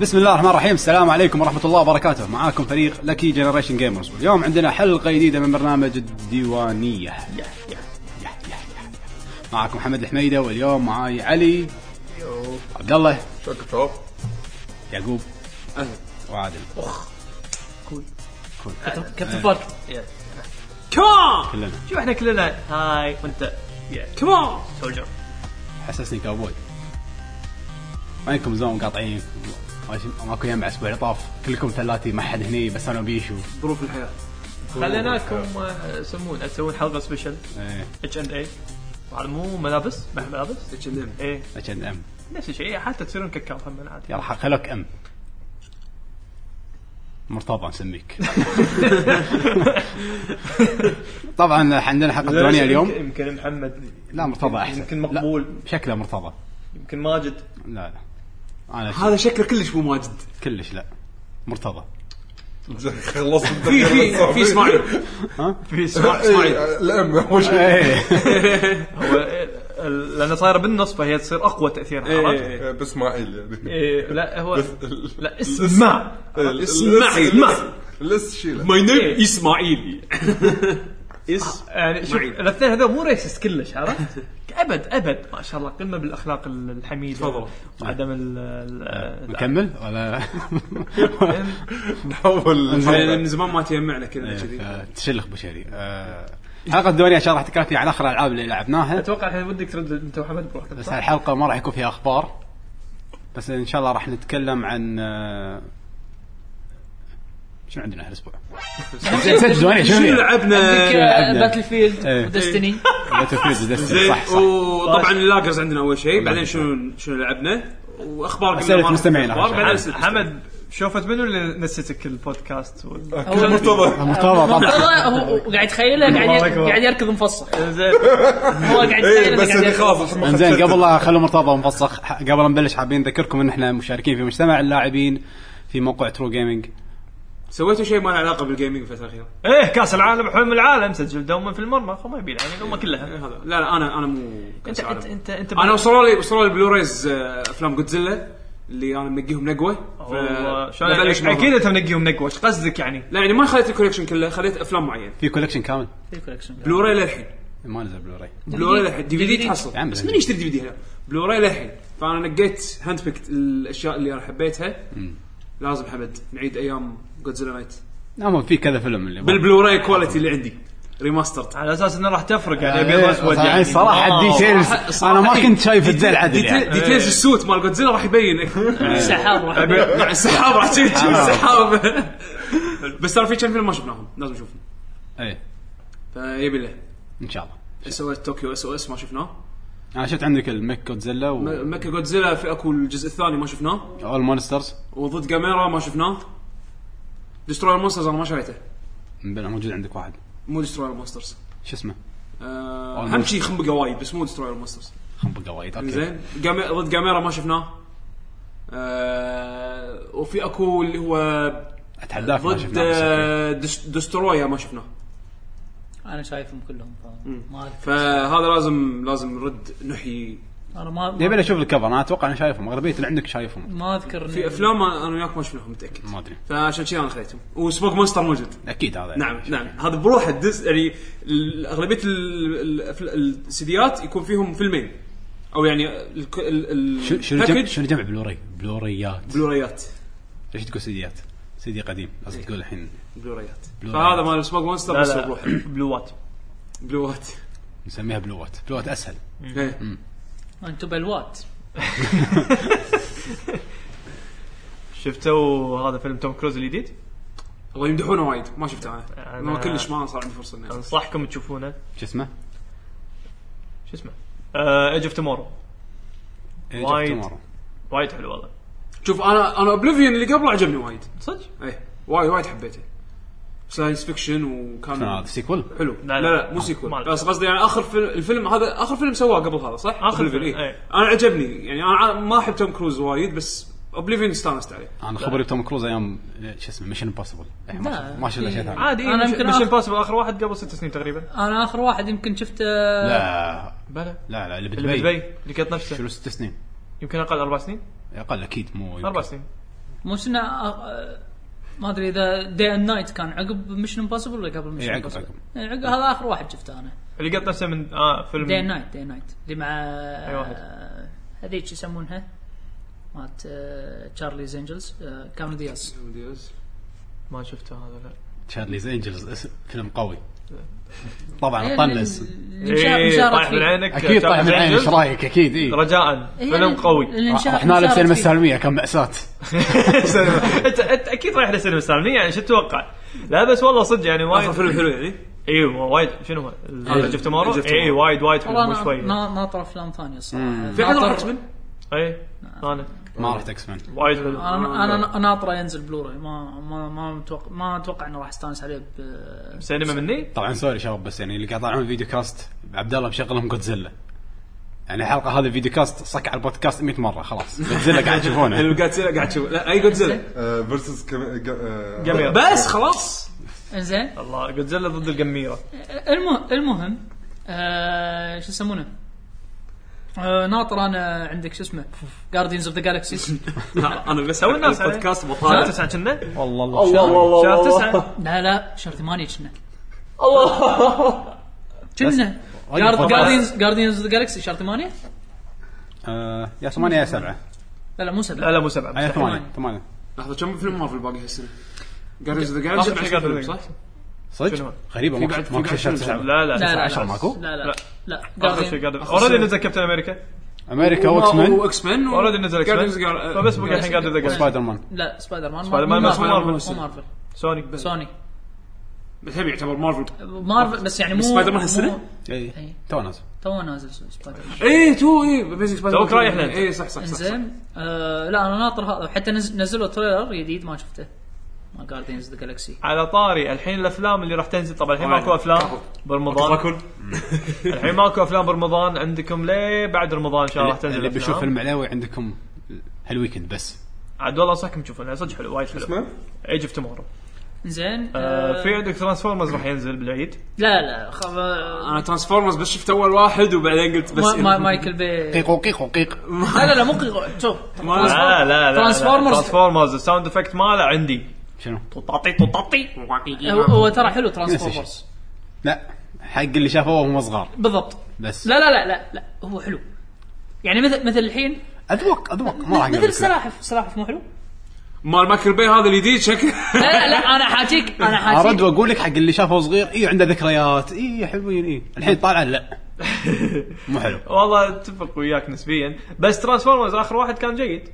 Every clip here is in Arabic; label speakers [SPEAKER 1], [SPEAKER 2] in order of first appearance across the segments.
[SPEAKER 1] بسم الله الرحمن الرحيم السلام عليكم ورحمة الله وبركاته معاكم فريق لكي جنريشن جيمرز واليوم عندنا حلقة جديدة من برنامج الديوانية معاكم محمد الحميدة واليوم معاي علي عبد الله
[SPEAKER 2] شوك شوك
[SPEAKER 1] يعقوب وعادل
[SPEAKER 3] كابتن فورك
[SPEAKER 1] كلنا.
[SPEAKER 3] كمان شو احنا كلنا هاي وانت كمان سولجر
[SPEAKER 1] حسسني كاوبوي وينكم زوم قاطعين ماشي- ماكو يم على اسبوع اللي طاف كلكم ثلاثي ما حد هني بس انا وبيشو
[SPEAKER 2] ظروف الحياه
[SPEAKER 3] خليناكم آه، يسمون تسوون حلقه سبيشل
[SPEAKER 1] ايه
[SPEAKER 3] اتش اند اي مو ملابس ما هي ملابس
[SPEAKER 2] اتش ان ام
[SPEAKER 3] ايه
[SPEAKER 1] اتش اند ام
[SPEAKER 3] نفس الشيء إيه، حتى تصيرون ككاب هم عادي
[SPEAKER 1] يلا خلوك ام مرتضى نسميك طبعا عندنا حلقه ثانيه يعني اليوم
[SPEAKER 3] يمكن محمد
[SPEAKER 1] لا مرتضى احسن
[SPEAKER 3] يمكن
[SPEAKER 1] لا،
[SPEAKER 3] مقبول.
[SPEAKER 1] شكله مرتضى
[SPEAKER 3] يمكن ماجد
[SPEAKER 1] لا لا انا
[SPEAKER 4] هذا شكله كلش مو ماجد
[SPEAKER 1] كلش لا مرتضى
[SPEAKER 2] خلصت
[SPEAKER 4] في في في اسماعيل
[SPEAKER 1] ها؟
[SPEAKER 4] في اسماعيل اسماعيل
[SPEAKER 2] الام اول شيء
[SPEAKER 3] إيه.
[SPEAKER 1] ايه
[SPEAKER 3] هو إيه، لان صايره بالنص فهي تصير اقوى تاثيرها عرفت؟
[SPEAKER 1] إيه.
[SPEAKER 2] بس ماعيل يعني
[SPEAKER 3] إيه، لا هو
[SPEAKER 2] ال-
[SPEAKER 3] لا اسمع
[SPEAKER 5] إيه،
[SPEAKER 4] اسماعيل ما
[SPEAKER 2] لس شيله
[SPEAKER 4] ماي نيم اسماعيل
[SPEAKER 3] يعني شوف
[SPEAKER 4] معين.
[SPEAKER 3] الاثنين هذول مو ريسس كلش عرفت؟ ابد ابد ما شاء الله قمه بالاخلاق الحميده
[SPEAKER 4] تفضل. آه،
[SPEAKER 3] وعدم ال- ال-
[SPEAKER 1] نكمل ولا
[SPEAKER 2] نحول
[SPEAKER 4] أنا من زمان ما تجمعنا كلنا
[SPEAKER 1] إيه،
[SPEAKER 4] كذي
[SPEAKER 1] آه، تشلخ آه، بشري حلقه الدوريه ان شاء الله راح تتكلم فيها عن اخر الالعاب اللي لعبناها
[SPEAKER 3] اتوقع الحين ودك ترد انت وحمد بروحك
[SPEAKER 1] بس
[SPEAKER 3] صح؟
[SPEAKER 1] هالحلقه ما راح يكون فيها اخبار بس ان شاء الله راح نتكلم عن آه، شنو عندنا هالاسبوع؟ نسيت الدورية، شنو
[SPEAKER 4] شنو
[SPEAKER 1] هي؟
[SPEAKER 4] لعبنا
[SPEAKER 1] لعبنا.
[SPEAKER 6] باتل فيلد
[SPEAKER 1] إيه.
[SPEAKER 6] ودستني
[SPEAKER 1] Battlefield Destiny،
[SPEAKER 4] زين
[SPEAKER 1] صح صح
[SPEAKER 4] وطبعا اللاجرز عندنا اول شيء بعدين شنو شنو لعبنا واخبار قبل
[SPEAKER 1] أسئلة
[SPEAKER 4] ما-
[SPEAKER 1] المستمعين
[SPEAKER 4] أخبار،
[SPEAKER 1] آخر شيء.
[SPEAKER 4] بعدين أسئلة المستمعين.
[SPEAKER 3] حمد شوفت منو اللي نسيتك البودكاست وال-
[SPEAKER 6] هو
[SPEAKER 2] مرتضى
[SPEAKER 1] مرتضى طبعا
[SPEAKER 6] مرة هو قاعد يتخيله
[SPEAKER 3] الله
[SPEAKER 6] قاعد
[SPEAKER 3] أكبر.
[SPEAKER 6] قاعد يركض مفصخ
[SPEAKER 3] زين
[SPEAKER 6] هو قاعد
[SPEAKER 2] ايه
[SPEAKER 6] يتخيله
[SPEAKER 2] بس
[SPEAKER 6] قاعد
[SPEAKER 2] اللي
[SPEAKER 6] يركض
[SPEAKER 2] خلاص عشان ما
[SPEAKER 1] انزين
[SPEAKER 2] خشيت.
[SPEAKER 1] قبل لا خلوا مرتضى مفسخ ح- قبل ما نبلش حابين نذكركم ان احنا مشاركين في مجتمع اللاعبين في موقع ترو جيمنج
[SPEAKER 4] سويتوا شيء ما له علاقه بالجيمنج الفتره الاخيره
[SPEAKER 3] ايه كاس العالم حلم العالم سجل دوما في المرمى خو ما يبي يعني الامه
[SPEAKER 4] إيه،
[SPEAKER 3] كلها
[SPEAKER 4] هذا لا لا انا انا مو
[SPEAKER 3] انت انت انت انت
[SPEAKER 4] انا وصلوا لي وصلوا لي بلوريز آه، افلام جودزيلا اللي انا منقيهم نقوه ف-
[SPEAKER 3] والله، شلون
[SPEAKER 4] ببلش مرة.
[SPEAKER 3] اكيد انت منقيهم نقوه ايش قصدك يعني؟
[SPEAKER 4] لا يعني ما خليت الكوليكشن كله خليت افلام معينه
[SPEAKER 1] في كولكشن كامل
[SPEAKER 6] في كولكشن
[SPEAKER 4] بلوراي للحين
[SPEAKER 1] ما نزل بلوراي
[SPEAKER 4] بلوراي للحين دي في دي
[SPEAKER 6] دي.
[SPEAKER 1] يا عم
[SPEAKER 4] تحصل بس
[SPEAKER 1] زين.
[SPEAKER 4] من يشتري دي في دي هنا بلوراي للحين فانا نقيت هاند بيكت الاشياء اللي انا حبيتها لازم حمد نعيد ايام جودزيلا نايت
[SPEAKER 1] نعم في كذا فيلم اللي
[SPEAKER 4] بالبلوراي كواليتي اللي عندي ريماسترد
[SPEAKER 3] على اساس انه راح تفرق يعني
[SPEAKER 4] إيه،
[SPEAKER 3] ابيض واسود
[SPEAKER 1] يعني
[SPEAKER 3] آه،
[SPEAKER 1] صراحه ديتيلز انا ما كنت شايف الذيل عدل يعني
[SPEAKER 4] ديتيلز السوت مال جودزيلا راح يبين
[SPEAKER 6] سحاب راح يبين.
[SPEAKER 4] لا، السحاب راح تشوف تشوف السحاب بس ترى في كم فيلم ما شفناهم لازم نشوفهم
[SPEAKER 1] ايه
[SPEAKER 4] فيبي له
[SPEAKER 1] ان شاء الله
[SPEAKER 4] سويت طوكيو اس او اس ما شفناه
[SPEAKER 1] انا شفت عندك الميك كودزيلا و...
[SPEAKER 4] م- مكة جودزيلا في اكو الجزء الثاني ما شفناه
[SPEAKER 1] اول مونسترز
[SPEAKER 4] وضد جاميرا ما شفناه دستروير مونسترز انا ما شريته
[SPEAKER 1] بلا موجود عندك واحد
[SPEAKER 4] مو دستروير مونسترز
[SPEAKER 1] شو اسمه؟
[SPEAKER 4] آه
[SPEAKER 1] Almost.
[SPEAKER 4] هم شي خنبقه وايد بس مو دستروير مونسترز
[SPEAKER 1] خنبقه وايد اوكي
[SPEAKER 4] زين جامي... ضد جاميرا ما شفناه آه وفي اكو اللي هو
[SPEAKER 1] اتحداك ما
[SPEAKER 4] ضد
[SPEAKER 1] شفناه بس أوكي.
[SPEAKER 4] آه، دس- دسترويا ما شفناه
[SPEAKER 6] انا شايفهم كلهم ف- ما أذكر.
[SPEAKER 4] فهذا لازم لازم نرد نحيي
[SPEAKER 6] انا ما ما-
[SPEAKER 1] يبي اشوف الكفر انا اتوقع انا شايفهم اغلبيه اللي عندك شايفهم
[SPEAKER 6] ما اذكر إني-
[SPEAKER 4] في افلام انا أنا وياك ما شفناهم متاكد
[SPEAKER 1] ما ادري
[SPEAKER 4] فعشان كذي انا خذيتهم وسموك مونستر موجود
[SPEAKER 1] اكيد هذا يعني.
[SPEAKER 4] نعم نعم هذا بروحه الدس يعني ال- اغلبيه ال- ال- السيديات يكون فيهم فيلمين او يعني الك- ال- ال-
[SPEAKER 1] شو- شنو جمع
[SPEAKER 4] package
[SPEAKER 1] شنو جمع بلوري بلوريات
[SPEAKER 4] بلوريات
[SPEAKER 1] ليش تقول سيديات؟ سيدي قديم
[SPEAKER 4] إيه.
[SPEAKER 1] لازم تقول الحين
[SPEAKER 4] بلوريات
[SPEAKER 1] بلوريات.
[SPEAKER 4] فهذا مال سموك مونستر
[SPEAKER 3] لا
[SPEAKER 4] بس
[SPEAKER 3] لا
[SPEAKER 4] بروحه
[SPEAKER 3] بلوات
[SPEAKER 4] بلوات
[SPEAKER 1] نسميها بلوات بلوات اسهل
[SPEAKER 4] إيه.
[SPEAKER 6] انتم بالوات
[SPEAKER 3] شفتوا هذا فيلم توم كروز الجديد؟
[SPEAKER 4] والله يمدحونه وايد ما شفته انا
[SPEAKER 3] آه، أنا-
[SPEAKER 4] ما كلش ما صار عندي فرصه اني
[SPEAKER 3] انصحكم تشوفونه
[SPEAKER 1] شو اسمه؟
[SPEAKER 3] شو اسمه؟ آه، ايج اوف تومورو
[SPEAKER 1] Age of
[SPEAKER 3] وايد.
[SPEAKER 1] Tomorrow.
[SPEAKER 3] وايد حلو والله
[SPEAKER 4] شوف انا انا اوبليفيون اللي قبله عجبني وايد
[SPEAKER 3] صدق؟
[SPEAKER 4] اي وايد وايد حبيته ساينس فيكشن وكان
[SPEAKER 1] شنو هذا آه، سيكول؟
[SPEAKER 4] حلو
[SPEAKER 3] لا،
[SPEAKER 4] لا
[SPEAKER 3] لا.
[SPEAKER 4] لا, لا مو سيكول
[SPEAKER 3] مال-
[SPEAKER 4] بس قصدي يعني اخر فيلم الفيلم هذا اخر فيلم سواه قبل هذا صح؟
[SPEAKER 3] آخر
[SPEAKER 4] Oblivion،
[SPEAKER 3] فيلم،
[SPEAKER 4] إيه.
[SPEAKER 3] إيه.
[SPEAKER 4] انا عجبني يعني انا ع- ما احب توم كروز وايد بس اوبليفين استانست عليه
[SPEAKER 1] انا خبري بتوم كروز ايام آه، شو اسمه ميشن امبوسيبل
[SPEAKER 6] لا.
[SPEAKER 1] ما شفنا شيء
[SPEAKER 4] آه.
[SPEAKER 1] ثاني
[SPEAKER 3] عادي
[SPEAKER 6] أنا
[SPEAKER 3] انا
[SPEAKER 6] يمكن
[SPEAKER 3] يمكن مش
[SPEAKER 6] آخر-
[SPEAKER 3] امبوسيبل اخر واحد قبل ست سنين تقريبا
[SPEAKER 6] انا اخر واحد يمكن شفته
[SPEAKER 1] لا
[SPEAKER 3] بلى
[SPEAKER 1] لا لا اللي
[SPEAKER 3] اللي
[SPEAKER 1] بدبي
[SPEAKER 3] بدبي اللي كانت نفسه
[SPEAKER 1] شنو ست سنين
[SPEAKER 3] يمكن اقل اربع سنين
[SPEAKER 1] اقل اكيد مو يمكن.
[SPEAKER 3] اربع سنين
[SPEAKER 6] مو شنو آه، ما ادري اذا دي اند نايت كان عقب ميشن امبوسيبل ولا قبل ميشن
[SPEAKER 1] إيه، عقب-
[SPEAKER 6] امبوسيبل؟
[SPEAKER 1] عقب.
[SPEAKER 6] عقب هذا اخر واحد شفته انا
[SPEAKER 3] اللي قط نفسه من اه
[SPEAKER 6] دي
[SPEAKER 3] فيلم
[SPEAKER 6] نايت دي نايت اللي مع
[SPEAKER 3] أي واحد؟
[SPEAKER 6] آه، هذيك شو يسمونها مالت آه، تشارليز انجلز آه، كامل دياز
[SPEAKER 3] ما شفته هذا لا
[SPEAKER 1] تشارليز انجلز اسم فيلم قوي
[SPEAKER 6] إيه،
[SPEAKER 1] طبعا طنس
[SPEAKER 6] اللي مشا-
[SPEAKER 3] ايه
[SPEAKER 6] مشارك
[SPEAKER 3] طايح من
[SPEAKER 6] فيه.
[SPEAKER 3] عينك
[SPEAKER 1] اكيد طاح من عيني
[SPEAKER 3] Charles
[SPEAKER 1] ايش
[SPEAKER 3] Angels.
[SPEAKER 1] رايك اكيد اي
[SPEAKER 3] رجاء
[SPEAKER 6] إيه،
[SPEAKER 3] فيلم
[SPEAKER 6] اللي-
[SPEAKER 3] قوي
[SPEAKER 6] اللي مشا-
[SPEAKER 1] رحنا له
[SPEAKER 6] مشارك
[SPEAKER 1] بسينما
[SPEAKER 6] فيه.
[SPEAKER 1] السالميه كان مأساة
[SPEAKER 3] سينما. انت انت اكيد رايح لسينما سالمية يعني شو تتوقع؟ لا بس والله صدق يعني
[SPEAKER 4] اخر
[SPEAKER 3] وايد
[SPEAKER 4] فيلم حلو يعني
[SPEAKER 3] ايوه وايد شنو هو؟
[SPEAKER 4] هذا
[SPEAKER 3] شفت مره؟
[SPEAKER 4] Edge of
[SPEAKER 3] اي
[SPEAKER 4] Tomorrow.
[SPEAKER 3] إيه، وايد وايد حلو
[SPEAKER 6] والله
[SPEAKER 3] مو
[SPEAKER 6] أنا
[SPEAKER 3] شوي
[SPEAKER 6] نا- ناطر افلام ثانيه الصراحه
[SPEAKER 4] في احد
[SPEAKER 6] ناطر-
[SPEAKER 4] راح اكسبن؟
[SPEAKER 3] اي انا
[SPEAKER 1] ما راح تكسبن
[SPEAKER 3] إيه، وايد حلو
[SPEAKER 6] انا انا ناطره ينزل بلوراي ما ما ما متوقع ما اتوقع انه راح استانس عليه ب
[SPEAKER 3] سينما مني؟
[SPEAKER 1] طبعا سوري شباب بس يعني اللي قاعد يطلعون فيديو كاست عبد الله مشغلهم جودزيلا يعني الحلقه هذه فيديو كاست صك على البودكاست 100 مره خلاص جودزيلا قاعد تشوفونه
[SPEAKER 4] جودزيلا قاعد تشوف لا اي جودزيلا
[SPEAKER 5] آه،
[SPEAKER 2] فيرسز
[SPEAKER 3] قميرة
[SPEAKER 4] بس خلاص
[SPEAKER 6] انزين
[SPEAKER 3] الله جودزيلا ضد القميره
[SPEAKER 6] المهم المهم آه شو يسمونه؟ آه ناطر انا عندك شو اسمه جاردينز اوف ذا جالكسيز
[SPEAKER 4] لا، انا بس
[SPEAKER 3] سوي الناس عليه.
[SPEAKER 4] البودكاست
[SPEAKER 3] شهر
[SPEAKER 4] بطالع
[SPEAKER 3] تسعه كنا؟
[SPEAKER 1] والله
[SPEAKER 4] الله الله
[SPEAKER 3] شهر
[SPEAKER 4] الله
[SPEAKER 3] تسعه
[SPEAKER 6] لا لا شهر ثمانية كنا
[SPEAKER 4] الله
[SPEAKER 6] كنا
[SPEAKER 1] والله.
[SPEAKER 6] جاردينز جاردينز اوف ذا جالكسي شهر ثمانية
[SPEAKER 1] آه، يا 8 يا 7
[SPEAKER 6] لا لا مو
[SPEAKER 3] لا
[SPEAKER 6] سبعة
[SPEAKER 3] لا مو سبعه
[SPEAKER 1] يا
[SPEAKER 3] مستحيل.
[SPEAKER 1] 8 8
[SPEAKER 4] لحظه كم فيلم مارفل باقي هالسنه؟ جاردينز اوف ذا
[SPEAKER 3] آخر شيء قاعد
[SPEAKER 4] جالكسي
[SPEAKER 3] أقول
[SPEAKER 4] صح؟
[SPEAKER 3] لك. شنو؟
[SPEAKER 1] صدق غريبه
[SPEAKER 4] في
[SPEAKER 1] ماكو-
[SPEAKER 4] بعد- في
[SPEAKER 1] ماكو
[SPEAKER 4] بعد
[SPEAKER 1] شهر
[SPEAKER 4] فيلم
[SPEAKER 1] 9
[SPEAKER 3] لا لا
[SPEAKER 6] لا لا
[SPEAKER 3] تسعة.
[SPEAKER 1] عشرة ماكو؟
[SPEAKER 6] لا لا
[SPEAKER 3] لا.
[SPEAKER 6] لا
[SPEAKER 3] اخر شيء
[SPEAKER 6] جاردينز
[SPEAKER 3] قاعد اوريدي نزل كابتن امريكا
[SPEAKER 1] امريكا واتشمان
[SPEAKER 4] واكس مان
[SPEAKER 3] اوريدي نزل آه،
[SPEAKER 4] Guardians
[SPEAKER 3] X-Men.
[SPEAKER 4] of the Gal-
[SPEAKER 3] فبس بقى الحين قاعد ذا
[SPEAKER 1] سبايدر مان
[SPEAKER 6] لا سبايدر مان
[SPEAKER 3] سبايدر مان
[SPEAKER 6] مو
[SPEAKER 3] بس مو
[SPEAKER 6] مارفل،
[SPEAKER 4] مارفل.
[SPEAKER 6] مو مارفل
[SPEAKER 3] سوني
[SPEAKER 6] سوني
[SPEAKER 4] الحين يعتبر مارفل
[SPEAKER 6] مارفل بس يعني مو
[SPEAKER 4] بس سبايدر مان
[SPEAKER 6] مو-
[SPEAKER 4] هالسنة؟
[SPEAKER 1] اي
[SPEAKER 6] إي.
[SPEAKER 1] تو نازل
[SPEAKER 6] تو نازل سبايدر مان
[SPEAKER 4] اي إيه، تو اي بيزك سبايدر
[SPEAKER 3] إيه، توك رايح لأنت.
[SPEAKER 4] اي إيه، صح صح صح, صح.
[SPEAKER 6] انزين آه لا انا ناطر هذا حتى نز- نزلوا تريلر جديد ما شفته ما جاردينز ذا جالكسي
[SPEAKER 3] على طاري الحين الافلام اللي راح تنزل طبعا الحين
[SPEAKER 4] طبعاً.
[SPEAKER 3] ماكو افلام
[SPEAKER 4] كفو.
[SPEAKER 3] برمضان الحين ماكو افلام برمضان عندكم ليه بعد رمضان ان شاء الله راح تنزل
[SPEAKER 1] اللي بيشوف
[SPEAKER 3] أفلام.
[SPEAKER 1] فيلم علاوي عندكم هالويكند بس
[SPEAKER 3] عاد والله انصحكم تشوفونه صدق حلو وايد حلو
[SPEAKER 2] اسمه؟
[SPEAKER 3] ايج اوف تومورو
[SPEAKER 6] زين آه،
[SPEAKER 3] في عندك ترانسفورمرز راح ينزل بالعيد
[SPEAKER 6] لا لا خب...
[SPEAKER 4] انا ترانسفورمرز بس شفت اول واحد وبعدين قلت بس
[SPEAKER 6] ما ما
[SPEAKER 3] يعني-
[SPEAKER 6] مايكل بي
[SPEAKER 1] قيق وقيق وقيق
[SPEAKER 6] لا لا لا مو قيقو. شوف
[SPEAKER 4] ما-
[SPEAKER 6] Transform-
[SPEAKER 3] لا لا لا
[SPEAKER 6] Transformers.
[SPEAKER 3] ترانسفورمرز الساوند افكت ماله عندي
[SPEAKER 1] شنو؟
[SPEAKER 3] ططاطي ططاطي
[SPEAKER 6] هو هو ترى حلو
[SPEAKER 1] نفس
[SPEAKER 6] ترانسفورمرز
[SPEAKER 1] لا حق اللي شافوه وهم صغار
[SPEAKER 6] بالضبط
[SPEAKER 1] بس
[SPEAKER 6] لا لا لا لا لا هو حلو يعني مثل مثل الحين
[SPEAKER 1] اذوق اذوق ما راح
[SPEAKER 6] مثل
[SPEAKER 1] اقول لك
[SPEAKER 6] السلاحف السلاحف مو حلو
[SPEAKER 4] مال ماكل بي هذا الجديد شكله
[SPEAKER 6] لا لا, لا انا حاجيك انا
[SPEAKER 1] لا. ارد
[SPEAKER 6] حاجيك
[SPEAKER 1] واقول لك حق اللي شافه صغير اي عنده ذكريات اي حلوين اي الحين طالع لا مو حلو
[SPEAKER 3] والله اتفق وياك نسبيا بس ترانسفورمرز اخر واحد كان جيد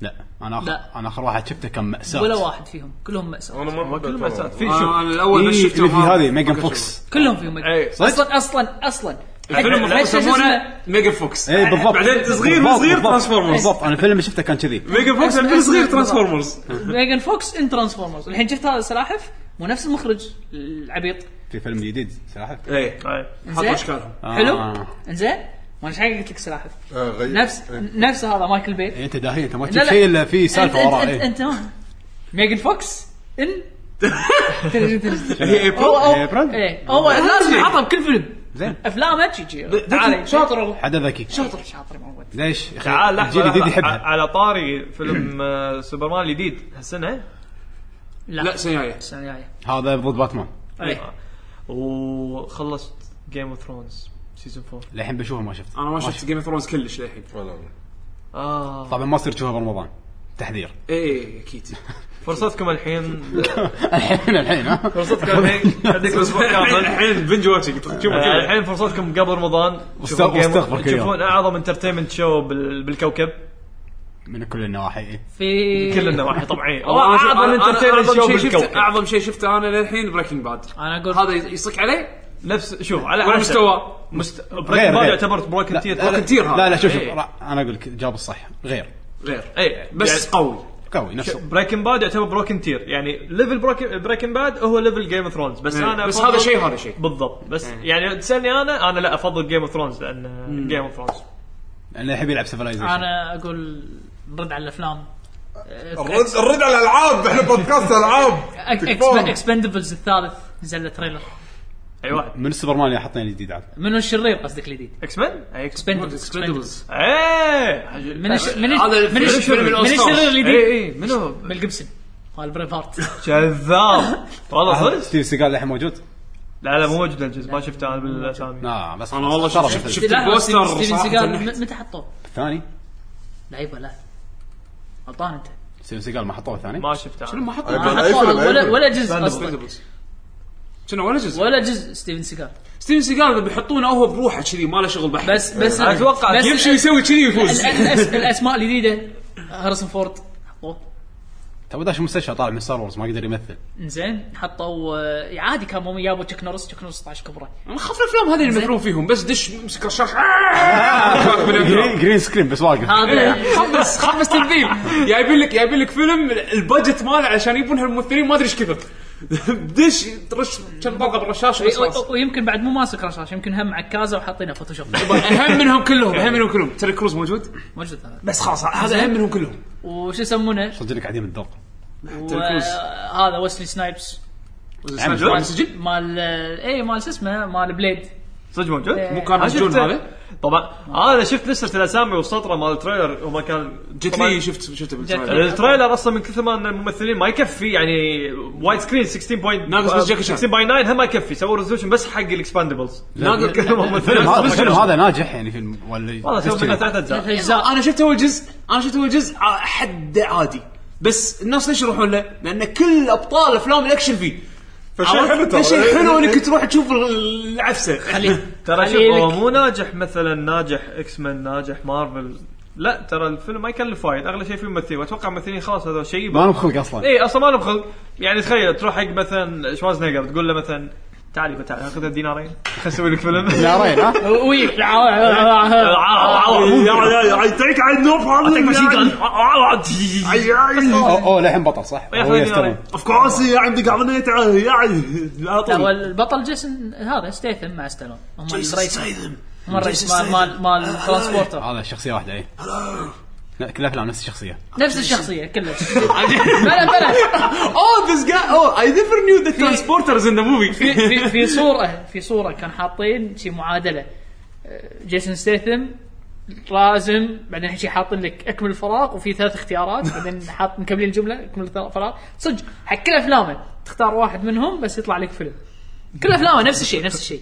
[SPEAKER 1] لا انا اخر
[SPEAKER 6] لا.
[SPEAKER 1] انا اخر واحد شفته كان ماساه
[SPEAKER 6] ولا واحد فيهم كلهم مأساة
[SPEAKER 2] انا ما
[SPEAKER 3] كل ما سألت. في
[SPEAKER 4] انا
[SPEAKER 3] شو
[SPEAKER 4] آه، أنا
[SPEAKER 1] إيه
[SPEAKER 4] الاول بس
[SPEAKER 1] اللي
[SPEAKER 4] شفته
[SPEAKER 1] في
[SPEAKER 4] ما-
[SPEAKER 1] هذه
[SPEAKER 4] ما
[SPEAKER 1] ميجان
[SPEAKER 4] كنت
[SPEAKER 1] فوكس
[SPEAKER 6] كلهم فيهم
[SPEAKER 3] إيه،
[SPEAKER 1] صدق؟
[SPEAKER 6] اصلا اصلا اصلا
[SPEAKER 4] الفيلم المفروض
[SPEAKER 6] حتى شو اسمه؟
[SPEAKER 4] يسمونه ميجا فوكس
[SPEAKER 1] اي إيه، بالضبط
[SPEAKER 4] بعدين صغير مو
[SPEAKER 1] بالضبط،
[SPEAKER 4] صغير
[SPEAKER 1] بالضبط.
[SPEAKER 4] ترانسفورمرز
[SPEAKER 1] بالضبط انا الفيلم اللي شفته كان كذي
[SPEAKER 4] ميجا فوكس
[SPEAKER 6] اسمع،
[SPEAKER 4] الحين صغير
[SPEAKER 6] اسمع، بالضبط.
[SPEAKER 4] ترانسفورمرز
[SPEAKER 6] ميجان فوكس ان ترانسفورمرز الحين شفت هذا السلاحف مو نفس المخرج العبيط
[SPEAKER 1] في فيلم جديد سلاحف
[SPEAKER 4] اي
[SPEAKER 3] أي.
[SPEAKER 4] حطوا
[SPEAKER 6] انزين
[SPEAKER 4] اشكالهم
[SPEAKER 6] حلو
[SPEAKER 1] آه.
[SPEAKER 6] انزين ما ايش حق قلت لك سلاحف
[SPEAKER 5] آه،
[SPEAKER 2] غير
[SPEAKER 6] نفس
[SPEAKER 5] إيه.
[SPEAKER 6] نفس هذا مايكل بي
[SPEAKER 1] إيه، انت داهي انت ما
[SPEAKER 6] لا،
[SPEAKER 1] تشوف
[SPEAKER 6] لا.
[SPEAKER 1] شيء الا في سالفه
[SPEAKER 6] أنت-
[SPEAKER 1] وراه
[SPEAKER 6] أنت-
[SPEAKER 1] إيه.
[SPEAKER 6] انت ما- ميجان فوكس ان تدري- تدري-
[SPEAKER 4] هي ايبريل
[SPEAKER 6] هو هو
[SPEAKER 1] إيه، برند.
[SPEAKER 6] ايه هو لازم يحطها بكل فيلم
[SPEAKER 1] زين
[SPEAKER 6] افلامه تجي تعال شاطر والله.
[SPEAKER 1] حدا ذكي
[SPEAKER 6] شاطر شاطر معود
[SPEAKER 1] ليش يا أخي،
[SPEAKER 3] تعال لحظه
[SPEAKER 1] الجيل الجديد
[SPEAKER 3] لحظة.
[SPEAKER 4] آه،
[SPEAKER 1] يحبها
[SPEAKER 3] على طاري فيلم آه، سوبرمان الجديد هالسنه
[SPEAKER 4] لا سيايا
[SPEAKER 6] السنه الجايه
[SPEAKER 4] آه.
[SPEAKER 1] هذا ضد باتمان
[SPEAKER 6] إيه.
[SPEAKER 3] آه. وخلصت جيم اوف ثرونز سيزون 4
[SPEAKER 1] للحين بشوفه ما شفته
[SPEAKER 4] انا ما شفت جيم اوف ثرونز كلش للحين
[SPEAKER 2] ولا أنا.
[SPEAKER 3] اه
[SPEAKER 1] طبعا ما يصير تشوفه برمضان تحذير
[SPEAKER 4] اي اكيد
[SPEAKER 3] فرصتكم الحين
[SPEAKER 1] الحين الحين ها
[SPEAKER 3] فرصتكم الحين عندك اسبوع كامل
[SPEAKER 4] الحين بنج واتشنج تشوفه
[SPEAKER 3] آه،
[SPEAKER 4] كذا
[SPEAKER 3] الحين فرصتكم قبل رمضان
[SPEAKER 1] واستغفر-
[SPEAKER 3] تشوفون Game of-
[SPEAKER 1] واستغفر كل يوم.
[SPEAKER 3] تشوفون اعظم انترتينمنت شو بال- بالكوكب
[SPEAKER 1] من كل النواحي إيه.
[SPEAKER 6] في
[SPEAKER 3] كل النواحي طبعا
[SPEAKER 4] والله أنا-
[SPEAKER 3] اعظم
[SPEAKER 4] أنا-
[SPEAKER 3] انترتينمنت
[SPEAKER 4] أعظم
[SPEAKER 3] شو
[SPEAKER 4] شيء شفته
[SPEAKER 3] بالكوكب
[SPEAKER 4] اعظم شيء شفته انا للحين بريكنج باد
[SPEAKER 6] انا اقول
[SPEAKER 4] هذا يصك عليه
[SPEAKER 3] نفس شوف على
[SPEAKER 4] ولا
[SPEAKER 3] حسب.
[SPEAKER 4] مستوى
[SPEAKER 3] مست...
[SPEAKER 1] غير-
[SPEAKER 3] بريكنج باد
[SPEAKER 1] غير.
[SPEAKER 3] يعتبر بروكن تير
[SPEAKER 1] لا,
[SPEAKER 4] كثير
[SPEAKER 1] لا,
[SPEAKER 4] هذا.
[SPEAKER 1] لا, لا شوف شوف
[SPEAKER 4] إيه.
[SPEAKER 1] را- انا اقول لك جاب الصح غير
[SPEAKER 4] غير
[SPEAKER 3] اي
[SPEAKER 4] بس قوي
[SPEAKER 1] قوي نفسه
[SPEAKER 3] بريكن باد يعتبر بروكن تير يعني ليفل بريكن باد هو ليفل جيم اوف ثرونز بس
[SPEAKER 4] إيه.
[SPEAKER 3] انا
[SPEAKER 4] بس
[SPEAKER 3] أفضل-
[SPEAKER 4] هذا شيء إيه. هذا شيء
[SPEAKER 3] بالضبط بس يعني تسالني انا انا لا افضل جيم اوف ثرونز لان جيم اوف ثرونز
[SPEAKER 1] لانه يحب يلعب سيفلايزيشن
[SPEAKER 6] انا اقول رد على الافلام
[SPEAKER 2] الرد الرد على الالعاب احنا بودكاست العاب تكفون.
[SPEAKER 6] اكسبندبلز الثالث نزل له تريلر
[SPEAKER 3] اي واحد
[SPEAKER 1] من السوبرمان اللي حاطين الجديد عاد
[SPEAKER 6] منو الشرير قصدك الجديد
[SPEAKER 3] اكس مان
[SPEAKER 4] إيه،
[SPEAKER 3] اي اكس
[SPEAKER 6] Expendables.
[SPEAKER 4] Expendables.
[SPEAKER 3] ايه
[SPEAKER 6] من الش... من
[SPEAKER 4] هذا
[SPEAKER 6] الش... من الش...
[SPEAKER 4] الفيلم من
[SPEAKER 6] من الشرير
[SPEAKER 4] الأوسكار.
[SPEAKER 6] الجديد
[SPEAKER 3] اي اي منو
[SPEAKER 6] مل جيبسون مال بريف هارت
[SPEAKER 3] كذاب والله صدق
[SPEAKER 1] ستيف سيجال الحين موجود؟
[SPEAKER 3] لا لا مو موجود الجزء ما شفته انا بالاسامي
[SPEAKER 1] لا بس
[SPEAKER 4] أنا والله
[SPEAKER 1] شرف
[SPEAKER 4] شفت-
[SPEAKER 1] الفيلم.
[SPEAKER 4] شفت- البوستر
[SPEAKER 6] ستيفن
[SPEAKER 4] صراحة
[SPEAKER 6] سيجال
[SPEAKER 4] تنحت.
[SPEAKER 6] م- متى حطوه؟
[SPEAKER 1] الثاني
[SPEAKER 6] لعيبه لا غلطان انت
[SPEAKER 1] ستيف سيجال ما حطوه الثاني؟
[SPEAKER 3] ما شفته
[SPEAKER 4] شنو ما حطوا
[SPEAKER 6] ما
[SPEAKER 5] أي
[SPEAKER 6] حطوه
[SPEAKER 5] فيلم، أي
[SPEAKER 6] ولا
[SPEAKER 5] فيلم.
[SPEAKER 6] ولا جزء أصلاً.
[SPEAKER 4] Expendables. شنو ولا جزء
[SPEAKER 6] ولا جزء ستيفن سيجال
[SPEAKER 4] ستيفن سيجال اذا بيحطونه هو بروحه كذي ما له شغل بحت
[SPEAKER 6] بس بس
[SPEAKER 3] أنا أتوقع
[SPEAKER 6] بس
[SPEAKER 4] يمشي يسوي كذي ويفوز
[SPEAKER 6] ال- ال- الأس- الاسماء الجديده هاريسون فورد حطوه
[SPEAKER 1] تو داش المستشفى طالع من ستار وورز ما قدر يمثل
[SPEAKER 6] زين حطوا آه، عادي كان مو جابوا تشيك نورس تشيك نورس 12 كبره
[SPEAKER 4] انا اخاف الافلام هذه اللي يمثلون فيهم بس دش مسك رشاش
[SPEAKER 1] جرين, جرين سكرين بس واقف
[SPEAKER 6] هذا
[SPEAKER 4] خمس خمس تمثيل جايبين لك جايبين لك فيلم البادجت ماله عشان يبون هالممثلين ما ادري ايش كثر دش ترش كم طلقه بالرشاش
[SPEAKER 6] و-
[SPEAKER 4] وخلاص
[SPEAKER 6] و- ويمكن بعد مو ماسك رشاش يمكن هم عكازه وحاطينه فوتوشوب
[SPEAKER 4] اهم منهم كلهم اهم منهم كلهم تري كروز موجود
[SPEAKER 6] موجود هذا
[SPEAKER 4] بس خلاص هذا اهم منهم كلهم
[SPEAKER 6] وش يسمونه
[SPEAKER 1] صدق انك عديم الذوق
[SPEAKER 4] كروز.
[SPEAKER 6] وهذا ويسلي سنايبس
[SPEAKER 4] موجود سجن
[SPEAKER 6] مال اي مال شو اسمه مال بليد
[SPEAKER 3] صدق موجود إيه.
[SPEAKER 6] مو
[SPEAKER 4] كان
[SPEAKER 3] أنا
[SPEAKER 4] مسجون
[SPEAKER 3] شفته.
[SPEAKER 4] هذا؟
[SPEAKER 3] طبعا انا شفت لسه الاسامي والسطره مال التريلر وما كان
[SPEAKER 4] جت
[SPEAKER 3] طبعاً
[SPEAKER 4] لي شفت شفته بالتريلر
[SPEAKER 6] جت
[SPEAKER 3] التريلر اصلا من كثر ما ان الممثلين ما يكفي يعني وايد سكرين 16 بوينت
[SPEAKER 4] ناقص بس جاكي شان.
[SPEAKER 3] 16 باي 9 هم ما يكفي سووا ريزولوشن بس حق الاكسباندبلز
[SPEAKER 4] ناقص-
[SPEAKER 3] كثر ما
[SPEAKER 1] فيلم هذا-
[SPEAKER 3] ممثلين
[SPEAKER 1] فيلم هذا ناجح يعني فيلم ولا
[SPEAKER 3] والله سووا منه
[SPEAKER 1] تشتري.
[SPEAKER 3] ثلاث اجزاء
[SPEAKER 6] اجزاء
[SPEAKER 4] انا شفت اول جزء انا شفت اول جزء ع- حد عادي بس الناس ليش يروحون له؟ لان كل ابطال افلام الاكشن فيه
[SPEAKER 5] فشيء حلو ترى. إيه،
[SPEAKER 4] شيء حلو انك تروح تشوف العفسه
[SPEAKER 6] خليه
[SPEAKER 3] ترى شوف
[SPEAKER 6] خليه
[SPEAKER 3] هو
[SPEAKER 6] لك.
[SPEAKER 3] مو ناجح مثلا ناجح اكس مان ناجح مارفل لا ترى الفيلم ما يكلف وايد اغلى شيء فيه ممثلين واتوقع ممثلين خلاص هذا شيء
[SPEAKER 1] ما لهم خلق اصلا
[SPEAKER 3] اي اصلا ما نبخل يعني تخيل تروح حق مثلا شوازنيجر تقول له مثلا تعال يبا تعال خذ الدينارين خلنا نسوي لك فيلم
[SPEAKER 1] دارين ها
[SPEAKER 6] ويك لا
[SPEAKER 2] يعطيك على النوف
[SPEAKER 1] أو- اوه للحين بطل صح
[SPEAKER 3] يا
[SPEAKER 1] هو طيب،
[SPEAKER 3] أخي،
[SPEAKER 1] يستلم
[SPEAKER 2] اوف كورس يا عندي قعدنا على
[SPEAKER 6] هو
[SPEAKER 2] طول
[SPEAKER 6] البطل جيسون هذا ستيثم مع ستالون هم الرئيس هم الرئيس مال مال مال ترانسبورتر
[SPEAKER 1] هذا شخصيه واحده اي لا، كل الافلام نفس الشخصيه
[SPEAKER 6] نفس الشخصيه كلها بلا بلا
[SPEAKER 4] اوه ذيس جاي اوه اي نيفر نيو ذا ترانسبورترز ان ذا
[SPEAKER 6] في
[SPEAKER 4] موفي
[SPEAKER 6] في في صوره في صوره كان حاطين شي معادله أه، جيسون ستيثم لازم بعدين شي حاطين لك اكمل الفراغ وفي ثلاث اختيارات بعدين حاط مكملين الجمله اكمل الفراغ صدق حق كل افلامه تختار واحد منهم بس يطلع لك فيلم كل افلامه نفس الشيء نفس الشيء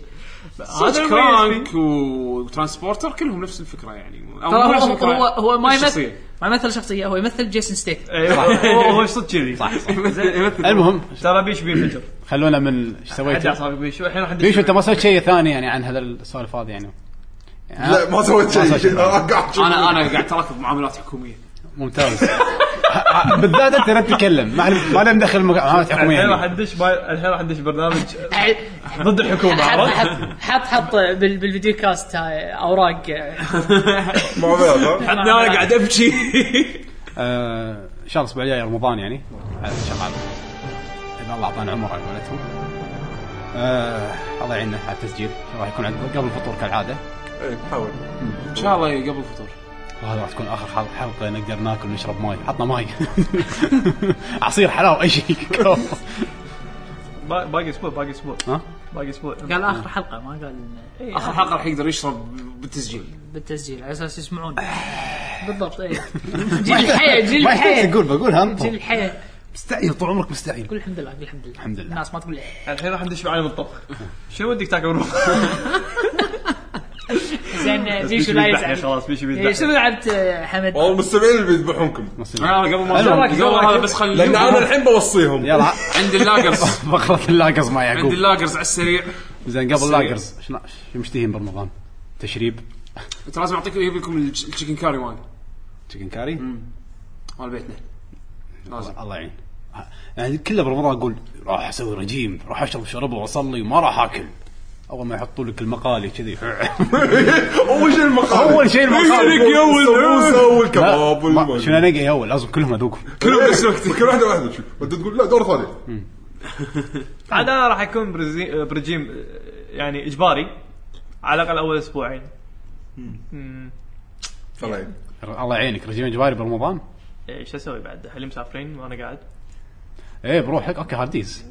[SPEAKER 4] هذا
[SPEAKER 3] هذا المميز
[SPEAKER 4] كرانك وترانسبورتر كلهم نفس الفكره يعني أو
[SPEAKER 6] ترى
[SPEAKER 4] مو
[SPEAKER 6] هو,
[SPEAKER 4] نفس
[SPEAKER 6] هو,
[SPEAKER 4] الفكرة،
[SPEAKER 6] هو, هو ما
[SPEAKER 4] نفس
[SPEAKER 6] يمثل
[SPEAKER 4] الشخصية.
[SPEAKER 6] ما يمثل شخصيه هو يمثل جيسون ستيثم
[SPEAKER 3] ايوه هو هو صدق كذي صح
[SPEAKER 4] إيه، يمثل
[SPEAKER 1] طيب. المهم
[SPEAKER 3] ترى بيش بينفجر
[SPEAKER 1] خلونا من ايش سويت
[SPEAKER 3] حد صار بيش الحين راح ندش
[SPEAKER 1] ليش انت ما سويت شيء ثاني يعني عن هذا السوالف هذه يعني
[SPEAKER 5] لا ما سويت
[SPEAKER 1] ما سويت شيء. آه،
[SPEAKER 5] شيء أنا قاعد أشوف.
[SPEAKER 4] انا انا قاعد تراكب معاملات حكوميه
[SPEAKER 1] ممتاز ه- ه- بالذات انت لا تتكلم ما علم- ما لنا دخل مقامات حكوميه
[SPEAKER 3] الحين راح
[SPEAKER 1] يعني.
[SPEAKER 3] ندش باي- الحين راح ندش برنامج ضد الحكومه
[SPEAKER 6] حط
[SPEAKER 3] عرفت؟
[SPEAKER 6] حط- حط حط بال- بالفيديو كاست هاي اوراق
[SPEAKER 5] ما بيها، ها؟
[SPEAKER 4] انا قاعد ابكي
[SPEAKER 1] آه، ان شاء الله الاسبوع الجاي رمضان يعني على شغال اذا الله اعطانا عمر على قولتهم آه، الله يعيننا على التسجيل راح يكون عند قبل الفطور كالعاده
[SPEAKER 5] إيه، حاول
[SPEAKER 4] ان شاء الله قبل الفطور
[SPEAKER 1] وهذا راح تكون اخر حلقه, حلقة نقدر ناكل ونشرب ماي عطنا ماي عصير حلاوه اي شيء
[SPEAKER 3] با- باقي اسبوع باقي اسبوع
[SPEAKER 1] ها
[SPEAKER 3] باقي اسبوع
[SPEAKER 6] قال اخر حلقه ما قال إن-
[SPEAKER 4] اخر حلقه راح يقدر يشرب بالتسجيل
[SPEAKER 6] بالتسجيل على اساس يسمعون بالضبط اي جيل الحياه جيل
[SPEAKER 1] ما يحتاج
[SPEAKER 6] الحياه
[SPEAKER 1] تقول بقول هم
[SPEAKER 6] جيل الحياه
[SPEAKER 1] مستحيل طول عمرك مستحيل
[SPEAKER 6] قول الحمد لله قول الحمد لله
[SPEAKER 1] الحمد لله.
[SPEAKER 6] الناس ما تقول إيه.
[SPEAKER 3] الحين راح ندش بعالم الطبخ شنو ودك تاكل روح؟
[SPEAKER 6] زين
[SPEAKER 3] بيش
[SPEAKER 6] بيشو لا
[SPEAKER 3] بيذبحني
[SPEAKER 6] يزعل
[SPEAKER 3] خلاص بيش
[SPEAKER 6] إيه، شنو
[SPEAKER 3] بيذبحني
[SPEAKER 6] لعبت آه، حمد؟
[SPEAKER 5] والله المستمعين اللي بيذبحونكم
[SPEAKER 4] انا آه، قبل ما
[SPEAKER 1] حلو.
[SPEAKER 4] قبل هذا بس خلي
[SPEAKER 5] لان انا الحين بوصيهم
[SPEAKER 1] يلا
[SPEAKER 4] عندي اللاقرز
[SPEAKER 1] فقرة اللاقرز مع
[SPEAKER 4] عندي
[SPEAKER 1] يعقوب
[SPEAKER 4] اللاقرز على السريع
[SPEAKER 1] زين قبل
[SPEAKER 4] السريع.
[SPEAKER 1] اللاقرز شنو شو مشتهين برمضان؟ تشريب
[SPEAKER 4] انت لازم اعطيك اجيب لكم الج- الشيكن كاري مال
[SPEAKER 1] تشيكن كاري
[SPEAKER 4] مال بيتنا لازم
[SPEAKER 1] الله يعين ها- يعني كله برمضان اقول راح اسوي رجيم راح اشرب شرب واصلي وما راح اكل اول ما يحطوا لك المقالي كذي
[SPEAKER 5] اول شيء المقال
[SPEAKER 1] اول شيء المقالي
[SPEAKER 5] السموسه والكباب
[SPEAKER 1] ما-
[SPEAKER 5] والم-
[SPEAKER 1] شنو انقي اول لازم كلهم اذوقهم
[SPEAKER 5] كلهم بنفس الوقت إيه. كل واحده واحده شوف انت تقول لا دور ثاني
[SPEAKER 3] انا راح يكون برزي- برجيم آه، يعني اجباري على الاقل اول اسبوعين مم. طيب.
[SPEAKER 5] فلاين
[SPEAKER 1] الله يعينك رجيم اجباري برمضان
[SPEAKER 3] إيه، شو اسوي بعد؟ هل مسافرين وانا قاعد؟
[SPEAKER 1] ايه بروحك اوكي هارديز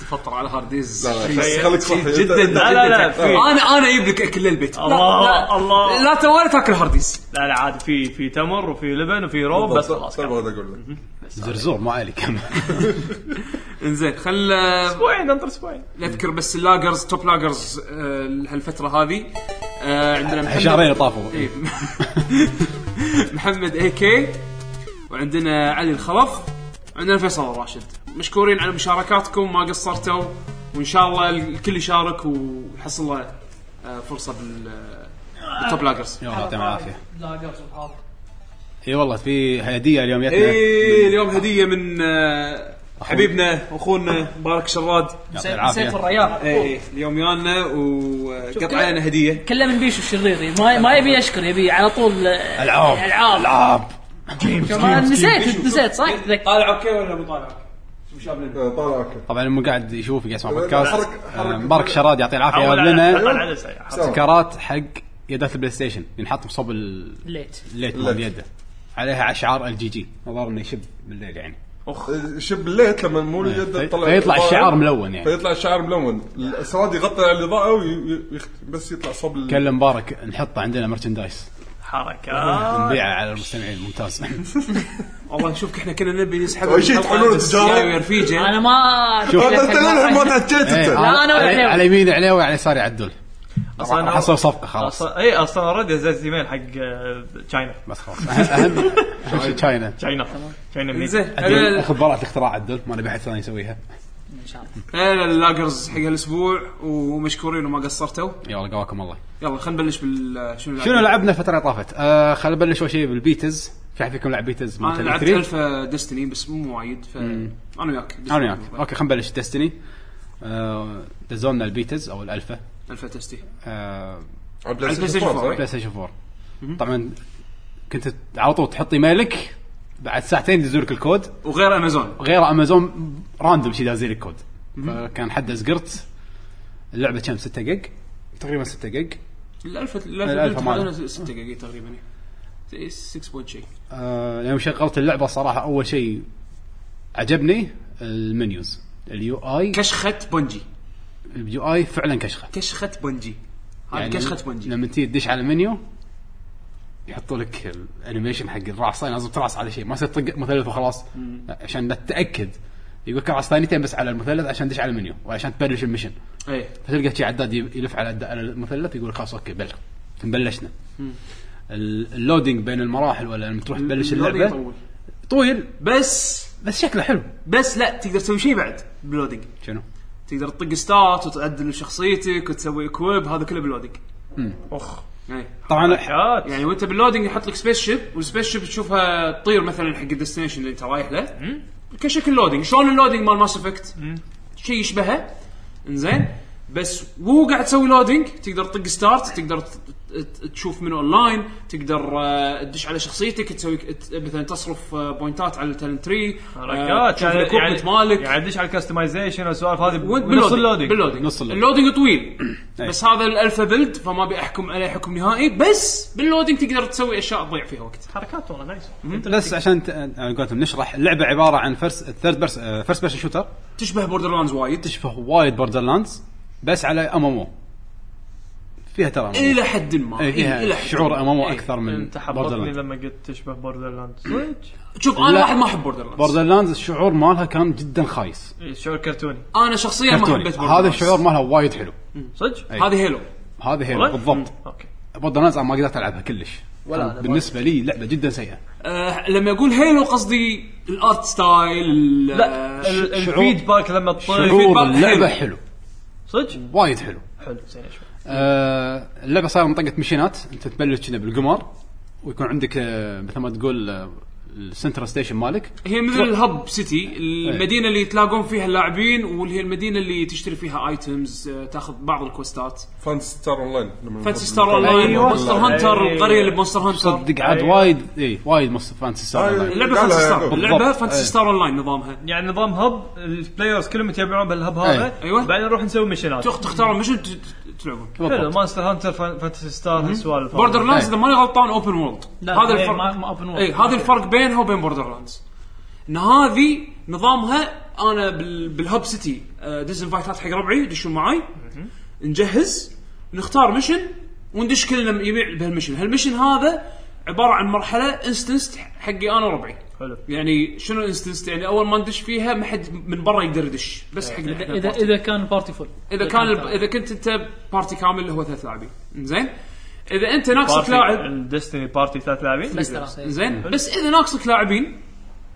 [SPEAKER 4] تفطر على هارديز
[SPEAKER 5] لا، لا، خليك صحي أنت-
[SPEAKER 4] جدا
[SPEAKER 5] أنت-
[SPEAKER 3] لا لا لا
[SPEAKER 4] جداً.
[SPEAKER 3] في
[SPEAKER 4] انا انا اجيب لك اكل للبيت لا،
[SPEAKER 3] الله،
[SPEAKER 4] لا،
[SPEAKER 3] الله.
[SPEAKER 4] لا توالي تاكل هارديز
[SPEAKER 3] لا لا عادي في في تمر وفي لبن وفي روب بس خلاص
[SPEAKER 5] طيب
[SPEAKER 3] كمل.
[SPEAKER 5] بغيت اقول لك
[SPEAKER 1] زرزور ما عليك
[SPEAKER 4] انزين خل
[SPEAKER 3] اسبوعين انطر اسبوعين
[SPEAKER 4] نذكر بس اللاجرز توب لاجرز آه، هالفتره هذه آه، عندنا محمد
[SPEAKER 1] شهرين طافوا.
[SPEAKER 4] إيه. محمد اي كي وعندنا علي الخلف وعندنا فيصل الراشد مشكورين على مشاركاتكم ما قصرتوا وان شاء الله الكل يشارك ويحصل له آه، فرصه بال آه، بالتوب لاجرز
[SPEAKER 1] يلا يعطيهم العافيه
[SPEAKER 6] لاجرز وهذا
[SPEAKER 1] اي والله في هديه اليوم جتنا
[SPEAKER 4] ايه اليوم هديه من آه، حبيبنا اخونا مبارك شراد
[SPEAKER 1] يعطيه إيه.
[SPEAKER 6] نسيت
[SPEAKER 1] العافيه
[SPEAKER 6] الرياض
[SPEAKER 4] ايه اليوم يانا وقطع
[SPEAKER 6] كذا.
[SPEAKER 4] علينا هديه
[SPEAKER 6] كله من بيشو الشريري ما ما يبي يشكر يبي على طول آه،
[SPEAKER 1] العاب
[SPEAKER 6] العاب
[SPEAKER 1] العاب طيب.
[SPEAKER 6] ما نسيت نسيت صح؟ تذكر.
[SPEAKER 4] طالع اوكي ولا مو طالع اوكي؟ شو شاب لنا؟
[SPEAKER 5] طالع اوكي
[SPEAKER 1] طبعا لما قاعد يشوف قاعد يسمع بودكاست
[SPEAKER 5] حرك- حرك.
[SPEAKER 1] آه، مبارك شراد يعطيه العافيه
[SPEAKER 3] حول
[SPEAKER 1] جاب
[SPEAKER 3] على- حول
[SPEAKER 1] لنا
[SPEAKER 3] على سريع.
[SPEAKER 1] سكرات حق يدات البلاي ستيشن ينحط بصوب ال-
[SPEAKER 6] ليت
[SPEAKER 1] الليت مال
[SPEAKER 5] الليت.
[SPEAKER 1] يده عليها اشعار الجي جي الظاهر انه يشب بالليل يعني
[SPEAKER 5] شب الليت لما مو
[SPEAKER 3] إيه. طيب.
[SPEAKER 5] اليد
[SPEAKER 1] في- فيطلع الشعار ملون يعني
[SPEAKER 5] آه، فيطلع الشعر ملون السواد يغطي على الاضاءه ويخت... بس يطلع صوب ال- آه،
[SPEAKER 1] كلم مبارك نحطه عندنا مرشندايز
[SPEAKER 3] حركات
[SPEAKER 6] آه.
[SPEAKER 1] نبيعه على المستمعين ممتاز إيه،
[SPEAKER 4] والله نشوفك احنا كنا نبي نسحب
[SPEAKER 5] أول شيء تحلون التجارة.
[SPEAKER 4] رفيجه
[SPEAKER 6] انا ما
[SPEAKER 1] شوف.
[SPEAKER 5] انت للحين طيب، ما طيب، تاكلت
[SPEAKER 1] إيه،
[SPEAKER 5] انت
[SPEAKER 6] لا، أنا ولا
[SPEAKER 1] على-
[SPEAKER 6] حيوان.
[SPEAKER 1] على يمين عليه وعلى يسار يعدل
[SPEAKER 3] اصلا
[SPEAKER 1] حصلوا صفقه خلاص
[SPEAKER 3] اصلا اي اصلا اوريدي زازت ايميل حق آه، تشاينا
[SPEAKER 1] بس خلاص اهم أهم شيء تشاينا
[SPEAKER 3] تشاينا تشاينا منيح.
[SPEAKER 4] زين
[SPEAKER 1] عدل،
[SPEAKER 4] هذا-
[SPEAKER 1] اخذ براءة اختراع عدل ما نبي احد ثاني يسويها
[SPEAKER 6] ان شاء الله
[SPEAKER 4] هذا اللاجرز حق هالاسبوع ومشكورين وما قصرتوا
[SPEAKER 1] يلا قواكم الله
[SPEAKER 4] يلا خلينا نبلش بال شنو
[SPEAKER 1] شنو لعبنا الفتره اللي طافت؟ آه خلينا نبلش اول شيء بالبيتز في احد فيكم لعب بيتز
[SPEAKER 4] انا
[SPEAKER 1] مالت
[SPEAKER 4] لعبت
[SPEAKER 1] 3
[SPEAKER 4] الفا ديستني بس مو وايد ف انا وياك
[SPEAKER 1] انا وياك اوكي خلينا نبلش ديستني آه دزونا البيتز او الالفا
[SPEAKER 4] الفا ديستني
[SPEAKER 1] آه
[SPEAKER 5] على البلاي
[SPEAKER 4] على البلاي ستيشن
[SPEAKER 5] ستيشن
[SPEAKER 4] فور.
[SPEAKER 5] فور، صح؟
[SPEAKER 1] بلاي ستيشن 4 طبعا كنت على طول تحط ايميلك بعد ساعتين يدزوا لك الكود
[SPEAKER 4] وغير امازون
[SPEAKER 1] غير امازون راندوم شي دازي لك كود فكان حد ازقرت اللعبه كم 6 جيج تقريبا 6 جيج
[SPEAKER 4] الالفا
[SPEAKER 1] الألفا
[SPEAKER 4] الالفا
[SPEAKER 1] ماله.
[SPEAKER 4] هذول 6 جيجا تقريبا 6 بوينت شيء
[SPEAKER 1] آه يوم شغلت اللعبه صراحه اول شيء عجبني المنيوز اليو اي
[SPEAKER 4] كشخه بونجي
[SPEAKER 1] اليو اي فعلا كشخه
[SPEAKER 4] كشخه بونجي هذه كشخه بونجي
[SPEAKER 1] يعني لما تيجي تدش على المنيو يحطوا لك الانيميشن حق الرعصه لازم ترعص على شيء ما يصير تطق مثلث وخلاص لا، عشان نتاكد يقول لك رعص ثانيتين بس على المثلث عشان تدش على المنيو وعشان تبلش المشن
[SPEAKER 4] ايه
[SPEAKER 1] فتلقى شي عداد ي- يلف على الد- على المثلث يقول لك خلاص اوكي بلغ بلشنا ال- اللودينج بين المراحل ولا لما تروح تبلش
[SPEAKER 4] اللودينج
[SPEAKER 1] اللعبه
[SPEAKER 4] يطول.
[SPEAKER 1] طويل
[SPEAKER 4] بس
[SPEAKER 1] بس شكله حلو
[SPEAKER 4] بس لا تقدر تسوي شيء بعد بلودينج
[SPEAKER 1] شنو؟
[SPEAKER 4] تقدر تطق ستارت وتعدل شخصيتك وتسوي اكويب هذا كله بلودينج
[SPEAKER 3] اخ
[SPEAKER 4] إيه.
[SPEAKER 1] طبعا
[SPEAKER 3] حركات
[SPEAKER 4] يعني وانت باللودينج يحط لك سبيس شيب والسبيس شيب تشوفها تطير مثلا حق الديستنيشن اللي انت رايح له كشكل لودينج شلون اللودينج مال ماس افكت شيء يشبهه انزين بس وهو قاعد تسوي لودينج تقدر تطق ستارت تقدر ت- ت- تشوف منه اونلاين تقدر آه، تدش على شخصيتك تسوي ت- مثلا تصرف آه، بوينتات على التالنت تري
[SPEAKER 3] حركات يعني
[SPEAKER 4] يعني مالك
[SPEAKER 3] يعني دش على الكستمايزيشن والسوالف هذه بنص
[SPEAKER 4] وانت باللودنج
[SPEAKER 3] اللودنج
[SPEAKER 4] باللودنج
[SPEAKER 1] نص اللودنج.
[SPEAKER 4] اللودنج طويل بس هذا الالفا بيلد فما ابي احكم عليه حكم نهائي بس باللودنج تقدر تسوي اشياء تضيع فيها وقت
[SPEAKER 3] حركات والله نايس
[SPEAKER 1] بس عشان ت- على قولتهم نشرح اللعبه عباره عن فيرست ثيرد بيرس فيرست بيرسون شوتر
[SPEAKER 4] تشبه بوردر لاندز وايد
[SPEAKER 1] تشبه وايد بوردر لاندز بس على ام ام او فيها ترى MMO.
[SPEAKER 4] الى حد ما
[SPEAKER 1] إيه،
[SPEAKER 4] إيه،
[SPEAKER 1] فيها
[SPEAKER 4] إلى حد ما.
[SPEAKER 1] شعور ام ام او
[SPEAKER 4] إيه.
[SPEAKER 1] اكثر من
[SPEAKER 3] انت
[SPEAKER 1] بوردر
[SPEAKER 3] حبطني
[SPEAKER 1] لاندز
[SPEAKER 3] لما قلت تشبه بوردر لاند سويتش
[SPEAKER 4] شوف انا
[SPEAKER 1] لا.
[SPEAKER 4] واحد ما احب بوردر لاندز
[SPEAKER 1] بوردر لاندز الشعور مالها كان جدا خايس
[SPEAKER 3] إيه، شعور كرتوني
[SPEAKER 4] انا شخصيا ما
[SPEAKER 1] كرتوني
[SPEAKER 4] حبيت بوردر
[SPEAKER 1] هذا الشعور مالها وايد حلو
[SPEAKER 3] صدق؟
[SPEAKER 1] أي.
[SPEAKER 4] هذه هيلو
[SPEAKER 1] هذا هي
[SPEAKER 3] والله؟
[SPEAKER 1] بالضبط
[SPEAKER 3] مم. اوكي
[SPEAKER 1] بوردر لاندز انا ما قدرت العبها كلش ولا بالنسبه لي لعبه جدا سيئه
[SPEAKER 4] آه لما اقول هيلو قصدي الارت ستايل ال-
[SPEAKER 3] لا
[SPEAKER 4] آه،
[SPEAKER 3] ال-
[SPEAKER 1] شعور-
[SPEAKER 3] الفيدباك لما تطير
[SPEAKER 1] شعور
[SPEAKER 4] feedback
[SPEAKER 1] اللعبه
[SPEAKER 4] طيب،
[SPEAKER 1] حلو
[SPEAKER 4] حلو.
[SPEAKER 3] صدق؟
[SPEAKER 1] وايد حلو
[SPEAKER 3] حلو زين شوي
[SPEAKER 1] آه، اللعبه صايره منطقه مشينات انت تبلش كذا بالقمر ويكون عندك آه، مثل ما تقول آه، السنترال ستيشن مالك
[SPEAKER 4] هي مثل الهب سيتي
[SPEAKER 1] إيه.
[SPEAKER 4] المدينه اللي يتلاقون فيها اللاعبين واللي هي المدينه اللي تشتري فيها ايتمز آه، تاخذ بعض الكوستات
[SPEAKER 5] فانس ستار اون لاين
[SPEAKER 4] فانسي ستار اون لاين
[SPEAKER 3] أيوة.
[SPEAKER 4] مونستر هانتر
[SPEAKER 3] أيوة.
[SPEAKER 4] القريه اللي بمونستر هانتر
[SPEAKER 1] صدق عاد
[SPEAKER 4] أيوه.
[SPEAKER 3] أيوة.
[SPEAKER 1] وايد اي وايد مص فانتسي ستار أونلاين.
[SPEAKER 4] اللعبه فانسي ستار اللعبه
[SPEAKER 1] بالضبط.
[SPEAKER 4] فانسي
[SPEAKER 1] أيوة.
[SPEAKER 4] ستار اون لاين نظامها
[SPEAKER 3] يعني نظام هب البلايرز كلهم يتابعون بالهب هذا
[SPEAKER 1] أي.
[SPEAKER 4] أيوة.
[SPEAKER 3] بعدين نروح نسوي ميشنات
[SPEAKER 4] تخ- تختارون مش ت- ت- تلعبون
[SPEAKER 3] حلو
[SPEAKER 1] بالضبط.
[SPEAKER 3] ماستر هانتر فان- فانتسي ستار السوالف
[SPEAKER 4] بوردر لاندز
[SPEAKER 1] أي.
[SPEAKER 4] اذا ماني غلطان اوبن وورلد هذا
[SPEAKER 6] إيه، ما-
[SPEAKER 4] الفرق
[SPEAKER 6] ما open world.
[SPEAKER 4] اي هذا الفرق بينها وبين بوردر لاندز ان هذه نظامها انا بال... بالهب سيتي دز انفايتات حق ربعي يدشون معاي نجهز نختار ميشن وندش كلنا يبيع بهالميشن هالميشن هذا عباره عن مرحله انستنس حقي انا وربعي
[SPEAKER 3] حلو
[SPEAKER 4] يعني شنو انستنس يعني اول ما ندش فيها ما حد من برا يقدر يدش بس حق
[SPEAKER 6] اذا اذا, إيه. إذا كان بارتي فول
[SPEAKER 4] اذا كان اذا كنت انت بارتي كامل هو ثلاث لاعبين زين اذا انت ناقصك
[SPEAKER 3] بارتي
[SPEAKER 4] لاعب
[SPEAKER 3] الديستني بارتي ثلاث لاعبين
[SPEAKER 6] بس ثلاثة
[SPEAKER 4] زين بس اذا ناقصك لاعبين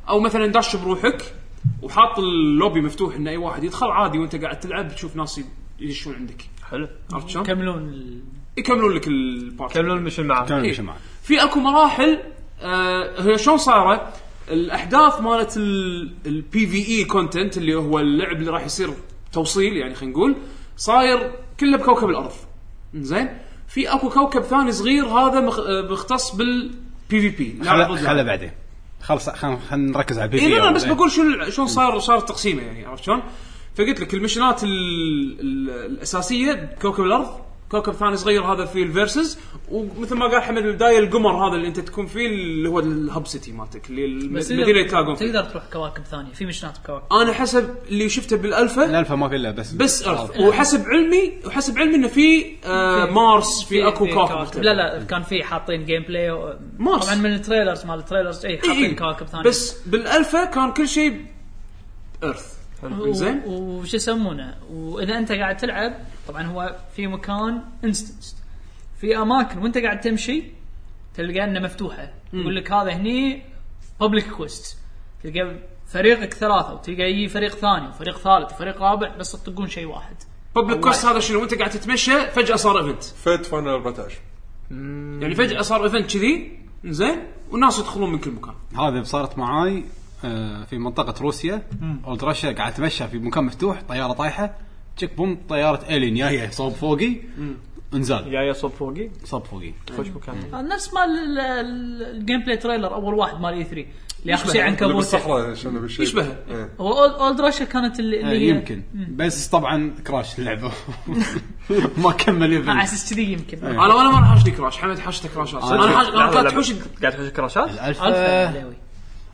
[SPEAKER 4] او مثلا داش بروحك وحاط اللوبي مفتوح ان اي واحد يدخل عادي وانت قاعد تلعب تشوف ناس يدشون عندك
[SPEAKER 3] حلو
[SPEAKER 4] عرفت شلون؟
[SPEAKER 6] يكملون ال-
[SPEAKER 4] يكملون لك البارتي
[SPEAKER 3] كملون المشن معاه
[SPEAKER 4] إيه.
[SPEAKER 1] كان مش معك
[SPEAKER 4] في اكو مراحل آه هي شلون صايره؟ الاحداث مالت البي في اي كونتنت E اللي هو اللعب اللي راح يصير توصيل يعني خلينا نقول صاير كله بكوكب الارض زين في اكو كوكب ثاني صغير هذا مخ... آه، مختص بالبي في بي
[SPEAKER 1] خلا خلا بعدين خلص خلنا خلنا نركز على البي
[SPEAKER 4] اي إيه، لا لا بس بقول شنو شلون صار صار التقسيمه يعني عرفت شلون؟ فقلت لك المشنات ال ال الاساسيه كوكب الارض كوكب ثاني صغير هذا فيه الفيرسز ومثل ما قال حمد بالبدايه القمر هذا اللي انت تكون فيه اللي هو الهب سيتي مالتك اللي
[SPEAKER 6] بس
[SPEAKER 4] المدينه اللي
[SPEAKER 6] تقدر,
[SPEAKER 4] تلاقون فيها
[SPEAKER 6] تقدر تروح كواكب ثانيه في مشنات بكواكب
[SPEAKER 4] انا حسب اللي شفته بالالفا
[SPEAKER 1] الالفا ما في الا بس
[SPEAKER 4] بس ايرث وحسب علمي وحسب علمي انه في آه مارس في اكو كوكب مختلف.
[SPEAKER 6] لا لا كان في حاطين جيم بلاي و...
[SPEAKER 4] مارس.
[SPEAKER 6] طبعا من التريلرز مال التريلرز اي
[SPEAKER 4] إي، إي.
[SPEAKER 6] حاطين كواكب ثانيه
[SPEAKER 4] إيه. بس بالالفا كان كل شيء ايرث
[SPEAKER 6] و-
[SPEAKER 4] زين
[SPEAKER 6] وش يسمونه واذا انت قاعد تلعب طبعا هو في مكان انستنس في اماكن وانت قاعد تمشي تلقى انها مفتوحه يقول لك هذا هني بابليك كويست تلقى فريقك ثلاثه وتلقى يجي فريق ثاني وفريق ثالث وفريق رابع بس تطقون شيء واحد
[SPEAKER 4] بابليك كوست هذا شنو انت قاعد تتمشى فجاه صار ايفنت
[SPEAKER 5] فيت فاينل 14
[SPEAKER 4] يعني فجاه صار ايفنت كذي زين والناس يدخلون من كل مكان
[SPEAKER 1] هذا صارت معاي آه، في منطقة روسيا اولد رشا قاعد اتمشى في مكان مفتوح طيارة طايحة تشيك بوم طيارة الين جاية صوب فوقي انزال
[SPEAKER 3] جاي صوب فوقي
[SPEAKER 1] صوب فوقي
[SPEAKER 3] خش مكان
[SPEAKER 6] نفس مال ال- ال- الجيم بلاي تريلر اول واحد مال اي 3 اللي اخر شيء
[SPEAKER 5] اللي
[SPEAKER 6] عنكبوت
[SPEAKER 5] بالصحراء شنو بالشيء
[SPEAKER 4] يشبهه.
[SPEAKER 5] إيه.
[SPEAKER 6] هو أول- اولد رشا كانت اللي
[SPEAKER 1] آه،
[SPEAKER 6] اللي هي-
[SPEAKER 1] يمكن بس طبعا كراش اللعبة ما كمل
[SPEAKER 6] آه، على
[SPEAKER 1] ايفنت
[SPEAKER 6] اساس كذي يمكن
[SPEAKER 1] آه.
[SPEAKER 4] انا ولا مره حاشني كراش حمد حاشته كراشات انا حاش انا كانت تحوشني
[SPEAKER 3] قاعد تحوش كراشات
[SPEAKER 6] ألفا
[SPEAKER 1] الالفا
[SPEAKER 6] علاوي.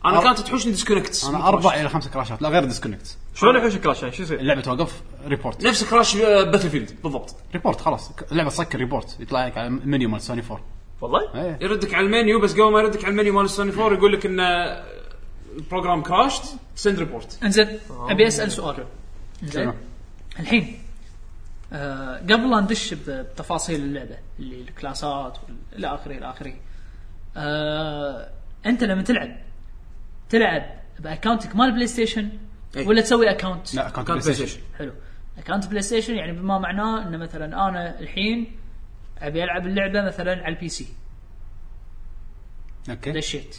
[SPEAKER 4] انا كانت تحوشني ديسكونكت
[SPEAKER 1] انا اربع الى خمسة كراشات لا غير ديسكونكت
[SPEAKER 3] شلون يحوش كراش يعني شو يصير؟
[SPEAKER 1] اللعبة توقف ريبورت
[SPEAKER 4] نفس آه، كراش باتل فيلد بالضبط
[SPEAKER 1] ريبورت خلاص اللعبة تسكر ريبورت يطلع لك على المنيو مال سوني 4
[SPEAKER 3] والله
[SPEAKER 1] إيه.
[SPEAKER 4] يردك على المنيو بس قبل ما يردك على المنيو مال سوني 4 يقول لك آه، ان البروجرام كراشت سند ريبورت
[SPEAKER 6] انزين
[SPEAKER 1] آه،
[SPEAKER 6] ابي اسال سؤال
[SPEAKER 1] شنو؟
[SPEAKER 6] انزين الحين آه قبل لا ندش بتفاصيل اللعبه اللي الكلاسات وال- الى اخره الى اخره آه انت لما تلعب تلعب باكونتك مال بلاي ستيشن
[SPEAKER 4] أي.
[SPEAKER 6] ولا تسوي اكونت؟
[SPEAKER 1] إيه. لا كانت
[SPEAKER 4] كان
[SPEAKER 1] بلاي
[SPEAKER 4] بلاي
[SPEAKER 1] ستيشن
[SPEAKER 4] ستيشن
[SPEAKER 6] حلو اكونت بلاي ستيشن يعني بما معناه انه مثلا انا الحين ابي العب اللعبه مثلا على البي سي
[SPEAKER 1] إيه. اوكي
[SPEAKER 6] دشيت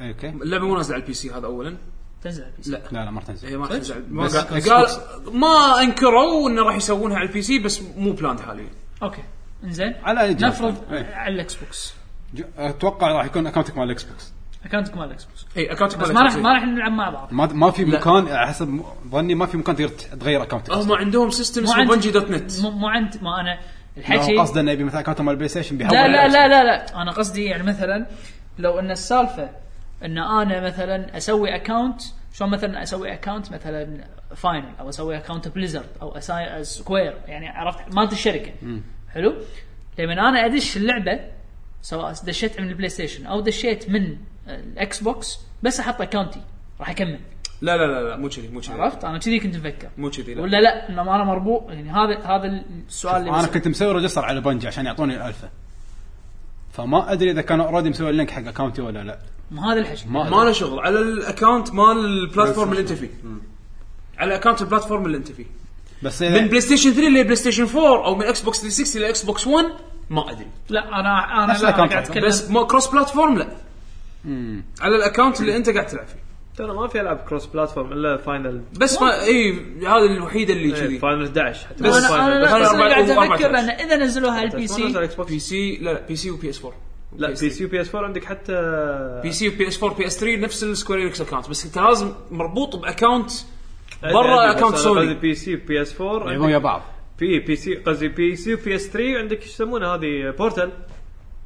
[SPEAKER 1] اوكي
[SPEAKER 4] اللعبه مو نازله على البي سي هذا اولا
[SPEAKER 6] تنزل على البي سي
[SPEAKER 4] لا.
[SPEAKER 1] لا لا ما راح تنزل
[SPEAKER 4] هي إيه، ما راح تنزل على- ما
[SPEAKER 1] بس
[SPEAKER 4] قال-
[SPEAKER 1] Xbox.
[SPEAKER 4] قال ما انكروا انه راح يسوونها على البي سي بس مو بلاند حاليا
[SPEAKER 6] اوكي انزين
[SPEAKER 1] على أي جهاز؟ إيه.
[SPEAKER 6] نفرض
[SPEAKER 1] أي.
[SPEAKER 6] على الاكس بوكس
[SPEAKER 1] جو- اتوقع راح يكون اكونتك مال الاكس بوكس
[SPEAKER 6] اكونتك مال الاكس بوكس
[SPEAKER 4] اي اكونت
[SPEAKER 6] بس ما راح ما راح نلعب مع بعض
[SPEAKER 1] ما ما في
[SPEAKER 4] لا.
[SPEAKER 1] مكان على حسب م- ظني ما في مكان تقدر تغير اكونتك
[SPEAKER 4] هم
[SPEAKER 1] أصلاً.
[SPEAKER 4] عندهم سيستم
[SPEAKER 6] مو
[SPEAKER 4] اسمه
[SPEAKER 6] عندي-
[SPEAKER 4] بنجي دوت نت
[SPEAKER 6] مو مو عند ما انا
[SPEAKER 1] لا،
[SPEAKER 6] الحكي
[SPEAKER 1] هو قصده انه يبي مثلا اكونت مال بلاي ستيشن بيحول
[SPEAKER 6] لا لا
[SPEAKER 1] على-
[SPEAKER 6] لا لا لا انا قصدي يعني مثلا لو ان السالفه ان انا مثلا اسوي اكونت شلون مثلا اسوي اكونت مثلا فاينل او اسوي اكونت بليزرد او أساي سكوير يعني عرفت مالت الشركه حلو لما انا ادش اللعبه سواء دشيت من البلاي ستيشن او دشيت من الاكس بوكس بس احط اكونتي راح اكمل
[SPEAKER 4] لا لا لا لا مو كذي مو كذي
[SPEAKER 6] عرفت انا كذي كنت مفكر
[SPEAKER 4] مو كذي لا
[SPEAKER 6] ولا لا ان انا مربوط يعني هذا هذا السؤال اللي
[SPEAKER 1] انا
[SPEAKER 6] بسأله.
[SPEAKER 1] كنت مسوي ريجستر على بنجي عشان يعطوني الالفا فما ادري اذا كان اوريدي مسوي اللينك حق اكونتي ولا لا
[SPEAKER 6] ما هذا الحكي
[SPEAKER 1] ما
[SPEAKER 4] ما
[SPEAKER 1] أدري.
[SPEAKER 4] له شغل على الاكونت مال البلاتفورم اللي انت فيه على اكونت البلاتفورم اللي انت فيه
[SPEAKER 1] بس
[SPEAKER 4] من
[SPEAKER 1] اذا
[SPEAKER 4] بلاي ستيشن 3 لبلاي ستيشن 4 او من اكس بوكس 360 لاكس بوكس 1 ما ادري
[SPEAKER 6] لا انا انا
[SPEAKER 1] نفس
[SPEAKER 6] لا أنا
[SPEAKER 1] الأكونت
[SPEAKER 6] قاعد
[SPEAKER 1] حقه.
[SPEAKER 6] اتكلم
[SPEAKER 4] بس مو كروس بلاتفورم لا على الاكونت اللي انت قاعد تلعب فيه
[SPEAKER 3] ترى ما في العاب كروس بلاتفورم الا فاينل
[SPEAKER 4] بس ما اي هذا الوحيده اللي كذي
[SPEAKER 3] فاينل 11 حتى
[SPEAKER 4] بس
[SPEAKER 3] مو
[SPEAKER 6] انا
[SPEAKER 3] Final،
[SPEAKER 6] انا
[SPEAKER 3] بس
[SPEAKER 6] لا بس
[SPEAKER 4] أربعة-
[SPEAKER 6] أنا قاعد افكر
[SPEAKER 4] أربعة
[SPEAKER 6] ان اذا نزلوها على البي
[SPEAKER 3] Final على
[SPEAKER 6] سي
[SPEAKER 3] er Xbox.
[SPEAKER 4] بي سي لا بي سي وبي اس 4
[SPEAKER 3] لا بي سي وبي اس 4 عندك حتى eh,
[SPEAKER 4] بي سي وبي اس 4 بي اس 3 نفس السكوير انكس اكونت بس انت لازم مربوط باكونت
[SPEAKER 3] eh,
[SPEAKER 4] برا اكونت
[SPEAKER 3] قصدي
[SPEAKER 4] سوني
[SPEAKER 3] بي سي وبي اس 4
[SPEAKER 1] يبون
[SPEAKER 3] عندك
[SPEAKER 1] ويا بعض
[SPEAKER 3] بي بي سي قصدي بي سي وبي اس 3 عندك ايش يسمونه هذه بورتال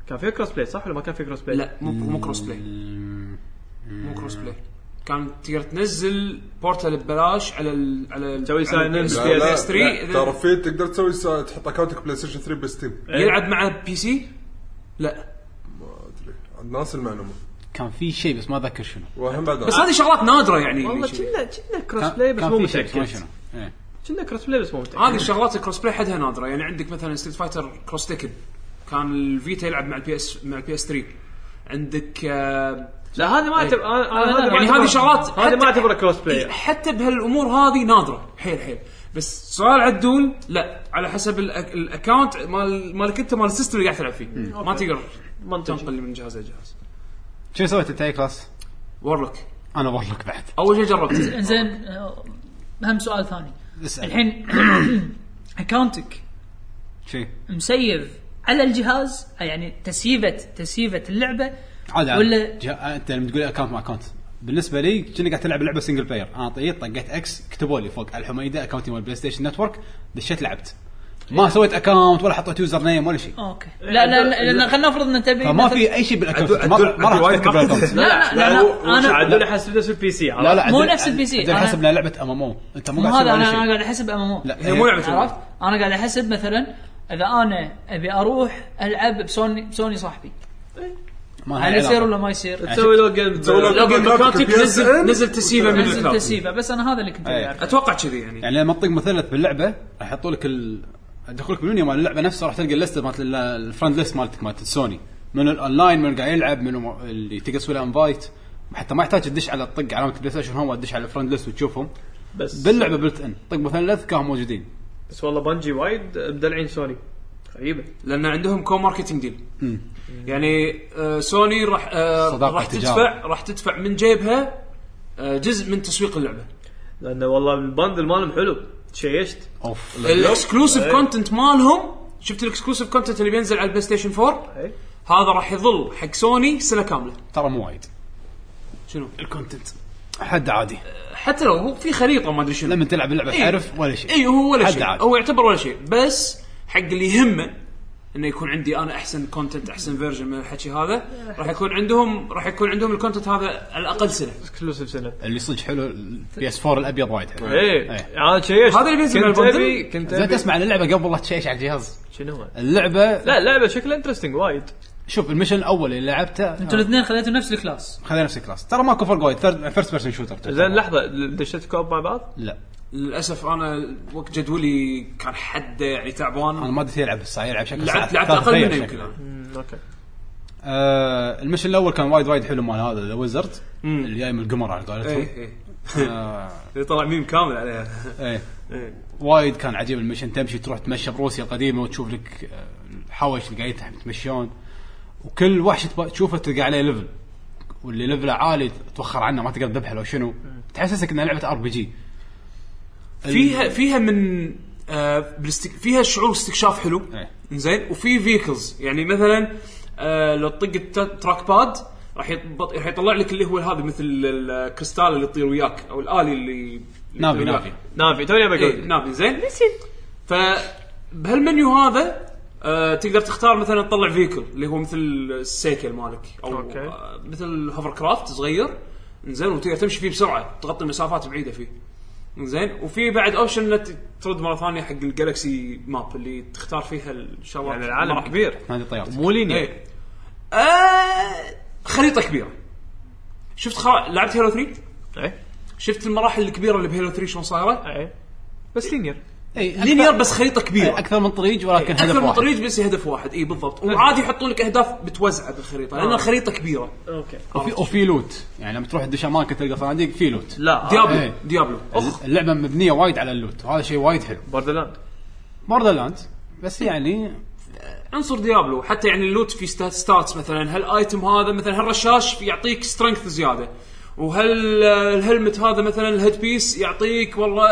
[SPEAKER 3] كان فيها كروس بلاي صح ولا ما كان فيها كروس بلاي؟
[SPEAKER 4] لا مو مو كروس بلاي مو كروس بلاي كان تقدر تنزل بورتال ببلاش على ال على ال
[SPEAKER 3] تسوي
[SPEAKER 4] على
[SPEAKER 3] sign in.
[SPEAKER 4] PS3
[SPEAKER 3] لا، لا،
[SPEAKER 4] إذا
[SPEAKER 5] ترى في تقدر تسوي سا- تحط اكونتك بلاي ستيشن 3 بستيم
[SPEAKER 4] يلعب مع بي سي لا
[SPEAKER 5] ما ادري الناس المعلومه
[SPEAKER 1] كان في شيء بس ما اذكر شنو
[SPEAKER 5] وهم بعد
[SPEAKER 4] بس هذه شغلات نادره يعني
[SPEAKER 3] والله
[SPEAKER 4] شيء.
[SPEAKER 3] كنا كنا كروس
[SPEAKER 1] كان-
[SPEAKER 3] بلاي بس
[SPEAKER 1] كان
[SPEAKER 3] مو
[SPEAKER 1] في شيء بس ما
[SPEAKER 3] متاكد
[SPEAKER 1] شنو إيه.
[SPEAKER 3] كنا كروس بلاي بس مو متاكد
[SPEAKER 4] هذه الشغلات الكروس بلاي حدها نادره يعني عندك مثلا ستريت فايتر كروس تيكن كان الفيتا يلعب مع البي اس مع البي اس 3 عندك آه،
[SPEAKER 3] لا هذه ما اعتبر أنا- أنا هذه ما
[SPEAKER 4] يعني
[SPEAKER 3] أعتبر-
[SPEAKER 4] هذه شغلات
[SPEAKER 3] هذه
[SPEAKER 4] حتى-
[SPEAKER 3] ما اعتبرها كروس
[SPEAKER 4] إيه،
[SPEAKER 3] بلاي
[SPEAKER 4] حتى بهالامور هذه نادره حيل حيل بس سؤال عدول لا على حسب الأك- الاكونت مال مالك انت مال السيستم اللي قاعد تلعب فيه ما تقدر
[SPEAKER 3] منطقي
[SPEAKER 4] تنقل من جهاز لجهاز
[SPEAKER 1] شنو سويت انت اي كلاس؟
[SPEAKER 4] وارلوك
[SPEAKER 1] انا والله بعد
[SPEAKER 4] اول شيء جربت
[SPEAKER 6] زين آه، هم سؤال ثاني
[SPEAKER 1] اسال
[SPEAKER 6] الحين اكونتك
[SPEAKER 1] شيء
[SPEAKER 6] مسيف على الجهاز يعني تسييفه تسييفه اللعبه
[SPEAKER 1] عادي عادي.
[SPEAKER 6] ولا-
[SPEAKER 1] جا... انت لما تقول اكونت ما اكونت بالنسبه لي كنا قاعد تلعب لعبه سنجل بلاير انا طيت طيب، طقيت اكس كتبوا لي فوق الحميده اكونتي مال بلاي ستيشن نتورك دشيت لعبت
[SPEAKER 6] إيه.
[SPEAKER 1] ما سويت اكونت ولا حطيت يوزر نيم ولا شيء
[SPEAKER 6] اوكي لا لا لا, لا خلينا نفرض ان انت بي-
[SPEAKER 1] فما
[SPEAKER 6] مثلاً-
[SPEAKER 1] في اي شيء بالاكونت
[SPEAKER 5] عدو-
[SPEAKER 1] ما
[SPEAKER 5] عدو-
[SPEAKER 1] ما راح
[SPEAKER 5] عدو وايد
[SPEAKER 1] تفكر
[SPEAKER 5] ما
[SPEAKER 1] بالاكونت
[SPEAKER 6] إيه، لا لا لا,
[SPEAKER 5] لا، هو-
[SPEAKER 6] لا انا
[SPEAKER 3] عدول احس نفس البي سي
[SPEAKER 1] لا لا
[SPEAKER 6] مو
[SPEAKER 1] عدل-
[SPEAKER 6] نفس البي سي.
[SPEAKER 1] عدل
[SPEAKER 6] أنا-
[SPEAKER 1] حسب انها لعبه ام ام او انت مو
[SPEAKER 6] مو
[SPEAKER 1] قاعد
[SPEAKER 6] هذا
[SPEAKER 1] تسوي
[SPEAKER 6] انا
[SPEAKER 1] ولا
[SPEAKER 6] انا
[SPEAKER 1] شيء
[SPEAKER 6] قاعد احسب ام ام
[SPEAKER 1] لا
[SPEAKER 4] هي مو لعبه
[SPEAKER 6] عرفت؟ انا قاعد احسب مثلا اذا انا ابي اروح العب بسوني بسوني صاحبي
[SPEAKER 1] ما لها
[SPEAKER 6] هل يصير
[SPEAKER 1] علاقة.
[SPEAKER 6] ولا ما يصير؟
[SPEAKER 3] تسوي لوجن
[SPEAKER 5] تسوي لوجن.
[SPEAKER 4] لو
[SPEAKER 5] لوجن.
[SPEAKER 4] اكونتك
[SPEAKER 5] PSN.
[SPEAKER 4] نزل نزل تسييفه من
[SPEAKER 6] نزل
[SPEAKER 4] الكلاود
[SPEAKER 6] تسييفه بس انا هذا اللي كنت ابي
[SPEAKER 1] إيه.
[SPEAKER 6] اعرفه
[SPEAKER 4] اتوقع كذي يعني
[SPEAKER 1] يعني لما تطق مثلث باللعبه راح يحطوا لك ال تدخل لك بالمنيو مال اللعبه نفسها راح تلقى اللسته مالت ال- الفرند ليست مالتك مالت سوني من الاونلاين من قاعد يلعب من الم- اللي تقدر تسوي له انفايت حتى ما يحتاج تدش على طق علامه بلاي ستيشن هوم وتدش على الفرند ليست وتشوفهم
[SPEAKER 3] بس
[SPEAKER 1] باللعبه بلت ان طق مثلث كانوا موجودين
[SPEAKER 3] بس والله بنجي وايد مدلعين سوني غريبه
[SPEAKER 4] لان عندهم كو ماركتنج ديل يعني آه، سوني راح آه،
[SPEAKER 1] صداقة
[SPEAKER 4] راح
[SPEAKER 1] تجارة.
[SPEAKER 4] تدفع راح تدفع من جيبها آه، جزء من تسويق اللعبه
[SPEAKER 3] لانه والله الباندل مالهم حلو تشيشت
[SPEAKER 1] اوف
[SPEAKER 3] طيب.
[SPEAKER 4] الاكسكلوسيف
[SPEAKER 3] إيه.
[SPEAKER 4] كونتنت مالهم شفت الاكسكلوسيف كونتنت اللي بينزل على البلاي ستيشن 4
[SPEAKER 3] إيه.
[SPEAKER 4] هذا راح يظل حق سوني سنه كامله
[SPEAKER 1] ترى مو وايد
[SPEAKER 4] شنو الكونتنت
[SPEAKER 1] حد عادي
[SPEAKER 4] حتى لو هو في خريطه ما ادري شنو
[SPEAKER 1] لما تلعب اللعبه
[SPEAKER 4] إيه.
[SPEAKER 1] تعرف ولا شيء
[SPEAKER 4] اي هو ولا
[SPEAKER 1] حد
[SPEAKER 4] شيء
[SPEAKER 1] عادي.
[SPEAKER 4] هو يعتبر ولا شيء بس حق اللي يهمه انه يكون عندي انا احسن كونتنت احسن فيرجن من الحكي هذا راح يكون عندهم راح يكون عندهم الكونتنت هذا على الاقل سنه
[SPEAKER 3] اكسكلوسيف سنه
[SPEAKER 1] اللي صدق حلو البي اس 4 الابيض وايد حلو
[SPEAKER 3] ايه
[SPEAKER 1] إيه.
[SPEAKER 3] انا تشيشت
[SPEAKER 4] هذا اللي بينزل
[SPEAKER 3] كنت
[SPEAKER 4] بالبندل؟
[SPEAKER 3] ابي كنت
[SPEAKER 1] زين
[SPEAKER 3] ابي
[SPEAKER 1] تسمع عن اللعبه قبل لا تشيش على الجهاز
[SPEAKER 3] شنو هو؟
[SPEAKER 1] اللعبه
[SPEAKER 3] لا لعبه شكلها انترستنج وايد
[SPEAKER 1] شوف المشن الاول اللي لعبته
[SPEAKER 6] انتوا الاثنين خذيتوا نفس الكلاس
[SPEAKER 1] خذينا نفس الكلاس ترى ماكو فرق وايد فيرست بيرسون شوتر
[SPEAKER 3] زين لحظه دشيت كوب مع بعض؟
[SPEAKER 1] لا
[SPEAKER 4] للاسف انا وقت جدولي كان حده يعني
[SPEAKER 1] انا
[SPEAKER 4] تعبان
[SPEAKER 1] ما ادري يلعب الساعه يلعب شكل
[SPEAKER 4] لعبت
[SPEAKER 1] ساعة.
[SPEAKER 4] لعبت
[SPEAKER 1] كان
[SPEAKER 4] اقل
[SPEAKER 1] تغير
[SPEAKER 4] منه
[SPEAKER 1] شكله.
[SPEAKER 4] يمكن أنا.
[SPEAKER 3] امم اوكي
[SPEAKER 1] آه المشن الاول كان وايد وايد حلو مال هذا ذا ويزرد
[SPEAKER 4] مم.
[SPEAKER 1] اللي جاي من القمر على قولتهم
[SPEAKER 4] ايه ايه
[SPEAKER 1] آه،
[SPEAKER 4] اللي طلع ميم كامل عليها
[SPEAKER 1] ايه
[SPEAKER 3] إيه.
[SPEAKER 1] وايد كان عجيب المشن تمشي تروح تمشى بروسيا القديمه وتشوف لك آه، الحوش اللي قاعدين يتمشون وكل وحش تب- تشوفه تلقى عليه ليفل واللي ليفله عالي توخر عنه ما تقدر تذبحه لو شنو تحسسك انها لعبه ار بي جي
[SPEAKER 4] فيها فيها من آه بالاستك... فيها شعور استكشاف حلو
[SPEAKER 1] إيه.
[SPEAKER 4] زين وفي فيكلز يعني مثلا آه لو تطق الت- تراك باد راح يطبط... راح يطلع لك اللي هو هذا مثل ال- الكريستال اللي يطير وياك او الالي اللي
[SPEAKER 1] نافي
[SPEAKER 4] اللي يطير
[SPEAKER 1] نافي
[SPEAKER 4] وياك.
[SPEAKER 3] نافي توني
[SPEAKER 4] ايه
[SPEAKER 3] بقول
[SPEAKER 4] نافي زين ف بهالمنيو هذا آه تقدر تختار مثلا تطلع فيكل اللي هو مثل السيكل مالك او
[SPEAKER 3] أوكي.
[SPEAKER 4] آه مثل هوفر كرافت صغير زين وتقدر تمشي فيه بسرعه تغطي مسافات بعيده فيه زين وفي بعد اوبشن انك ترد مره ثانيه حق الجالكسي ماب اللي تختار فيها الشغلات
[SPEAKER 3] يعني العالم
[SPEAKER 4] المراكب.
[SPEAKER 3] كبير
[SPEAKER 1] نادي الطيارات
[SPEAKER 3] مو لينير
[SPEAKER 4] ايه آه خريطه كبيره شفت خرا... لعبت هيلو 3
[SPEAKER 3] ايه
[SPEAKER 4] شفت المراحل الكبيره اللي بهيلو 3 شلون صايره
[SPEAKER 3] ايه بس لينير
[SPEAKER 1] إيه، أكثر-
[SPEAKER 4] لينير بس خريطه كبيره
[SPEAKER 1] اكثر من طريق ولكن هدف
[SPEAKER 4] اكثر من
[SPEAKER 1] واحد.
[SPEAKER 4] طريق بس هدف واحد اي بالضبط وعادي يحطون لك اهداف متوزعه بالخريطه لان
[SPEAKER 3] آه.
[SPEAKER 4] الخريطه كبيره
[SPEAKER 3] اوكي
[SPEAKER 1] وفي وفي لوت يعني لما تروح تدش اماكن تلقى صناديق في لوت
[SPEAKER 3] لا
[SPEAKER 4] ديابلو
[SPEAKER 1] إيه.
[SPEAKER 4] ديابلو اخ
[SPEAKER 1] اللعبه مبنيه وايد على اللوت وهذا شيء وايد حلو
[SPEAKER 3] بوردرلاند
[SPEAKER 1] بوردرلاند بس يعني
[SPEAKER 4] عنصر ديابلو حتى يعني اللوت في ستات ستاتس مثلا هالايتم هذا مثلا هالرشاش في- يعطيك سترينث زياده وهل الهلمت هذا مثلا الهيد بيس يعطيك والله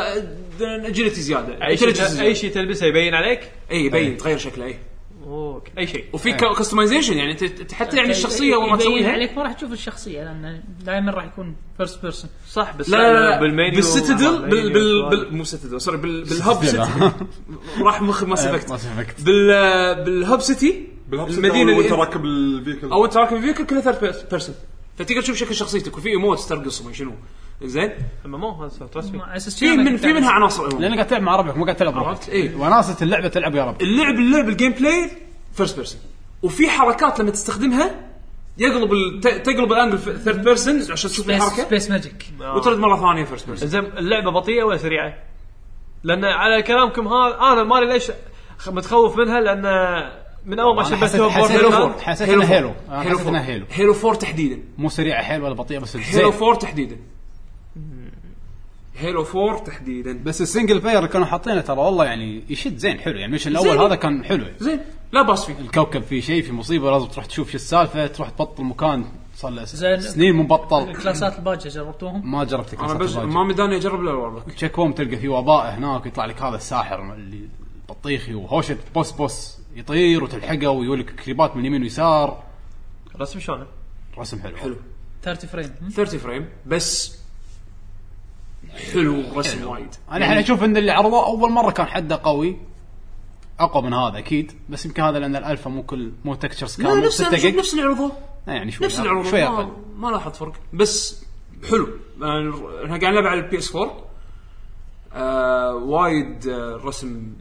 [SPEAKER 4] اجيلتي زياده
[SPEAKER 3] اي
[SPEAKER 4] Agility
[SPEAKER 3] شيء
[SPEAKER 4] زيادة.
[SPEAKER 3] اي شيء تلبسه يبين عليك
[SPEAKER 4] اي يبين تغير شكله اي
[SPEAKER 3] اوكي اي شيء
[SPEAKER 4] وفي كستمايزيشن يعني انت أنت حتى يعني الشخصيه وما
[SPEAKER 6] يبين
[SPEAKER 4] تسويها
[SPEAKER 6] عليك ما راح تشوف الشخصيه لان دائما راح يكون فيرست بيرسون
[SPEAKER 3] صح بس
[SPEAKER 4] لا لا لا
[SPEAKER 3] بالمنيو
[SPEAKER 4] بالستدل
[SPEAKER 3] آه،
[SPEAKER 4] بال
[SPEAKER 3] بالمنيو.
[SPEAKER 4] بال, بال مو ستدل سوري بال بالهب سيتي راح مخي ما
[SPEAKER 1] ما
[SPEAKER 4] سبكت
[SPEAKER 1] سبقت
[SPEAKER 4] بال بالهب سيتي
[SPEAKER 5] بالهبس
[SPEAKER 4] المدينه
[SPEAKER 5] المدينه وانت
[SPEAKER 4] اللي
[SPEAKER 5] راكب الفيكل
[SPEAKER 4] او انت راكب الفيكل كلها ثيرد بيرسون فتقدر تشوف شكل شخصيتك وفي ايموتس ترقص وما شنو زين
[SPEAKER 3] اما مو هذا الصوت رسمي
[SPEAKER 6] على أساس
[SPEAKER 4] إيه. في
[SPEAKER 6] كذا
[SPEAKER 4] من
[SPEAKER 6] كنت
[SPEAKER 4] في منها
[SPEAKER 6] أعرف.
[SPEAKER 4] عناصر إيموت.
[SPEAKER 1] لانك قاعد تلعب مع ربعك مو قاعد تلعب
[SPEAKER 4] عرفت؟ إيه.
[SPEAKER 1] لوحدك
[SPEAKER 4] اي
[SPEAKER 1] وناسه اللعبه تلعب يا رب
[SPEAKER 4] اللعب اللعب الجيم بلاي فيرست بيرسون وفي حركات لما تستخدمها يقلب الت... تقلب الانجل ثيرد بيرسون عشان تشوف
[SPEAKER 6] سبيس,
[SPEAKER 4] الحركه
[SPEAKER 6] سبيس ماجيك
[SPEAKER 4] وترد مره ثانيه فيرست بيرسون
[SPEAKER 3] زين اللعبه بطيئه ولا سريعه؟ لان على كلامكم هذا انا مالي ليش خ- متخوف منها لان من اول ما
[SPEAKER 1] أنا
[SPEAKER 3] شبت
[SPEAKER 1] حسيت- حسيت-
[SPEAKER 3] Borderlands-
[SPEAKER 1] هيلو فور. حسيت إنها هيلو. أنا حسيت إنها هيلو.
[SPEAKER 4] هيلو 4 تحديدا
[SPEAKER 1] مو سريعه حيل ولا بطيئه بس
[SPEAKER 4] هيلو
[SPEAKER 1] زين
[SPEAKER 4] 4 تحديدا هيلو 4 تحديدا
[SPEAKER 1] بس السنجل بلاير اللي كانوا حاطينه ترى والله يعني يشد زين حلو يعني المشن الاول
[SPEAKER 4] زين.
[SPEAKER 1] هذا كان حلو يعني.
[SPEAKER 4] زين لا باس فيه
[SPEAKER 1] الكوكب في شيء في مصيبه لازم تروح تشوف شو السالفه تروح تبطل مكان صار له س-
[SPEAKER 6] زين.
[SPEAKER 1] سنين مبطل
[SPEAKER 6] الكلاسات الباجه جربتوهم؟
[SPEAKER 1] ما جربت
[SPEAKER 4] انا بس ما مداني اجرب لا والله
[SPEAKER 1] تشيك بوم تلقى في وباء هناك يطلع لك هذا الساحر اللي بطيخي وهوشه بوس بوس يطير وتلحقه ويولك كريبات من يمين ويسار
[SPEAKER 3] رسم شلون؟
[SPEAKER 1] رسم حلو
[SPEAKER 4] حلو.
[SPEAKER 6] 30 فريم
[SPEAKER 4] 30 فريم بس حلو رسم وايد
[SPEAKER 1] انا الحين اشوف ان اللي عرضوه اول مره كان حده قوي اقوى من هذا اكيد بس يمكن هذا لان الالفا مو كل مو تكتشرز
[SPEAKER 4] لا
[SPEAKER 1] كامل
[SPEAKER 4] نفس
[SPEAKER 1] 6 جيج
[SPEAKER 4] نفس اللي عرضوه
[SPEAKER 1] يعني شوي
[SPEAKER 4] نفس العروض
[SPEAKER 1] شوي
[SPEAKER 4] ما-
[SPEAKER 1] اقل
[SPEAKER 4] ما لاحظت فرق بس حلو يعني احنا قاعد نلعب على البي اس 4 آه وايد آه رسم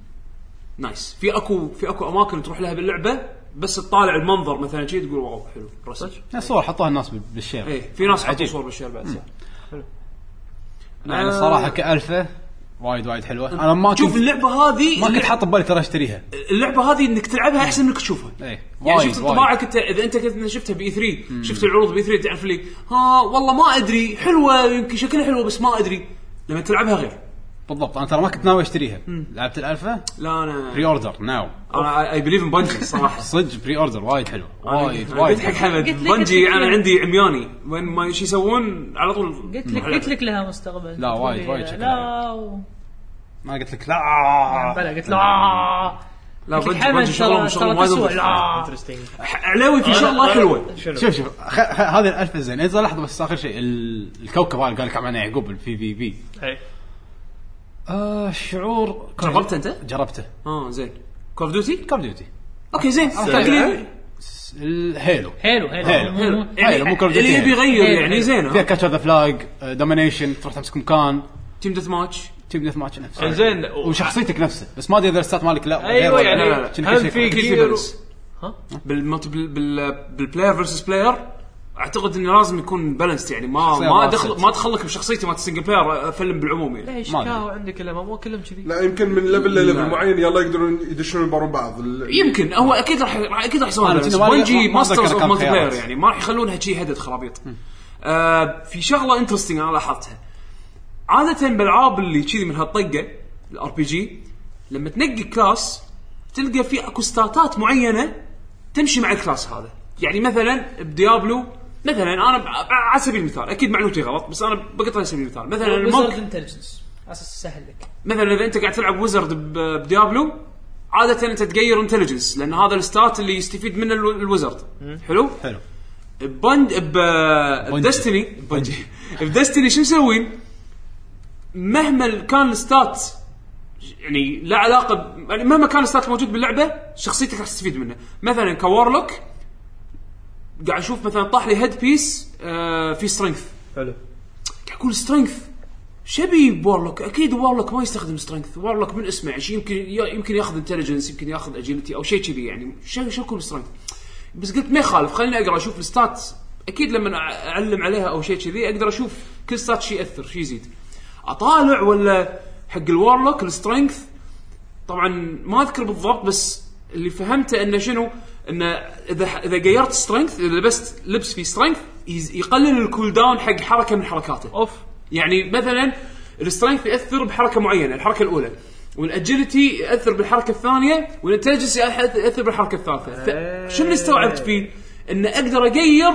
[SPEAKER 4] نايس في اكو في اكو اماكن تروح لها باللعبه بس تطالع المنظر مثلا شيء تقول واو حلو رسم
[SPEAKER 1] الصور حطوها الناس بال- بالشير
[SPEAKER 4] اي في ناس حطوا
[SPEAKER 1] عجيب.
[SPEAKER 4] صور بالشير بعد صح.
[SPEAKER 1] يعني الصراحه كالفا وايد وايد حلوه انا ما
[SPEAKER 4] آه. شوف
[SPEAKER 1] كنت
[SPEAKER 4] اللعبه هذه
[SPEAKER 1] ما كنت
[SPEAKER 4] إنك-
[SPEAKER 1] حاط ببالي ترى اشتريها
[SPEAKER 4] اللعبه هذه انك تلعبها احسن انك تشوفها
[SPEAKER 1] ايه
[SPEAKER 4] يعني
[SPEAKER 1] وايد-
[SPEAKER 4] شفت
[SPEAKER 1] وايد.
[SPEAKER 4] انطباعك انت اذا انت كنت شفتها باي 3 شفت العروض باي 3 تعرف لي ها والله ما ادري حلوه يمكن شكلها حلوه بس ما ادري لما تلعبها غير
[SPEAKER 1] بالضبط انا ترى ما كنت ناوي اشتريها لعبت الالفا
[SPEAKER 4] لا انا
[SPEAKER 1] بري اوردر ناو
[SPEAKER 4] انا اي بليف ان بنجي صراحه
[SPEAKER 1] صدق بري اوردر وايد حلو وايد
[SPEAKER 4] أنا قلت
[SPEAKER 1] وايد
[SPEAKER 4] حق
[SPEAKER 1] حلو.
[SPEAKER 4] حمد
[SPEAKER 6] قلت لك- قلت
[SPEAKER 4] بنجي
[SPEAKER 6] لك-
[SPEAKER 4] انا عندي عمياني وين ما شي يسوون على طول
[SPEAKER 6] قلت لك قلت لك لها مستقبل
[SPEAKER 1] لا، وايد- وايد شكلها
[SPEAKER 6] لا و-
[SPEAKER 1] ما قلت لك لا
[SPEAKER 6] بلا قلت لا
[SPEAKER 4] آه. لا
[SPEAKER 6] قلت لك
[SPEAKER 4] بنجي
[SPEAKER 6] حمد
[SPEAKER 4] بنجي شغلهم
[SPEAKER 6] ترى
[SPEAKER 4] شغلهم
[SPEAKER 6] ترى
[SPEAKER 4] وايد
[SPEAKER 6] تسوى
[SPEAKER 4] نظيف.
[SPEAKER 6] لا
[SPEAKER 3] انترستنج
[SPEAKER 4] علاوي في شغله حلوه
[SPEAKER 1] شوف شوف خ... خ... هذه الالفا زين اذا لحظه بس اخر شيء ال- الكوكب هذا اللي قال لك عنه يعقوب الفي في في
[SPEAKER 3] إيه.
[SPEAKER 1] آه شعور
[SPEAKER 4] جربته انت؟
[SPEAKER 1] جربته
[SPEAKER 4] اه زين كول اوف ديوتي
[SPEAKER 1] كول ديوتي
[SPEAKER 4] اوكي زين طيب، شكلي-
[SPEAKER 1] الهيلو
[SPEAKER 6] حلو
[SPEAKER 1] حلو.
[SPEAKER 6] حلو مو-
[SPEAKER 4] حلو.
[SPEAKER 6] مو-
[SPEAKER 1] حلو، مو Call of Duty.
[SPEAKER 4] اللي يبي يغير
[SPEAKER 6] حلو.
[SPEAKER 4] يعني زين
[SPEAKER 1] فيها
[SPEAKER 4] ها؟
[SPEAKER 1] كاتش ذا فلاج دومينيشن آه، تروح تمسك مكان
[SPEAKER 4] تيم ديث ماتش
[SPEAKER 1] تجيب ديث ماتش نفسه
[SPEAKER 3] زين و-
[SPEAKER 1] وشخصيتك نفسه بس ما ادري اذا الستات مالك لا غير
[SPEAKER 3] ايوه
[SPEAKER 1] ولا
[SPEAKER 3] يعني
[SPEAKER 1] لا.
[SPEAKER 4] لا، لا،
[SPEAKER 1] شنو
[SPEAKER 3] هل
[SPEAKER 1] كل شيء
[SPEAKER 3] في
[SPEAKER 1] كويس.
[SPEAKER 4] في
[SPEAKER 3] جير
[SPEAKER 4] بالانس بالملتي بال بال بالبلاير فيرسس بلاير اعتقد انه لازم يكون بالانسد يعني ما
[SPEAKER 1] شخصية
[SPEAKER 4] ما
[SPEAKER 1] واحدة.
[SPEAKER 4] دخل ما دخلك بشخصيتي مالت السنجل بلاير افلم بالعموم يعني
[SPEAKER 3] ليش
[SPEAKER 1] ما أدري.
[SPEAKER 3] كاو عندك الا مو كلهم كذي
[SPEAKER 5] لا يمكن من ليفل
[SPEAKER 4] لا.
[SPEAKER 5] لليفل معين يلا يقدرون يدشون يبارون بعض ال-
[SPEAKER 4] يمكن هو اكيد راح راح- اكيد راح يسوون
[SPEAKER 1] أنا
[SPEAKER 4] بس
[SPEAKER 1] كنا ما-
[SPEAKER 4] بونجي
[SPEAKER 1] ما- ما
[SPEAKER 4] ماسترز
[SPEAKER 1] أتذكر
[SPEAKER 4] اوف
[SPEAKER 1] كم
[SPEAKER 4] مالتي بلاير
[SPEAKER 1] خيارات.
[SPEAKER 4] يعني ما راح يخلونها شي هدد خرابيط آه في شغله انترستنج انا لاحظتها عاده بالالعاب اللي كذي من هالطقه الار بي جي لما تنقي كلاس تلقى في اكو ستاتات معينه تمشي مع الكلاس هذا يعني مثلا بديابلو مثلا انا ب- ب- على سبيل المثال اكيد معلومتي غلط بس انا بقطع على سبيل المثال مثلا
[SPEAKER 6] ويزرد
[SPEAKER 4] المونك
[SPEAKER 6] انتليجنس اساس سهل لك
[SPEAKER 4] مثلا اذا انت قاعد تلعب ويزرد ب- بديابلو عاده انت تغير انتليجنس لان هذا الستات اللي يستفيد منه الو- الويزرد حلو؟
[SPEAKER 1] حلو
[SPEAKER 4] بند ب بدستني بنجي بدستني شو مسوين؟ مهما كان الستات يعني لا علاقه ب- يعني مهما كان الستات موجود باللعبه شخصيتك راح تستفيد منه مثلا كوارلوك قاعد اشوف مثلا طاح لي هيد بيس آه في سترينث
[SPEAKER 3] حلو
[SPEAKER 4] قاعد اقول سترينث شبي بورلوك اكيد وارلوك ما يستخدم سترينث وارلوك من اسمه يعني شي يمكن ي- يمكن ياخذ انتليجنس يمكن ياخذ اجيلتي او شيء كذي يعني شو شو يكون سترينث بس قلت ما يخالف خليني اقرا اشوف الستات اكيد لما أع- اعلم عليها او شيء كذي اقدر اشوف كل ستات شي ياثر شي يزيد اطالع ولا حق الوارلوك السترينث طبعا ما اذكر بالضبط بس اللي فهمته انه شنو انه اذا اذا غيرت سترينث اذا لبست لبس في سترينث يقلل الكول داون حق حركه من حركاته
[SPEAKER 3] اوف
[SPEAKER 4] يعني مثلا السترينث ياثر بحركه معينه الحركه الاولى والاجيلتي ياثر بالحركه الثانيه والانتلجنس ياثر بالحركه الثالثه ف- شو اللي استوعبت فيه؟ ان اقدر اغير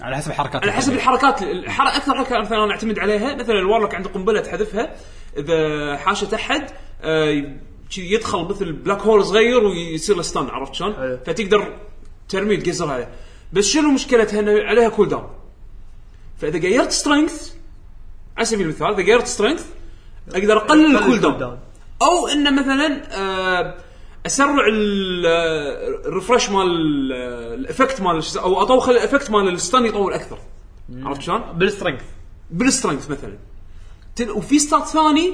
[SPEAKER 1] على حسب حركات
[SPEAKER 4] على حسب الحركات الحر... اكثر حركه مثلا انا اعتمد عليها مثلا الوارلوك عنده قنبله تحذفها اذا حاشت احد آه، ي- شي يدخل مثل بلاك هول صغير ويصير له ستان عرفت شلون؟
[SPEAKER 3] أيوه.
[SPEAKER 4] فتقدر ترميه تقزر عليه بس شنو مشكلتها انه عليها كول داون فاذا غيرت سترينث على سبيل المثال اذا غيرت سترينث اقدر اقلل الكول داون او انه مثلا آه اسرع ال- الريفرش مال ال- الافكت مال شو- او اطول خلي الافكت مال الستان يطول اكثر عرفت شلون؟
[SPEAKER 3] بالسترينث
[SPEAKER 4] بالسترنث مثلا تل... وفي ستات ثاني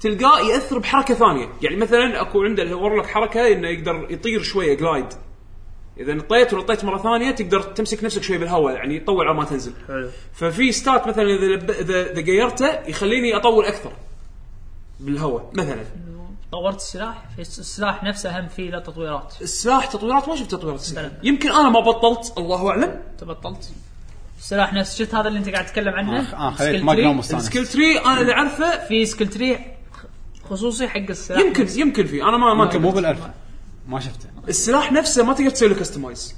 [SPEAKER 4] تلقاه ياثر بحركه ثانيه يعني مثلا اكو عنده يورلك حركه انه يقدر يطير شويه جلايد اذا نطيت ونطيت مره ثانيه تقدر تمسك نفسك شويه بالهواء يعني تطول على ما تنزل
[SPEAKER 3] حلو.
[SPEAKER 4] ففي ستات مثلا اذا لب... اذا إذا غيرته يخليني اطول اكثر بالهواء مثلا
[SPEAKER 6] طورت السلاح في السلاح نفسه هم فيه له تطويرات
[SPEAKER 4] السلاح تطويرات ما شفت تطويرات السلاح.
[SPEAKER 6] لا.
[SPEAKER 4] يمكن انا ما بطلت الله اعلم
[SPEAKER 6] تبطلت السلاح نفس شفت هذا اللي انت قاعد تتكلم
[SPEAKER 4] آه،
[SPEAKER 6] عنه
[SPEAKER 1] انا
[SPEAKER 6] سكيل
[SPEAKER 1] خليت ماجنوم
[SPEAKER 6] تري.
[SPEAKER 1] مستانس
[SPEAKER 4] سكيل تري انا اللي اعرفه
[SPEAKER 6] في سكيل تري خصوصي حق السلاح
[SPEAKER 4] يمكن يمكن في انا ما ما
[SPEAKER 1] ممكن مو
[SPEAKER 4] تابعت.
[SPEAKER 1] بالألف ما شفته
[SPEAKER 4] السلاح نفسه ما تقدر تسوي له كستمايز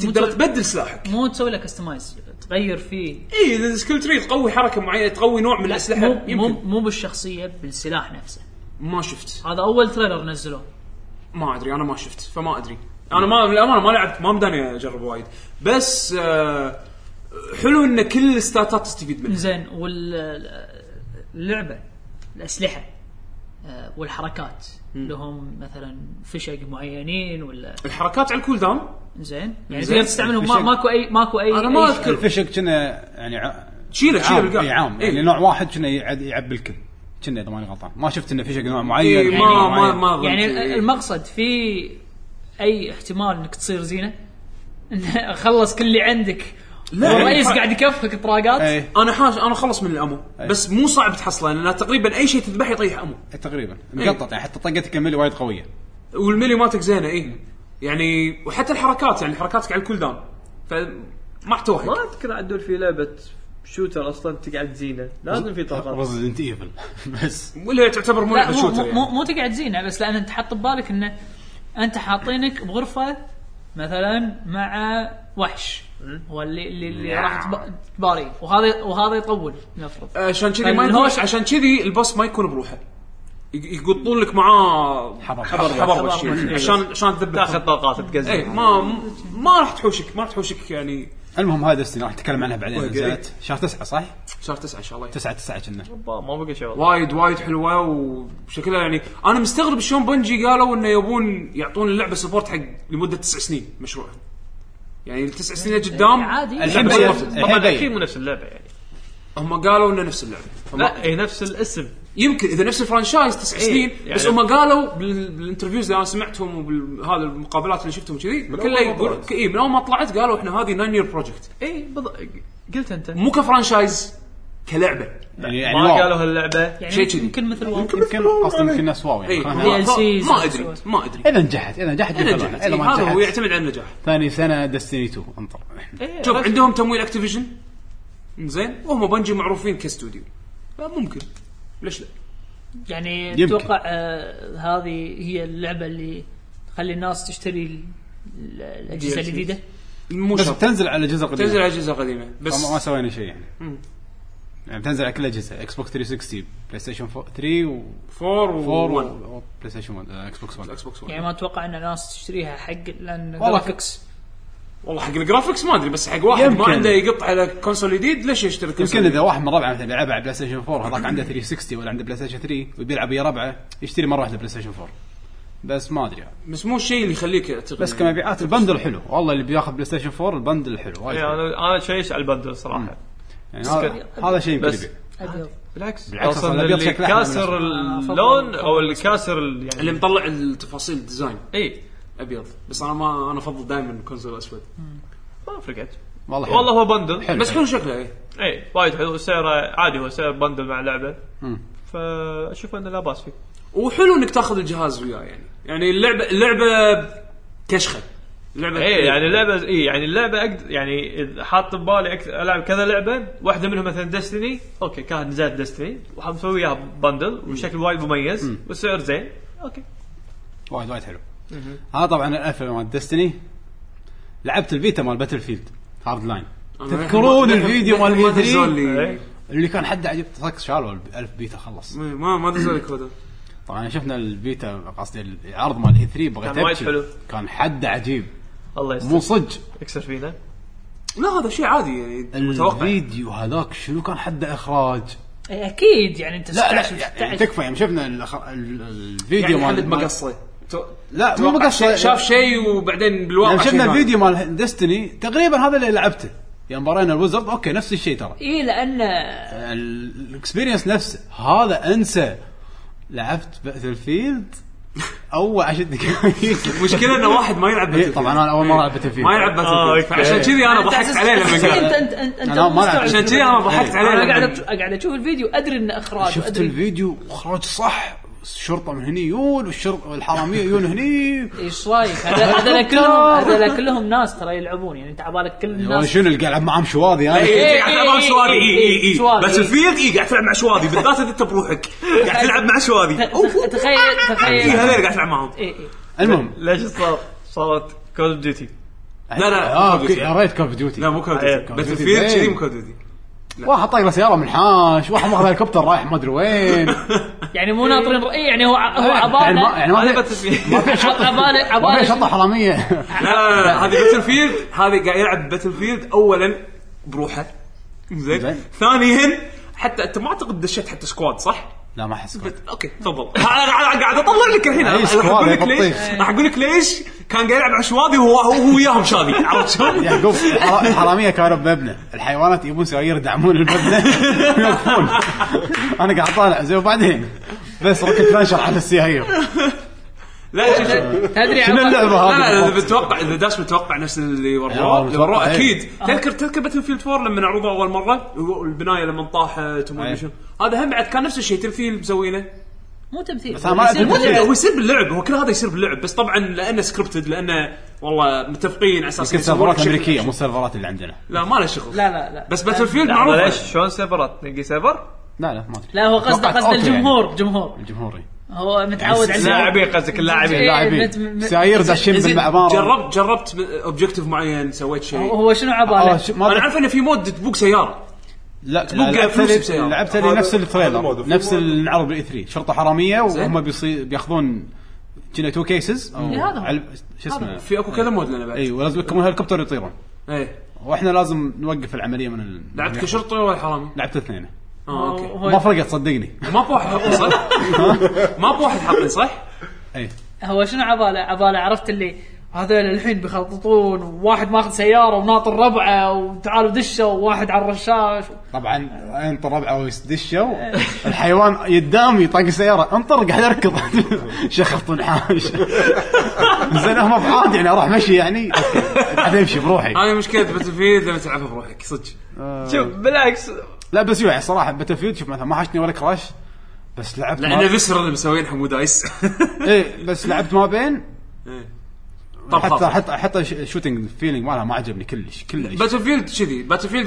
[SPEAKER 4] تقدر
[SPEAKER 6] مو-
[SPEAKER 4] تبدل إيه، سلاحك
[SPEAKER 6] مو تسوي له كستمايز تغير فيه
[SPEAKER 4] اي اذا سكيل تري تقوي حركه معينه تقوي نوع من الاسلحه
[SPEAKER 6] مو مو
[SPEAKER 4] يمكن
[SPEAKER 6] مو بالشخصيه بالسلاح نفسه
[SPEAKER 4] ما شفت
[SPEAKER 6] هذا اول تريلر نزلوه
[SPEAKER 4] ما ادري انا ما شفت فما ادري انا ما للامانه ما لعبت ما مداني اجرب وايد بس آه حلو ان كل الستاتات تستفيد منها
[SPEAKER 6] زين واللعبه الاسلحه آه، والحركات لهم مثلا فشق معينين ولا
[SPEAKER 4] الحركات على الكول داون
[SPEAKER 6] زين يعني
[SPEAKER 4] زين.
[SPEAKER 6] تقدر تستعملهم ما-
[SPEAKER 1] الفشق.
[SPEAKER 6] ماكو اي ماكو اي
[SPEAKER 4] أنا ما
[SPEAKER 6] أي
[SPEAKER 4] أذكر.
[SPEAKER 1] الفشك كنا يعني ع-
[SPEAKER 4] تشيله تشيله
[SPEAKER 1] عام
[SPEAKER 4] بالقاع
[SPEAKER 1] اي عام يعني نوع واحد كنا يعد- يعب الكل كنا اذا ماني غلطان ما شفت انه فشك نوع معين
[SPEAKER 4] إيه، ما
[SPEAKER 1] نوع
[SPEAKER 4] ما
[SPEAKER 1] معين.
[SPEAKER 4] ما
[SPEAKER 6] يعني
[SPEAKER 4] ظنيت، إيه.
[SPEAKER 6] المقصد في اي احتمال انك تصير زينه خلص كل اللي عندك
[SPEAKER 4] لا،
[SPEAKER 6] الرئيس
[SPEAKER 4] يعني- إيه.
[SPEAKER 6] قاعد يكفك طراقات
[SPEAKER 1] ايه
[SPEAKER 4] انا حاش انا خلص من الامو بس مو صعب تحصله لان تقريبا اي شيء تذبحه يطيح امو
[SPEAKER 1] تقريبا مقطط يعني حتى طقتك الملي وايد قويه
[SPEAKER 4] والملي مالتك زينه اي يعني وحتى الحركات يعني حركاتك على الكول داون فما احتوحك
[SPEAKER 3] ما اذكر عدول في لعبه شوتر اصلا تقعد زينه لازم في طاقات
[SPEAKER 1] ريزدنت ايفل بس
[SPEAKER 4] ولا تعتبر مو
[SPEAKER 6] لا
[SPEAKER 4] لعبه
[SPEAKER 6] مو
[SPEAKER 4] شوتر
[SPEAKER 6] مو, مو,
[SPEAKER 4] يعني.
[SPEAKER 6] مو تقعد زينه بس لان انت حاط ببالك انه انت حاطينك بغرفه مثلا مع وحش هو اللي اللي,
[SPEAKER 4] نعم.
[SPEAKER 6] اللي راح تب- تباري وهذا وهذا يطول نفرض
[SPEAKER 4] آه، عشان كذي ما
[SPEAKER 6] فالهوش-
[SPEAKER 4] يكون عشان كذي البوس ما يكون بروحه ي- يقطون لك معاه
[SPEAKER 1] حبر.
[SPEAKER 4] حبر
[SPEAKER 1] حبر
[SPEAKER 4] حبر وشي.
[SPEAKER 3] وشي.
[SPEAKER 4] عشان عشان
[SPEAKER 3] تاخذ
[SPEAKER 4] تذبح
[SPEAKER 3] طاقات
[SPEAKER 4] اي
[SPEAKER 1] إيه،
[SPEAKER 3] تقزز
[SPEAKER 4] ما ما راح تحوشك ما راح تحوشك يعني
[SPEAKER 1] المهم هذا دستني راح نتكلم عنها بعدين
[SPEAKER 4] أوكي.
[SPEAKER 1] نزلت شهر تسعة صح؟
[SPEAKER 4] شهر تسعة ان شاء الله
[SPEAKER 1] تسعة تسعة كنا
[SPEAKER 3] ما بقى شيء والله
[SPEAKER 4] وايد وايد حلوه وشكلها يعني انا مستغرب شلون بنجي قالوا انه يبون يعطون اللعبه سبورت حق لمده تسع سنين مشروع يعني التسع سنين قدام
[SPEAKER 6] عادي
[SPEAKER 1] الحين
[SPEAKER 4] اللعبة
[SPEAKER 1] بين-
[SPEAKER 4] صفر.
[SPEAKER 1] الحين
[SPEAKER 3] طبعا اكيد
[SPEAKER 1] بين.
[SPEAKER 3] مو نفس اللعبه يعني
[SPEAKER 4] هم قالوا انه نفس اللعبه فما-
[SPEAKER 3] لا هي نفس الاسم
[SPEAKER 4] يمكن اذا نفس الفرانشايز تسع سنين
[SPEAKER 3] يعني-
[SPEAKER 4] بس هم قالوا بال- بالانترفيوز اللي انا سمعتهم وبهذا المقابلات اللي شفتهم كذي كله
[SPEAKER 5] أول ما
[SPEAKER 4] يقول
[SPEAKER 5] طلعت.
[SPEAKER 4] اي من اول ما طلعت قالوا احنا هذه 9 يير بروجكت
[SPEAKER 3] اي بالضبط قلت انت
[SPEAKER 4] مو كفرانشايز كلعبه
[SPEAKER 1] يعني يعني
[SPEAKER 3] ما
[SPEAKER 1] واو.
[SPEAKER 3] قالوا هاللعبه
[SPEAKER 6] يعني
[SPEAKER 4] شيء كذي.
[SPEAKER 6] يمكن مثل واو
[SPEAKER 1] يمكن قصدي يمكن ناس واو
[SPEAKER 4] اي
[SPEAKER 1] يعني
[SPEAKER 4] إيه، ما,
[SPEAKER 1] خلنا-
[SPEAKER 6] هو- DLCs
[SPEAKER 4] ما ادري ما ادري
[SPEAKER 1] اذا نجحت اذا نجحت
[SPEAKER 4] انا
[SPEAKER 1] بيطلعونها.
[SPEAKER 4] نجحت
[SPEAKER 1] اذا
[SPEAKER 4] إيه،
[SPEAKER 1] ما
[SPEAKER 4] هذا هو إيه.
[SPEAKER 1] نجحت
[SPEAKER 4] يعتمد على النجاح
[SPEAKER 1] ثاني سنة دستني 2 انطر
[SPEAKER 6] إيه.
[SPEAKER 4] شوف عندهم تمويل اكتيفيجن زين وهم بنجي معروفين كاستوديو فممكن ليش لا؟
[SPEAKER 6] يعني
[SPEAKER 1] يمكن.
[SPEAKER 6] اتوقع آه هذه هي اللعبه اللي تخلي الناس تشتري ال- ال- الاجهزه
[SPEAKER 4] DLCs.
[SPEAKER 6] الجديده
[SPEAKER 4] مو
[SPEAKER 1] بس
[SPEAKER 4] شرط
[SPEAKER 1] بتنزل على الجزء القديم
[SPEAKER 4] تنزل على اجهزه قديمه بس
[SPEAKER 1] ما ما سوينا شيء يعني يعني بتنزل على كل الاجهزه اكس بوكس 360 بلاي ستيشن 4 3 و
[SPEAKER 4] 4
[SPEAKER 1] 4 و-
[SPEAKER 4] 1
[SPEAKER 1] وبلاي ستيشن 1 آه، اكس بوكس 1
[SPEAKER 4] الاكس بوكس
[SPEAKER 6] يعني
[SPEAKER 4] 1
[SPEAKER 6] ما اتوقع ان الناس تشتريها حق لان
[SPEAKER 1] والله.
[SPEAKER 6] جرافيكس
[SPEAKER 4] والله حق الجرافكس ما ادري بس حق واحد ما
[SPEAKER 1] يمكن.
[SPEAKER 4] عنده يقط على كونسول جديد ليش يشتري
[SPEAKER 1] يمكن
[SPEAKER 4] كونسول
[SPEAKER 1] اذا واحد من ربعه مثلا لعب على بلاي ستيشن 4 هذاك عنده 360 ولا عنده بلاي ستيشن 3 ويبي يلعب ويا ربعه يشتري مره واحده بلاي ستيشن 4 بس ما ادري
[SPEAKER 4] بس مو الشيء اللي يخليك اعتقد
[SPEAKER 1] بس كمبيعات البندل حلو والله اللي بياخذ بلاي ستيشن 4 البندل حلو وايد
[SPEAKER 3] يعني
[SPEAKER 1] حلو.
[SPEAKER 3] انا انا شيش على البندل صراحه
[SPEAKER 1] يعني هذا- هذا شيء يمكن
[SPEAKER 3] بس-
[SPEAKER 1] يبيع
[SPEAKER 6] ابيض
[SPEAKER 3] بالعكس
[SPEAKER 1] بالعكس، أصلاً
[SPEAKER 3] اصلا
[SPEAKER 1] الأبيض
[SPEAKER 3] اللي
[SPEAKER 1] شكله أحلى من
[SPEAKER 3] كاسر
[SPEAKER 6] الأسود.
[SPEAKER 3] اللون او اللي كاسر ال-
[SPEAKER 4] اللي
[SPEAKER 3] يعني إيه،
[SPEAKER 4] مطلع التفاصيل الديزاين
[SPEAKER 3] اي
[SPEAKER 4] ابيض بس انا ما انا افضل دائما كونسول اسود
[SPEAKER 3] ما فرقت
[SPEAKER 1] والله حلو.
[SPEAKER 3] والله هو بندل
[SPEAKER 1] إيه. حلو.
[SPEAKER 4] بس حلو شكله إيه. اي
[SPEAKER 3] اي وايد حلو سعره عادي هو سعر بندل مع لعبه فاشوف انه لا باس فيه
[SPEAKER 4] وحلو انك تاخذ الجهاز وياه يعني يعني اللعبه اللعبه كشخه اللعبه
[SPEAKER 1] إيه.
[SPEAKER 3] اي يعني اللعبه اي يعني اللعبه أقدر يعني إذا حاط ببالي أكث- العب كذا لعبه واحده منهم مثلا ديستني اوكي كان نزلت ديستني ومسوي اياها بندل وشكل وايد مميز والسعر زين اوكي
[SPEAKER 1] وايد وايد حلو هذا طبعا الالف مال ديستني لعبت الفيتا مال باتل فيلد هارد لاين تذكرون الفيديو مال
[SPEAKER 4] ما دزوا
[SPEAKER 1] E3
[SPEAKER 4] لي
[SPEAKER 3] إيه.
[SPEAKER 1] اللي كان حد عجب صك شالوا الالف بيتا خلص
[SPEAKER 4] ما ما دزوا لي كودا
[SPEAKER 1] طبعا شفنا البيتا قصدي العرض مال اي 3 بغيت
[SPEAKER 3] كان وايد
[SPEAKER 1] أبكي.
[SPEAKER 3] حلو.
[SPEAKER 1] كان حد عجيب
[SPEAKER 3] الله يستر
[SPEAKER 1] مو صج
[SPEAKER 3] يكسر فينا
[SPEAKER 4] لا هذا شيء عادي يعني متوقع
[SPEAKER 1] الفيديو هذاك شنو كان حد اخراج
[SPEAKER 6] اكيد يعني انت
[SPEAKER 1] لا
[SPEAKER 6] 16
[SPEAKER 1] لا يعني
[SPEAKER 6] 17
[SPEAKER 1] تكفى يوم شفنا الأخ- ال- الفيديو
[SPEAKER 4] يعني
[SPEAKER 1] مال
[SPEAKER 4] حلت
[SPEAKER 1] مال-
[SPEAKER 4] مقصه
[SPEAKER 1] لا مو
[SPEAKER 4] توقع
[SPEAKER 1] بقصة-
[SPEAKER 4] شيء- شاف شيء وبعدين بالواقع
[SPEAKER 1] لان
[SPEAKER 4] شيء
[SPEAKER 1] شفنا
[SPEAKER 4] ثاني.
[SPEAKER 1] الفيديو مال ديستني تقريبا هذا اللي لعبته يعني يوم برينا الوزرد اوكي نفس الشيء ترى
[SPEAKER 6] اي لان
[SPEAKER 1] الاكسبيرينس نفسه هذا انسى لعبت باتل فيلد اول 10 دقائق
[SPEAKER 4] المشكله انه واحد ما يلعب
[SPEAKER 1] إيه،
[SPEAKER 4] باتل
[SPEAKER 1] طبعا انا اول مره العب باتل
[SPEAKER 4] ما يلعب
[SPEAKER 1] فيلد
[SPEAKER 3] آه،
[SPEAKER 4] باتل
[SPEAKER 3] أوكي.
[SPEAKER 4] فيلد فعشان كذي انا ضحكت عليه لما
[SPEAKER 6] انت
[SPEAKER 4] قال
[SPEAKER 6] انت انت انت
[SPEAKER 1] أنا ما
[SPEAKER 6] مستوعب.
[SPEAKER 1] لعبت.
[SPEAKER 4] عشان كذي انا ضحكت عليه
[SPEAKER 6] انا
[SPEAKER 4] لما
[SPEAKER 6] قاعد
[SPEAKER 4] قال.
[SPEAKER 6] أت- قاعد اشوف الفيديو ادري انه اخراج
[SPEAKER 1] شفت
[SPEAKER 6] وأدري-
[SPEAKER 1] الفيديو وخراج صح الشرطه من هني يون والشرطه والحراميه يون هني
[SPEAKER 6] ايش رايك؟ هذا- هذول كلهم هذول كلهم ناس ترى يلعبون يعني انت عبالك كل
[SPEAKER 1] والله
[SPEAKER 6] الناس
[SPEAKER 1] شنو اللي قاعد ألعب معاهم شواذي انا
[SPEAKER 4] إيه،
[SPEAKER 2] إيه، قاعد تلعب مع شواذي اي
[SPEAKER 6] إيه،
[SPEAKER 2] اي
[SPEAKER 1] إيه.
[SPEAKER 2] اي
[SPEAKER 6] شواذي،
[SPEAKER 2] بس
[SPEAKER 6] إي.
[SPEAKER 2] الفيلد اي قاعد تلعب مع شواذي بالذات اذا انت بروحك قاعد تلعب مع شواذي
[SPEAKER 6] تخ- تخيل
[SPEAKER 1] إيه،
[SPEAKER 2] اي
[SPEAKER 6] تخيل
[SPEAKER 2] هذول قاعد تلعب معهم
[SPEAKER 6] إي إي.
[SPEAKER 1] المهم
[SPEAKER 3] ليش صار صارت كول اوف ديوتي
[SPEAKER 1] لا
[SPEAKER 4] لا،
[SPEAKER 1] اه
[SPEAKER 4] Call of Duty.
[SPEAKER 1] أوكي، يا ريت كول اوف ديوتي
[SPEAKER 4] لا مو كود
[SPEAKER 3] عيب.
[SPEAKER 4] باتل فيلد
[SPEAKER 1] إيه.
[SPEAKER 4] أيوة، كذي مو كود
[SPEAKER 1] واحد طاير سياره من الحاش واحد ماخذ هليكوبتر رايح ما ادري وين
[SPEAKER 6] يعني مو ناطرين رأي يعني هو ع- هو
[SPEAKER 1] يعني ما
[SPEAKER 6] عباله
[SPEAKER 1] إيه. يعني ما
[SPEAKER 3] هذا
[SPEAKER 1] في-
[SPEAKER 3] باتل فيلد
[SPEAKER 1] ما في شرطه
[SPEAKER 6] عباله
[SPEAKER 1] ما في
[SPEAKER 6] عباله
[SPEAKER 1] شرطه حراميه
[SPEAKER 4] لا لا لا، لا هذه باتل فيلد هذه قاعد يلعب باتل فيلد اولا بروحه زين
[SPEAKER 1] زين.
[SPEAKER 4] ثانيا حتى انت ما اعتقد دشيت حتى سكواد صح؟
[SPEAKER 1] لا ما احس
[SPEAKER 4] بت- اوكي تفضل انا قاعد قاعد اطلع لك الحين
[SPEAKER 1] أي
[SPEAKER 4] راح
[SPEAKER 1] سكواد
[SPEAKER 4] اقول لك
[SPEAKER 1] يا بطيخ.
[SPEAKER 4] ليش راح اقول لك ليش كان قاعد يلعب عشوادي وهو هو هو وياهم شادي عرفت شلون؟
[SPEAKER 1] يعقوب الحرا- الحراميه كانوا بمبنى الحيوانات يبون سيايير يدعمون المبنى يوقفون انا قاعد طالع زين وبعدين بس ركبت لانشر على السيايير
[SPEAKER 4] لا شوف شوف.
[SPEAKER 6] تدري
[SPEAKER 1] يعني شنو
[SPEAKER 6] عبالة-
[SPEAKER 1] اللعبه
[SPEAKER 4] لا لا اذا
[SPEAKER 1] هذه
[SPEAKER 4] بتوقع اذا داش متوقع نفس اللي
[SPEAKER 1] لا،
[SPEAKER 4] وراه
[SPEAKER 1] متوقع،
[SPEAKER 4] اللي وراه
[SPEAKER 1] إيه.
[SPEAKER 4] اكيد تذكر تذكر باتل فيلد 4 لما عرضوه اول مره البنايه لما طاحت وما ادري
[SPEAKER 1] أي.
[SPEAKER 4] شنو هذا هم بعد كان نفس الشيء تمثيل مسوينه
[SPEAKER 1] إيه.
[SPEAKER 6] مو تمثيل
[SPEAKER 1] بس أنا ما
[SPEAKER 6] يصير
[SPEAKER 1] أدري.
[SPEAKER 6] مو
[SPEAKER 4] لا،
[SPEAKER 6] تمثيل.
[SPEAKER 4] هو يصير باللعب هو كل هذا يصير باللعب بس طبعا لانه سكريبتد لانه والله متفقين على اساس
[SPEAKER 1] يمكن
[SPEAKER 4] يسوون
[SPEAKER 1] سيرفرات
[SPEAKER 4] بشكل-
[SPEAKER 1] امريكيه مو السيرفرات اللي عندنا
[SPEAKER 4] لا ما له شغل
[SPEAKER 6] لا لا لا
[SPEAKER 4] بس باتل فيلد معروف
[SPEAKER 3] معليش شلون سيرفرات تلقي سيرفر
[SPEAKER 1] لا لا ما ادري
[SPEAKER 6] لا هو قصده
[SPEAKER 1] توقعت
[SPEAKER 6] قصده
[SPEAKER 1] أوكي يعني.
[SPEAKER 6] الجمهور جمهور
[SPEAKER 1] الجمهوري
[SPEAKER 6] هو متعود على
[SPEAKER 3] اللاعبين قصدك اللاعبين
[SPEAKER 6] إيه،
[SPEAKER 1] اللاعبين
[SPEAKER 6] مت- مت-
[SPEAKER 1] سيايير داشين
[SPEAKER 4] زين،
[SPEAKER 1] بالمعمار
[SPEAKER 4] جربت جربت اوبجيكتيف معين سويت شيء
[SPEAKER 6] هو شنو
[SPEAKER 1] آه،
[SPEAKER 6] عباله؟
[SPEAKER 1] شو- ما
[SPEAKER 4] انا
[SPEAKER 1] أدري.
[SPEAKER 4] عارف انه في مود تبوق سياره
[SPEAKER 1] لا لا،
[SPEAKER 4] تبقى
[SPEAKER 1] لعبت
[SPEAKER 4] فلوس
[SPEAKER 1] لي-
[SPEAKER 4] بسيارة.
[SPEAKER 1] لعبت لي
[SPEAKER 5] هذا-
[SPEAKER 1] نفس
[SPEAKER 5] هذا مود،
[SPEAKER 1] التريلر
[SPEAKER 5] وفي
[SPEAKER 1] نفس
[SPEAKER 5] مود.
[SPEAKER 1] العرض بالاي 3 شرطه حراميه وهم
[SPEAKER 4] زين.
[SPEAKER 1] بيصي بياخذون كنا تو كيسز او
[SPEAKER 6] إيه، هذا هو.
[SPEAKER 1] علب- شو اسمه إيه،
[SPEAKER 4] في اكو كذا مود لنا بعد
[SPEAKER 1] اي ولازم يركبون هليكوبتر يطيرون
[SPEAKER 4] ايه
[SPEAKER 1] واحنا لازم نوقف العمليه من ال...
[SPEAKER 4] لعبت كشرطي ولا حرامي؟
[SPEAKER 1] لعبت الاثنين
[SPEAKER 4] اه اوكي
[SPEAKER 1] ما
[SPEAKER 6] هو
[SPEAKER 1] فرقت صدقني
[SPEAKER 4] ما بواحد حاطين صح؟ ما بواحد حاطين صح؟
[SPEAKER 1] اي
[SPEAKER 6] هو شنو عباله؟ عباله عرفت اللي هذول الحين بيخططون وواحد ماخذ سياره وناطر ربعه وتعالوا دشوا وواحد على الرشاش
[SPEAKER 1] طبعا انطر ربعه ويدشوا الحيوان يدامي طاق السياره انطر قاعد اركض شخفطون حاش زين هم بعاد يعني اروح مشي يعني أوكي. بعد امشي بروحي
[SPEAKER 4] هذه مشكله باتل فيلد لما تلعبها بروحك صدق
[SPEAKER 3] شوف بالعكس
[SPEAKER 1] لا بس يعني صراحه باتل فيلد شوف مثلا ما حشتني ولا كراش بس لعبت
[SPEAKER 4] لان
[SPEAKER 1] ما...
[SPEAKER 4] فيسر اللي مسوين حمود ايس
[SPEAKER 1] ايه بس لعبت ما بين
[SPEAKER 4] طب
[SPEAKER 1] حتى
[SPEAKER 4] خلاص
[SPEAKER 1] حتى حتى الشوتنج فيلينج مالها ما عجبني كلش كلش
[SPEAKER 4] باتل فيلد كذي باتل فيلد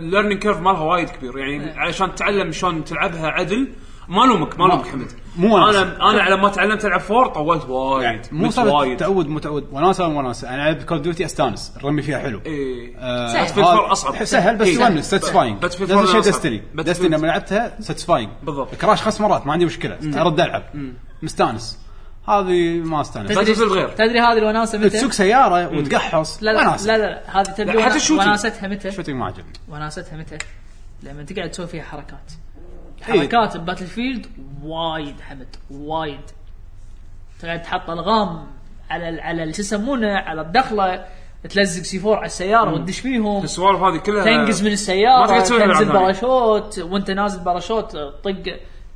[SPEAKER 4] ليرنينج كيرف آه، مالها وايد كبير يعني علشان تتعلم شلون تلعبها عدل ما لومك ما لومك حمد
[SPEAKER 1] مو أنا.
[SPEAKER 4] انا انا على ما تعلمت العب فور طولت وايد
[SPEAKER 1] يعني مو
[SPEAKER 4] مت
[SPEAKER 1] سالفه
[SPEAKER 4] وايد
[SPEAKER 1] تعود متعود وناسه وناسه انا العب كول دوتي استانس الرمي فيها حلو
[SPEAKER 4] ايه
[SPEAKER 1] آه،
[SPEAKER 4] سهل.
[SPEAKER 1] هذا-
[SPEAKER 4] Battlefield 4 أصعب.
[SPEAKER 1] سهل بس
[SPEAKER 4] إيه.
[SPEAKER 1] يونس ساتسفاينج
[SPEAKER 4] Battlefield 4
[SPEAKER 1] نفس الشيء
[SPEAKER 4] أصعب.
[SPEAKER 1] ديستني
[SPEAKER 4] Battlefield.
[SPEAKER 1] ديستني لما لعبتها ساتسفاينج
[SPEAKER 4] بالضبط.
[SPEAKER 1] كراش خمس مرات ما عندي مشكله ارد العب مستانس هذه ما استانس
[SPEAKER 4] باتل فيلد غير
[SPEAKER 6] تدري هذه الوناسه متى؟
[SPEAKER 1] تسوق سياره وتقحص
[SPEAKER 6] لا لا
[SPEAKER 1] وناسة.
[SPEAKER 6] لا لا لا، هذه
[SPEAKER 4] لا،
[SPEAKER 6] تدري
[SPEAKER 4] حتى
[SPEAKER 6] ونا-
[SPEAKER 4] الشوتينج.
[SPEAKER 6] وناستها متى؟
[SPEAKER 1] شوتنج ما عجبني
[SPEAKER 6] وناستها متى؟ لما تقعد تسوي فيها حركات
[SPEAKER 1] إيه.
[SPEAKER 6] حركات باتل فيلد وايد حمد وايد تقعد تحط الغام على ال- على ال- شو يسمونه على الدخله تلزق سي 4 على السياره وتدش فيهم
[SPEAKER 4] السوالف هذه كلها
[SPEAKER 6] تنقز من
[SPEAKER 4] آه، ما
[SPEAKER 6] السياره
[SPEAKER 4] تقدر تسويها
[SPEAKER 6] تنزل
[SPEAKER 4] بالألعاب هذه.
[SPEAKER 6] باراشوت وانت نازل باراشوت آه، طق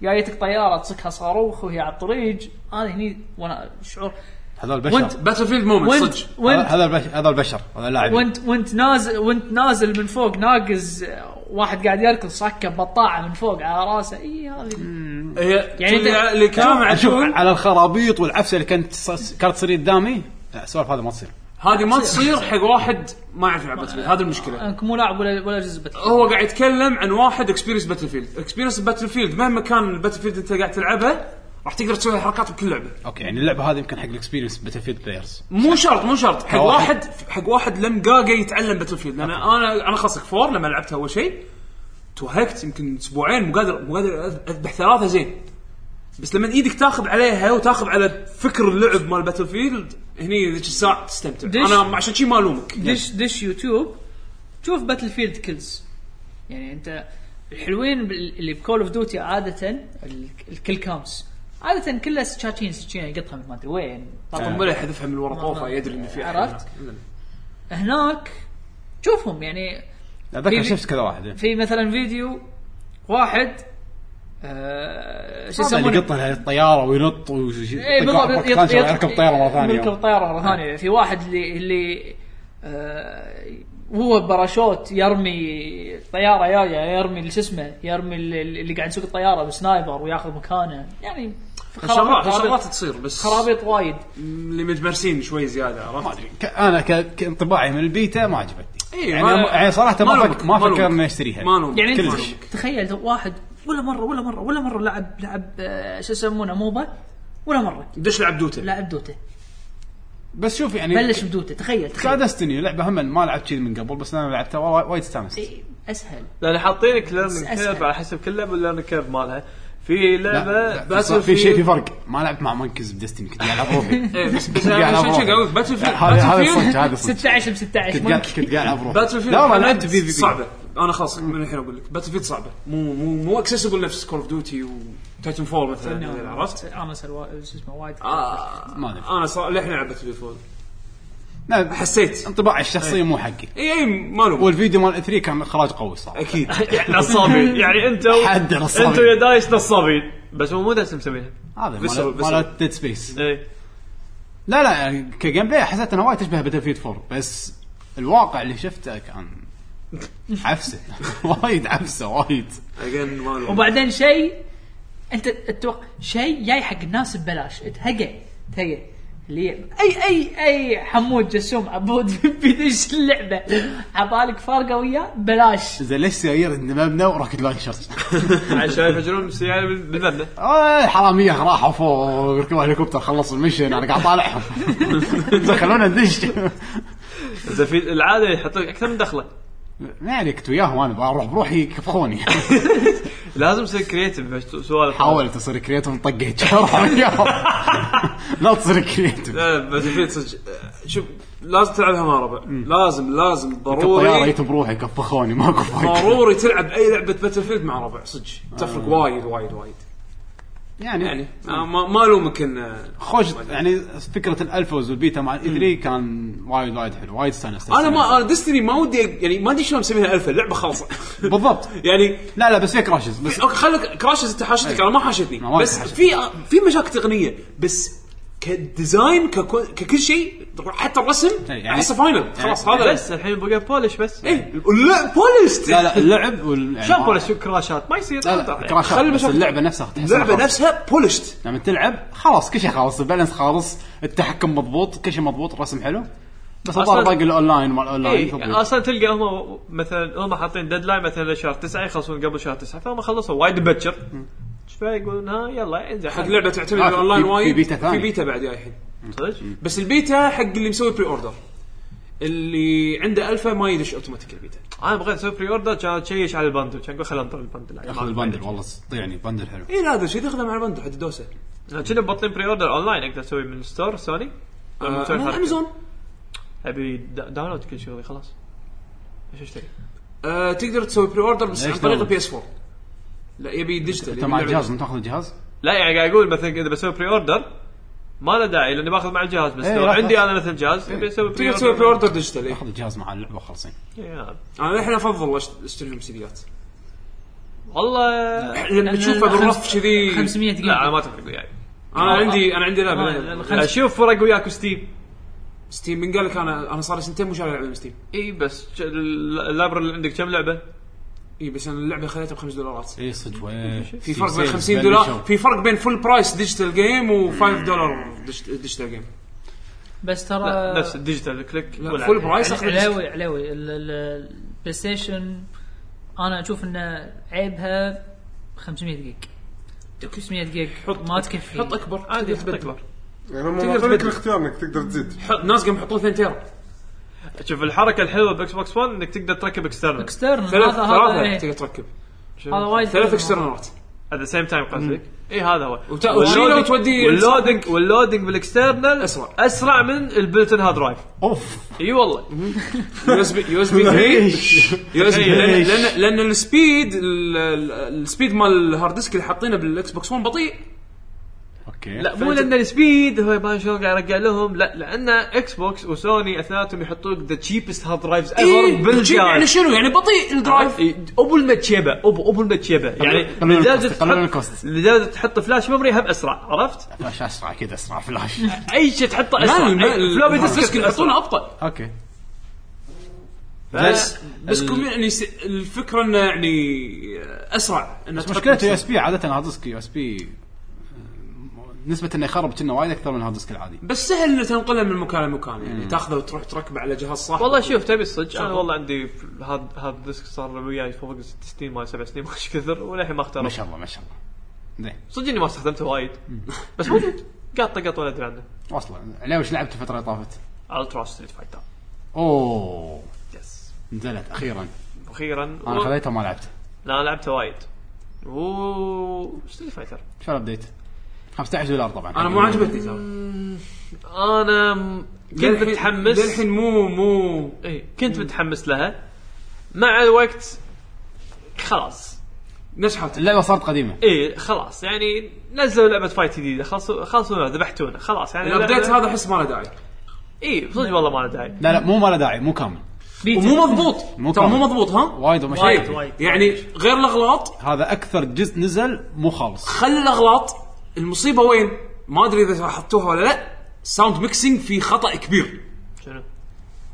[SPEAKER 6] جايتك طياره تصكها صاروخ وهي على الطريق انا هني وانا شعور
[SPEAKER 1] هذول
[SPEAKER 6] وانت
[SPEAKER 1] بشر
[SPEAKER 4] باتل فيلد مومنت
[SPEAKER 6] وانت
[SPEAKER 4] صدق
[SPEAKER 6] وانت
[SPEAKER 1] هذا البش... هذا البشر هذا اللاعبين
[SPEAKER 6] وانت وانت نازل وانت نازل من فوق ناقز آه، واحد قاعد يركض صكه بطاعه من فوق على راسه اي هذه يعني
[SPEAKER 4] يعني
[SPEAKER 6] أنت-
[SPEAKER 4] اللي كلامه
[SPEAKER 1] شوف
[SPEAKER 4] عدول
[SPEAKER 1] على الخرابيط والعفسه اللي كانت تص- كانت تصير قدامي لا السوالف هذا ما تصير
[SPEAKER 4] هذه ما تصير حق واحد ما يعرف يلعب باتل فيلد هذه المشكله
[SPEAKER 6] انك مو لاعب ولا ولا جزء بت-
[SPEAKER 4] هو قاعد يتكلم عن واحد اكسبيرينس باتل فيلد اكسبيرينس باتل فيلد مهما كان الباتل فيلد انت قاعد تلعبها راح تقدر تسوي حركات بكل لعبه
[SPEAKER 1] اوكي يعني اللعبه هذه يمكن حق الاكسبيرينس باتل فيلد بلايرز
[SPEAKER 4] مو شرط مو شرط حق
[SPEAKER 1] كواحد.
[SPEAKER 4] واحد حق واحد لم قاقه يتعلم باتل فيلد لان انا انا خاصك فور لما لعبتها اول شيء توهقت يمكن اسبوعين مو قادر مو قادر أذ- اذبح ثلاثه زين بس لما ايدك تاخذ عليها وتاخذ على فكر اللعب مال باتل فيلد هني ذيك الساعه تستمتع
[SPEAKER 6] دش.
[SPEAKER 4] انا عشان شي ما الومك
[SPEAKER 6] دش دش يوتيوب شوف باتل فيلد كيلز يعني انت الحلوين بال- اللي بكول اوف ديوتي عاده ال- الكل كاونتس عاده كلها سكاكين سكينه يقطها من ما ادري وين طبعاً
[SPEAKER 4] قنبله يحذفها من ورا طوفه يدري ان في أحد
[SPEAKER 6] عرفت؟
[SPEAKER 4] هناك.
[SPEAKER 6] هناك تشوفهم يعني
[SPEAKER 1] اتذكر
[SPEAKER 6] في-
[SPEAKER 1] شفت كذا واحد إيه.
[SPEAKER 6] في مثلا فيديو واحد آه شو
[SPEAKER 1] هذا اللي
[SPEAKER 6] يسمونه
[SPEAKER 1] يقطها الطياره وينط ويش-
[SPEAKER 6] اي
[SPEAKER 1] يطق
[SPEAKER 6] إيه، بالضبط
[SPEAKER 1] واحد
[SPEAKER 6] يط-
[SPEAKER 1] باكتان
[SPEAKER 6] يط-
[SPEAKER 1] شغال يركب طياره مره ثانيه
[SPEAKER 6] يركب طياره مره ثانيه في واحد اللي اللي آه هو باراشوت يرمي طياره جايه يرمي شو اسمه يرمي ال- ال- اللي قاعد يسوق الطياره بسنايبر وياخذ مكانه يعني في
[SPEAKER 4] شغلات
[SPEAKER 6] خرابيط-
[SPEAKER 4] شغلات تصير بس
[SPEAKER 6] خرابيط وايد
[SPEAKER 4] اللي متمرسين شوي زياده
[SPEAKER 1] ما
[SPEAKER 4] عرفت؟
[SPEAKER 1] ادري ك- انا ك- كانطباعي من البيتا ما عجبتني
[SPEAKER 4] إيه،
[SPEAKER 1] يعني
[SPEAKER 4] ما-
[SPEAKER 1] ما يعني صراحه ما
[SPEAKER 4] لومك،
[SPEAKER 1] فك- ما
[SPEAKER 4] لومك.
[SPEAKER 1] فكر اني اشتريها
[SPEAKER 4] ما لومك.
[SPEAKER 6] يعني انت
[SPEAKER 1] كلش.
[SPEAKER 6] تخيل واحد ولا مره ولا مره ولا مره لعب لعب آه، شو يسمونه موبا ولا مره
[SPEAKER 4] دش لعب دوتا
[SPEAKER 6] لعب دوته
[SPEAKER 1] بس شوف يعني
[SPEAKER 6] بلش بدوته تخيل تخيل
[SPEAKER 1] كادستني لعبه هم ما لعبت شيء من قبل بس انا لعبتها والله وايد استانست
[SPEAKER 6] إيه، اسهل
[SPEAKER 3] لان حاطينك ليرنينج
[SPEAKER 6] أسهل.
[SPEAKER 3] كيرف على حسب كل لعبه الليرنينج كيرف مالها في لعبه
[SPEAKER 1] بس في شيء في فرق ما لعبت مع مونكيز بدستني كنت قاعد العب روحي
[SPEAKER 4] إيه، بس بس
[SPEAKER 1] كنت قاعد
[SPEAKER 4] أنا
[SPEAKER 1] ألعب
[SPEAKER 4] عشان شي
[SPEAKER 1] روحي.
[SPEAKER 4] قاعد أقول باتل فيلد-
[SPEAKER 1] هذا هذا
[SPEAKER 4] باتل فيلد-
[SPEAKER 1] صدق هذا صدق
[SPEAKER 6] 16 ب 16
[SPEAKER 1] كنت قاعد
[SPEAKER 6] مونكي.
[SPEAKER 1] كنت قاعد العب روحي
[SPEAKER 4] باتل فيلد
[SPEAKER 1] لا والله
[SPEAKER 4] كانت
[SPEAKER 1] لعبت في في
[SPEAKER 4] صعبه انا خلاص من الحين اقول لك باتل فيلد صعبه مو مو مو اكسسبل نفس كول اوف ديوتي وتايتن فول مثلا عرفت؟
[SPEAKER 6] انا سلوا- شو اسمه وايد
[SPEAKER 4] آه
[SPEAKER 1] ما أدري.
[SPEAKER 4] انا صار للحين لعبت باتل فول
[SPEAKER 1] لا، حس-
[SPEAKER 4] حسيت
[SPEAKER 1] انطباعي الشخصي مو حقي
[SPEAKER 4] اي اي ما له
[SPEAKER 1] والفيديو مال 3 كان اخراج قوي صراحه
[SPEAKER 4] اكيد
[SPEAKER 3] يعني نصابين يعني انتوا
[SPEAKER 1] حد نصابين.
[SPEAKER 3] انتوا يا دايس نصابين بس هو مو دايس مسويها
[SPEAKER 1] هذا
[SPEAKER 4] بسر-
[SPEAKER 1] مال-
[SPEAKER 4] بسر.
[SPEAKER 1] مال ديد سبيس
[SPEAKER 3] ايه
[SPEAKER 1] لا لا يعني كجيم بلاي حسيت انها وايد تشبه باتل فيلد 4 بس الواقع اللي شفته كان عفسه وايد عفسه وايد
[SPEAKER 4] اجين ما له
[SPEAKER 6] وبعدين شيء انت تتوقع شيء جاي حق الناس ببلاش اتهقى تهقى اللي اي اي اي حمود جسوم عبود بيدش اللعبه عبالك فارقه وياه بلاش
[SPEAKER 1] زين ليش سيارة مبنى وراكد لانشرز؟
[SPEAKER 3] عشان يفجرون السياره بال- بالمبنى
[SPEAKER 1] آه، الحرامية راحوا فوق ركبوا هليكوبتر خلصوا المشن انا قاعد طالعهم زين خلونا ندش
[SPEAKER 3] اذا في العاده يحط لك اكثر من دخله
[SPEAKER 1] ما عليك كنت وياهم انا بروح بروحي كفخوني
[SPEAKER 3] لازم تصير كريتيف سوالف
[SPEAKER 1] حاولت اصير كريتف طقيت شرح وياهم لا تصير كريتف
[SPEAKER 4] لا باتل فيلد صدق آه، شوف لازم تلعبها مع ربع لازم لازم
[SPEAKER 1] الطيارة
[SPEAKER 4] ضروري
[SPEAKER 1] جيت بروحي كفخوني ماكو فايدة
[SPEAKER 4] ضروري تلعب اي لعبه باتل فيلد مع ربع صدق تفرق وايد وايد وايد
[SPEAKER 1] يعني
[SPEAKER 4] يعني
[SPEAKER 1] آه. يعني
[SPEAKER 4] آه، ما ما الومك ان آه،
[SPEAKER 1] خوش يعني فكرة الالفوز والبيتا مع الاي 3 كان وايد وايد حلو وايد استانست
[SPEAKER 4] انا ما انا ديستني ما ودي يعني ما ادري شلون مسميها الفا اللعبه خالصه
[SPEAKER 1] بالضبط
[SPEAKER 4] يعني
[SPEAKER 1] لا لا بس في كراشز بس
[SPEAKER 4] اوكي خليك كراشز انت حاشتك انا ما
[SPEAKER 1] ما
[SPEAKER 4] حاشتني
[SPEAKER 1] وايد
[SPEAKER 4] بس
[SPEAKER 1] حاشتني.
[SPEAKER 4] في في مشاكل تقنيه بس كديزاين ككو- ككل شيء حتى الرسم
[SPEAKER 1] يعني-
[SPEAKER 4] احسه فاينل خلاص هذا
[SPEAKER 3] بس الحين بقى بولش بس
[SPEAKER 1] إيه.
[SPEAKER 4] ايه واللعب بولست
[SPEAKER 1] لا لا اللعب وال يعني
[SPEAKER 3] شلون
[SPEAKER 1] ما-
[SPEAKER 3] بولش كراشات ما يصير
[SPEAKER 1] لا لا كراشات
[SPEAKER 4] خلي
[SPEAKER 1] بس
[SPEAKER 4] بشوف.
[SPEAKER 1] اللعبة نفسها تحس
[SPEAKER 4] اللعبه نفسها بولست
[SPEAKER 1] لما يعني تلعب خلاص كل شيء خلاص البالانس خالص التحكم مضبوط كل شيء مضبوط الرسم حلو بس الظاهر
[SPEAKER 3] أصلاً-
[SPEAKER 1] باقي الاونلاين مال
[SPEAKER 3] إيه،
[SPEAKER 1] الاونلاين
[SPEAKER 3] اصلا تلقى هم مثلا هم حاطين ديدلاين مثلا شهر 9 يخلصون قبل شهر 9 فهم خلصوا وايد مبكر ايش يقولون ها يلا انزين
[SPEAKER 4] حق لعبه تعتمد
[SPEAKER 1] آه،
[SPEAKER 4] على
[SPEAKER 1] في-
[SPEAKER 4] الاونلاين
[SPEAKER 1] في-
[SPEAKER 4] وايد
[SPEAKER 1] في بيتا ثاني.
[SPEAKER 4] في بيتا بعد جاي الحين
[SPEAKER 3] صدق
[SPEAKER 4] بس البيتا حق اللي مسوي بري اوردر اللي عنده الفا ما يدش اوتوماتيك البيتا
[SPEAKER 3] انا بغيت اسوي بري اوردر كان تشيش على البندل كان اقول خلينا نطلع البندل
[SPEAKER 1] اخذ البندل والله طيعني بندل حلو
[SPEAKER 4] اي إيه، لا هذا شيء تاخذه مع البندل حد دوسه
[SPEAKER 3] كنا مبطلين بري اوردر اون لاين اقدر اسوي من ستور سوني لما
[SPEAKER 4] آه،
[SPEAKER 3] تسوي
[SPEAKER 4] من
[SPEAKER 3] حركة.
[SPEAKER 4] امازون
[SPEAKER 3] ابي دا- داونلود كل شغلي خلاص ايش اشتري؟
[SPEAKER 4] آه، تقدر تسوي بري اوردر بس
[SPEAKER 1] ليش
[SPEAKER 4] عن طريق
[SPEAKER 1] داون؟
[SPEAKER 4] البي اس 4 لا يبي ديجيتال
[SPEAKER 1] انت
[SPEAKER 4] يبي
[SPEAKER 1] مع
[SPEAKER 4] لعبة-
[SPEAKER 1] الجهاز انت تاخذ الجهاز؟
[SPEAKER 3] لا يعني قاعد اقول مثلا اذا بسوي بري اوردر ما له داعي لاني باخذ مع الجهاز بس
[SPEAKER 1] إيه،
[SPEAKER 3] لو
[SPEAKER 1] راح
[SPEAKER 3] عندي
[SPEAKER 1] تاخذ.
[SPEAKER 3] انا مثلا جهاز ابي اسوي بري
[SPEAKER 4] تقدر تسوي بري اوردر ديجيتال إيه.
[SPEAKER 1] تاخذ الجهاز مع اللعبه وخلصين
[SPEAKER 3] يا،
[SPEAKER 4] انا الحين افضل أشت- اشتريهم سيديات
[SPEAKER 3] والله
[SPEAKER 4] لما تشوفه بالرف كذي
[SPEAKER 6] 500
[SPEAKER 3] لا انا
[SPEAKER 6] جيجا
[SPEAKER 3] ما تفرق وياي
[SPEAKER 4] انا عندي انا عندي
[SPEAKER 6] آه، لأن
[SPEAKER 4] لعبه
[SPEAKER 6] خمس-
[SPEAKER 3] اشوف فرق وياك وستيم
[SPEAKER 4] ستيم من قال لك انا انا صار لي سنتين مو شاري لعبه من ستيم
[SPEAKER 3] اي بس ش- ال- اللابر اللي عندك كم لعبه؟
[SPEAKER 4] اي إيه، بس انا اللعبه خذيتها ب 5 دولارات
[SPEAKER 1] اي إيه، صدق وين
[SPEAKER 4] في فرق بين 50 دولار في فرق بين فول برايس ديجيتال جيم و5 دولار ديج- ديجيتال جيم
[SPEAKER 6] بس
[SPEAKER 3] لا
[SPEAKER 6] ترى
[SPEAKER 3] نفس الديجيتال كليك
[SPEAKER 4] لا،
[SPEAKER 3] والعب.
[SPEAKER 4] فول برايس اخذ ديجيتال.
[SPEAKER 6] علاوي علاوي ال- ال- البلاي ستيشن انا اشوف انه عيبها 500 جيج 500 جيج ما تكفي
[SPEAKER 4] حط اكبر
[SPEAKER 3] عادي حط
[SPEAKER 4] تقدر تبدل.
[SPEAKER 3] اكبر
[SPEAKER 5] يعني هم
[SPEAKER 4] تقدر
[SPEAKER 5] معطينك
[SPEAKER 4] تبدل.
[SPEAKER 5] الاختيار انك تقدر تزيد
[SPEAKER 4] حط ناس قام يحطون 2 تيرا
[SPEAKER 3] شوف الحركه الحلوه باكس بوكس 1 انك تقدر تركب اكسترنال
[SPEAKER 6] اكسترنال
[SPEAKER 4] ثلاث
[SPEAKER 6] هذا هذا
[SPEAKER 4] ثلاثه
[SPEAKER 6] إيه. أيوة.
[SPEAKER 4] تقدر تركب
[SPEAKER 6] هذا وايد
[SPEAKER 4] ثلاث اكسترنالات
[SPEAKER 3] ات ذا سيم تايم قصدك اي هذا هو
[SPEAKER 4] وت- وتشيله وتوديه
[SPEAKER 3] واللودنج واللودنج بالاكسترنال
[SPEAKER 4] أسرع.
[SPEAKER 3] اسرع من البلت ان هارد درايف
[SPEAKER 1] اوف
[SPEAKER 4] أيوة
[SPEAKER 3] اي والله
[SPEAKER 4] يو اس بي يو اس بي 3 يو اس بي لان
[SPEAKER 1] ليش؟
[SPEAKER 4] لأن- لان السبيد ال- ال- السبيد مال الهارد ديسك اللي حاطينه بالاكس بوكس 1 بطيء
[SPEAKER 1] اوكي
[SPEAKER 3] لا مو لان السبيد هو ما شلون قاعد ارجع لهم لا لان اكس بوكس وسوني اثنيناتهم يحطوك ذا تشيبست هارد درايفز ايفر
[SPEAKER 4] بالجيب يعني
[SPEAKER 3] بالجاز
[SPEAKER 4] شنو يعني بطيء الدرايف
[SPEAKER 3] ابو المتشيبه ابو ابو المتشيبه يعني
[SPEAKER 1] قللوا الكوست،
[SPEAKER 3] لدرجه
[SPEAKER 1] قللوا
[SPEAKER 3] تحط-
[SPEAKER 1] الكوست.
[SPEAKER 3] لدرجه تحط فلاش ميموري هم اسرع عرفت؟
[SPEAKER 1] فلاش اسرع اكيد اسرع فلاش
[SPEAKER 3] اي شيء تحطه اسرع
[SPEAKER 4] لا
[SPEAKER 3] أي- فلوبي ديسك
[SPEAKER 4] يحطونه
[SPEAKER 3] يحطونه
[SPEAKER 4] ابطا
[SPEAKER 1] اوكي
[SPEAKER 4] بس بس كم يعني س- الفكره انه يعني اسرع انه
[SPEAKER 1] بس
[SPEAKER 4] تحط
[SPEAKER 1] مشكلته يو
[SPEAKER 4] نفسه.
[SPEAKER 1] اس بي عاده هارد ديسك يو اس بي نسبة انه يخرب كنا وايد اكثر من هارد ديسك العادي
[SPEAKER 4] بس سهل انه تنقله من مكان لمكان يعني تاخذه وتروح تركبه على جهاز صح
[SPEAKER 3] والله شوف تبي الصدق انا والله عندي هارد هارد ديسك صار له وياي فوق ست سنين ما سبع سنين ما ايش كثر وللحين ما
[SPEAKER 1] ما
[SPEAKER 3] اختاره
[SPEAKER 1] شاء الله ما شاء الله زين
[SPEAKER 3] صدق اني ما استخدمته وايد بس موجود قطه قطه ولا ادري عنه
[SPEAKER 1] واصله علاوي لعبت الفترة اللي طافت؟
[SPEAKER 3] الترا ستريت فايتر
[SPEAKER 1] اوه
[SPEAKER 3] يس
[SPEAKER 1] نزلت اخيرا
[SPEAKER 3] واخيرا
[SPEAKER 1] انا خذيتها وما لعبته
[SPEAKER 3] لا لعبته وايد و ستريت فايتر
[SPEAKER 1] شو الابديت؟ 15 دولار طبعا
[SPEAKER 4] انا مو عجبتني ترى
[SPEAKER 3] انا م- كنت متحمس
[SPEAKER 4] للحين مو مو
[SPEAKER 3] اي كنت متحمس لها مع الوقت خلاص
[SPEAKER 4] نفس حالتي
[SPEAKER 1] اللعبه صارت قديمه
[SPEAKER 3] اي خلاص يعني نزلوا لعبه فايت جديده خلصوا خلصوا ذبحتونا خلاص يعني
[SPEAKER 4] الابديت هذا احس ما له داعي
[SPEAKER 3] اي صدق والله ما له داعي
[SPEAKER 1] لا لا مو ما له داعي مو كامل
[SPEAKER 4] ومو مضبوط ترى
[SPEAKER 1] كامل.
[SPEAKER 4] مو مضبوط ها
[SPEAKER 1] وايد مشاكل
[SPEAKER 6] وايد وايد
[SPEAKER 4] يعني غير الاغلاط
[SPEAKER 1] هذا اكثر جزء نزل مو خالص
[SPEAKER 4] خلي الاغلاط المصيبه وين؟ ما ادري اذا حطوها ولا لا ساوند ميكسينج في خطا كبير
[SPEAKER 3] شنو؟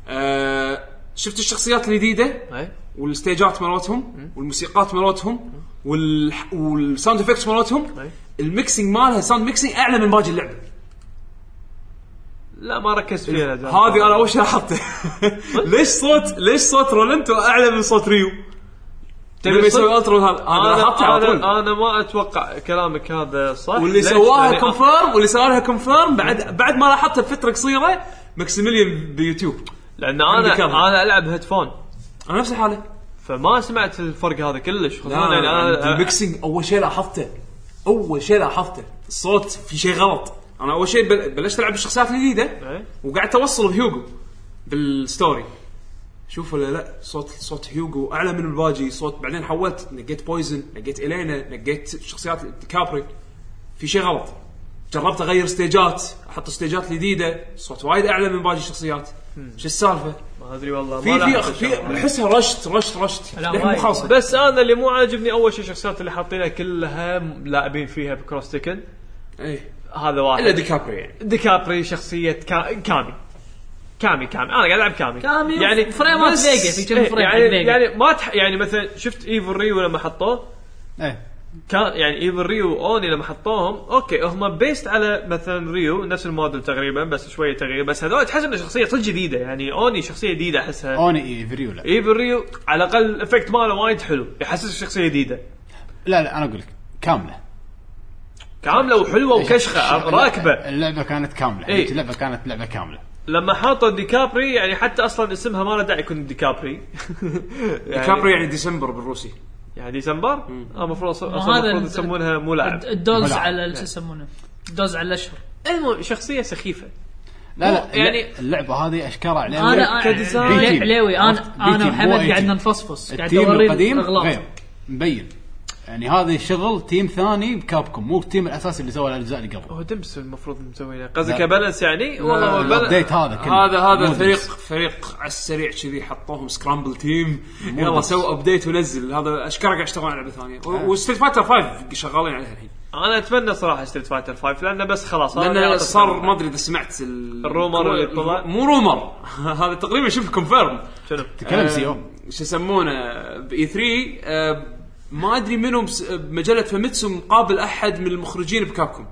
[SPEAKER 4] آه شفت الشخصيات الجديده
[SPEAKER 3] اي
[SPEAKER 4] والستيجات مالتهم والموسيقات مالتهم وال... والساوند افكتس مالتهم
[SPEAKER 6] طيب.
[SPEAKER 3] أي.
[SPEAKER 4] الميكسينج مالها ساوند ميكسينج اعلى من باقي اللعبه
[SPEAKER 3] لا ما ركزت فيها
[SPEAKER 4] إيه،
[SPEAKER 6] طيب.
[SPEAKER 4] هذه انا اول شيء لاحظته ليش صوت ليش صوت رولنتو اعلى من صوت ريو؟ لما يسوي الترا هذا هذا لاحظته على
[SPEAKER 3] انا
[SPEAKER 4] طول
[SPEAKER 3] انا, أنا ما اتوقع كلامك هذا صح
[SPEAKER 4] واللي
[SPEAKER 3] ليش؟
[SPEAKER 4] سواها
[SPEAKER 3] لأن-
[SPEAKER 4] كونفيرم واللي سوى لها كونفيرم بعد بعد ما لاحظته بفتره قصيره ماكسيميليان بيوتيوب
[SPEAKER 3] لان
[SPEAKER 4] عندي
[SPEAKER 3] انا
[SPEAKER 4] كفر.
[SPEAKER 3] انا العب هيدفون
[SPEAKER 4] انا نفس الحاله
[SPEAKER 3] فما سمعت الفرق هذا كلش خصوصا
[SPEAKER 4] لا
[SPEAKER 3] يعني
[SPEAKER 4] يعني
[SPEAKER 3] انا
[SPEAKER 4] الميكسينج اول شيء لاحظته اول شيء لاحظته الصوت في شيء غلط انا اول شيء بل- بلشت العب الشخصيات الجديده
[SPEAKER 3] إيه.
[SPEAKER 4] وقعدت اوصل بهيوغو بالستوري شوف ولا لا صوت صوت هيوغو اعلى من الباجي صوت بعدين حولت نقيت بويزن نقيت الينا نقيت شخصيات كابري في شيء غلط جربت اغير ستيجات احط ستيجات جديده صوت وايد اعلى من باقي الشخصيات شو السالفه
[SPEAKER 3] ما ادري والله
[SPEAKER 4] في
[SPEAKER 3] ما لاحظت
[SPEAKER 4] في
[SPEAKER 3] الشغلة.
[SPEAKER 4] في احسها رشت رشت رشت
[SPEAKER 6] لا،
[SPEAKER 4] للحين مو
[SPEAKER 6] وايد.
[SPEAKER 4] خالصه
[SPEAKER 3] بس انا اللي مو عاجبني اول شيء الشخصيات اللي حاطينها كلها لاعبين فيها بكروس تكن
[SPEAKER 4] إيه.
[SPEAKER 3] هذا واحد
[SPEAKER 4] الا ديكابري يعني
[SPEAKER 3] ديكابري شخصية كا... كامي كامي كامي انا قاعد العب كامي يعني
[SPEAKER 6] كامي فريمات
[SPEAKER 3] بس-
[SPEAKER 6] فيجا، في كم
[SPEAKER 3] إيه،
[SPEAKER 6] فريم
[SPEAKER 3] يعني
[SPEAKER 6] عن فيجا.
[SPEAKER 3] يعني ما تح... يعني مثلا شفت ايفل ريو لما حطوه
[SPEAKER 1] ايه
[SPEAKER 3] كان يعني ايفل ريو واوني لما حطوهم اوكي هم بيست على مثلا ريو نفس الموديل تقريبا بس شويه تغيير بس هذول تحس انه شخصيه صدق جديده يعني اوني شخصيه جديده احسها
[SPEAKER 1] اوني اي فيريو لا
[SPEAKER 3] ايفل ريو إيه على الاقل الافكت ماله وايد حلو يحسسك شخصيه جديده
[SPEAKER 1] لا لا انا اقول لك كامله
[SPEAKER 3] كامله وحلوه وكشخه راكبه
[SPEAKER 1] اللعبه كانت كامله
[SPEAKER 3] إيه.
[SPEAKER 1] هيك اللعبه كانت لعبه كامله
[SPEAKER 3] لما حاطوا ديكابري يعني حتى اصلا اسمها ما له داعي يكون ديكابري يعني
[SPEAKER 4] كابري يعني ديسمبر بالروسي
[SPEAKER 3] يعني ديسمبر؟ اه المفروض اصلا
[SPEAKER 6] هذا
[SPEAKER 3] المفروض
[SPEAKER 6] ال-
[SPEAKER 3] يسمونها مو لاعب
[SPEAKER 6] الدوز
[SPEAKER 1] ملعب.
[SPEAKER 6] على شو يسمونه الدوز على الاشهر
[SPEAKER 3] المهم شخصيه سخيفه
[SPEAKER 1] لا لا
[SPEAKER 3] يعني-
[SPEAKER 1] يعني اللعبه هذه اشكرها عليها
[SPEAKER 6] انا
[SPEAKER 3] كديزاين.
[SPEAKER 6] علي- عليوي
[SPEAKER 1] عرفت؟
[SPEAKER 6] انا انا
[SPEAKER 1] بيتيم، مو
[SPEAKER 6] وحمد
[SPEAKER 1] أي
[SPEAKER 6] قعدنا
[SPEAKER 1] تيم.
[SPEAKER 6] نفصفص قاعد
[SPEAKER 1] التيم
[SPEAKER 6] اوري
[SPEAKER 1] القديم
[SPEAKER 6] الاغلاط
[SPEAKER 1] غير مبين يعني هذا شغل تيم ثاني بكابكم مو التيم الاساسي اللي سوى الاجزاء اللي قبل
[SPEAKER 3] هو دمس المفروض مسوينه قصدك
[SPEAKER 1] لا.
[SPEAKER 3] بالانس يعني والله هو بل-
[SPEAKER 1] الابديت هذا كله
[SPEAKER 4] هذا هذا
[SPEAKER 1] مو
[SPEAKER 4] فريق
[SPEAKER 1] دنس.
[SPEAKER 4] فريق على السريع كذي حطوهم سكرامبل تيم يلا سووا ابديت ونزل هذا اشكره قاعد يشتغلون على لعبه ثانيه
[SPEAKER 3] آه.
[SPEAKER 4] وستيت فايتر 5 شغالين عليها الحين
[SPEAKER 3] انا اتمنى صراحه ستريت فايتر 5 لانه بس خلاص أنا
[SPEAKER 4] لان
[SPEAKER 3] أعطى
[SPEAKER 4] صار
[SPEAKER 3] السلام.
[SPEAKER 4] ما ادري اذا سمعت ال-
[SPEAKER 3] طيب، الرومر اللي طلع.
[SPEAKER 4] مو رومر هذا تقريبا شبه كونفيرم
[SPEAKER 3] شنو؟
[SPEAKER 4] آه،
[SPEAKER 1] تكلم سي او
[SPEAKER 4] شو يسمونه باي 3 آه، ما ادري منهم بمجله فاميتسو مقابل احد من المخرجين بكابكوم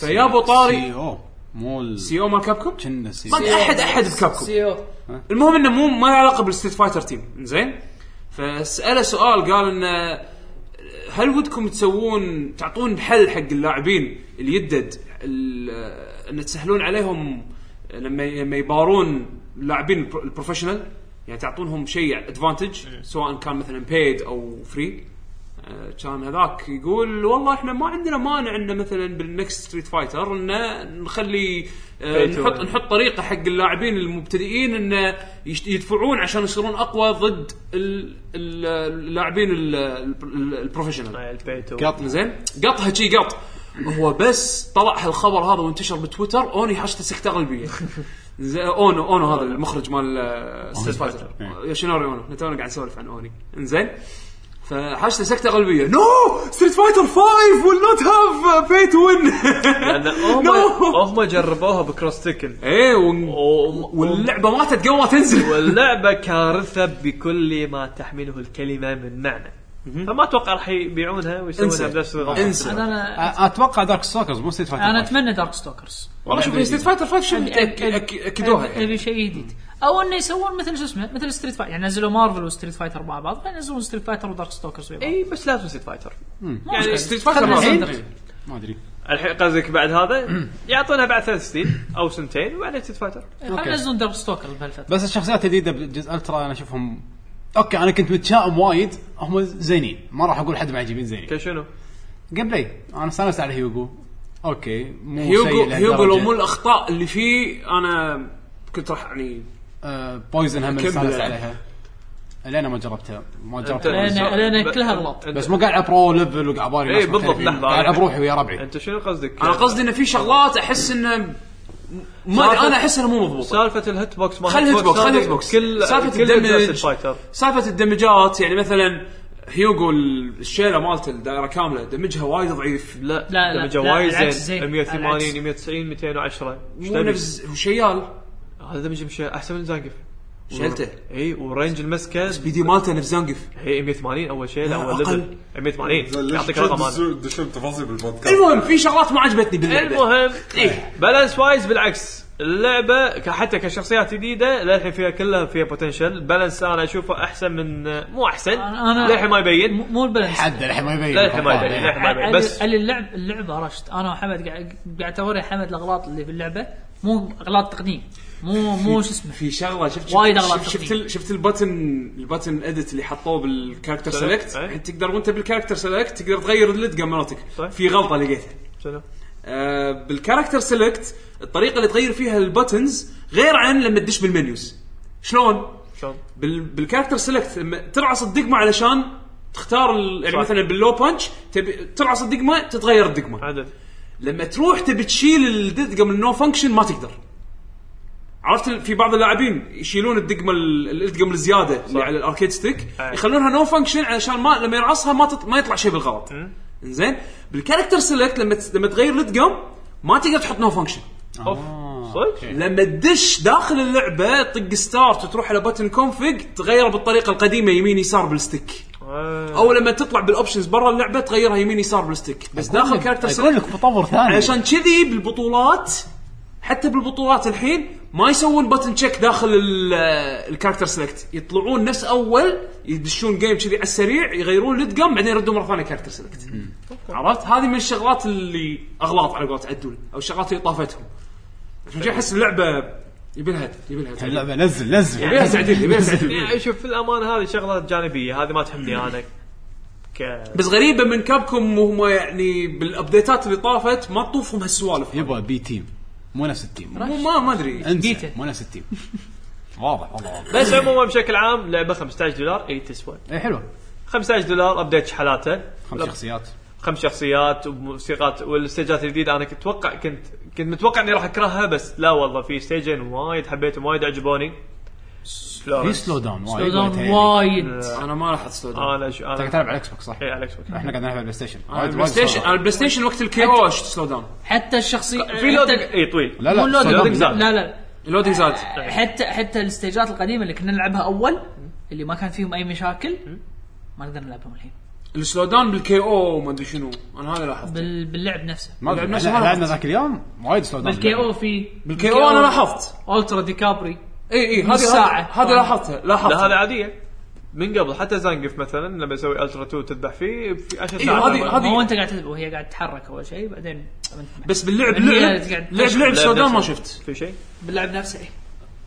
[SPEAKER 4] فيا أبو طاري
[SPEAKER 1] سي او مو ال
[SPEAKER 4] سي او مال كابكوم
[SPEAKER 1] كنا سي
[SPEAKER 4] ما
[SPEAKER 1] او
[SPEAKER 4] أدري احد احد بكابكوم
[SPEAKER 6] سيو
[SPEAKER 4] المهم انه مو ما له علاقه بالستيت فايتر تيم زين فساله سؤال قال انه هل ودكم تسوون تعطون حل حق اللاعبين اللي يدد ال- ان تسهلون عليهم لما لما يبارون اللاعبين البر- البروفيشنال يعني تعطونهم شيء ادفانتج
[SPEAKER 3] إيه.
[SPEAKER 4] سواء كان مثلا بيد او فري كان هذاك يقول والله احنا ما عندنا مانع انه مثلا بالنكست ستريت فايتر انه نخلي آه،
[SPEAKER 3] Pay to
[SPEAKER 4] نحط
[SPEAKER 3] win.
[SPEAKER 4] نحط طريقه حق اللاعبين المبتدئين انه يشت- يدفعون عشان يصيرون اقوى ضد ال- ال- اللاعبين ال- ال- البروفيشنال
[SPEAKER 3] آه، البيت و-
[SPEAKER 1] قط
[SPEAKER 4] زين قطها شي قط هو بس طلع هالخبر هذا وانتشر بتويتر اوني حشته سكته غلبيه زين اونو اونو هذا المخرج مال ستريت فايتر يوشينوري اونو إحنا تونا قاعد نسولف عن اوني انزين فحشته سكته غلبيه نو ستريت فايتر 5 ويل نوت هاف باي تو وين
[SPEAKER 3] لان هم
[SPEAKER 4] No.
[SPEAKER 3] هم جربوها بكروس تكن
[SPEAKER 4] ايه
[SPEAKER 3] و-
[SPEAKER 4] واللعبه ماتت قبل ما تنزل
[SPEAKER 3] واللعبه كارثه بكل ما تحمله الكلمه من معنى فما اتوقع راح يبيعونها ويسوونها
[SPEAKER 4] انسى.
[SPEAKER 3] بنفس الغلط
[SPEAKER 4] انسى
[SPEAKER 6] انا انا,
[SPEAKER 1] اتوقع دارك ستوكرز مو ستريت فايتر
[SPEAKER 6] أنا
[SPEAKER 1] فايف.
[SPEAKER 6] اتمنى دارك ستوكرز
[SPEAKER 4] والله شوف ستريت فايتر 5 شو
[SPEAKER 6] أبي-
[SPEAKER 4] أك-
[SPEAKER 6] أبي-
[SPEAKER 4] أك- اكدوها
[SPEAKER 6] أبي-
[SPEAKER 4] يعني
[SPEAKER 6] ابي شيء جديد او انه يسوون مثل شو اسمه مثل ستريت فايتر يعني نزلوا مارفل وستريت فايتر مع بعض خلينا ينزلون ستريت فايتر ودارك ستوكرز
[SPEAKER 1] أيوة.
[SPEAKER 6] ويا بعض
[SPEAKER 3] اي بس لازم ستريت فايتر
[SPEAKER 4] يعني ستريت فايتر
[SPEAKER 6] خلنا
[SPEAKER 4] مرة.
[SPEAKER 6] نصدق.
[SPEAKER 1] ما ادري
[SPEAKER 3] الحين قصدك بعد هذا يعطونها بعد ثلاث سنين او سنتين وبعدين ستريت فايتر
[SPEAKER 6] خلينا ننزلون دارك ستوكرز بهالفتره
[SPEAKER 1] بس الشخصيات الجديده بجزء الترا انا اشوفهم اوكي انا كنت متشائم وايد هم زينين ما راح اقول حد معجبين زينين
[SPEAKER 3] كشنو؟
[SPEAKER 1] جيم بلاي انا استانست على هيوغو اوكي مو
[SPEAKER 4] هيوغو
[SPEAKER 1] سيء لهالدرجة.
[SPEAKER 4] هيوغو لو مو الاخطاء اللي فيه انا كنت راح يعني
[SPEAKER 1] آه، بويزن هم
[SPEAKER 4] كمل
[SPEAKER 1] استانست
[SPEAKER 4] يعني.
[SPEAKER 1] عليها الين ما جربتها ما
[SPEAKER 6] أنت-
[SPEAKER 1] جربتها
[SPEAKER 6] لأن- لأن كلها غلط.
[SPEAKER 1] بس مو قاعد العب برو ليفل وقاعد
[SPEAKER 4] إيه،
[SPEAKER 1] باري
[SPEAKER 3] اي
[SPEAKER 1] ناس
[SPEAKER 3] بالضبط
[SPEAKER 1] مختلفين.
[SPEAKER 3] لحظه
[SPEAKER 1] قاعد العب روحي ويا ربعي
[SPEAKER 3] انت شنو قصدك؟
[SPEAKER 4] انا قصدي انه في شغلات احس انه ما أدري، انا احس انها مو مضبوطه
[SPEAKER 3] سالفه الهيت بوكس ما
[SPEAKER 4] خل الهيت بوكس، خل الهيت بوكس.
[SPEAKER 3] كل
[SPEAKER 4] سالفة
[SPEAKER 3] كل
[SPEAKER 4] الدمج.
[SPEAKER 3] أجزاء ستريت فايتر
[SPEAKER 4] سالفه الدمجات يعني مثلا هيوغو الشيله مالته الدائره كامله دمجها وايد ضعيف
[SPEAKER 3] لا
[SPEAKER 6] لا، لا،
[SPEAKER 3] دمجه
[SPEAKER 6] لا،
[SPEAKER 3] وايد
[SPEAKER 6] بالعكس
[SPEAKER 3] زين
[SPEAKER 6] زين.
[SPEAKER 3] 180
[SPEAKER 6] بالعكس.
[SPEAKER 3] 190 210 إيش
[SPEAKER 4] مو
[SPEAKER 3] تبي؟
[SPEAKER 4] نفس هو شيال
[SPEAKER 3] هذا دمج مش احسن من زانقف
[SPEAKER 4] شيلته
[SPEAKER 3] اي إيه، ورينج المسكه
[SPEAKER 4] بي دي مالته نفس زنقف
[SPEAKER 3] هي 180 اول شيء لا
[SPEAKER 4] لا،
[SPEAKER 3] اول
[SPEAKER 4] أقل.
[SPEAKER 3] ليفل 180 يعطيك رقم هذا
[SPEAKER 5] تدشون تدشون تفاصيل بالبودكاست
[SPEAKER 4] المهم في شغلات ما عجبتني باللعبه
[SPEAKER 3] المهم
[SPEAKER 4] إيه.
[SPEAKER 3] بالانس وايز بالعكس اللعبه ك- حتى كشخصيات جديده للحين فيها كلها فيها بوتنشل بالانس انا اشوفه احسن من مو احسن
[SPEAKER 6] أنا- أنا-
[SPEAKER 3] للحين ما يبين
[SPEAKER 6] مو البلنس
[SPEAKER 1] حد الحين ما يبين
[SPEAKER 3] لا، الحين ما يبين،
[SPEAKER 1] آه،
[SPEAKER 3] الحين. ما يبين، بس-
[SPEAKER 6] بس اللعب اللعبه رشت انا وحمد قاعد قاعد اوري حمد الاغلاط اللي في اللعبه مو اغلاط تقنيه مو مو شو اسمه
[SPEAKER 4] في شغله شفت شفت
[SPEAKER 6] وايد أغلاط
[SPEAKER 4] شفت, شفت,
[SPEAKER 6] تقنية.
[SPEAKER 4] ال- شفت البتن البتن اديت اللي حطوه بالكاركتر سيلكت
[SPEAKER 3] أي.
[SPEAKER 4] الحين تقدر وانت بالكاركتر سيلكت تقدر تغير اللد قام مناطق
[SPEAKER 3] صح.
[SPEAKER 4] في غلطه لقيتها
[SPEAKER 3] شنو؟
[SPEAKER 4] آه بالكاركتر سيلكت الطريقه اللي تغير فيها البتنز غير عن لما تدش بالمنيوز شلون؟
[SPEAKER 3] شلون؟
[SPEAKER 4] بال بالكاركتر سيلكت لما ترعص الدقمه علشان تختار ال- يعني
[SPEAKER 3] صح.
[SPEAKER 4] مثلا باللو بانش تبي ترعص الدقمه تتغير الدقمه
[SPEAKER 3] عدل
[SPEAKER 4] لما تروح تبي تشيل الدقه من النو فانكشن ما تقدر عرفت ال- في بعض اللاعبين يشيلون الدقمه ال- الدقم الزياده اللي على الاركيد ستيك
[SPEAKER 3] أي.
[SPEAKER 4] يخلونها نو فانكشن علشان ما لما يرعصها ما تط... ما يطلع شيء بالغلط زين بالكاركتر سيلكت لما ت... لما تغير الدقم ما تقدر تحط نو فانكشن
[SPEAKER 3] اوف صدق؟
[SPEAKER 4] لما تدش داخل اللعبه طق ستارت وتروح على بتن كونفيج تغير بالطريقه القديمه يمين يسار بالستيك
[SPEAKER 3] آه.
[SPEAKER 4] او لما تطلع بالاوبشنز برا اللعبه تغيرها يمين يسار بالستيك بس داخل الكاركتر
[SPEAKER 1] اقول لك مطور ثاني
[SPEAKER 4] علشان كذي بالبطولات حتى بالبطولات الحين ما يسوون باتن تشيك داخل ال- الكاركتر سيلكت يطلعون نفس اول يدشون جيم كذي على السريع يغيرون لدقم بعدين يردون مره ثانيه كاركتر سيلكت عرفت هذه من الشغلات اللي اغلاط على قولة عدول او الشغلات اللي طافتهم عشان كذي احس اللعبه يبي لها يبي لها تعديل
[SPEAKER 1] اللعبه نزل نزل
[SPEAKER 4] يبي لها تعديل يبي لها تعديل
[SPEAKER 3] يعني شوف في الامانه هذه شغله جانبيه هذه ما تهمني انا ك
[SPEAKER 4] بس غريبه من كابكم وهم يعني بالابديتات اللي طافت ما طوفهم هالسوالف
[SPEAKER 1] يبا بي تيم مو نفس التيم
[SPEAKER 4] مو- ما ما ادري
[SPEAKER 1] انسى مو نفس التيم واضح والله واضح
[SPEAKER 3] بس عموما بشكل عام لعبه 15 دولار اي تسوى
[SPEAKER 4] إيه،
[SPEAKER 1] اي حلوه
[SPEAKER 3] 15 دولار ابديت شحالاته
[SPEAKER 1] خمس شخصيات
[SPEAKER 3] خمس شخصيات وموسيقات والستيجات الجديده انا كنت اتوقع كنت كنت متوقع اني راح اكرهها بس لا والله في ستيجين وايد حبيتهم وايد عجبوني
[SPEAKER 1] في
[SPEAKER 3] فلورنس
[SPEAKER 1] سلو داون وايد
[SPEAKER 6] سلو داون
[SPEAKER 1] يتهيألي.
[SPEAKER 6] وايد
[SPEAKER 4] انا ما لاحظت سودا
[SPEAKER 3] انا شو
[SPEAKER 1] انت قاعد
[SPEAKER 3] انا
[SPEAKER 1] تلعب على الاكس بوكس صح؟
[SPEAKER 4] إيه.
[SPEAKER 3] اي على الاكس بوكس
[SPEAKER 1] احنا قاعد نلعب على البلاي ستيشن
[SPEAKER 4] على
[SPEAKER 1] وايد
[SPEAKER 4] البلاي
[SPEAKER 1] وايد
[SPEAKER 4] ستيشن
[SPEAKER 1] سلو
[SPEAKER 4] على
[SPEAKER 1] داون.
[SPEAKER 4] البلاي ستيشن وقت الكيو سلو داون
[SPEAKER 6] حتى الشخصيه
[SPEAKER 3] في لودنج اي إيه، طويل
[SPEAKER 1] لا
[SPEAKER 6] مو
[SPEAKER 1] لا سلو
[SPEAKER 6] اللودنج
[SPEAKER 1] داون.
[SPEAKER 3] زاد.
[SPEAKER 6] لا لا
[SPEAKER 4] اللودنج زاد
[SPEAKER 6] حتى حتى الستيجات القديمه اللي كنا نلعبها اول اللي ما كان فيهم اي مشاكل ما نقدر نلعبهم الحين
[SPEAKER 4] السلو داون بالكي او ما ادري شنو انا هذا لاحظت
[SPEAKER 6] بال... باللعب نفسه
[SPEAKER 1] ما
[SPEAKER 4] لعب
[SPEAKER 1] أدري،
[SPEAKER 4] نفس
[SPEAKER 1] احنا
[SPEAKER 4] الوقت.
[SPEAKER 1] لعبنا ذاك اليوم وايد إيه، سلو داون
[SPEAKER 6] بالكي او في
[SPEAKER 4] بالكي او انا لاحظت
[SPEAKER 6] الترا ديكابري
[SPEAKER 4] اي اي هذه
[SPEAKER 6] ساعة.
[SPEAKER 4] هذه- هذه لاحظتها
[SPEAKER 3] لا هذا
[SPEAKER 4] لاحظتها
[SPEAKER 3] عاديه من قبل حتى زانقف مثلا لما يسوي الترا 2 تذبح فيه في 10
[SPEAKER 4] إيه،
[SPEAKER 3] ساعات
[SPEAKER 4] هذه-
[SPEAKER 3] أول.
[SPEAKER 4] هذه-
[SPEAKER 6] ما هو انت قاعد تذبح وهي قاعد تتحرك اول شيء بعدين
[SPEAKER 4] بس باللعب
[SPEAKER 6] لأن هي
[SPEAKER 4] لعب
[SPEAKER 6] قاعد
[SPEAKER 4] لعب لعب سلو داون ما
[SPEAKER 3] نفسه.
[SPEAKER 4] شفت
[SPEAKER 3] في شيء
[SPEAKER 6] باللعب نفسه إيه.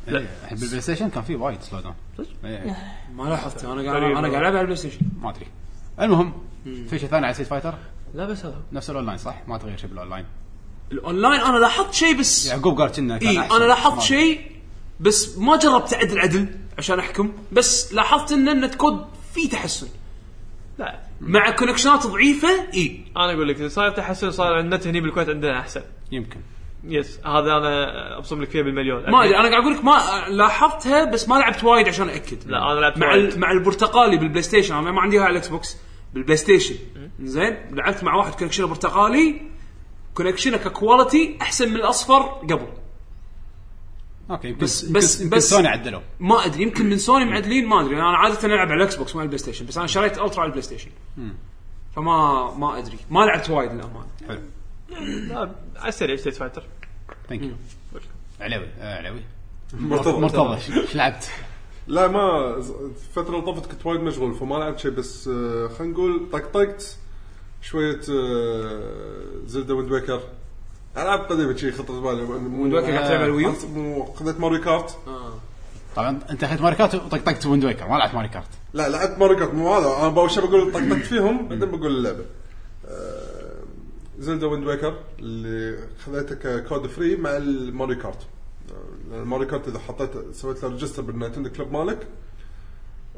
[SPEAKER 1] لا الحين بالبلاي ستيشن كان في وايد سلو داون إيه، إيه،
[SPEAKER 4] ما لاحظت انا قاعد
[SPEAKER 3] غريبة.
[SPEAKER 4] انا قاعد العب على البلاي ستيشن
[SPEAKER 1] ما ادري المهم في شيء ثاني على سيت فايتر
[SPEAKER 3] لا بس هذا
[SPEAKER 1] نفس الاونلاين صح؟ ما تغير شيء بالاونلاين
[SPEAKER 4] الاونلاين انا لاحظت شيء بس
[SPEAKER 1] يعقوب قال كنا كان
[SPEAKER 4] اي
[SPEAKER 1] أحسن.
[SPEAKER 4] انا إيه، لاحظت
[SPEAKER 1] ما-
[SPEAKER 4] شيء بس ما جربت اعدل عدل عشان احكم بس لاحظت ان النت كود في تحسن
[SPEAKER 3] لا
[SPEAKER 4] مع إيه. كونكشنات ضعيفه اي
[SPEAKER 3] انا اقول لك صاير تحسن صار عندنا النت هني بالكويت عندنا احسن
[SPEAKER 1] يمكن
[SPEAKER 3] يس هذا انا ابصم لك فيه بالمليون
[SPEAKER 4] ما ادري انا قاعد اقول لك ما لاحظتها بس ما لعبت وايد عشان اكد
[SPEAKER 3] لا انا لعبت
[SPEAKER 4] مع
[SPEAKER 3] وايد.
[SPEAKER 4] ال- مع البرتقالي بالبلاي ستيشن انا ما عندي إياها على الاكس بوكس بالبلاي ستيشن زين لعبت مع واحد كونكشنه برتقالي كونكشنه ككواليتي احسن من الاصفر قبل
[SPEAKER 1] اوكي يمكن
[SPEAKER 4] بس-
[SPEAKER 1] بس
[SPEAKER 4] بس-
[SPEAKER 1] بس يمكن
[SPEAKER 4] بس-
[SPEAKER 1] سوني عدلوه
[SPEAKER 4] ما ادري يمكن من سوني معدلين ما ادري انا عاده العب على الاكس بوكس ما على البلاي ستيشن بس انا شريت الترا على البلاي ستيشن فما ما ادري ما لعبت وايد للامانه
[SPEAKER 3] لا، على السريع ستيت فايتر
[SPEAKER 1] ثانك يو علوي آه، علوي
[SPEAKER 5] مرتضى
[SPEAKER 1] مرتضى ش- ايش لعبت؟
[SPEAKER 5] لا ما ز- الفترة اللي طافت كنت وايد مشغول فما لعبت شيء بس آه، خلينا نقول طقطقت شوية آه، زلدة ويند ويكر العاب قديمة شي خطرت بالي ويند
[SPEAKER 4] ويكر قاعد تلعب على الويو؟
[SPEAKER 5] مو خذيت ماريو كارت
[SPEAKER 4] آه.
[SPEAKER 1] طبعا انت اخذت ماري كارت وطقطقت ويند ويكر ما لعبت ماري كارت
[SPEAKER 5] لا لعبت ماريو كارت مو هذا انا اول شيء بقول طقطقت فيهم بعدين بقول اللعبه آه، زلدا ويند ويكر اللي خذيته ككود فري مع الماريو كارت آه، لأن الماريو كارت اذا حطيت سويت له ريجستر بالنايتندو كلوب مالك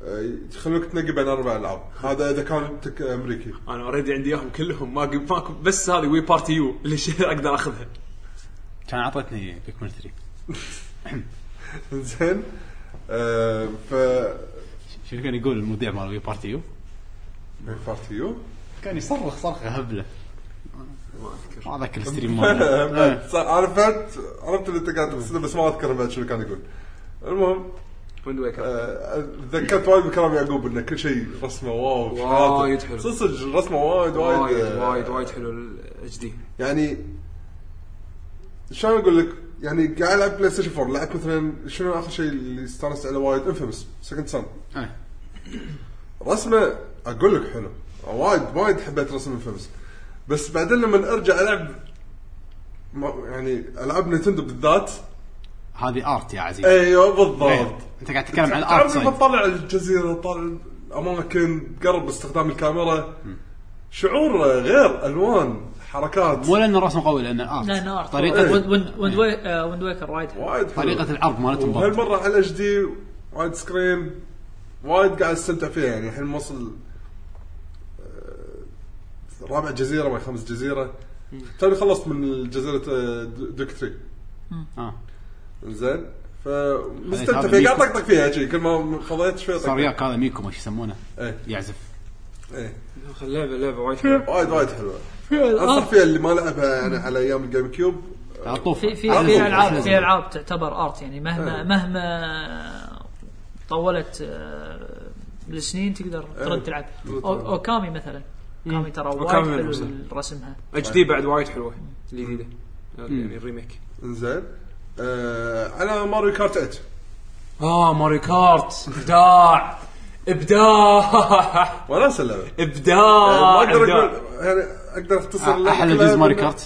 [SPEAKER 5] آه، يخلوك تنقي بين اربع العاب هذا اذا كان تك امريكي
[SPEAKER 4] انا اوريدي عندي اياهم كلهم ما ماكو بس هذه وي بارتي يو اللي شي اقدر اخذها
[SPEAKER 1] كان اعطتني بيكمن 3
[SPEAKER 5] زين آه، ف
[SPEAKER 1] شنو كان يقول المذيع مال وي بارتي يو؟
[SPEAKER 5] فارتيو
[SPEAKER 1] كان يصرخ صرخه هبله ما اذكر الستريم ماله
[SPEAKER 5] بعد صار- انا فهمت عرفت اللي انت قاعد تقصده بس ما اذكر بعد شنو كان يقول المهم
[SPEAKER 4] ويند ويكر
[SPEAKER 5] آه، تذكرت وايد من كلام يعقوب انه كل شيء رسمه واو
[SPEAKER 4] وايد
[SPEAKER 5] شاطر.
[SPEAKER 4] حلو.
[SPEAKER 5] صدق رسمه وايد
[SPEAKER 4] وايد
[SPEAKER 5] وايد آه،
[SPEAKER 4] وايد وايد حلو الاتش دي
[SPEAKER 5] يعني شلون اقول لك يعني قاعد العب بلاي ستيشن 4 لعبت مثلا شنو اخر شيء اللي استانست عليه وايد انفيمس سكند سن
[SPEAKER 1] آه.
[SPEAKER 5] رسمه اقول لك حلو وايد وايد حبيت رسم انفيمس بس بعدين لما ارجع العب ما- يعني العاب نينتندو بالذات
[SPEAKER 1] هذه ارت يا عزيز
[SPEAKER 5] ايوه بالضبط
[SPEAKER 1] إيه. انت قاعد تتكلم عن الارت
[SPEAKER 5] تعرف لما
[SPEAKER 1] سايد
[SPEAKER 5] تطلع الجزيره تطلع الاماكن تقرب استخدام الكاميرا شعور غير الوان حركات
[SPEAKER 1] مو لان الرسم قوي لان
[SPEAKER 6] لان
[SPEAKER 1] ارت
[SPEAKER 6] ارت ويند
[SPEAKER 4] إيه.
[SPEAKER 1] طريقه
[SPEAKER 6] ويند وي- آه، ويند ويكر وايد حلو.
[SPEAKER 5] وايد حلو.
[SPEAKER 1] طريقه العرض مالتهم ضبط.
[SPEAKER 5] وهالمره على الاتش دي وايد سكرين وايد قاعد استمتع فيها يعني الحين موصل آه، رابع جزيره ما خمس جزيره توني خلصت من جزيره آه، دو- دوك 3
[SPEAKER 1] آه.
[SPEAKER 5] زين
[SPEAKER 1] هذا
[SPEAKER 5] فمستمتع فيها قاعد
[SPEAKER 1] ميكو.
[SPEAKER 5] طقطق فيها شي كل ما خذيت شوي
[SPEAKER 1] صار
[SPEAKER 5] طقطق
[SPEAKER 1] وياك هذا ميكو ما شو يسمونه
[SPEAKER 5] إيه.
[SPEAKER 1] يعزف
[SPEAKER 5] إيه.
[SPEAKER 4] اللعبه لعبه وايد حلوه
[SPEAKER 5] وايد وايد حلوه انصح فيها اللي ما لعبها يعني على ايام الجيم كيوب
[SPEAKER 1] على طول
[SPEAKER 6] في في
[SPEAKER 1] على
[SPEAKER 6] في
[SPEAKER 1] طول.
[SPEAKER 6] العاب
[SPEAKER 1] لازم.
[SPEAKER 6] في العاب تعتبر ارت يعني
[SPEAKER 4] إيه.
[SPEAKER 6] مهما مهما طولت آه، السنين تقدر
[SPEAKER 4] إيه.
[SPEAKER 6] ترد تلعب أو- اوكامي مثلا اوكامي ترى وايد
[SPEAKER 4] أوكامي
[SPEAKER 6] حلو
[SPEAKER 4] مثلاً.
[SPEAKER 6] رسمها
[SPEAKER 4] اتش دي بعد وايد حلوه الجديده يعني الريميك
[SPEAKER 5] زين آه على ماريو كارت 8
[SPEAKER 4] اه ماري كارت ابداع ابداع
[SPEAKER 5] وناس اللعبه ما
[SPEAKER 4] ابداع
[SPEAKER 5] اقدر
[SPEAKER 4] ابداع
[SPEAKER 5] اقول يعني اقدر اختصر اللعبة
[SPEAKER 1] احلى
[SPEAKER 5] كلها
[SPEAKER 1] جزء ماري
[SPEAKER 5] بإنه-
[SPEAKER 1] كارت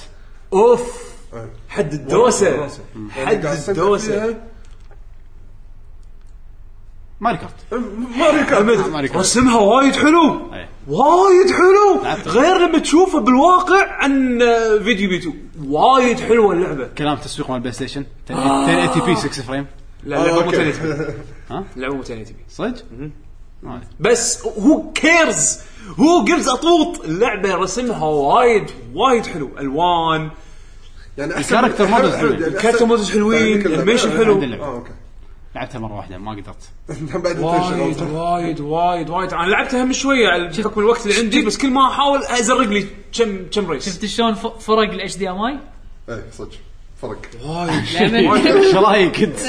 [SPEAKER 4] اوف
[SPEAKER 5] إيه.
[SPEAKER 4] حد الدوسه
[SPEAKER 5] والله
[SPEAKER 4] حد
[SPEAKER 5] قاعد أستمتع
[SPEAKER 4] الدوسه
[SPEAKER 5] فيها.
[SPEAKER 1] ماري كارت
[SPEAKER 5] ماريو كارت
[SPEAKER 1] ماري كارت
[SPEAKER 4] رسمها وايد حلو
[SPEAKER 1] إيه.
[SPEAKER 4] وايد حلو
[SPEAKER 1] لعبت.
[SPEAKER 4] غير لما تشوفه بالواقع عن آه، فيديو بيتو وايد حلوه اللعبه
[SPEAKER 1] كلام تسويق مال البلاي ستيشن 1080 بي 6 فريم
[SPEAKER 4] لا اللعبه مو
[SPEAKER 5] أوكي.
[SPEAKER 4] 1080
[SPEAKER 1] ها؟
[SPEAKER 4] اللعبه مو 1080
[SPEAKER 1] صدق؟ ما أدري.
[SPEAKER 4] بس هو كيرز هو جيفز اطوط اللعبه رسمها وايد وايد حلو الوان
[SPEAKER 5] يعني
[SPEAKER 1] الكاركتر
[SPEAKER 5] أحسن-
[SPEAKER 1] models
[SPEAKER 5] أحسن-
[SPEAKER 1] حلو.
[SPEAKER 5] يعني أحسن-
[SPEAKER 4] الكاركتر models حلوين،
[SPEAKER 5] يعني كل-
[SPEAKER 4] animation
[SPEAKER 5] آه،
[SPEAKER 4] حلو.
[SPEAKER 5] عند اللعبة. اه اوكي
[SPEAKER 1] لعبتها مره واحده ما قدرت
[SPEAKER 5] بعد
[SPEAKER 4] وايد
[SPEAKER 5] التشغيل.
[SPEAKER 4] وايد وايد وايد انا لعبتها هم شويه على بحكم الوقت اللي عندي بس كل ما احاول ازرق لي كم كم ريس
[SPEAKER 6] شفت شلون ف- فرق الاتش دي ام اي؟
[SPEAKER 5] ايه صدق فرق
[SPEAKER 4] إيه، وايد
[SPEAKER 6] إيه،
[SPEAKER 1] شرايك انت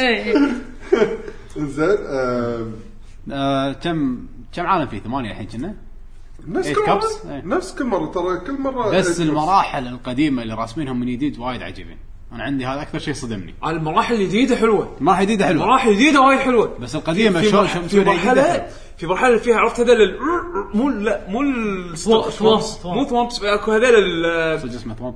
[SPEAKER 5] زين آه،
[SPEAKER 1] آه، كم كم عالم فيه ثمانيه الحين كنا
[SPEAKER 5] نفس
[SPEAKER 1] Eight
[SPEAKER 5] كل
[SPEAKER 1] Cups؟
[SPEAKER 5] مره
[SPEAKER 1] إيه.
[SPEAKER 5] نفس كل مره ترى كل إيه، مره
[SPEAKER 1] بس
[SPEAKER 5] Eight Cups.
[SPEAKER 1] المراحل القديمه اللي راسمينهم من جديد وايد عجيبين انا عندي هذا اكثر شيء صدمني
[SPEAKER 4] المراحل الجديده حلوه
[SPEAKER 1] مراحل جديده حلوه
[SPEAKER 4] المراحل الجديده وايد حلوه
[SPEAKER 1] بس القديمه
[SPEAKER 4] في
[SPEAKER 1] شلون
[SPEAKER 4] مرحله
[SPEAKER 1] شلون
[SPEAKER 4] في
[SPEAKER 1] مسوينها جديدة
[SPEAKER 4] مرحله
[SPEAKER 1] حلوة.
[SPEAKER 4] في مرحله فيها عرفت هذول ال- مو لا مو ال-
[SPEAKER 6] ثوامس.
[SPEAKER 4] مو ثوامس اكو هذول ال-
[SPEAKER 1] صدق اسمه ثوب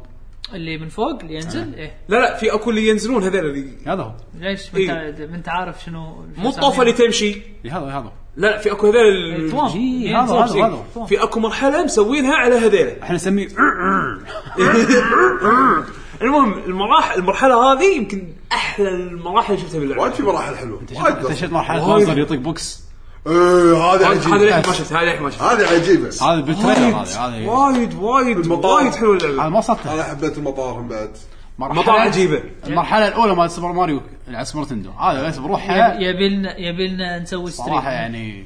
[SPEAKER 6] اللي من فوق اللي
[SPEAKER 4] إيه.
[SPEAKER 6] ينزل ايه
[SPEAKER 4] لا لا في اكو اللي ينزلون هذول اللي
[SPEAKER 1] هذا هو
[SPEAKER 6] ليش ما
[SPEAKER 4] إيه.
[SPEAKER 6] انت ما انت عارف شنو شو
[SPEAKER 4] مو الطوفه اللي
[SPEAKER 6] مسمينها.
[SPEAKER 4] تمشي
[SPEAKER 1] إي هذا هذا هو
[SPEAKER 4] لا لا في اكو هذول ال-
[SPEAKER 6] ثوام.
[SPEAKER 4] إيه،
[SPEAKER 1] جي،
[SPEAKER 6] يعني
[SPEAKER 1] هذا-
[SPEAKER 6] ثوام
[SPEAKER 1] هذا-
[SPEAKER 6] شيء.
[SPEAKER 1] هذا.
[SPEAKER 6] ثوام.
[SPEAKER 4] في اكو مرحله مسوينها على هذيله
[SPEAKER 1] احنا نسميه
[SPEAKER 4] المهم المراحل المرحله هذه يمكن احلى المراحل اللي شفتها باللعبه
[SPEAKER 5] وايد في مراحل حلوه
[SPEAKER 1] انت شفت
[SPEAKER 5] وايد
[SPEAKER 1] مرحله
[SPEAKER 5] وايد.
[SPEAKER 1] مازر يطق بوكس
[SPEAKER 5] ايه هذا
[SPEAKER 4] هذا
[SPEAKER 5] عجيب
[SPEAKER 4] للحين ما شفت هذا للحين ما شفت
[SPEAKER 5] هذه عجيبه
[SPEAKER 1] هذا بالتريلر هذا يعني. هذا
[SPEAKER 4] وايد وايد
[SPEAKER 5] المطار.
[SPEAKER 4] وايد حلو اللعبه
[SPEAKER 1] هذا ما وصلت
[SPEAKER 5] انا حبيت المطار هم بعد
[SPEAKER 4] مطار عجيبه
[SPEAKER 1] المرحله الاولى مال سوبر ماريو على سوبر تندو هذا بس بروحها
[SPEAKER 6] يبي لنا يبي لنا نسوي ستريم
[SPEAKER 1] صراحه يعني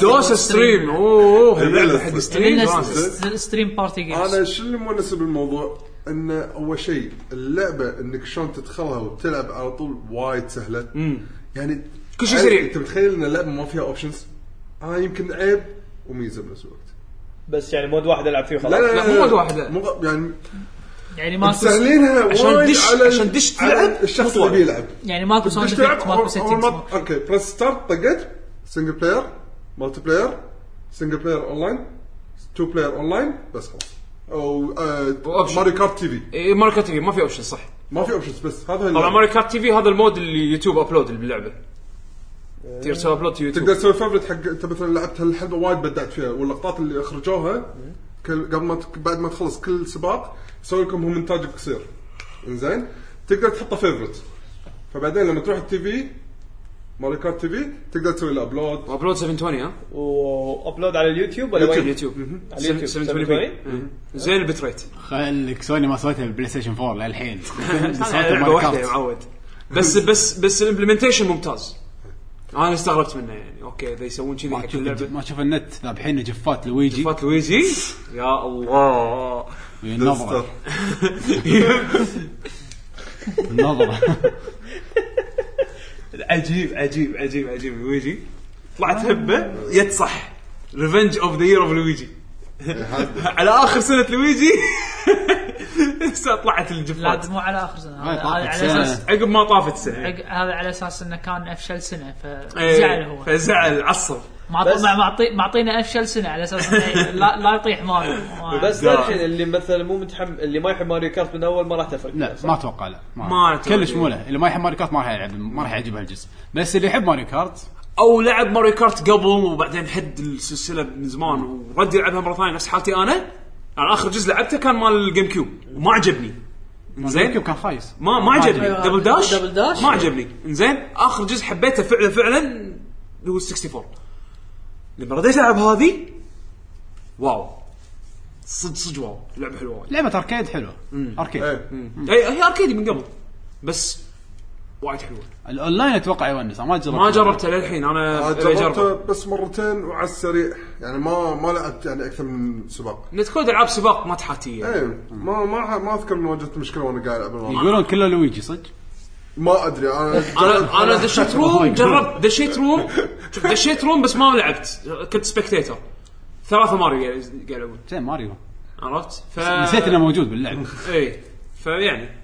[SPEAKER 4] دوس ستريم اوه
[SPEAKER 5] اللعبة
[SPEAKER 4] اللعبه حق
[SPEAKER 5] حق
[SPEAKER 6] يبي
[SPEAKER 4] ستريم
[SPEAKER 6] لنا س- ستريم بارتي جيمز
[SPEAKER 5] انا شو اللي مونس بالموضوع؟ انه اول شيء اللعبه انك شلون تدخلها وتلعب على طول وايد سهله يعني
[SPEAKER 4] كل شيء
[SPEAKER 5] عارف،
[SPEAKER 4] سريع.
[SPEAKER 5] انت متخيل ان اللعبه ما فيها اوبشنز؟ انا يمكن عيب وميزه بنفس الوقت
[SPEAKER 3] بس يعني مود واحد العب فيه
[SPEAKER 5] لا
[SPEAKER 3] وخلاص
[SPEAKER 5] لا
[SPEAKER 4] لا،
[SPEAKER 5] لا
[SPEAKER 4] مو مود واحد، لا.
[SPEAKER 5] مو غ- يعني
[SPEAKER 6] يعني ماكو
[SPEAKER 5] مسهلينها
[SPEAKER 4] عشان
[SPEAKER 5] وايد
[SPEAKER 4] تدش-
[SPEAKER 5] على ال-
[SPEAKER 4] عشان تدش
[SPEAKER 5] على
[SPEAKER 4] تلعب،
[SPEAKER 5] الشخص
[SPEAKER 4] مطلع.
[SPEAKER 5] اللي بيلعب
[SPEAKER 6] يعني ماكو ساوند
[SPEAKER 5] تدش
[SPEAKER 6] افكت
[SPEAKER 5] تلعب
[SPEAKER 6] ماكو
[SPEAKER 5] أول- أول
[SPEAKER 6] سيتنجز
[SPEAKER 5] ما- اوكي بريس ستارت طقت سنجل بلاير مالتي بلاير سنجل بلاير اونلاين تو بلاير اونلاين بس خلاص او آه،
[SPEAKER 4] وأوبشن.
[SPEAKER 5] ماري كارت تي في
[SPEAKER 4] ماري كارت تي في ما في اوبشن صح
[SPEAKER 5] ما في اوبشنز بس هذا
[SPEAKER 4] طبعا
[SPEAKER 5] اللعبة.
[SPEAKER 4] ماري كارت تي في هذا المود اللي يوتيوب ابلود باللعبه تقدر تسوي ابلود تو
[SPEAKER 5] تقدر
[SPEAKER 4] يوتيوب
[SPEAKER 5] تسوي فيفرت حق انت مثلا لعبت هالحلبه وايد بدعت فيها واللقطات اللي اخرجوها كل- قبل ما تك- بعد ما تخلص كل سباق يسوي لكم هم انتاج قصير انزين تقدر تحطه فيفرت فبعدين لما تروح التي في ماري كارت تي في تقدر تسوي له ابلود
[SPEAKER 4] ابلود 720 ها
[SPEAKER 3] وابلود على اليوتيوب ولا
[SPEAKER 4] يوتيوب
[SPEAKER 3] وين؟
[SPEAKER 4] يوتيوب
[SPEAKER 3] على اليوتيوب.
[SPEAKER 4] 720
[SPEAKER 3] 720p.
[SPEAKER 4] بي إيه. زين البت ريت
[SPEAKER 1] خليك سوني ما سويتها بالبلاي ستيشن 4 للحين سويتها
[SPEAKER 4] لعبه
[SPEAKER 1] ماريو
[SPEAKER 4] واحده آه، يا
[SPEAKER 1] كارت
[SPEAKER 4] معود بس بس بس الامبلمنتيشن ممتاز انا استغربت منه يعني اوكي اذا يسوون كذي
[SPEAKER 1] ما
[SPEAKER 4] حق
[SPEAKER 1] تشوف
[SPEAKER 4] اللعبه
[SPEAKER 1] ما تشوف النت ذابحين جفات لويجي
[SPEAKER 4] فات لويجي يا الله
[SPEAKER 1] النظره النظره
[SPEAKER 4] عجيب عجيب عجيب عجيب لويجي طلعت هبه يد صح ريفنج اوف ذا يير اوف لويجي على اخر سنه لويجي طلعت الجفات
[SPEAKER 6] لا مو على اخر سنه
[SPEAKER 1] هاي
[SPEAKER 6] هذا
[SPEAKER 1] طاقة
[SPEAKER 6] هذا على
[SPEAKER 1] سنة.
[SPEAKER 6] اساس
[SPEAKER 4] عقب ما طافت السنه
[SPEAKER 6] حق- هذا على اساس انه كان افشل سنه
[SPEAKER 4] إيه،
[SPEAKER 6] فزعل هو
[SPEAKER 4] فزعل عصب
[SPEAKER 6] معط-
[SPEAKER 3] بس-
[SPEAKER 6] مع- معطي معطينا افشل سنه على اساس إنه لا لا يطيح ماريو ما-
[SPEAKER 3] بس
[SPEAKER 4] لا.
[SPEAKER 3] للحين اللي مثلا مو متحمل اللي ما يحب ماريو كارت من اول ما راح تفرق
[SPEAKER 1] لا
[SPEAKER 3] صح؟
[SPEAKER 1] ما اتوقع لا
[SPEAKER 4] ما أتوقع.
[SPEAKER 1] كلش مو له اللي ما يحب ماريو كارت ما راح يلعب ما راح يعجبه الجزء بس اللي يحب ماريو كارت
[SPEAKER 4] او لعب ماريو كارت قبل وبعدين حد السلسله من زمان ورد يلعبها مره ثانيه نفس حالتي انا انا اخر جزء لعبته كان مال الجيم كيوب وما عجبني
[SPEAKER 1] الكيوب
[SPEAKER 4] زين
[SPEAKER 1] كان خايس
[SPEAKER 4] ما ما عجبني دبل داش
[SPEAKER 6] دبل داش؟
[SPEAKER 4] ما عجبني زين اخر جزء حبيته فعلا فعلا اللي هو 64 لما رديت العب هذه واو صدق صدق واو لعبه حلوه وايد
[SPEAKER 1] لعبه اركيد حلوه اركيد
[SPEAKER 4] هي هي اركيدي من قبل بس وايد حلوه
[SPEAKER 1] الاونلاين اتوقع يونس أنا ما جربت
[SPEAKER 4] ما جربتها للحين انا أبي
[SPEAKER 5] جربته
[SPEAKER 4] أجربه.
[SPEAKER 5] بس مرتين وعلى السريع يعني ما ما لعبت يعني اكثر من سباق
[SPEAKER 4] نت كود العاب سباق ما تحاتيه
[SPEAKER 5] ايه ما ما ما اذكر اني واجهت مشكله وانا قاعد العب الألعاب.
[SPEAKER 1] يقولون كله لويجي صدق
[SPEAKER 5] ما ادري انا
[SPEAKER 4] انا انا دشيت روم جربت دشيت روم شوف دشيت روم بس ما لعبت كنت سبكتيتر ثلاثه ماريو قاعد قاعد يلعبون
[SPEAKER 1] زين ماريو
[SPEAKER 4] عرفت؟ ف إيه. يعني.
[SPEAKER 1] نسيت انه موجود باللعب
[SPEAKER 4] اي فيعني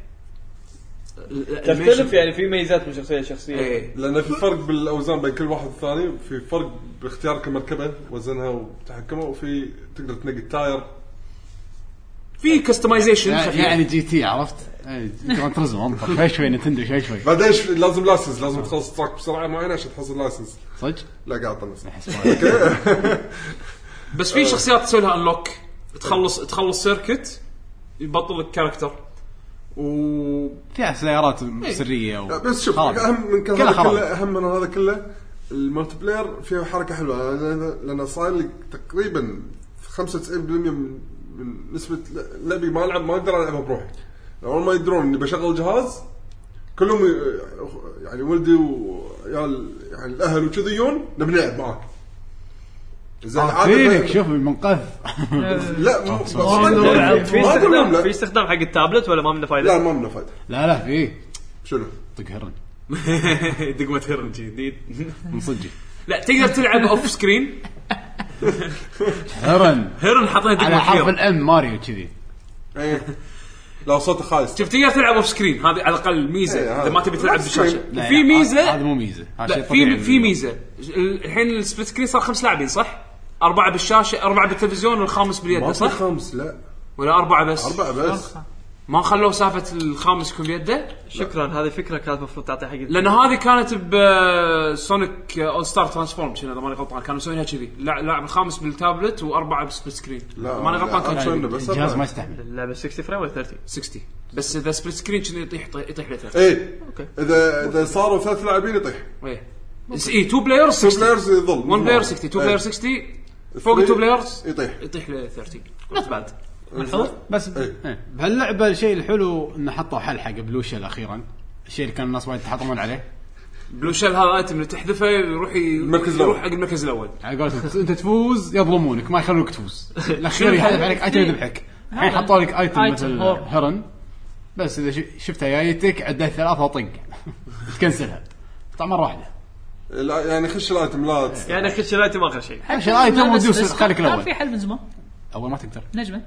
[SPEAKER 4] ال-
[SPEAKER 3] تختلف
[SPEAKER 4] الأنيميشن-
[SPEAKER 3] يعني في ميزات من شخصيه لشخصيه
[SPEAKER 4] اي
[SPEAKER 5] لان في فرق بالاوزان بين كل واحد والثاني في فرق باختيارك المركبه وزنها وتحكمها وفي تقدر تنقي التاير
[SPEAKER 4] في كستمايزيشن
[SPEAKER 1] يعني جي تي عرفت؟ إيه، جراند ترزمو انطر شوي شوي نتندو شوي شوي
[SPEAKER 5] بعدين ش- لازم لايسنس لازم تخلص تراك بسرعه معينه عشان تحصل لايسنس
[SPEAKER 1] صدق؟
[SPEAKER 5] لا قاعد اطنس
[SPEAKER 4] بس
[SPEAKER 1] آه.
[SPEAKER 4] في شخصيات تسوي لها انلوك تخلص تخلص سيركت يبطل لك كاركتر و
[SPEAKER 1] فيها سيارات سريه و...
[SPEAKER 5] بس شوف
[SPEAKER 1] خراب.
[SPEAKER 5] اهم من كل
[SPEAKER 1] كلها
[SPEAKER 5] هذا
[SPEAKER 1] خراب.
[SPEAKER 5] كله اهم من هذا كله المالتي بلاير فيه حركه حلوه لان لأن صاير لي تقريبا 95% من من نسبه ل- لعبي ما العب ما اقدر العبها بروحي اول ما يدرون اني بشغل جهاز كلهم ي- يعني ولدي وعيال يعني الاهل وكذي يجون نبي نلعب معاك زين
[SPEAKER 1] فينك شوف المنقذ
[SPEAKER 5] لا مو-
[SPEAKER 3] يعني في
[SPEAKER 5] ما اقول لهم
[SPEAKER 3] استخدام في
[SPEAKER 5] لا
[SPEAKER 3] استخدام حق التابلت ولا ما منه
[SPEAKER 5] لا
[SPEAKER 3] فائده؟
[SPEAKER 5] ما منه فايده
[SPEAKER 1] لا لا في
[SPEAKER 5] شنو؟
[SPEAKER 1] طق هرن
[SPEAKER 4] دقمه هيرن جديد
[SPEAKER 1] من صدق
[SPEAKER 4] لا تقدر تلعب اوف سكرين
[SPEAKER 1] هرن
[SPEAKER 4] هيرن حاطين
[SPEAKER 1] على
[SPEAKER 4] دقمه
[SPEAKER 1] حرف
[SPEAKER 4] هيرن
[SPEAKER 1] الام ماريو كذي
[SPEAKER 5] ايه لا صوته خايس
[SPEAKER 4] شوف تقدر تلعب اوف سكرين هذه على الاقل
[SPEAKER 5] إيه،
[SPEAKER 4] ميزه
[SPEAKER 5] هذا.
[SPEAKER 4] اذا ما تبي تلعب
[SPEAKER 5] أوف سكرين.
[SPEAKER 4] بالشاشه
[SPEAKER 1] لا،
[SPEAKER 4] في
[SPEAKER 1] لا،
[SPEAKER 4] ميزه
[SPEAKER 1] هذا مو ميزه هذا
[SPEAKER 4] لا
[SPEAKER 1] شيء
[SPEAKER 4] في
[SPEAKER 1] طبيعي.
[SPEAKER 4] في ميزه ال- الحين السبليت سكرين صار خمس لاعبين صح؟ اربعه بالشاشه اربعه بالتلفزيون والخامس باليد
[SPEAKER 5] ما في
[SPEAKER 4] صح؟
[SPEAKER 5] خمس لا
[SPEAKER 4] ولا اربعه بس؟
[SPEAKER 5] اربعه بس
[SPEAKER 4] ما خلوا سالفه الخامس يكون بيده
[SPEAKER 3] شكرا هذه فكره كانت المفروض تعطيها حق
[SPEAKER 4] لان هذه كانت بسونيك اول ستار ترانسفورم كنا اذا ماني غلطان كانوا مسوينها كذي لا- لاعب الخامس بالتابلت واربعه بالسبليت سكرين
[SPEAKER 5] لا
[SPEAKER 4] ماني غلطان
[SPEAKER 5] لا،
[SPEAKER 4] كان
[SPEAKER 5] أنا-
[SPEAKER 4] شي.
[SPEAKER 5] بس أربعة.
[SPEAKER 1] الجهاز ما يستحمل
[SPEAKER 3] اللعبه 60 فريم ولا 30
[SPEAKER 4] 60 بس اذا
[SPEAKER 5] إيه،
[SPEAKER 4] سبليت سكرين كنا يطيح يطيح يطيح لثلاثة.
[SPEAKER 5] ايه اذا اذا صاروا ثلاث لاعبين يطيح
[SPEAKER 4] ايه اي 2 بلاير
[SPEAKER 5] 2
[SPEAKER 4] 60
[SPEAKER 5] بلايرز يظل إيه.
[SPEAKER 4] 1 بلاير 60 2 بلاير 60 فوق 2 بلايرز
[SPEAKER 5] يطيح
[SPEAKER 4] يطيح ل 30 نوت باد
[SPEAKER 1] بس ب-
[SPEAKER 5] إيه.
[SPEAKER 1] إيه. بهاللعبه الشيء الحلو انه حطوا حل حق بلوشل اخيرا الشيء اللي كان الناس وايد تحطمون عليه
[SPEAKER 4] بلو شيل هذا ايتم اللي تحذفه يروح ي-
[SPEAKER 5] المركز الأول.
[SPEAKER 4] يروح حق المركز الاول
[SPEAKER 1] على قولتهم انت تفوز يظلمونك ما يخلوك تفوز الاخير يحذف عليك ايتم يذبحك الحين حطوا لك ايتم
[SPEAKER 6] آيتم
[SPEAKER 1] مثل
[SPEAKER 6] هور.
[SPEAKER 1] هرن بس اذا ش- شفتها جايتك عدها ثلاثه وطق تكنسلها طبعا مره واحده
[SPEAKER 5] لا، يعني خش الايتم
[SPEAKER 4] إيه.
[SPEAKER 5] لا تس-
[SPEAKER 3] يعني اخذ شريتي ما اخذ شيء
[SPEAKER 1] عشان ايتم
[SPEAKER 6] بس-
[SPEAKER 1] وتدوس
[SPEAKER 6] بس
[SPEAKER 1] خليك
[SPEAKER 6] كان
[SPEAKER 1] الاول
[SPEAKER 6] في حل من زمان
[SPEAKER 1] اول ما تقدر
[SPEAKER 6] نجمه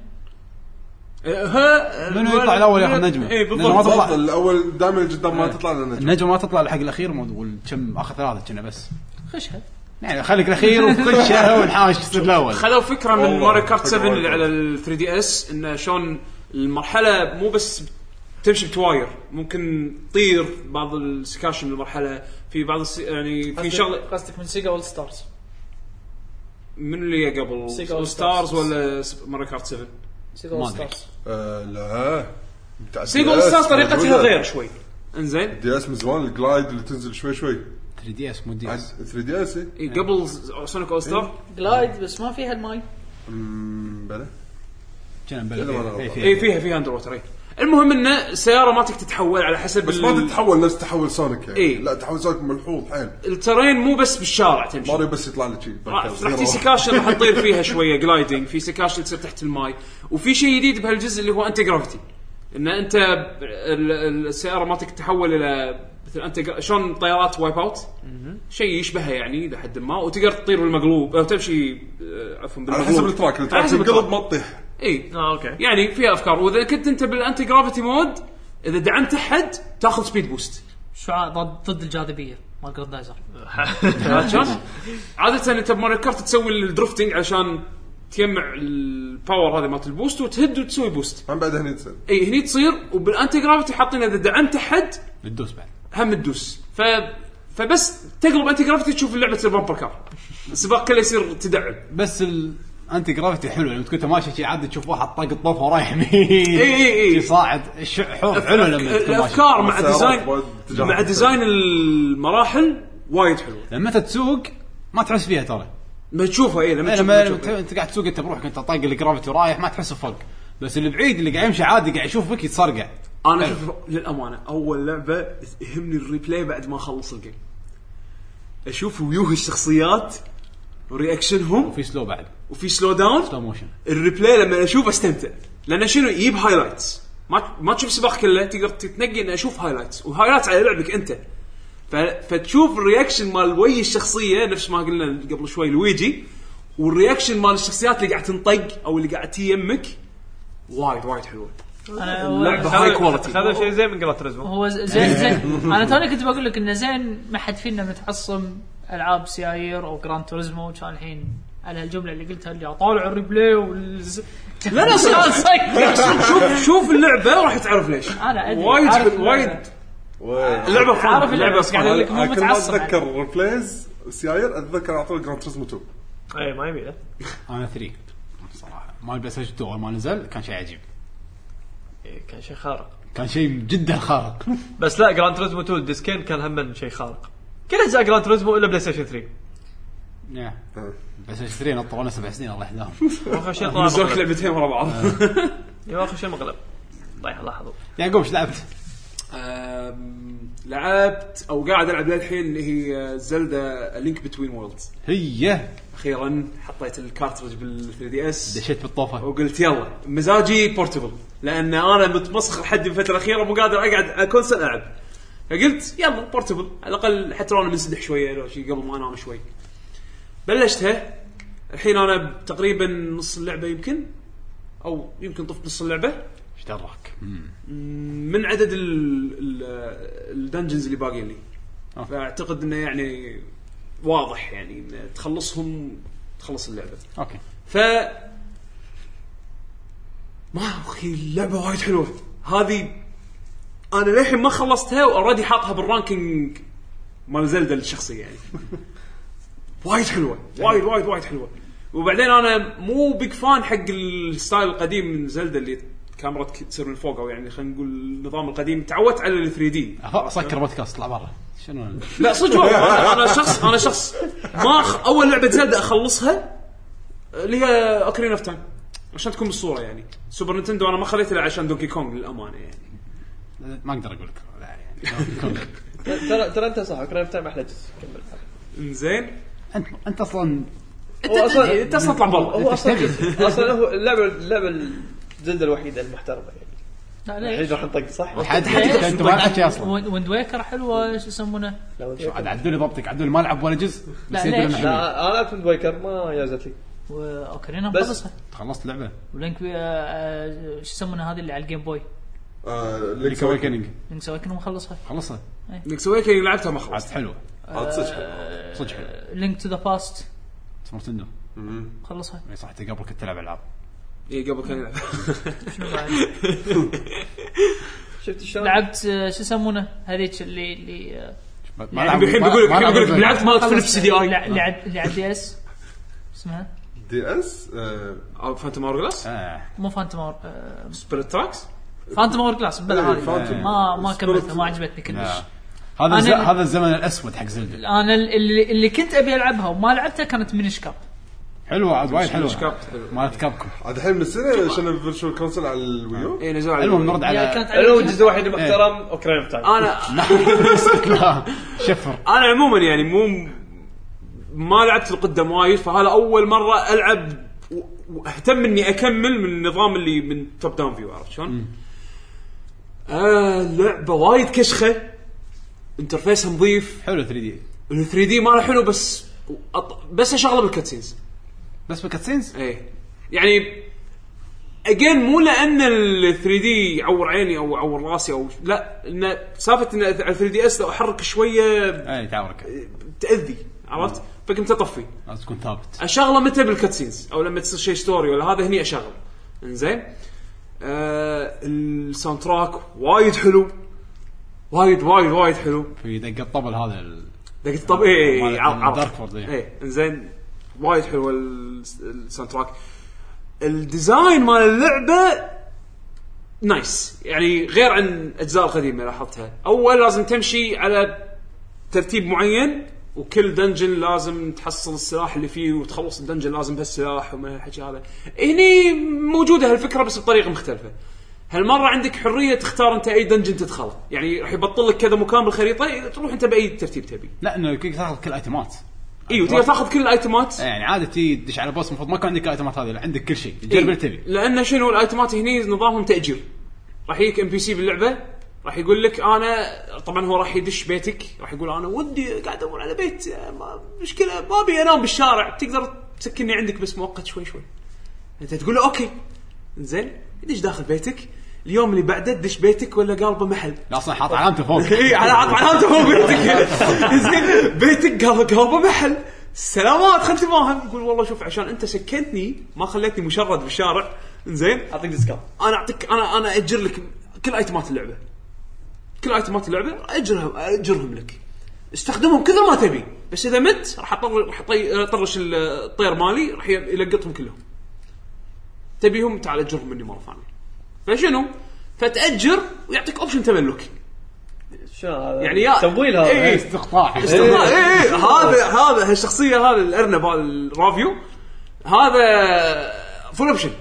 [SPEAKER 1] منو يطلع الاول ياخذ نجمه
[SPEAKER 3] اي
[SPEAKER 1] لأنه ما
[SPEAKER 3] بالضبط
[SPEAKER 5] تفضل،
[SPEAKER 1] تطلع
[SPEAKER 5] الاول دائما قدام
[SPEAKER 4] إيه.
[SPEAKER 5] ما تطلع لنا نجم.
[SPEAKER 1] النجمه ما تطلع لحق الاخير مو تقول كم اخر ثلاثه كنا بس
[SPEAKER 6] خشها
[SPEAKER 1] يعني خليك الاخير وخشها والحاش تصير الاول
[SPEAKER 4] خذوا فكره من
[SPEAKER 5] والله.
[SPEAKER 4] ماري كارت
[SPEAKER 5] فكرة
[SPEAKER 4] 7 اللي
[SPEAKER 5] وايد.
[SPEAKER 4] على ال 3 دي اس انه شلون المرحله مو بس تمشي بتواير ممكن تطير بعض السكاشن من المرحله في بعض الس... يعني في شغله
[SPEAKER 6] قصدك من سيجا اول ستارز
[SPEAKER 4] من اللي قبل
[SPEAKER 6] سيجا أول
[SPEAKER 4] ستارز
[SPEAKER 6] ستارز.
[SPEAKER 4] ولا ماري كارت 7
[SPEAKER 6] سيجا
[SPEAKER 1] ما
[SPEAKER 6] اول
[SPEAKER 1] أدري.
[SPEAKER 6] ستارز
[SPEAKER 5] آه، لا بتاع
[SPEAKER 4] سيجا
[SPEAKER 5] DS
[SPEAKER 4] وستارز طريقتها
[SPEAKER 5] موجودة.
[SPEAKER 4] غير شوي إيه، انزين
[SPEAKER 5] دي اس من زمان الجلايد اللي تنزل شوي شوي
[SPEAKER 1] 3 دي اس مو دي اس
[SPEAKER 5] 3 دي اس
[SPEAKER 4] إي، قبل سونيك اول ستار
[SPEAKER 6] جلايد بس ما فيها الماي
[SPEAKER 5] بلى
[SPEAKER 1] كنا
[SPEAKER 5] كذا ولا
[SPEAKER 1] مبلغ. إيه،
[SPEAKER 5] أربعة.
[SPEAKER 1] فيها.
[SPEAKER 4] اي فيها فيها اندر ووتر المهم انه السياره ما تقدر تتحول على حسب
[SPEAKER 5] بس
[SPEAKER 4] ال-
[SPEAKER 5] ما تتحول نفس تحول سونيك يعني
[SPEAKER 4] إيه.
[SPEAKER 5] لا تحول سونيك ملحوظ حيل
[SPEAKER 4] الترين مو بس بالشارع تمشي
[SPEAKER 5] ماريو بس يطلع لك شيء
[SPEAKER 4] راح راح في سكاشن راح تطير فيها شويه جلايدنج في سكاشن تصير تحت الماي وفي شيء جديد بهالجزء اللي هو انت جرافيتي ان انت ب- ال- ال- السياره ما تتحول الى مثل انت شلون طيارات وايب اوت شيء يشبهها يعني لحد ما وتقدر تطير بالمقلوب او تمشي آه، عفوا
[SPEAKER 5] على
[SPEAKER 4] بالمقلوب
[SPEAKER 5] حسب التراك التراك
[SPEAKER 4] على حسب
[SPEAKER 5] تنقلب
[SPEAKER 4] التراك
[SPEAKER 5] ما تطيح
[SPEAKER 4] اي
[SPEAKER 3] اه اوكي
[SPEAKER 4] يعني فيها افكار واذا كنت انت بالانتي جرافيتي مود اذا دعمت احد تاخذ سبيد بوست
[SPEAKER 6] شعاع ضد ضد الجاذبيه مال جراندايزر
[SPEAKER 4] عرفت شلون؟ عادة انت بماريو كارت تسوي الدرفتنج عشان تجمع الباور هذا مالت البوست وتهد وتسوي بوست
[SPEAKER 5] هم بعد هني تسال
[SPEAKER 4] اي هني تصير وبالانتي جرافيتي حاطين اذا دعمت احد
[SPEAKER 1] بتدوس بعد
[SPEAKER 4] هم تدوس ف فبس تقلب انتي جرافيتي تشوف اللعبه تصير بامبر كار السباق كله يصير تدعم
[SPEAKER 1] بس الانتي جرافيتي حلو لما تكون انت ماشي شي عادي تشوف واحد طاق الطوفه ورايح
[SPEAKER 4] إيه،
[SPEAKER 1] يمين
[SPEAKER 4] إي إي إي.
[SPEAKER 1] شي صاعد الش- حلو حلو لما تكون ماشي
[SPEAKER 4] الافكار مع
[SPEAKER 5] السيارات
[SPEAKER 4] ديزاين
[SPEAKER 5] وايد تجارب.
[SPEAKER 4] مع ديزاين المراحل وايد حلوه
[SPEAKER 1] لما انت تسوق ما تحس فيها ترى
[SPEAKER 4] ما تشوفها اي لما
[SPEAKER 1] إيه،
[SPEAKER 4] تشوف-
[SPEAKER 1] لما
[SPEAKER 4] لما
[SPEAKER 1] لما ت-
[SPEAKER 4] تشوفها.
[SPEAKER 1] انت قاعد تسوق انت بروحك انت طاق الجرافيتي ورايح ما تحس بفرق بس اللي بعيد اللي قاعد يمشي عادي قاعد يشوفك يتصرقع
[SPEAKER 4] انا شوف للامانه اول لعبه يهمني الريبلاي بعد ما اخلص الجيم اشوف ويوه الشخصيات ورياكشنهم
[SPEAKER 1] وفي سلو بعد
[SPEAKER 4] وفي سلو داون
[SPEAKER 1] سلو موشن
[SPEAKER 4] الريبلاي لما اشوف استمتع لان شنو يجيب هايلايتس ما ما تشوف سباق كله تقدر تتنقي ان اشوف هايلايتس وهايلايتس على لعبك انت ف... فتشوف الرياكشن مال وي الشخصيه نفس ما قلنا قبل شوي لويجي والرياكشن مال الشخصيات اللي قاعد تنطق او اللي قاعد تي يمك وايد وايد حلوه
[SPEAKER 6] انا
[SPEAKER 4] اللعبة
[SPEAKER 6] هو-
[SPEAKER 4] هاي كواليتي.
[SPEAKER 3] هذا شيء زين من جراند تريزمو
[SPEAKER 6] هو ز- زين زين انا توني كنت بقول لك انه زين ما حد فينا متعصب العاب سيايير او جراند توريزمو كان الحين على الجمله اللي قلتها اللي طالع الريبلاي والز...
[SPEAKER 4] لا لا صدق.
[SPEAKER 6] صدق
[SPEAKER 4] شوف شوف اللعبه راح تعرف ليش
[SPEAKER 6] انا ادري
[SPEAKER 4] وايد
[SPEAKER 6] عارف
[SPEAKER 4] وايد
[SPEAKER 6] اللعبة.
[SPEAKER 4] اللعبه فن
[SPEAKER 6] عارف اللعبة، بس قاعد أقول لك مو
[SPEAKER 5] أنا كنت
[SPEAKER 6] متعصب يعني.
[SPEAKER 5] اتذكر ريبلايز سياير اتذكر على طول جراند تريزمو 2
[SPEAKER 3] اي إيه، ما يبي له.
[SPEAKER 1] انا 3 صراحه مال بلاي ستيشن 2 اول ما نزل كان شيء عجيب
[SPEAKER 3] إيه، كان شيء خارق
[SPEAKER 1] كان شيء جدا خارق
[SPEAKER 3] بس لا جراند تريزمو 2 ديسكين كان هم شيء خارق كل اجزاء جراند تريزمو الا بلاي ستيشن 3
[SPEAKER 1] نعم.
[SPEAKER 5] آه.
[SPEAKER 1] بس اشتري نطرونا سبع سنين الله يهداهم
[SPEAKER 3] واخر شيء طلع
[SPEAKER 4] نزلت
[SPEAKER 3] مقلب
[SPEAKER 4] لعبتين ورا بعض
[SPEAKER 3] إيه، واخر شيء مقلب طيح لاحظوا
[SPEAKER 1] يعقوب ايش لعبت؟
[SPEAKER 4] أم، لعبت او قاعد العب للحين اللي هي زلدا لينك بتوين وورلدز
[SPEAKER 1] هي
[SPEAKER 4] اخيرا حطيت الكارترج بال 3 دي اس
[SPEAKER 1] دشيت بالطوفه
[SPEAKER 4] وقلت يلا مزاجي بورتبل لان انا متمسخ حدي بالفتره الاخيره مو قادر اقعد كونسل العب فقلت يلا بورتبل على الاقل حتى لو انا منسدح شويه لو شيء قبل ما انام شوي بلشتها الحين انا تقريبا نص اللعبه يمكن او يمكن طفت نص اللعبه
[SPEAKER 1] ايش دراك؟
[SPEAKER 4] من عدد ال- ال- الدنجنز اللي باقي لي
[SPEAKER 1] آه.
[SPEAKER 4] فاعتقد انه يعني واضح يعني إن تخلصهم تخلص اللعبه
[SPEAKER 1] اوكي
[SPEAKER 4] ف ما اخي اللعبه وايد حلوه هذه انا للحين ما خلصتها واوريدي حاطها بالرانكينج مال زلدة الشخصي يعني وايد حلوه وايد وايد وايد حلوه وبعدين انا مو بيج فان حق الستايل القديم من زلدة اللي كاميرا تك- تصير من فوق او يعني خلينا نقول النظام القديم تعودت على ال 3 دي
[SPEAKER 1] أه، سكر بودكاست اطلع برا شنو ال-
[SPEAKER 4] لا صدق والله أنا- انا شخص انا شخص ما أخ... اول لعبه زلدة اخلصها آه، اللي هي اوكرين اوف تايم عشان تكون بالصوره يعني سوبر نينتندو انا ما خليته الا عشان دونكي كونغ للامانه يعني
[SPEAKER 1] ما اقدر اقول لك لا يعني كم- كم-
[SPEAKER 7] ترى ترى انت صح كريف تايم احلى جزء كمل
[SPEAKER 4] انزين
[SPEAKER 1] انت انت اصلا
[SPEAKER 4] انت انت اصلا طلع برا
[SPEAKER 7] هو اصلا
[SPEAKER 1] إيش
[SPEAKER 7] اصلا هو اللعبه اللعبه الزلده الوحيده المحترمه يعني
[SPEAKER 6] لا
[SPEAKER 7] الحين
[SPEAKER 6] ليش؟
[SPEAKER 7] راح نطق صح؟
[SPEAKER 1] حد حد انت ما لعبت شيء اصلا
[SPEAKER 6] ويند ويند ويكر حلوه شو يسمونه؟
[SPEAKER 7] لا
[SPEAKER 1] شو عاد عدوا لي ضبطك عدوا لي ما لعب ولا جزء بس
[SPEAKER 6] لا،
[SPEAKER 1] يدرون
[SPEAKER 6] ليش؟
[SPEAKER 1] إحنا-
[SPEAKER 7] لا انا لعبت ويكر ما جازت لي
[SPEAKER 6] اوكرينا
[SPEAKER 7] بس-
[SPEAKER 6] مخلصها
[SPEAKER 1] خلصت لعبه
[SPEAKER 6] ولينك بي- آه، آه، شو يسمونه هذه اللي على الجيم بوي
[SPEAKER 1] اللي
[SPEAKER 5] لينكس
[SPEAKER 1] كوي كينج
[SPEAKER 6] لينك سويكن مخلصها
[SPEAKER 1] خلصها
[SPEAKER 4] ليكس اويكن لعبتها ما
[SPEAKER 1] عاد
[SPEAKER 4] خلصت
[SPEAKER 1] حلوه
[SPEAKER 6] آه،
[SPEAKER 5] عاد صدق حلو.
[SPEAKER 1] صدق حلو
[SPEAKER 6] لينك تو ذا باست
[SPEAKER 1] سمرت انه
[SPEAKER 5] مم.
[SPEAKER 6] مخلصها
[SPEAKER 1] اي يعني صح أنت قبل كنت تلعب العاب
[SPEAKER 4] اي إيه، قبل كان يلعب
[SPEAKER 6] شنو بعد؟
[SPEAKER 7] شفت شلون؟
[SPEAKER 6] لعبت آه، شو يسمونه هذيك اللي اللي آه،
[SPEAKER 1] ما- ما لعب-
[SPEAKER 4] يعني الحين بقول لك
[SPEAKER 1] ما- ما
[SPEAKER 4] الحين بقول لك
[SPEAKER 1] لعب-
[SPEAKER 4] لعبت مالت
[SPEAKER 6] خلص،
[SPEAKER 4] فيليبس دي
[SPEAKER 6] آه،
[SPEAKER 4] اي
[SPEAKER 6] لع- لعب لعب دي اس اسمها
[SPEAKER 5] دي اس آه،
[SPEAKER 4] فانتوم اورجلاس
[SPEAKER 1] آه،
[SPEAKER 6] مو آه، فانتوم اور
[SPEAKER 4] سبيريت تراكس
[SPEAKER 6] فانتوم اور جلاس بلا
[SPEAKER 5] إيه،
[SPEAKER 6] هذه
[SPEAKER 5] فانتوم.
[SPEAKER 6] ما ما كملتها ما
[SPEAKER 5] Spirit-
[SPEAKER 6] عجبتني كلش
[SPEAKER 1] لا. آه. هذا الز-
[SPEAKER 6] أنا-
[SPEAKER 1] هذا الزمن الاسود حق زلدة
[SPEAKER 6] انا ال- اللي, اللي كنت ابي العبها وما لعبتها كانت مينيش كاب
[SPEAKER 1] حلوه عاد وايد
[SPEAKER 4] مش
[SPEAKER 1] حلوه
[SPEAKER 4] كابت حلو.
[SPEAKER 1] مالت كابكم
[SPEAKER 5] عاد الحين من السنه عشان الفيرتشوال كونسل على الويو
[SPEAKER 6] آه،
[SPEAKER 4] اي إيه، نزلوا على
[SPEAKER 1] المهم نرد
[SPEAKER 6] يعني
[SPEAKER 1] على
[SPEAKER 6] كانت
[SPEAKER 7] هو
[SPEAKER 6] عليك-
[SPEAKER 7] الجزء الوحيد المحترم اوكرين اوف تايم
[SPEAKER 4] انا
[SPEAKER 1] لا شفر
[SPEAKER 4] انا عموما يعني مو ما لعبت القدم وايد فهذا اول مره العب و- واهتم اني اكمل من النظام اللي من توب داون فيو عرفت شلون؟ آه لعبه وايد كشخه انترفيسها نظيف
[SPEAKER 1] حلو 3 دي
[SPEAKER 4] ال 3 دي ماله حلو بس أط- بس اشغله بالكاتسينز
[SPEAKER 1] بس بالكاتسينز
[SPEAKER 4] ايه يعني اجين مو لان ال 3 دي يعور عيني او يعور راسي او لا انه سالفه ان على 3 دي اس لو احرك شويه
[SPEAKER 1] اي
[SPEAKER 4] إيه.
[SPEAKER 1] تعورك
[SPEAKER 4] تاذي عرفت؟ فقمت اطفي
[SPEAKER 1] لازم تكون ثابت
[SPEAKER 4] اشغله متى بالكاتسينز او لما تصير شيء ستوري ولا هذا هني اشغله انزين آه الساوند تراك وايد حلو وايد وايد وايد حلو
[SPEAKER 1] في دق الطبل هذا ال-
[SPEAKER 4] دقيقة طب إيه، اي اي
[SPEAKER 1] مال- مال
[SPEAKER 4] عرفت
[SPEAKER 1] دارك فورد، إيه.
[SPEAKER 4] اي انزين وايد حلو ال- الساوند تراك الديزاين مال اللعبه نايس يعني غير عن الاجزاء القديمه لاحظتها اول لازم تمشي على ترتيب معين وكل دنجن لازم تحصل السلاح اللي فيه وتخلص الدنجن لازم بهالسلاح وما الحكي هذا هني موجوده هالفكره بس بطريقه مختلفه هالمره عندك حريه تختار انت اي دنجن تدخله يعني راح يبطل لك كذا مكان بالخريطه تروح انت باي ترتيب تبي
[SPEAKER 1] لا انه يمكن تاخذ كل ايتمات
[SPEAKER 4] ايوه تقدر تاخذ كل الايتمات
[SPEAKER 1] يعني عادة تي تدش على بوس المفروض ما يكون عندك الايتمات هذه لا، عندك كل شيء
[SPEAKER 4] إيه.
[SPEAKER 1] تجرب اللي تبي
[SPEAKER 4] لان شنو الايتمات هني نظامهم تاجير راح يجيك ام بي سي باللعبه راح يقول لك انا طبعا هو راح يدش بيتك راح يقول انا ودي قاعد ادور على بيت ما مشكله ما ابي انام بالشارع تقدر تسكنني عندك بس مؤقت شوي شوي انت تقول له اوكي زين يدش داخل بيتك اليوم اللي بعده تدش بيتك ولا قلبه محل
[SPEAKER 1] لا اصلا حاط علامته فوق
[SPEAKER 4] اي إيه، على عطف علامته فوق بيتك زين بيتك قال قلبه محل سلامات خلت فاهم يقول والله شوف عشان انت سكنتني ما خليتني مشرد بالشارع زين
[SPEAKER 7] اعطيك ديسكاونت
[SPEAKER 4] انا اعطيك انا انا اجر لك كل ايتمات اللعبه كل ايتمات اللعبه اجرها اجرهم لك استخدمهم كثر ما تبي بس اذا مت راح اطر راح أطي- اطرش ال- الطير مالي راح ي- يلقطهم كلهم تبيهم تعال اجرهم مني مره ثانيه فشنو؟ فتاجر ويعطيك اوبشن تملك
[SPEAKER 7] شنو هذا؟ إيه،
[SPEAKER 4] يعني يا-
[SPEAKER 7] تمويل هذا
[SPEAKER 4] إي، إي.
[SPEAKER 1] استقطاع
[SPEAKER 4] استغراب اي اي إيه، هذا هذا هالشخصيه هذا الارنب هذا الرافيو هذا فول اوبشن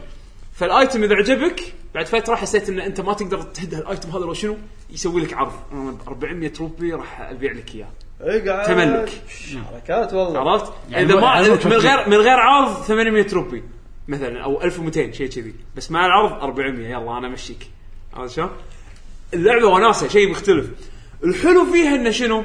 [SPEAKER 4] فالايتم اذا عجبك بعد فتره حسيت ان انت ما تقدر تهد هالايتم هذا لو شنو يسوي لك عرض أنا ب 400 روبي راح ابيع لك اياه
[SPEAKER 7] إي، إيه، قاعد-
[SPEAKER 4] تملك.
[SPEAKER 7] حركات والله
[SPEAKER 4] عرفت؟
[SPEAKER 1] يعني
[SPEAKER 4] اذا ما
[SPEAKER 1] يعني
[SPEAKER 4] من غير من غير عرض 800 روبي مثلا او 1200 شيء كذي بس مع العرض 400 يلا انا امشيك عرفت شلون؟ اللعبه وناسه شيء مختلف الحلو فيها انه شنو؟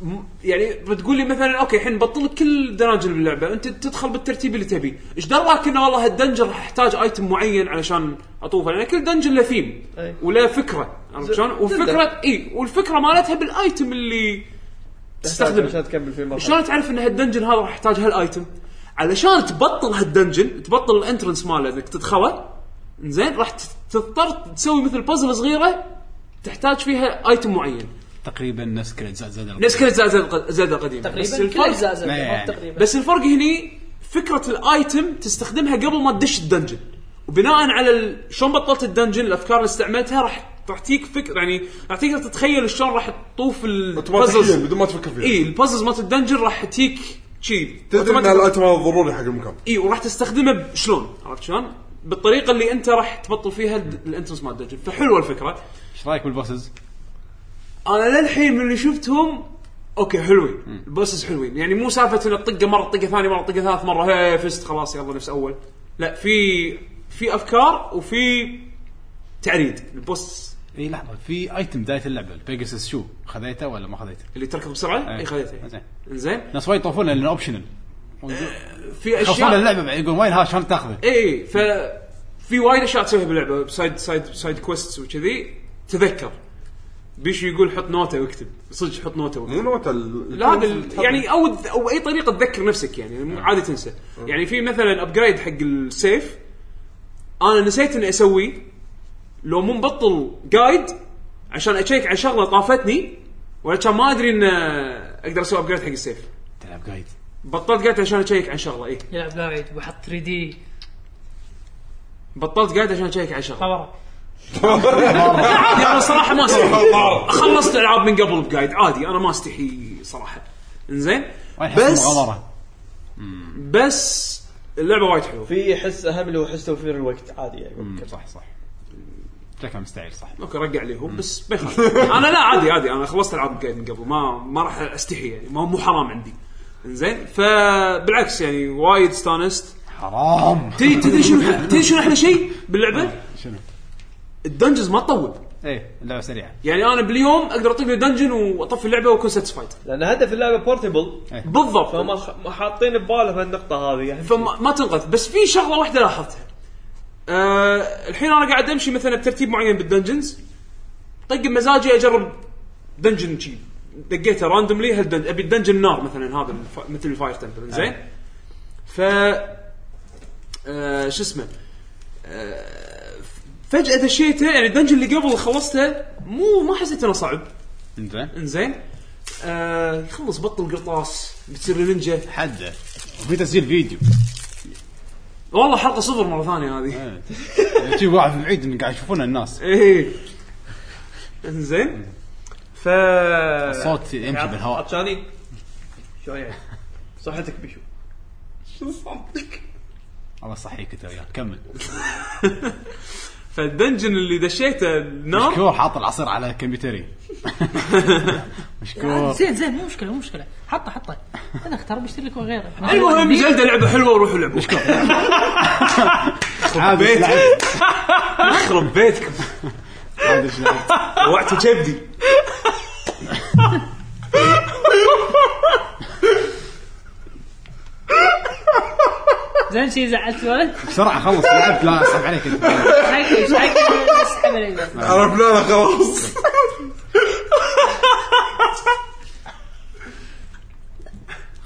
[SPEAKER 4] م- يعني بتقول لي مثلا اوكي الحين بطل لك كل الدناجل باللعبه انت تدخل بالترتيب اللي تبيه، ايش دراك انه والله هالدنجل راح احتاج ايتم معين علشان اطوفه لان كل دنجل له ثيم
[SPEAKER 7] أي.
[SPEAKER 4] ولا فكره عرفت شلون؟ وفكره اي والفكره مالتها بالايتم اللي تستخدمه
[SPEAKER 7] عشان تكمل في مرحله
[SPEAKER 4] شلون تعرف ان هالدنجن هذا راح يحتاج هالايتم؟ علشان تبطل هالدنجن تبطل الانترنس ماله انك تدخله زين راح ت- تضطر تسوي مثل بازل صغيره تحتاج فيها ايتم معين
[SPEAKER 1] تقريبا نفس كل اجزاء زاد
[SPEAKER 4] نفس كل اجزاء زلدة الق- زلدة القديمه بس
[SPEAKER 6] تقريبا كل
[SPEAKER 4] الفرق-
[SPEAKER 6] اجزاء زلدة،
[SPEAKER 1] ما
[SPEAKER 6] ما
[SPEAKER 1] يعني.
[SPEAKER 6] تقريبا
[SPEAKER 4] بس الفرق هني فكره الايتم تستخدمها قبل ما تدش الدنجن وبناء على ال- شلون بطلت الدنجن الافكار اللي استعملتها راح راح تجيك فكر يعني راح تقدر تتخيل شلون راح تطوف
[SPEAKER 5] اوتوماتيكيا
[SPEAKER 4] البازلز
[SPEAKER 5] بدون ما تفكر فيها
[SPEAKER 4] اي البازلز مالت الدنجن راح تجيك شي
[SPEAKER 5] تدري ان
[SPEAKER 4] automatic-
[SPEAKER 5] الايتم هذا ضروري حق المكان
[SPEAKER 4] اي وراح تستخدمه بشلون عرفت شلون؟ بالطريقه اللي انت راح تبطل فيها الد- الانترس مال الدنجن فحلوه الفكره
[SPEAKER 1] ايش رايك بالبوسز؟
[SPEAKER 4] انا للحين من اللي شفتهم اوكي حلوين البوسز حلوين يعني مو سالفه ان تطقه مره تطقه ثانيه مره تطقه ثالث مره هي فزت خلاص يلا نفس اول لا في في افكار وفي تعريد البوس
[SPEAKER 1] اي لحظه إيه، في ايتم بدايه اللعبه البيجاسس شو خذيته ولا ما خذيته؟
[SPEAKER 4] اللي تركض بسرعه
[SPEAKER 1] إيه.
[SPEAKER 4] اي إيه، خذيته
[SPEAKER 1] زين
[SPEAKER 4] زين
[SPEAKER 1] ناس وايد يطوفون لانه اوبشنال
[SPEAKER 4] في
[SPEAKER 1] خلصنا
[SPEAKER 4] اشياء
[SPEAKER 1] اللعبه بعدين يقول وين ها شلون تاخذه؟
[SPEAKER 4] اي اي ف في وايد اشياء تسويها باللعبه سايد سايد سايد كويستس وكذي تذكر بيشو يقول حط نوته واكتب صدق حط نوته واكتب
[SPEAKER 5] مو نوت ال-
[SPEAKER 4] لا هذا ال- يعني او او اي طريقه تذكر نفسك يعني مو- عادي تنسى يعني في مثلا ابجريد حق السيف انا نسيت اني اسويه لو مو مبطل جايد عشان اشيك على شغله طافتني ولا كان ما ادري ان آه، اقدر اسوي ابجريد حق السيف
[SPEAKER 1] تلعب قايد
[SPEAKER 4] بطلت قاعد عشان اشيك عن إيه. شغله اي
[SPEAKER 6] يلعب قاعد وحط 3 دي
[SPEAKER 4] بطلت قاعد عشان اشيك عن شغله
[SPEAKER 6] خبر
[SPEAKER 4] عادي انا صراحه ما استحي خلصت العاب من قبل بجايد عادي انا ما استحي صراحه انزين
[SPEAKER 1] وين
[SPEAKER 4] بس-
[SPEAKER 1] بس مغامره
[SPEAKER 4] بس اللعبه وايد حلوه
[SPEAKER 7] في حس اهم اللي هو حس توفير الوقت عادي يعني
[SPEAKER 1] صح صح شكله مستعير صح
[SPEAKER 4] اوكي رجع لي هو بس ما يخالف. انا لا عادي عادي انا خلصت العاب جايد من قبل ما ما راح استحي يعني ما مو حرام عندي زين فبالعكس يعني وايد استانست
[SPEAKER 1] حرام
[SPEAKER 4] تدري تدري شنو تدري شنو احلى شيء باللعبه؟
[SPEAKER 1] شنو؟
[SPEAKER 4] الدنجز ما تطول
[SPEAKER 1] ايه اللعبه سريعه
[SPEAKER 4] يعني انا باليوم اقدر اطق لي دنجن واطفي اللعبه واكون ساتسفايد
[SPEAKER 7] لان هدف اللعبه بورتبل
[SPEAKER 4] بالضبط
[SPEAKER 7] فما خ- ما حاطين بباله هالنقطه هذه يعني
[SPEAKER 4] فما ما تنغث بس في شغله واحده لاحظتها أه الحين انا قاعد امشي مثلا بترتيب معين بالدنجنز طق مزاجي اجرب دنجن شي دقيته راندوملي هالدنج ابي الدنجن نار مثلا هذا الف... مثل الفاير تمبل زين ف آه شو اسمه آه فجاه دشيته يعني الدنجن اللي قبل خلصته مو ما حسيت انه صعب
[SPEAKER 1] زين
[SPEAKER 4] انزين آه خلص بطل قرطاس بتصير نينجا
[SPEAKER 1] حده وفي تسجيل فيديو
[SPEAKER 4] والله حلقه صفر مره ثانيه هذه
[SPEAKER 1] شي واحد من بعيد إن قاعد يشوفونه الناس
[SPEAKER 4] ايه انزين ف
[SPEAKER 1] الصوت يمشي بالهواء
[SPEAKER 7] عطشاني شو يعني صحتك بشو
[SPEAKER 1] الله يصحيك انت وياك كمل
[SPEAKER 4] فالدنجن اللي دشيته نار
[SPEAKER 1] مشكور حاط العصير على كمبيوتري مشكور
[SPEAKER 6] زين زين مو مشكله مو مشكله حطه حطه انا اختار بشتري لك وغيره
[SPEAKER 4] المهم زلده لعبه حلوه وروحوا لعبوا
[SPEAKER 1] عادي إيش لعبت؟
[SPEAKER 4] يخرب بيتكم
[SPEAKER 1] عادي إيش لعبت؟
[SPEAKER 4] وقت كبدي
[SPEAKER 6] زين شي زعلت ولد
[SPEAKER 1] بسرعه خلص لعبت لا اسحب عليك انت
[SPEAKER 6] حكي ايش حكي بس حمل بس.
[SPEAKER 5] عرفناها خلاص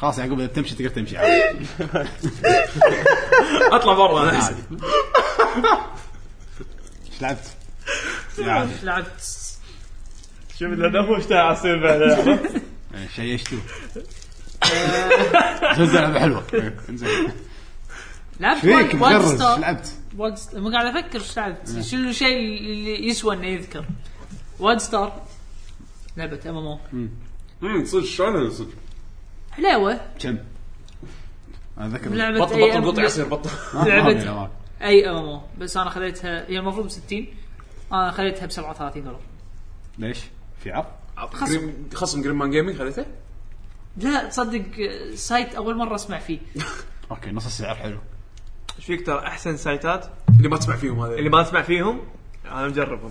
[SPEAKER 1] خلاص يعقوب اذا بتمشي تقدر تمشي عادي
[SPEAKER 4] اطلع برا انا احسن
[SPEAKER 1] ايش لعبت؟ يا عادي
[SPEAKER 4] لعبت
[SPEAKER 7] شوف لان هو اشتهى عصير بعد
[SPEAKER 1] شيشتو زلزال لعبه حلوه انزين
[SPEAKER 6] لعبت
[SPEAKER 1] فيك
[SPEAKER 6] وايد- وايد
[SPEAKER 1] مغرز
[SPEAKER 6] ستار.
[SPEAKER 1] ايش لعبت؟
[SPEAKER 6] وايد ستار. مو قاعد افكر ايش لعبت شنو الشيء اللي يسوى انه يذكر وايد ستار لعبه ام ام او
[SPEAKER 5] امم صدق شلون صدق
[SPEAKER 6] حلاوه
[SPEAKER 1] كم؟ انا اذكر
[SPEAKER 6] لعبه
[SPEAKER 4] بطل
[SPEAKER 6] أي
[SPEAKER 4] بطل قطع
[SPEAKER 6] أم-
[SPEAKER 4] عصير بطل
[SPEAKER 1] آه،
[SPEAKER 6] لعبت-
[SPEAKER 1] لعبت
[SPEAKER 6] اي ام ام او بس انا خذيتها هي المفروض ب 60 انا خذيتها ب 37 دولار
[SPEAKER 1] ليش؟ في عرض؟
[SPEAKER 4] خصم خصم جرين مان جيمنج خذيته؟
[SPEAKER 6] لا تصدق آه، سايت اول مره اسمع فيه
[SPEAKER 1] اوكي نص السعر حلو
[SPEAKER 7] ايش فيك ترى احسن سايتات
[SPEAKER 4] اللي ما تسمع فيهم هذا
[SPEAKER 7] اللي ما تسمع فيهم انا مجربهم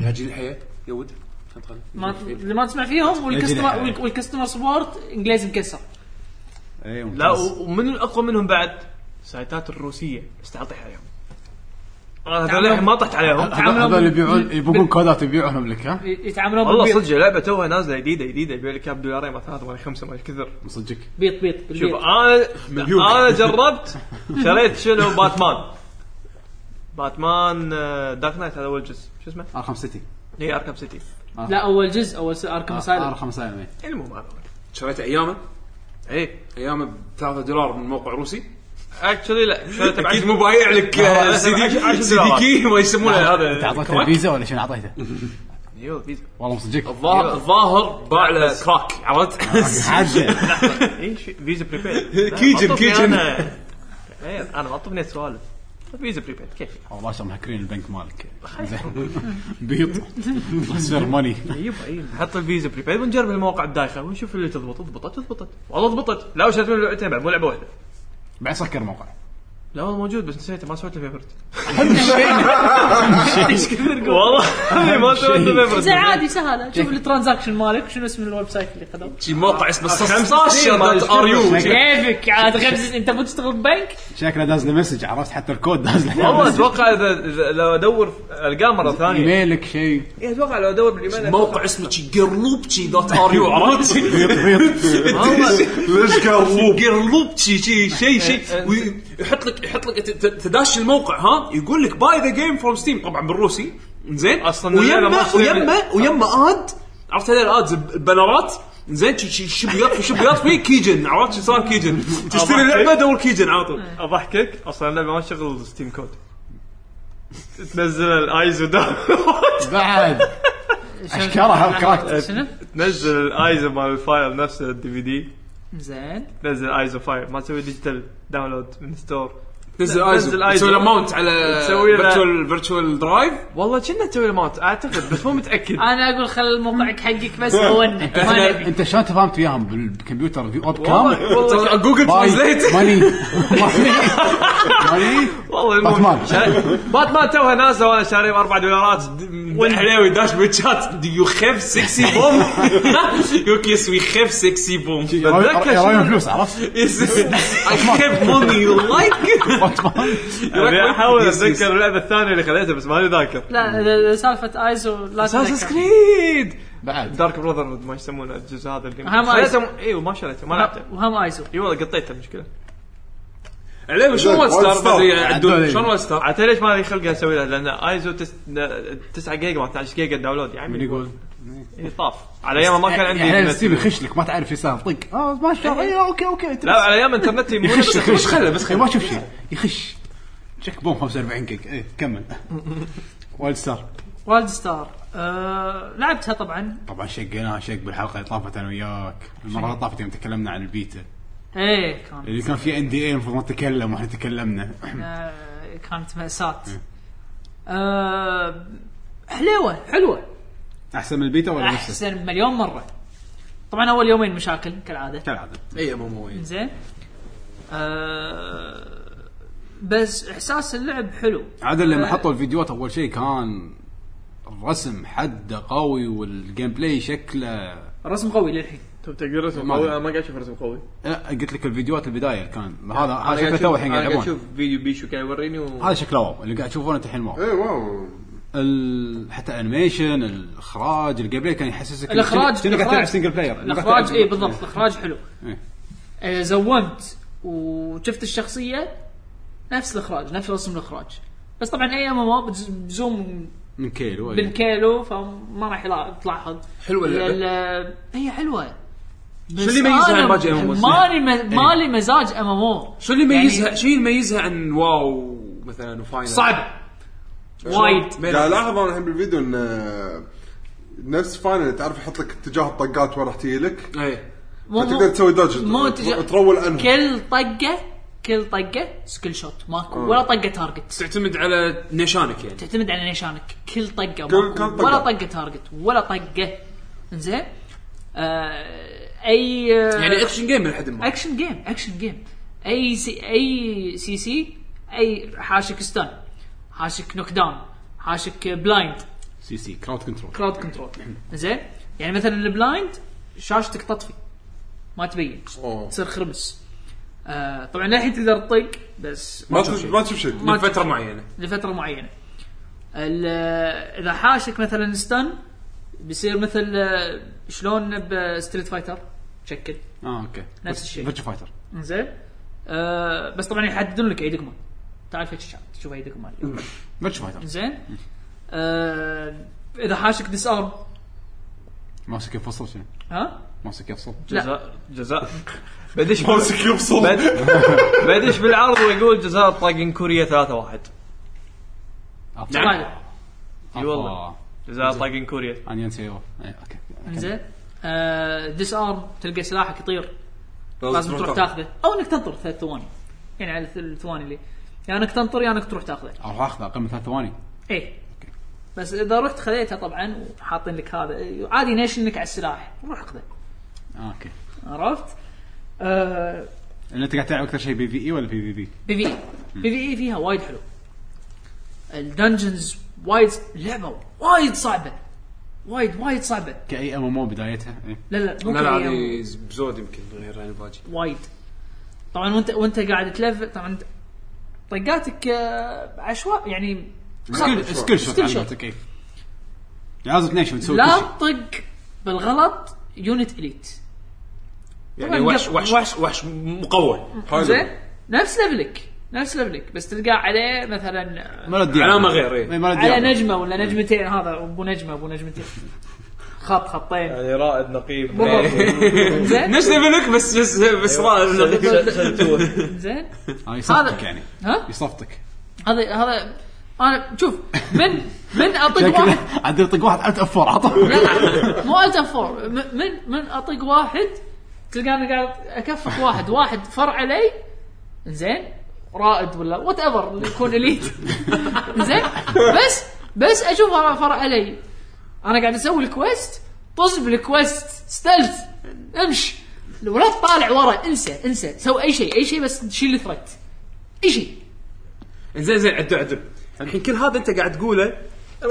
[SPEAKER 4] يا جيل الحياه يا ود خل تخلي.
[SPEAKER 6] ما اللي ما تسمع فيهم والكستمر والك- والكستمر سبورت انجليزي مكسر
[SPEAKER 1] اي
[SPEAKER 7] لا
[SPEAKER 1] إيه، ممتاز
[SPEAKER 7] و- ومن الاقوى منهم بعد سايتات الروسيه بس تعال طيح عليهم انا هذول
[SPEAKER 6] تعال.
[SPEAKER 7] للحين ما طحت عليهم
[SPEAKER 1] هذول
[SPEAKER 6] تعاملهم
[SPEAKER 1] هذول يبيعون
[SPEAKER 6] بال-
[SPEAKER 1] يبون كودات يبيعونهم لك ها؟
[SPEAKER 6] يتعاملون
[SPEAKER 7] والله
[SPEAKER 6] بالبيض.
[SPEAKER 7] صدق لعبه توها نازله جديده جديده يبيع لك اياها بدولارين ما ثلاثه ولا خمسه ما كثر
[SPEAKER 1] صدقك
[SPEAKER 6] بيض بيض
[SPEAKER 7] شوف
[SPEAKER 6] بالبيض
[SPEAKER 7] انا انا جربت شريت شنو باتمان باتمان آه، دارك نايت هذا اول جزء شو اسمه؟
[SPEAKER 1] ار 5 سيتي
[SPEAKER 7] هي اركب سيتي يعني
[SPEAKER 6] لا اول جزء اول اركم
[SPEAKER 1] ار
[SPEAKER 6] سايلنت
[SPEAKER 1] 5 سايلم
[SPEAKER 7] المهم هذا
[SPEAKER 4] شريته ايامه
[SPEAKER 7] اي
[SPEAKER 4] ايامه ب 3 دولار من موقع روسي
[SPEAKER 3] اكشلي لا شريته بعشرة-
[SPEAKER 4] اكيد مو بايع لك
[SPEAKER 3] لا، لا،
[SPEAKER 4] سي
[SPEAKER 3] عشر- عشر
[SPEAKER 4] دي سي دي
[SPEAKER 3] دولارات.
[SPEAKER 4] كي ما يسمونه
[SPEAKER 1] انت
[SPEAKER 4] هذا
[SPEAKER 1] اعطيته الفيزا ولا شنو اعطيته؟
[SPEAKER 3] ايوه فيزا
[SPEAKER 1] والله مصدقك
[SPEAKER 4] الظاهر الظاهر باع له كراك عرفت؟
[SPEAKER 1] حاجه
[SPEAKER 3] اي شي- فيزا بريبيد
[SPEAKER 4] كيجن-
[SPEAKER 3] لا،
[SPEAKER 4] كيجن.
[SPEAKER 3] أنا- إيه، انا ما طفني سوالف فيزا بريبيد كيف
[SPEAKER 1] والله شلون مهكرين البنك مالك زين بيض ترانسفير ماني
[SPEAKER 3] إيه، يبا اي نحط الفيزا بريبيد ونجرب المواقع الدايخه ونشوف اللي تضبط ضبطت ضبطت والله ضبطت لا وشريت منه لعبتين بعد مو لعبه واحده
[SPEAKER 1] بعد سكر الموقع
[SPEAKER 3] لا والله موجود بس نسيته ما سويت له فيفرت
[SPEAKER 6] ايش كثر قول
[SPEAKER 3] والله ما سويت له
[SPEAKER 6] زين
[SPEAKER 3] فيفرت
[SPEAKER 6] عادي سهله شوف الترانزاكشن مالك شنو اسم الويب سايت اللي خذوه
[SPEAKER 4] شي موقع اسمه
[SPEAKER 3] سنين ما
[SPEAKER 4] 15 دوت ار يو
[SPEAKER 1] يشتغل.
[SPEAKER 6] كيفك عاد غمزه انت مو تشتغل ببنك
[SPEAKER 1] شكله داز له مسج عرفت حتى الكود داز له
[SPEAKER 3] والله اتوقع اذا إذا- لو ادور في- القاه مره ثانيه
[SPEAKER 1] ايميلك شيء
[SPEAKER 3] إيه، اتوقع لو ادور بالايميل
[SPEAKER 4] موقع اسمه شي جرلوبشي دوت ار يو عرفت؟ آه،
[SPEAKER 5] ليش قربوك
[SPEAKER 4] جرلوبشي شي شي شي ويحط لك يحط لك ت- ت- تداش الموقع ها يقول لك باي ذا جيم فروم ستيم طبعا بالروسي زين
[SPEAKER 3] أصلاً اللعبة ما
[SPEAKER 4] ويما
[SPEAKER 3] أشتري-
[SPEAKER 4] ويما ويما اد عرفت هذول الادز البنرات زين شي- شي شبيات شبيات في كيجن عرفت شو صار كيجن تشتري لعبه دور كيجن على طول
[SPEAKER 3] اضحكك اصلا اللعبه ما تشغل ستيم كود تنزل الايزو
[SPEAKER 1] بعد اشكرها كراكت
[SPEAKER 6] شنو؟
[SPEAKER 3] تنزل الايزو مال الفايل نفسه الدي في دي
[SPEAKER 6] زين
[SPEAKER 3] تنزل ايزو فايل ما تسوي ديجيتال داونلود من ستور
[SPEAKER 4] تنزل
[SPEAKER 3] تنزل
[SPEAKER 4] ايزو
[SPEAKER 3] ISO.
[SPEAKER 4] تسوي له ماونت على
[SPEAKER 3] تسوي له-
[SPEAKER 4] فيرتشوال فيرتشوال درايف
[SPEAKER 3] والله كنا تسوي مات اعتقد بس مو متاكد
[SPEAKER 6] انا اقول خل موقعك حقك بس هونا ما نبي
[SPEAKER 1] انت شلون تفاهمت وياهم بالكمبيوتر في اوب كام
[SPEAKER 3] والله والله-
[SPEAKER 4] طلع جوجل ترانزليت
[SPEAKER 1] ماني ماني ماني
[SPEAKER 3] والله
[SPEAKER 1] باتمان.
[SPEAKER 3] المهم شا- باتمان توها نازله وانا شاري 4 دولارات
[SPEAKER 4] والحلاوي داش بالشات دو يو خيف سكسي بوم يوك يس وي خيف سكسي بوم
[SPEAKER 1] رايهم فلوس عرفت
[SPEAKER 4] اي خيف موني يو لايك
[SPEAKER 1] باتمان
[SPEAKER 3] أبي احاول
[SPEAKER 4] يس- يس.
[SPEAKER 3] اتذكر اللعبه الثانيه اللي خذيتها بس ماني ذاكر
[SPEAKER 6] لا لا، سالفه ايزو لا
[SPEAKER 3] اساسن
[SPEAKER 6] تذكر.
[SPEAKER 3] كريد
[SPEAKER 1] بعد
[SPEAKER 3] دارك براذر ما يسمونه الجزء هذا اللي
[SPEAKER 6] أهم
[SPEAKER 3] شريته م- ايوه ما شريته ما لعبته
[SPEAKER 6] وهم ايزو
[SPEAKER 3] اي والله قطيته المشكله
[SPEAKER 4] عليوي شلون
[SPEAKER 5] وايد
[SPEAKER 4] وات ستار
[SPEAKER 5] ستار.
[SPEAKER 4] بدري يعدون
[SPEAKER 1] عدول.
[SPEAKER 4] شلون وات ستار
[SPEAKER 3] عرفت ليش ما لي خلق اسوي لها لان ايزو 9 جيجا ما 12 جيجا داونلود يا عمي
[SPEAKER 1] يقول
[SPEAKER 3] إي، طاف على ايام ما كان عندي
[SPEAKER 1] يعني
[SPEAKER 3] إنترنت.
[SPEAKER 1] ستيف يخش لك ما تعرف يسار طق اه ما شاء الله إيه، اوكي اوكي أنت
[SPEAKER 3] لا على ايام انترنتي مو
[SPEAKER 1] يخش
[SPEAKER 3] نفس-
[SPEAKER 1] يخش خله بس خله ما تشوف شيء يخش تشيك بوم 45 جيج ايه كمل وايد ستار
[SPEAKER 6] والد ستار آه، لعبتها طبعا
[SPEAKER 1] طبعا شقيناها شق بالحلقه اللي طافت انا وياك المره اللي طافت يوم تكلمنا عن البيتا
[SPEAKER 6] ايه كان
[SPEAKER 1] اللي كان في ان دي اي المفروض ما نتكلم واحنا تكلمنا
[SPEAKER 6] آه، كانت مأساة آه، حلوة حلوة
[SPEAKER 1] احسن من البيتا ولا نفسه؟
[SPEAKER 6] أحسن مليون مرة طبعا أول يومين مشاكل كالعادة
[SPEAKER 1] كالعاده
[SPEAKER 3] إيه،
[SPEAKER 4] اي مو مو
[SPEAKER 6] زين آه، بس إحساس اللعب حلو
[SPEAKER 1] عاده
[SPEAKER 6] أه.
[SPEAKER 1] لما حطوا الفيديوهات اول شيء كان الرسم حده قوي والجيم بلاي شكله أه،
[SPEAKER 6] الرسم قوي للحين
[SPEAKER 3] طب تقدر رسم
[SPEAKER 1] ما
[SPEAKER 3] قوي
[SPEAKER 1] أدري.
[SPEAKER 3] انا ما قاعد اشوف رسم قوي
[SPEAKER 1] لا قلت لك الفيديوهات البدايه اللي كان
[SPEAKER 6] أه.
[SPEAKER 1] هذا هذا
[SPEAKER 3] قاعد
[SPEAKER 1] شكله
[SPEAKER 3] أشوف-
[SPEAKER 1] تو الحين قاعد
[SPEAKER 3] أنا قاعد
[SPEAKER 1] يلعبون
[SPEAKER 3] اشوف فيديو بيشو قاعد يوريني و...
[SPEAKER 1] هذا شكله واو اللي قاعد تشوفونه انت الحين واو
[SPEAKER 5] اي إيه، واو
[SPEAKER 1] ال- حتى الانيميشن الاخراج الجيم بلاي كان يحسسك إنك
[SPEAKER 6] الإخراج-
[SPEAKER 1] شنو قاعد تلعب
[SPEAKER 6] الإخراج-
[SPEAKER 1] سنجل بلاير
[SPEAKER 6] الإخراج إيه بالضبط الإخراج حلو
[SPEAKER 1] إيه.
[SPEAKER 6] آه، زومت وشفت الشخصية نفس الإخراج نفس رسم الإخراج بس طبعا اي ام ام بزوم
[SPEAKER 1] من كيلو إيه.
[SPEAKER 6] بالكيلو فما راح يلا- تلاحظ
[SPEAKER 4] حلوة اللعبة.
[SPEAKER 6] اللعبة هي حلوه بس
[SPEAKER 4] شو اللي يميزها عن باقي MMOs؟
[SPEAKER 6] مالي م- مالي مزاج ام ام او
[SPEAKER 4] شو اللي يميزها شو اللي يميزها عن واو مثلا وفاينل
[SPEAKER 6] صعب وايد
[SPEAKER 4] بين-
[SPEAKER 5] قاعد الاحظ انا الحين بالفيديو ان آه، نفس فاينل تعرف يحط لك اتجاه الطقات وين راح تجي لك
[SPEAKER 4] اي
[SPEAKER 6] مو- مو-
[SPEAKER 5] تقدر تسوي دوج
[SPEAKER 6] مو اتجاه-
[SPEAKER 5] ترول عنهم
[SPEAKER 6] كل طقه كل طقه سكيل شوت ماكو ولا طقه تارجت
[SPEAKER 4] تعتمد على نيشانك يعني
[SPEAKER 6] تعتمد على نيشانك كل طقه
[SPEAKER 5] كل- كل
[SPEAKER 6] ماكو
[SPEAKER 5] طقة.
[SPEAKER 6] ولا طقه تارجت ولا طقه زين آه اي آه،
[SPEAKER 4] يعني اكشن جيم لحد ما
[SPEAKER 6] اكشن جيم اكشن جيم اي سي اي سي سي اي حاشك ستان حاشك نوك داون حاشك بلايند
[SPEAKER 1] سي سي كراود كنترول
[SPEAKER 6] كراود كنترول زين يعني مثلا البلايند شاشتك تطفي ما تبين
[SPEAKER 5] أوه.
[SPEAKER 6] تصير خربس آه طبعا للحين تقدر تطق بس
[SPEAKER 5] ما تشوف ما تشوف شيء
[SPEAKER 4] من فتره معينه
[SPEAKER 6] لفتره معينه ال- اذا حاشك مثلا ستان بيصير مثل آه، شلون بستريت فايتر شكل
[SPEAKER 1] اه اوكي
[SPEAKER 6] نفس الشيء.
[SPEAKER 1] فيرتشو فايتر
[SPEAKER 6] زين آه بس طبعا يحددون لك اي دقمه تعال فيك الشات تشوف اي دقمه
[SPEAKER 1] فيرتشو فايتر
[SPEAKER 6] زين آه اذا حاشك ديس ارم
[SPEAKER 1] ماسك يفصل شنو
[SPEAKER 6] ها
[SPEAKER 1] ماسك يفصل
[SPEAKER 3] جزاء جزاء بدش
[SPEAKER 5] ماسك يفصل
[SPEAKER 3] بد- بدش بالعرض ويقول جزاء طاقن كوريا 3 1
[SPEAKER 6] نعم
[SPEAKER 3] اي والله. جزاء طاقن كوريا
[SPEAKER 1] انا نسي اوكي
[SPEAKER 6] زين آه، ديس ارم تلقى سلاحك يطير لازم تروح
[SPEAKER 5] تاخذ.
[SPEAKER 6] تاخذه او انك تنطر ثلاث ثواني يعني على الث- الثواني اللي يا انك تنطر يا انك تروح تاخذه
[SPEAKER 1] راح اخذه اقل من ثلاث ثواني
[SPEAKER 6] اي إيه. بس اذا رحت خذيته طبعا وحاطين لك هذا عادي نيشنك على السلاح روح اخذه
[SPEAKER 1] آه، اوكي
[SPEAKER 6] عرفت؟ آه
[SPEAKER 1] لان انت قاعد تلعب اكثر شيء بي في اي ولا بي في بي؟
[SPEAKER 6] بي في اي بي في اي فيها وايد حلو الدنجنز وايد لعبه وايد صعبه وايد وايد صعبه
[SPEAKER 1] كاي ام ام او بدايتها إيه.
[SPEAKER 6] لا لا مو
[SPEAKER 4] لا لا
[SPEAKER 6] كل
[SPEAKER 4] هذه
[SPEAKER 6] يوم.
[SPEAKER 4] بزود يمكن غير عن الباجي
[SPEAKER 6] وايد طبعا وانت وانت قاعد تلفل طبعا أنت- طقاتك آه، عشواء يعني
[SPEAKER 1] سكيل
[SPEAKER 5] شوت.
[SPEAKER 1] سكيل شوت
[SPEAKER 6] سكيل
[SPEAKER 1] على
[SPEAKER 6] شوت.
[SPEAKER 1] قولتك إيه. يعني كيف لازم تنيشن تسوي كل
[SPEAKER 6] لا
[SPEAKER 1] شيء
[SPEAKER 6] تطق بالغلط يونت اليت
[SPEAKER 4] يعني
[SPEAKER 6] طبعاً
[SPEAKER 4] وحش
[SPEAKER 6] قط-
[SPEAKER 4] وحش وحش, وحش مقوى
[SPEAKER 6] زين نفس ليفلك نفس ليفلك بس تلقاه عليه مثلا
[SPEAKER 1] مرة ديابلو.
[SPEAKER 4] علامة غير، إيه.
[SPEAKER 1] إيه، مرة
[SPEAKER 6] على
[SPEAKER 1] ديابلو.
[SPEAKER 6] نجمه ولا نجمتين هذا ابو نجمه ابو نجمتين خط خطين
[SPEAKER 3] يعني رائد نقيب
[SPEAKER 6] زين
[SPEAKER 4] نفس ليفلك بس بس بس
[SPEAKER 1] أيوة.
[SPEAKER 6] زين
[SPEAKER 1] آه،
[SPEAKER 6] هذا-
[SPEAKER 1] يصفطك يعني
[SPEAKER 6] ها
[SPEAKER 1] يصفطك
[SPEAKER 6] هذا هذا انا شوف من من اطق واحد
[SPEAKER 1] شكله عاد يطق واحد الت اف 4 عطى
[SPEAKER 6] لا مو الت فور من من اطق واحد تلقاني قاعد اكفك واحد واحد فر علي زين رائد ولا وات ايفر اللي يكون اليت زين بس بس اشوفه فر علي انا قاعد اسوي الكويست طز بالكويست ستلث امش ولا تطالع ورا انسى انسى سوي اي شيء اي شيء بس تشيل ثريت اي شيء
[SPEAKER 4] زين زين عدوا عدوا الحين كل هذا انت قاعد تقوله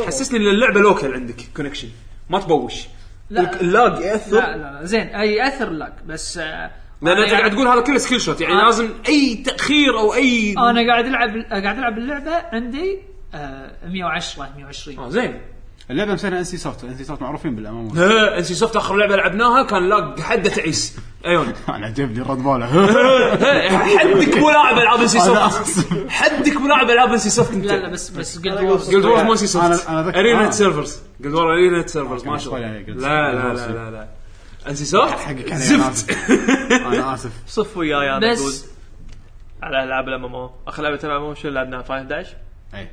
[SPEAKER 4] حسسني ان اللعبه لوكال عندك كونكشن ما تبوش
[SPEAKER 6] لا
[SPEAKER 4] اللاج
[SPEAKER 6] لا
[SPEAKER 4] ياثر
[SPEAKER 6] لا لا، زين اي ياثر لك بس آه،
[SPEAKER 4] لان
[SPEAKER 6] أنا
[SPEAKER 4] انت قاعد تقول هذا كله سكيل شوت يعني
[SPEAKER 6] آه.
[SPEAKER 4] لازم اي تاخير او اي
[SPEAKER 6] انا قاعد العب قاعد العب اللعبه عندي آه 110 120
[SPEAKER 4] آه، زين
[SPEAKER 1] اللعبه مسويها ان سي سوفت ان سي سوفت معروفين بالامام
[SPEAKER 4] ها، ان سي سوفت اخر لعبه لعبناها كان لاج حده تعيس ايون
[SPEAKER 1] انا عجبني الرد بوله
[SPEAKER 4] ها، حدك ملاعب العاب ان سي
[SPEAKER 1] أنا
[SPEAKER 4] سوفت
[SPEAKER 1] أقسم.
[SPEAKER 4] حدك ملاعب العاب ان سي سوفت انت
[SPEAKER 6] لا لا بس بس جلد
[SPEAKER 4] جلد وورز مو
[SPEAKER 1] أنا-
[SPEAKER 4] سي سوفت
[SPEAKER 1] أنا أذكر-
[SPEAKER 4] ارينا
[SPEAKER 1] آه.
[SPEAKER 4] سيرفرز جلد وور ارينا سيرفرز ما
[SPEAKER 1] كان
[SPEAKER 4] شاء الله
[SPEAKER 1] شوي يعني Guild
[SPEAKER 4] لا
[SPEAKER 1] Wars.
[SPEAKER 4] لا لا لا لا ان سي سوفت
[SPEAKER 1] حقك أنا يا
[SPEAKER 4] زفت
[SPEAKER 1] ناصر. انا اسف
[SPEAKER 3] صف وياي انا
[SPEAKER 6] بس
[SPEAKER 3] بس على العاب الام ام او اخر لعبه الام ام او شنو لعبناها فاين داش
[SPEAKER 1] إيه.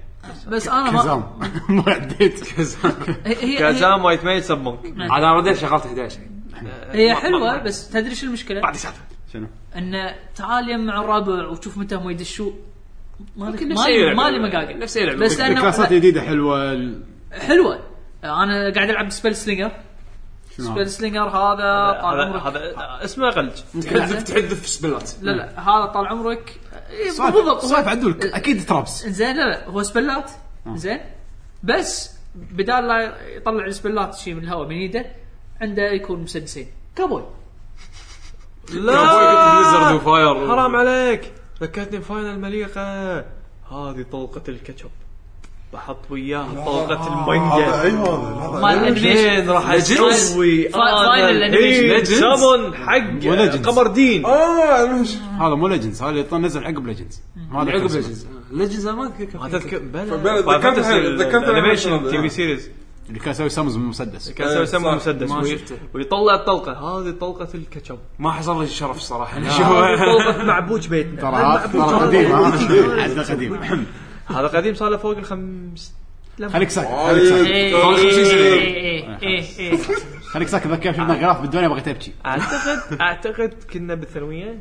[SPEAKER 6] بس انا ما
[SPEAKER 1] كزام ما عديت
[SPEAKER 6] هي هي, هي,
[SPEAKER 3] كازام وايت ميج سب مونك
[SPEAKER 4] عاد انا رديت شغلت 11
[SPEAKER 6] هي حلوه بس تدري شو المشكله؟
[SPEAKER 4] بعد سالفه
[SPEAKER 1] شنو؟
[SPEAKER 6] ان تعال يم مع الربع وشوف متى هم يدشوا مالك
[SPEAKER 4] نفس أي
[SPEAKER 6] مالي
[SPEAKER 4] لعبة.
[SPEAKER 6] مالي مقاقل
[SPEAKER 4] نفس أي لعبة.
[SPEAKER 6] بس
[SPEAKER 1] الكلاسات
[SPEAKER 6] لانه
[SPEAKER 1] الجديده حلوه ال-
[SPEAKER 6] حلوه انا قاعد العب سبيل سلينجر
[SPEAKER 1] شنو
[SPEAKER 6] سبيل
[SPEAKER 1] هذا؟
[SPEAKER 6] سلينجر هذا طال
[SPEAKER 3] هذا
[SPEAKER 6] آه، عمرك
[SPEAKER 3] هذا اسمه غلج
[SPEAKER 4] تحذف تحذف سبلات
[SPEAKER 6] لا لا هذا طال عمرك إيه،
[SPEAKER 1] سوالف-
[SPEAKER 6] بالضبط هو-
[SPEAKER 1] سوالف عدول اكيد ترابس
[SPEAKER 6] زين لا لا هو سبلات زين بس بدال لا يطلع السبلات شيء من الهواء من ايده عنده يكون مسدسين كابوي
[SPEAKER 4] كابوي
[SPEAKER 3] لا
[SPEAKER 4] بليزرد وفاير
[SPEAKER 3] حرام عليك ذكرتني بفاينل مليقه هذه طلقه الكاتشب بحط وياها طلقه
[SPEAKER 5] هذا اي
[SPEAKER 4] أيوة.
[SPEAKER 3] المانجا
[SPEAKER 5] هذا
[SPEAKER 6] مال
[SPEAKER 5] هذا.
[SPEAKER 6] الانيميشن
[SPEAKER 3] الحين إيه، راح اسوي
[SPEAKER 6] Final Animation.
[SPEAKER 3] انا
[SPEAKER 4] Legends.
[SPEAKER 3] سامون حق
[SPEAKER 1] Legends.
[SPEAKER 3] قمر دين
[SPEAKER 5] اه المش-
[SPEAKER 1] هذا مو ليجندز هذا اللي طن- نزل عقب ليجندز
[SPEAKER 4] عقب ليجندز ليجندز ما اذكر
[SPEAKER 3] ما تذكر
[SPEAKER 5] فبلا- ذكرت الحين- ذكرت
[SPEAKER 3] الانيميشن
[SPEAKER 5] الانيميشن
[SPEAKER 3] تي
[SPEAKER 5] هذا.
[SPEAKER 3] في سيريز
[SPEAKER 1] اللي كان يسوي سمز من مسدس
[SPEAKER 3] كان يسوي
[SPEAKER 5] إيه،
[SPEAKER 3] سمو
[SPEAKER 5] صح.
[SPEAKER 3] مسدس
[SPEAKER 4] ما
[SPEAKER 3] وي-
[SPEAKER 4] شفته.
[SPEAKER 3] ويطلع الطلقه هذه طلقه الكاتشب
[SPEAKER 4] ما حصل لي الشرف الصراحه
[SPEAKER 3] هذه طلقه معبوج بيتنا
[SPEAKER 1] ترى هذا- ترى قديم ها؟ هذا قديم
[SPEAKER 3] هذا قديم صار له فوق الخمس
[SPEAKER 1] خليك ساكت خليك
[SPEAKER 5] وايد.
[SPEAKER 1] ساكت
[SPEAKER 6] ايه
[SPEAKER 4] طال 50 سنة.
[SPEAKER 6] ايه ايه ايه
[SPEAKER 1] خليك ساكت ذكر شفنا غراف بالدنيا بغيت ابكي
[SPEAKER 3] اعتقد اعتقد كنا بالثانويه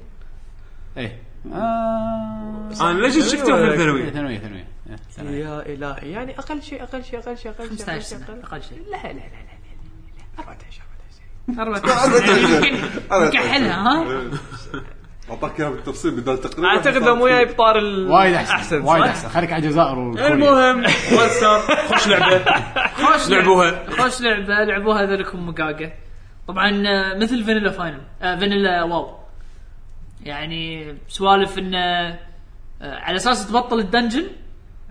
[SPEAKER 1] ايه آه،
[SPEAKER 4] انا ليش شفته في الثانوي
[SPEAKER 1] ثانويه ثانويه إيه، ثانوية.
[SPEAKER 3] يا الهي يعني اقل شيء اقل شيء اقل شيء اقل شيء
[SPEAKER 6] 15
[SPEAKER 3] أقل شيء،
[SPEAKER 6] سنه
[SPEAKER 3] أقل-
[SPEAKER 6] اقل شيء
[SPEAKER 3] لا لا لا لا لا 14 14
[SPEAKER 6] 14 سنه يمكن نكحلها ها
[SPEAKER 5] اعطاك اياها بالتفصيل بدال تقريبا
[SPEAKER 3] اعتقد لو مو جاي بطار ال-
[SPEAKER 1] وايد احسن وايد
[SPEAKER 3] صح؟
[SPEAKER 1] احسن خليك على الجزائر والكوريا.
[SPEAKER 4] المهم وستر خوش لعبه
[SPEAKER 6] خوش
[SPEAKER 4] لعبوها.
[SPEAKER 6] خوش لعبه لعبوها ذلكم مقاقه طبعا آه، مثل فانيلا فاينل آه، فانيلا واو يعني سوالف انه آه، على اساس تبطل الدنجن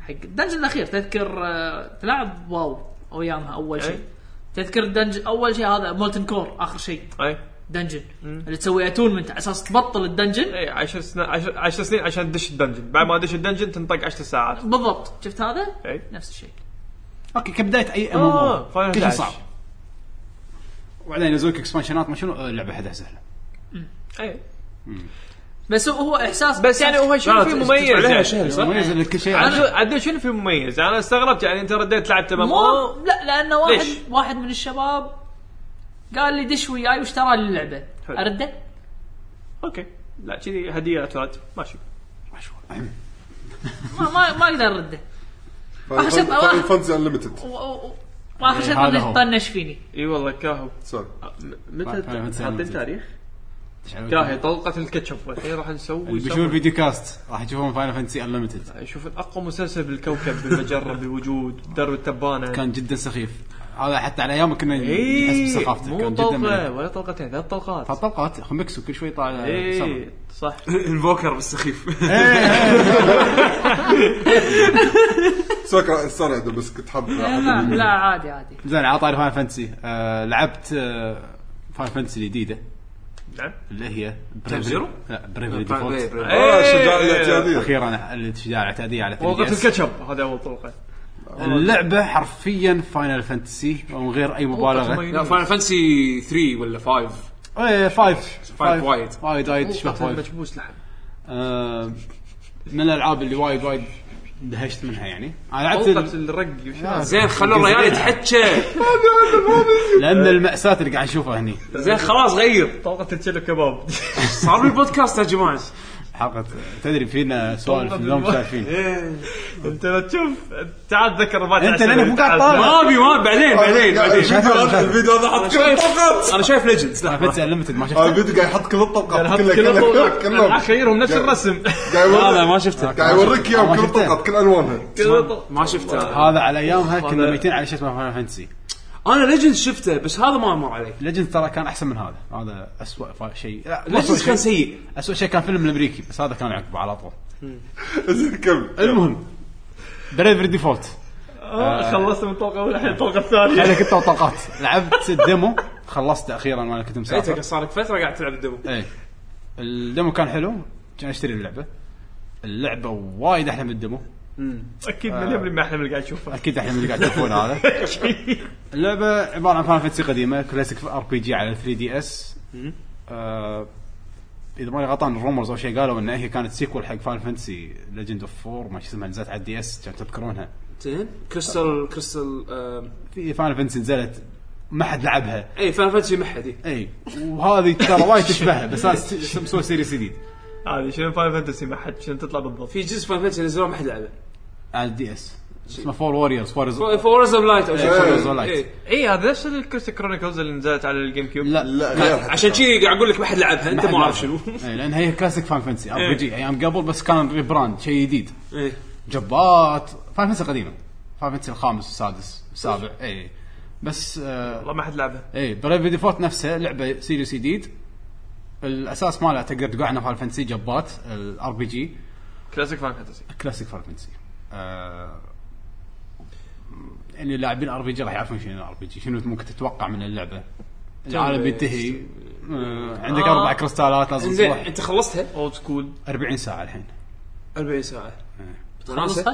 [SPEAKER 6] حق الدنجن الاخير تذكر آه، تلعب واو او ايامها اول شيء
[SPEAKER 3] أي.
[SPEAKER 7] إيه.
[SPEAKER 6] تذكر الدنجن اول شيء هذا مولتن كور اخر شيء
[SPEAKER 3] اي
[SPEAKER 6] دنجن اللي تسوي اتونمنت على اساس تبطل
[SPEAKER 7] إيه.
[SPEAKER 6] الدنجن
[SPEAKER 3] اي 10 سنين 10 سنين عشان تدش الدنجن بعد ما تدش الدنجن تنطق 10 ساعات
[SPEAKER 6] بالضبط شفت هذا؟
[SPEAKER 3] أي.
[SPEAKER 6] نفس الشيء
[SPEAKER 1] اوكي كبدايه اي ام
[SPEAKER 3] آه، Final
[SPEAKER 1] كل شيء
[SPEAKER 3] Dash.
[SPEAKER 1] صعب وبعدين ينزلون لك اكسبانشنات ما شنو آه، اللعبه حدها سهله
[SPEAKER 7] اي
[SPEAKER 6] بس هو احساس
[SPEAKER 7] بس يعني هو شنو في مميز
[SPEAKER 4] عليها
[SPEAKER 7] يعني؟
[SPEAKER 4] شهر صح؟
[SPEAKER 1] مميز ان كل شيء
[SPEAKER 7] عدل عدل شنو في مميز؟ انا استغربت يعني انت رديت لعبت ام
[SPEAKER 6] مو لا لانه واحد
[SPEAKER 7] ليش؟
[SPEAKER 6] واحد من الشباب قال لي دش وياي واشترى لي اللعبه
[SPEAKER 7] حلو.
[SPEAKER 6] ارده
[SPEAKER 7] اوكي لا كذي هديه اتولد ماشي
[SPEAKER 6] ما ما, ما اقدر ارده آخر شيء-
[SPEAKER 5] فاينل فانتسي انليمتد
[SPEAKER 6] و- و- واخر شيء
[SPEAKER 1] هذا هو.
[SPEAKER 6] طنش- طنش فيني
[SPEAKER 7] اي والله كاهو
[SPEAKER 5] سوري
[SPEAKER 7] متى حاطين
[SPEAKER 1] فاهم، فاهم.
[SPEAKER 7] تاريخ؟ كاهي
[SPEAKER 1] عدل
[SPEAKER 7] طلقت الكاتشب الحين راح نسوي
[SPEAKER 1] اللي بيشوف الفيديو كاست راح يشوفون فاينل فانتسي انليمتد
[SPEAKER 7] شوف اقوى مسلسل بالكوكب بالمجره بوجود در التبانه
[SPEAKER 1] كان جدا سخيف هذا حتى على ايامه كنا نحس
[SPEAKER 7] اي
[SPEAKER 1] بسخافته
[SPEAKER 7] إيه، مو
[SPEAKER 1] كان جدا
[SPEAKER 7] طلقه
[SPEAKER 1] مليح.
[SPEAKER 7] ولا طلقتين ثلاث طلقات
[SPEAKER 1] فالطلقات خمكس وكل شوي طالع
[SPEAKER 7] اي صح
[SPEAKER 2] انفوكر بالسخيف
[SPEAKER 5] سوري سوري عدل بس كنت حاب
[SPEAKER 6] لا
[SPEAKER 5] أعطي-
[SPEAKER 6] لا عادي عادي
[SPEAKER 1] زين على طاري فاين فانتسي آه لعبت آه فاين فانتسي الجديده
[SPEAKER 7] نعم.
[SPEAKER 1] اللي هي بريف
[SPEAKER 2] زيرو؟
[SPEAKER 1] لا بريفري ديفولت
[SPEAKER 5] آه، الشجاعة
[SPEAKER 7] إيه.
[SPEAKER 5] الاعتيادية
[SPEAKER 1] اخيرا الشجاعه الاعتياديه على 3DS.
[SPEAKER 7] طلقه الكاتشب هذا اول طلقه
[SPEAKER 1] اللعبه حرفيا فاينل فانتسي ومن غير اي مبالغه
[SPEAKER 4] لا فاينل فانسي 3 ولا 5
[SPEAKER 1] ايه فايف
[SPEAKER 4] فايف وايد.
[SPEAKER 1] وايد وايد تشبه فايف
[SPEAKER 7] مجبوس لحم
[SPEAKER 1] آه، من الالعاب اللي وايد وايد اندهشت منها يعني انا لعبت
[SPEAKER 7] طلقه
[SPEAKER 1] ال-
[SPEAKER 7] الرق وش هذا؟
[SPEAKER 4] زين خلوا الريال يتحكى
[SPEAKER 1] لان الماساه اللي قاعد نشوفها هني
[SPEAKER 4] زين خلاص غير
[SPEAKER 7] طلقه الكلب كباب
[SPEAKER 4] صار بالبودكاست يا جماعه
[SPEAKER 1] حلقه تدري فينا سوالف اليوم مش عارفين
[SPEAKER 7] انت لو تشوف تعال تذكر ما
[SPEAKER 1] انت
[SPEAKER 7] تعشى.
[SPEAKER 1] لانك مو قاعد
[SPEAKER 7] تعال.
[SPEAKER 1] طالع
[SPEAKER 4] ما ابي ما أبي، بعدين بعدين بعدين
[SPEAKER 5] الفيديو هذا الفيديو هذا حط كل الطلقات
[SPEAKER 4] انا شايف ليجندز لا
[SPEAKER 1] فانتسي انليمتد ما
[SPEAKER 5] هذا
[SPEAKER 1] شفته
[SPEAKER 5] الفيديو قاعد يحط كل الطلقات
[SPEAKER 7] حط
[SPEAKER 5] كلها
[SPEAKER 7] كل
[SPEAKER 5] كلها
[SPEAKER 7] الطلقات.
[SPEAKER 5] كلهم
[SPEAKER 7] اخيرهم نفس الرسم
[SPEAKER 5] قاعد يوريك-
[SPEAKER 4] لا ما شفته
[SPEAKER 5] قاعد يوريك
[SPEAKER 1] ما
[SPEAKER 5] اياهم كل
[SPEAKER 1] شفته.
[SPEAKER 5] الطلقات كل الوانها
[SPEAKER 4] ما شفته
[SPEAKER 1] هذا على ايامها كنا
[SPEAKER 7] هذا-
[SPEAKER 1] ميتين على شيء اسمه فاينل فانتسي
[SPEAKER 4] انا ليجندز شفته بس هذا ما مر علي
[SPEAKER 1] ليجند ترى كان احسن من هذا هذا اسوء فا- شيء لا مو أسوأ
[SPEAKER 4] ليجندز
[SPEAKER 1] شيء.
[SPEAKER 4] كان سيء
[SPEAKER 1] اسوء شيء كان فيلم الامريكي بس هذا كان عقبه على طول
[SPEAKER 5] زين كمل
[SPEAKER 1] المهم بريفري ديفولت
[SPEAKER 7] آه، خلصت من الطلقه الاولى الحين الطلقه الثانيه
[SPEAKER 1] انا كنت طلقات لعبت الديمو خلصت اخيرا وانا كنت
[SPEAKER 4] انت
[SPEAKER 1] مسافر
[SPEAKER 4] صار لك فتره قاعد تلعب الدمو
[SPEAKER 1] ايه الديمو كان حلو كان اشتري اللعبه اللعبه وايد احلى من الديمو
[SPEAKER 7] اكيد مليون بالمية احنا من اللي قاعد نشوفه
[SPEAKER 1] اكيد احلى من اللي قاعد تشوفون هذا اللعبه عباره عن فان فانتسي قديمه كلاسيك ار بي جي على 3 دي اس اذا آه، ماني غلطان الرومرز او شيء قالوا ان هي كانت سيكول حق فان فانتسي ليجند اوف 4 ما شو اسمها نزلت على الدي اس كان تذكرونها
[SPEAKER 4] زين كريستال كريستال آم،
[SPEAKER 1] في فان فانتسي نزلت ما حد لعبها
[SPEAKER 4] اي فاينل فانتسي إيه. محدي
[SPEAKER 1] اي وهذه ترى وايد تشبهها بس هذا مسوي سيريس جديد
[SPEAKER 7] هذه شنو فاين فانتسي ما حد شنو تطلع بالضبط
[SPEAKER 4] في جزء فاينل فانتسي نزلوه ما حد لعبه
[SPEAKER 1] على الدي اس اسمه فور ووريرز فورز
[SPEAKER 4] فورز اوف لايت او
[SPEAKER 1] Forest of
[SPEAKER 4] شيء
[SPEAKER 1] Light.
[SPEAKER 4] إيه.
[SPEAKER 7] اي هذا نفس الكريستال كرونيكلز اللي نزلت على الجيم كيوب
[SPEAKER 1] لا
[SPEAKER 5] لا غير حتى.
[SPEAKER 4] عشان كذي قاعد اقول لك ما حد لعبها انت ما عارف شنو
[SPEAKER 1] اي لان إيه، هي كلاسيك فان فانسي ار بي جي ايام قبل بس كان ريبراند شيء جديد
[SPEAKER 4] إيه.
[SPEAKER 1] جبات فان فانسي قديمه فان فانسي الخامس والسادس والسابع اي بس آه
[SPEAKER 7] والله ما حد لعبها
[SPEAKER 1] اي بريف ديفولت نفسها لعبه سيريس جديد الاساس مالها تقدر تقول عنها فان فانسي جبات الار بي جي
[SPEAKER 7] كلاسيك فاين فانتسي
[SPEAKER 1] كلاسيك فان فانسي آه، يعني اللاعبين ار بي جي راح يعرفون شنو الار بي جي شنو ممكن تتوقع من اللعبه العالم بينتهي آه، عندك اربع كريستالات لازم
[SPEAKER 4] زين
[SPEAKER 1] تروح
[SPEAKER 4] انت خلصتها
[SPEAKER 7] اولد سكول
[SPEAKER 1] 40 ساعه الحين
[SPEAKER 4] 40 ساعه
[SPEAKER 6] خلصت؟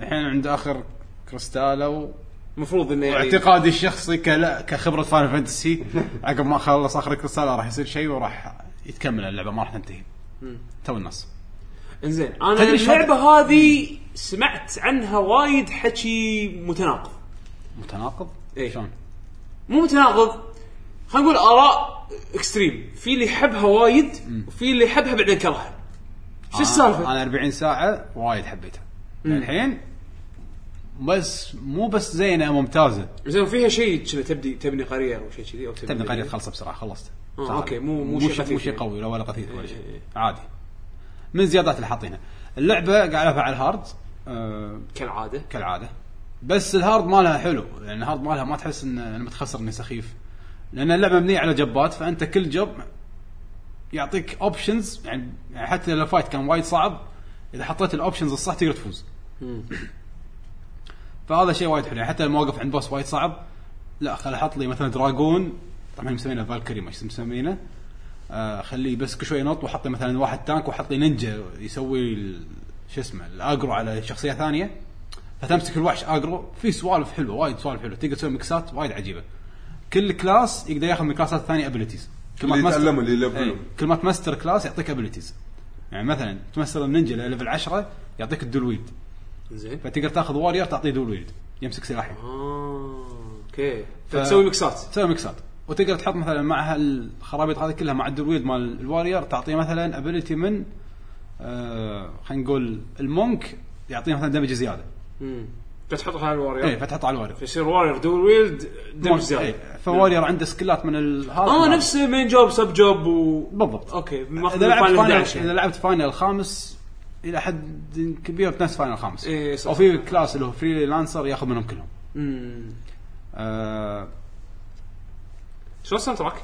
[SPEAKER 1] الحين عند اخر كريستاله و...
[SPEAKER 4] المفروض انه يعني
[SPEAKER 1] واعتقادي الشخصي كلا كخبره فاينل فانتسي عقب ما اخلص اخر كريستاله راح يصير شيء وراح يتكمل اللعبه ما راح تنتهي تو النص
[SPEAKER 4] انزين انا
[SPEAKER 1] تدري شلون-
[SPEAKER 4] اللعبه هذه سمعت عنها وايد حكي متناقض
[SPEAKER 1] متناقض؟
[SPEAKER 4] إيه.
[SPEAKER 1] شلون؟
[SPEAKER 4] مو متناقض خلينا نقول اراء اكستريم في اللي يحبها وايد وفي اللي يحبها بعدين كرهها شو
[SPEAKER 1] آه،
[SPEAKER 4] السالفه؟
[SPEAKER 1] انا 40 ساعه وايد حبيتها الحين بس مو بس زينه ممتازه
[SPEAKER 4] زين فيها شيء كنا تبدي تبني قريه او شيء كذي او تبني
[SPEAKER 1] تبني قريه خلصه بسرعه خلصت
[SPEAKER 4] إيه. آه،
[SPEAKER 1] سهلة.
[SPEAKER 4] أوكي، مو- مو
[SPEAKER 1] مو
[SPEAKER 4] شيء
[SPEAKER 1] شيء مو
[SPEAKER 4] قتيل
[SPEAKER 1] شيء
[SPEAKER 4] يعني.
[SPEAKER 1] قوي لا ولا قتيل ولا شيء
[SPEAKER 4] إيه، إيه.
[SPEAKER 1] عادي من الزيادات اللي حاطينها اللعبه قاعد العبها على الهارد آه،
[SPEAKER 4] كالعاده
[SPEAKER 1] كالعاده بس الهارد مالها حلو يعني الهارد مالها ما تحس انه لما تخسر انه سخيف لان اللعبه مبنيه على جبات فانت كل جب يعطيك اوبشنز يعني يعني حتى لو فايت كان وايد صعب اذا حطيت الاوبشنز الصح تقدر تفوز فهذا شيء وايد حلو يعني حتى المواقف عند بوس وايد صعب لا خل احط لي مثلا دراجون طبعا مسمينه فالكري ما شو مسمينه آه، خليه بس كل شوي ينط واحط لي مثلا واحد تانك واحط لي نينجا يسوي ال- شو اسمه الاجرو على شخصيه ثانيه فتمسك الوحش اجرو في سوالف حلوه وايد سوالف حلوه تقدر تسوي مكسات وايد عجيبه كل كلاس يقدر ياخذ من كلاسات ثانيه ابيلتيز كل
[SPEAKER 5] اللي
[SPEAKER 1] تمستر-
[SPEAKER 5] يتعلموا، اللي يلفلوا.
[SPEAKER 1] إي، كل ما تمستر كلاس يعطيك ابيلتيز يعني مثلا تمستر النينجا ليفل 10 يعطيك الدول ويلد
[SPEAKER 4] زين
[SPEAKER 1] فتقدر تاخذ وارير تعطيه دول ويلد يمسك سلاحين
[SPEAKER 4] آه، اوكي فتسوي مكسات
[SPEAKER 1] تسوي ميكسات وتقدر تحط مثلا مع هالخرابيط هذه كلها مع الدرويد مال الوارير تعطيه مثلا ابيلتي من آه خلينا نقول المونك يعطيه مثلا دمج زياده
[SPEAKER 4] مم. فتحطها على
[SPEAKER 1] اي
[SPEAKER 4] الوارير
[SPEAKER 1] فتحط إيه، على الوارير
[SPEAKER 4] فيصير وارير دول ويلد دمج
[SPEAKER 1] مونك،
[SPEAKER 4] زياده
[SPEAKER 1] إيه، فوارير عنده سكلات من ال- هذا
[SPEAKER 4] اه
[SPEAKER 1] نعم.
[SPEAKER 4] نفس مين جوب سب جوب و
[SPEAKER 1] بالضبط
[SPEAKER 4] اوكي
[SPEAKER 1] اذا لعبت
[SPEAKER 4] Final
[SPEAKER 1] فاينل
[SPEAKER 4] 11 يعني.
[SPEAKER 1] اذا لعبت فاينل الخامس الى حد كبير بنفس فاينل الخامس
[SPEAKER 4] إيه، صح.
[SPEAKER 1] او في كلاس اللي هو فري لانسر ياخذ منهم كلهم
[SPEAKER 4] مم.
[SPEAKER 1] آه
[SPEAKER 4] شو الساوند تراك؟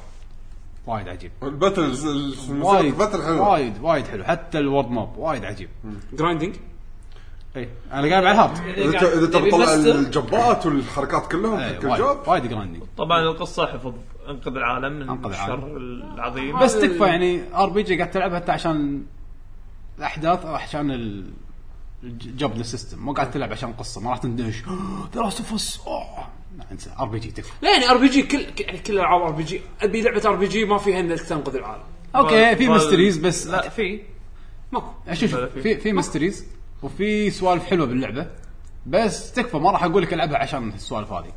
[SPEAKER 1] وايد عجيب
[SPEAKER 5] الباتلز المسابقة
[SPEAKER 1] وايد
[SPEAKER 5] الباتل حلوه
[SPEAKER 1] وايد وايد حلو حتى الورد ماب وايد عجيب
[SPEAKER 4] جرايندنج
[SPEAKER 1] اي انا قاعد على الهارد
[SPEAKER 5] اذا ت- اذا تبي تطلع الجبات والحركات كلهم
[SPEAKER 1] إيه،
[SPEAKER 5] في كل
[SPEAKER 1] وايد
[SPEAKER 5] جوب
[SPEAKER 1] وايد جراندنج
[SPEAKER 3] طبعا القصه حفظ انقذ العالم من
[SPEAKER 1] أنقذ العالم.
[SPEAKER 3] الشر العظيم
[SPEAKER 1] بس تكفى يعني ار بي جي قاعد تلعبها حتى عشان الاحداث او عشان ال- الجوب للسيستم مو قاعد تلعب عشان قصه ما راح تندهش ذا لاست اوف اس Oh. لا انسى ار بي جي تكفى
[SPEAKER 4] لا يعني ار بي جي كل يعني كل العاب ار بي جي ابي لعبه ار بي جي ما فيها انك تنقذ العالم
[SPEAKER 1] اوكي في
[SPEAKER 3] بال-
[SPEAKER 1] ميستريز بس
[SPEAKER 3] لا في
[SPEAKER 4] ماكو
[SPEAKER 1] آه، شوف شوف، في في ميستريز وفي سوالف حلوه باللعبه بس تكفى ما راح اقول لك العبها عشان السوالف هذه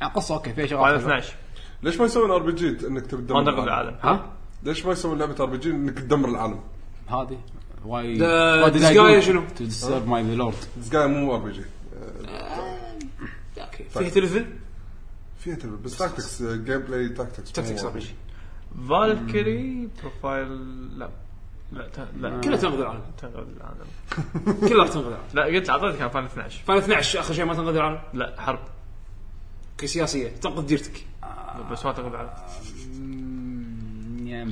[SPEAKER 1] يعني قصه اوكي فيها
[SPEAKER 3] فاينل
[SPEAKER 1] شغلات حلوة.
[SPEAKER 3] 12
[SPEAKER 5] ليش ما يسوون ار بي جي انك تبي
[SPEAKER 3] ما
[SPEAKER 5] تدمر
[SPEAKER 3] نقذ
[SPEAKER 5] العالم؟
[SPEAKER 3] العالم
[SPEAKER 1] ها
[SPEAKER 5] ليش ما يسوون لعبه ار بي جي انك تدمر العالم؟
[SPEAKER 1] هذه واي
[SPEAKER 4] The- this guy شنو؟
[SPEAKER 1] تو ديسيرف ماي لورد
[SPEAKER 5] سكاي مو ار بي جي
[SPEAKER 4] اوكي
[SPEAKER 5] طيب.
[SPEAKER 4] فيها تلفل
[SPEAKER 5] فيها تل- بس uh, تاكتكس جيم بلاي تاكتكس
[SPEAKER 4] تكتكس ار بي جي
[SPEAKER 3] فالكري بروفايل لا لا ت- لا
[SPEAKER 4] كلها تنقذ العالم
[SPEAKER 3] تنقذ العالم
[SPEAKER 4] كلها راح تنقذ العالم
[SPEAKER 3] لا قلت اعطيتك انا فاينل 12
[SPEAKER 4] فاينل 12 اخر شيء ما تنقذ العالم
[SPEAKER 3] لا حرب
[SPEAKER 4] اوكي سياسيه تنقذ ديرتك
[SPEAKER 3] بس ما تنقذ العالم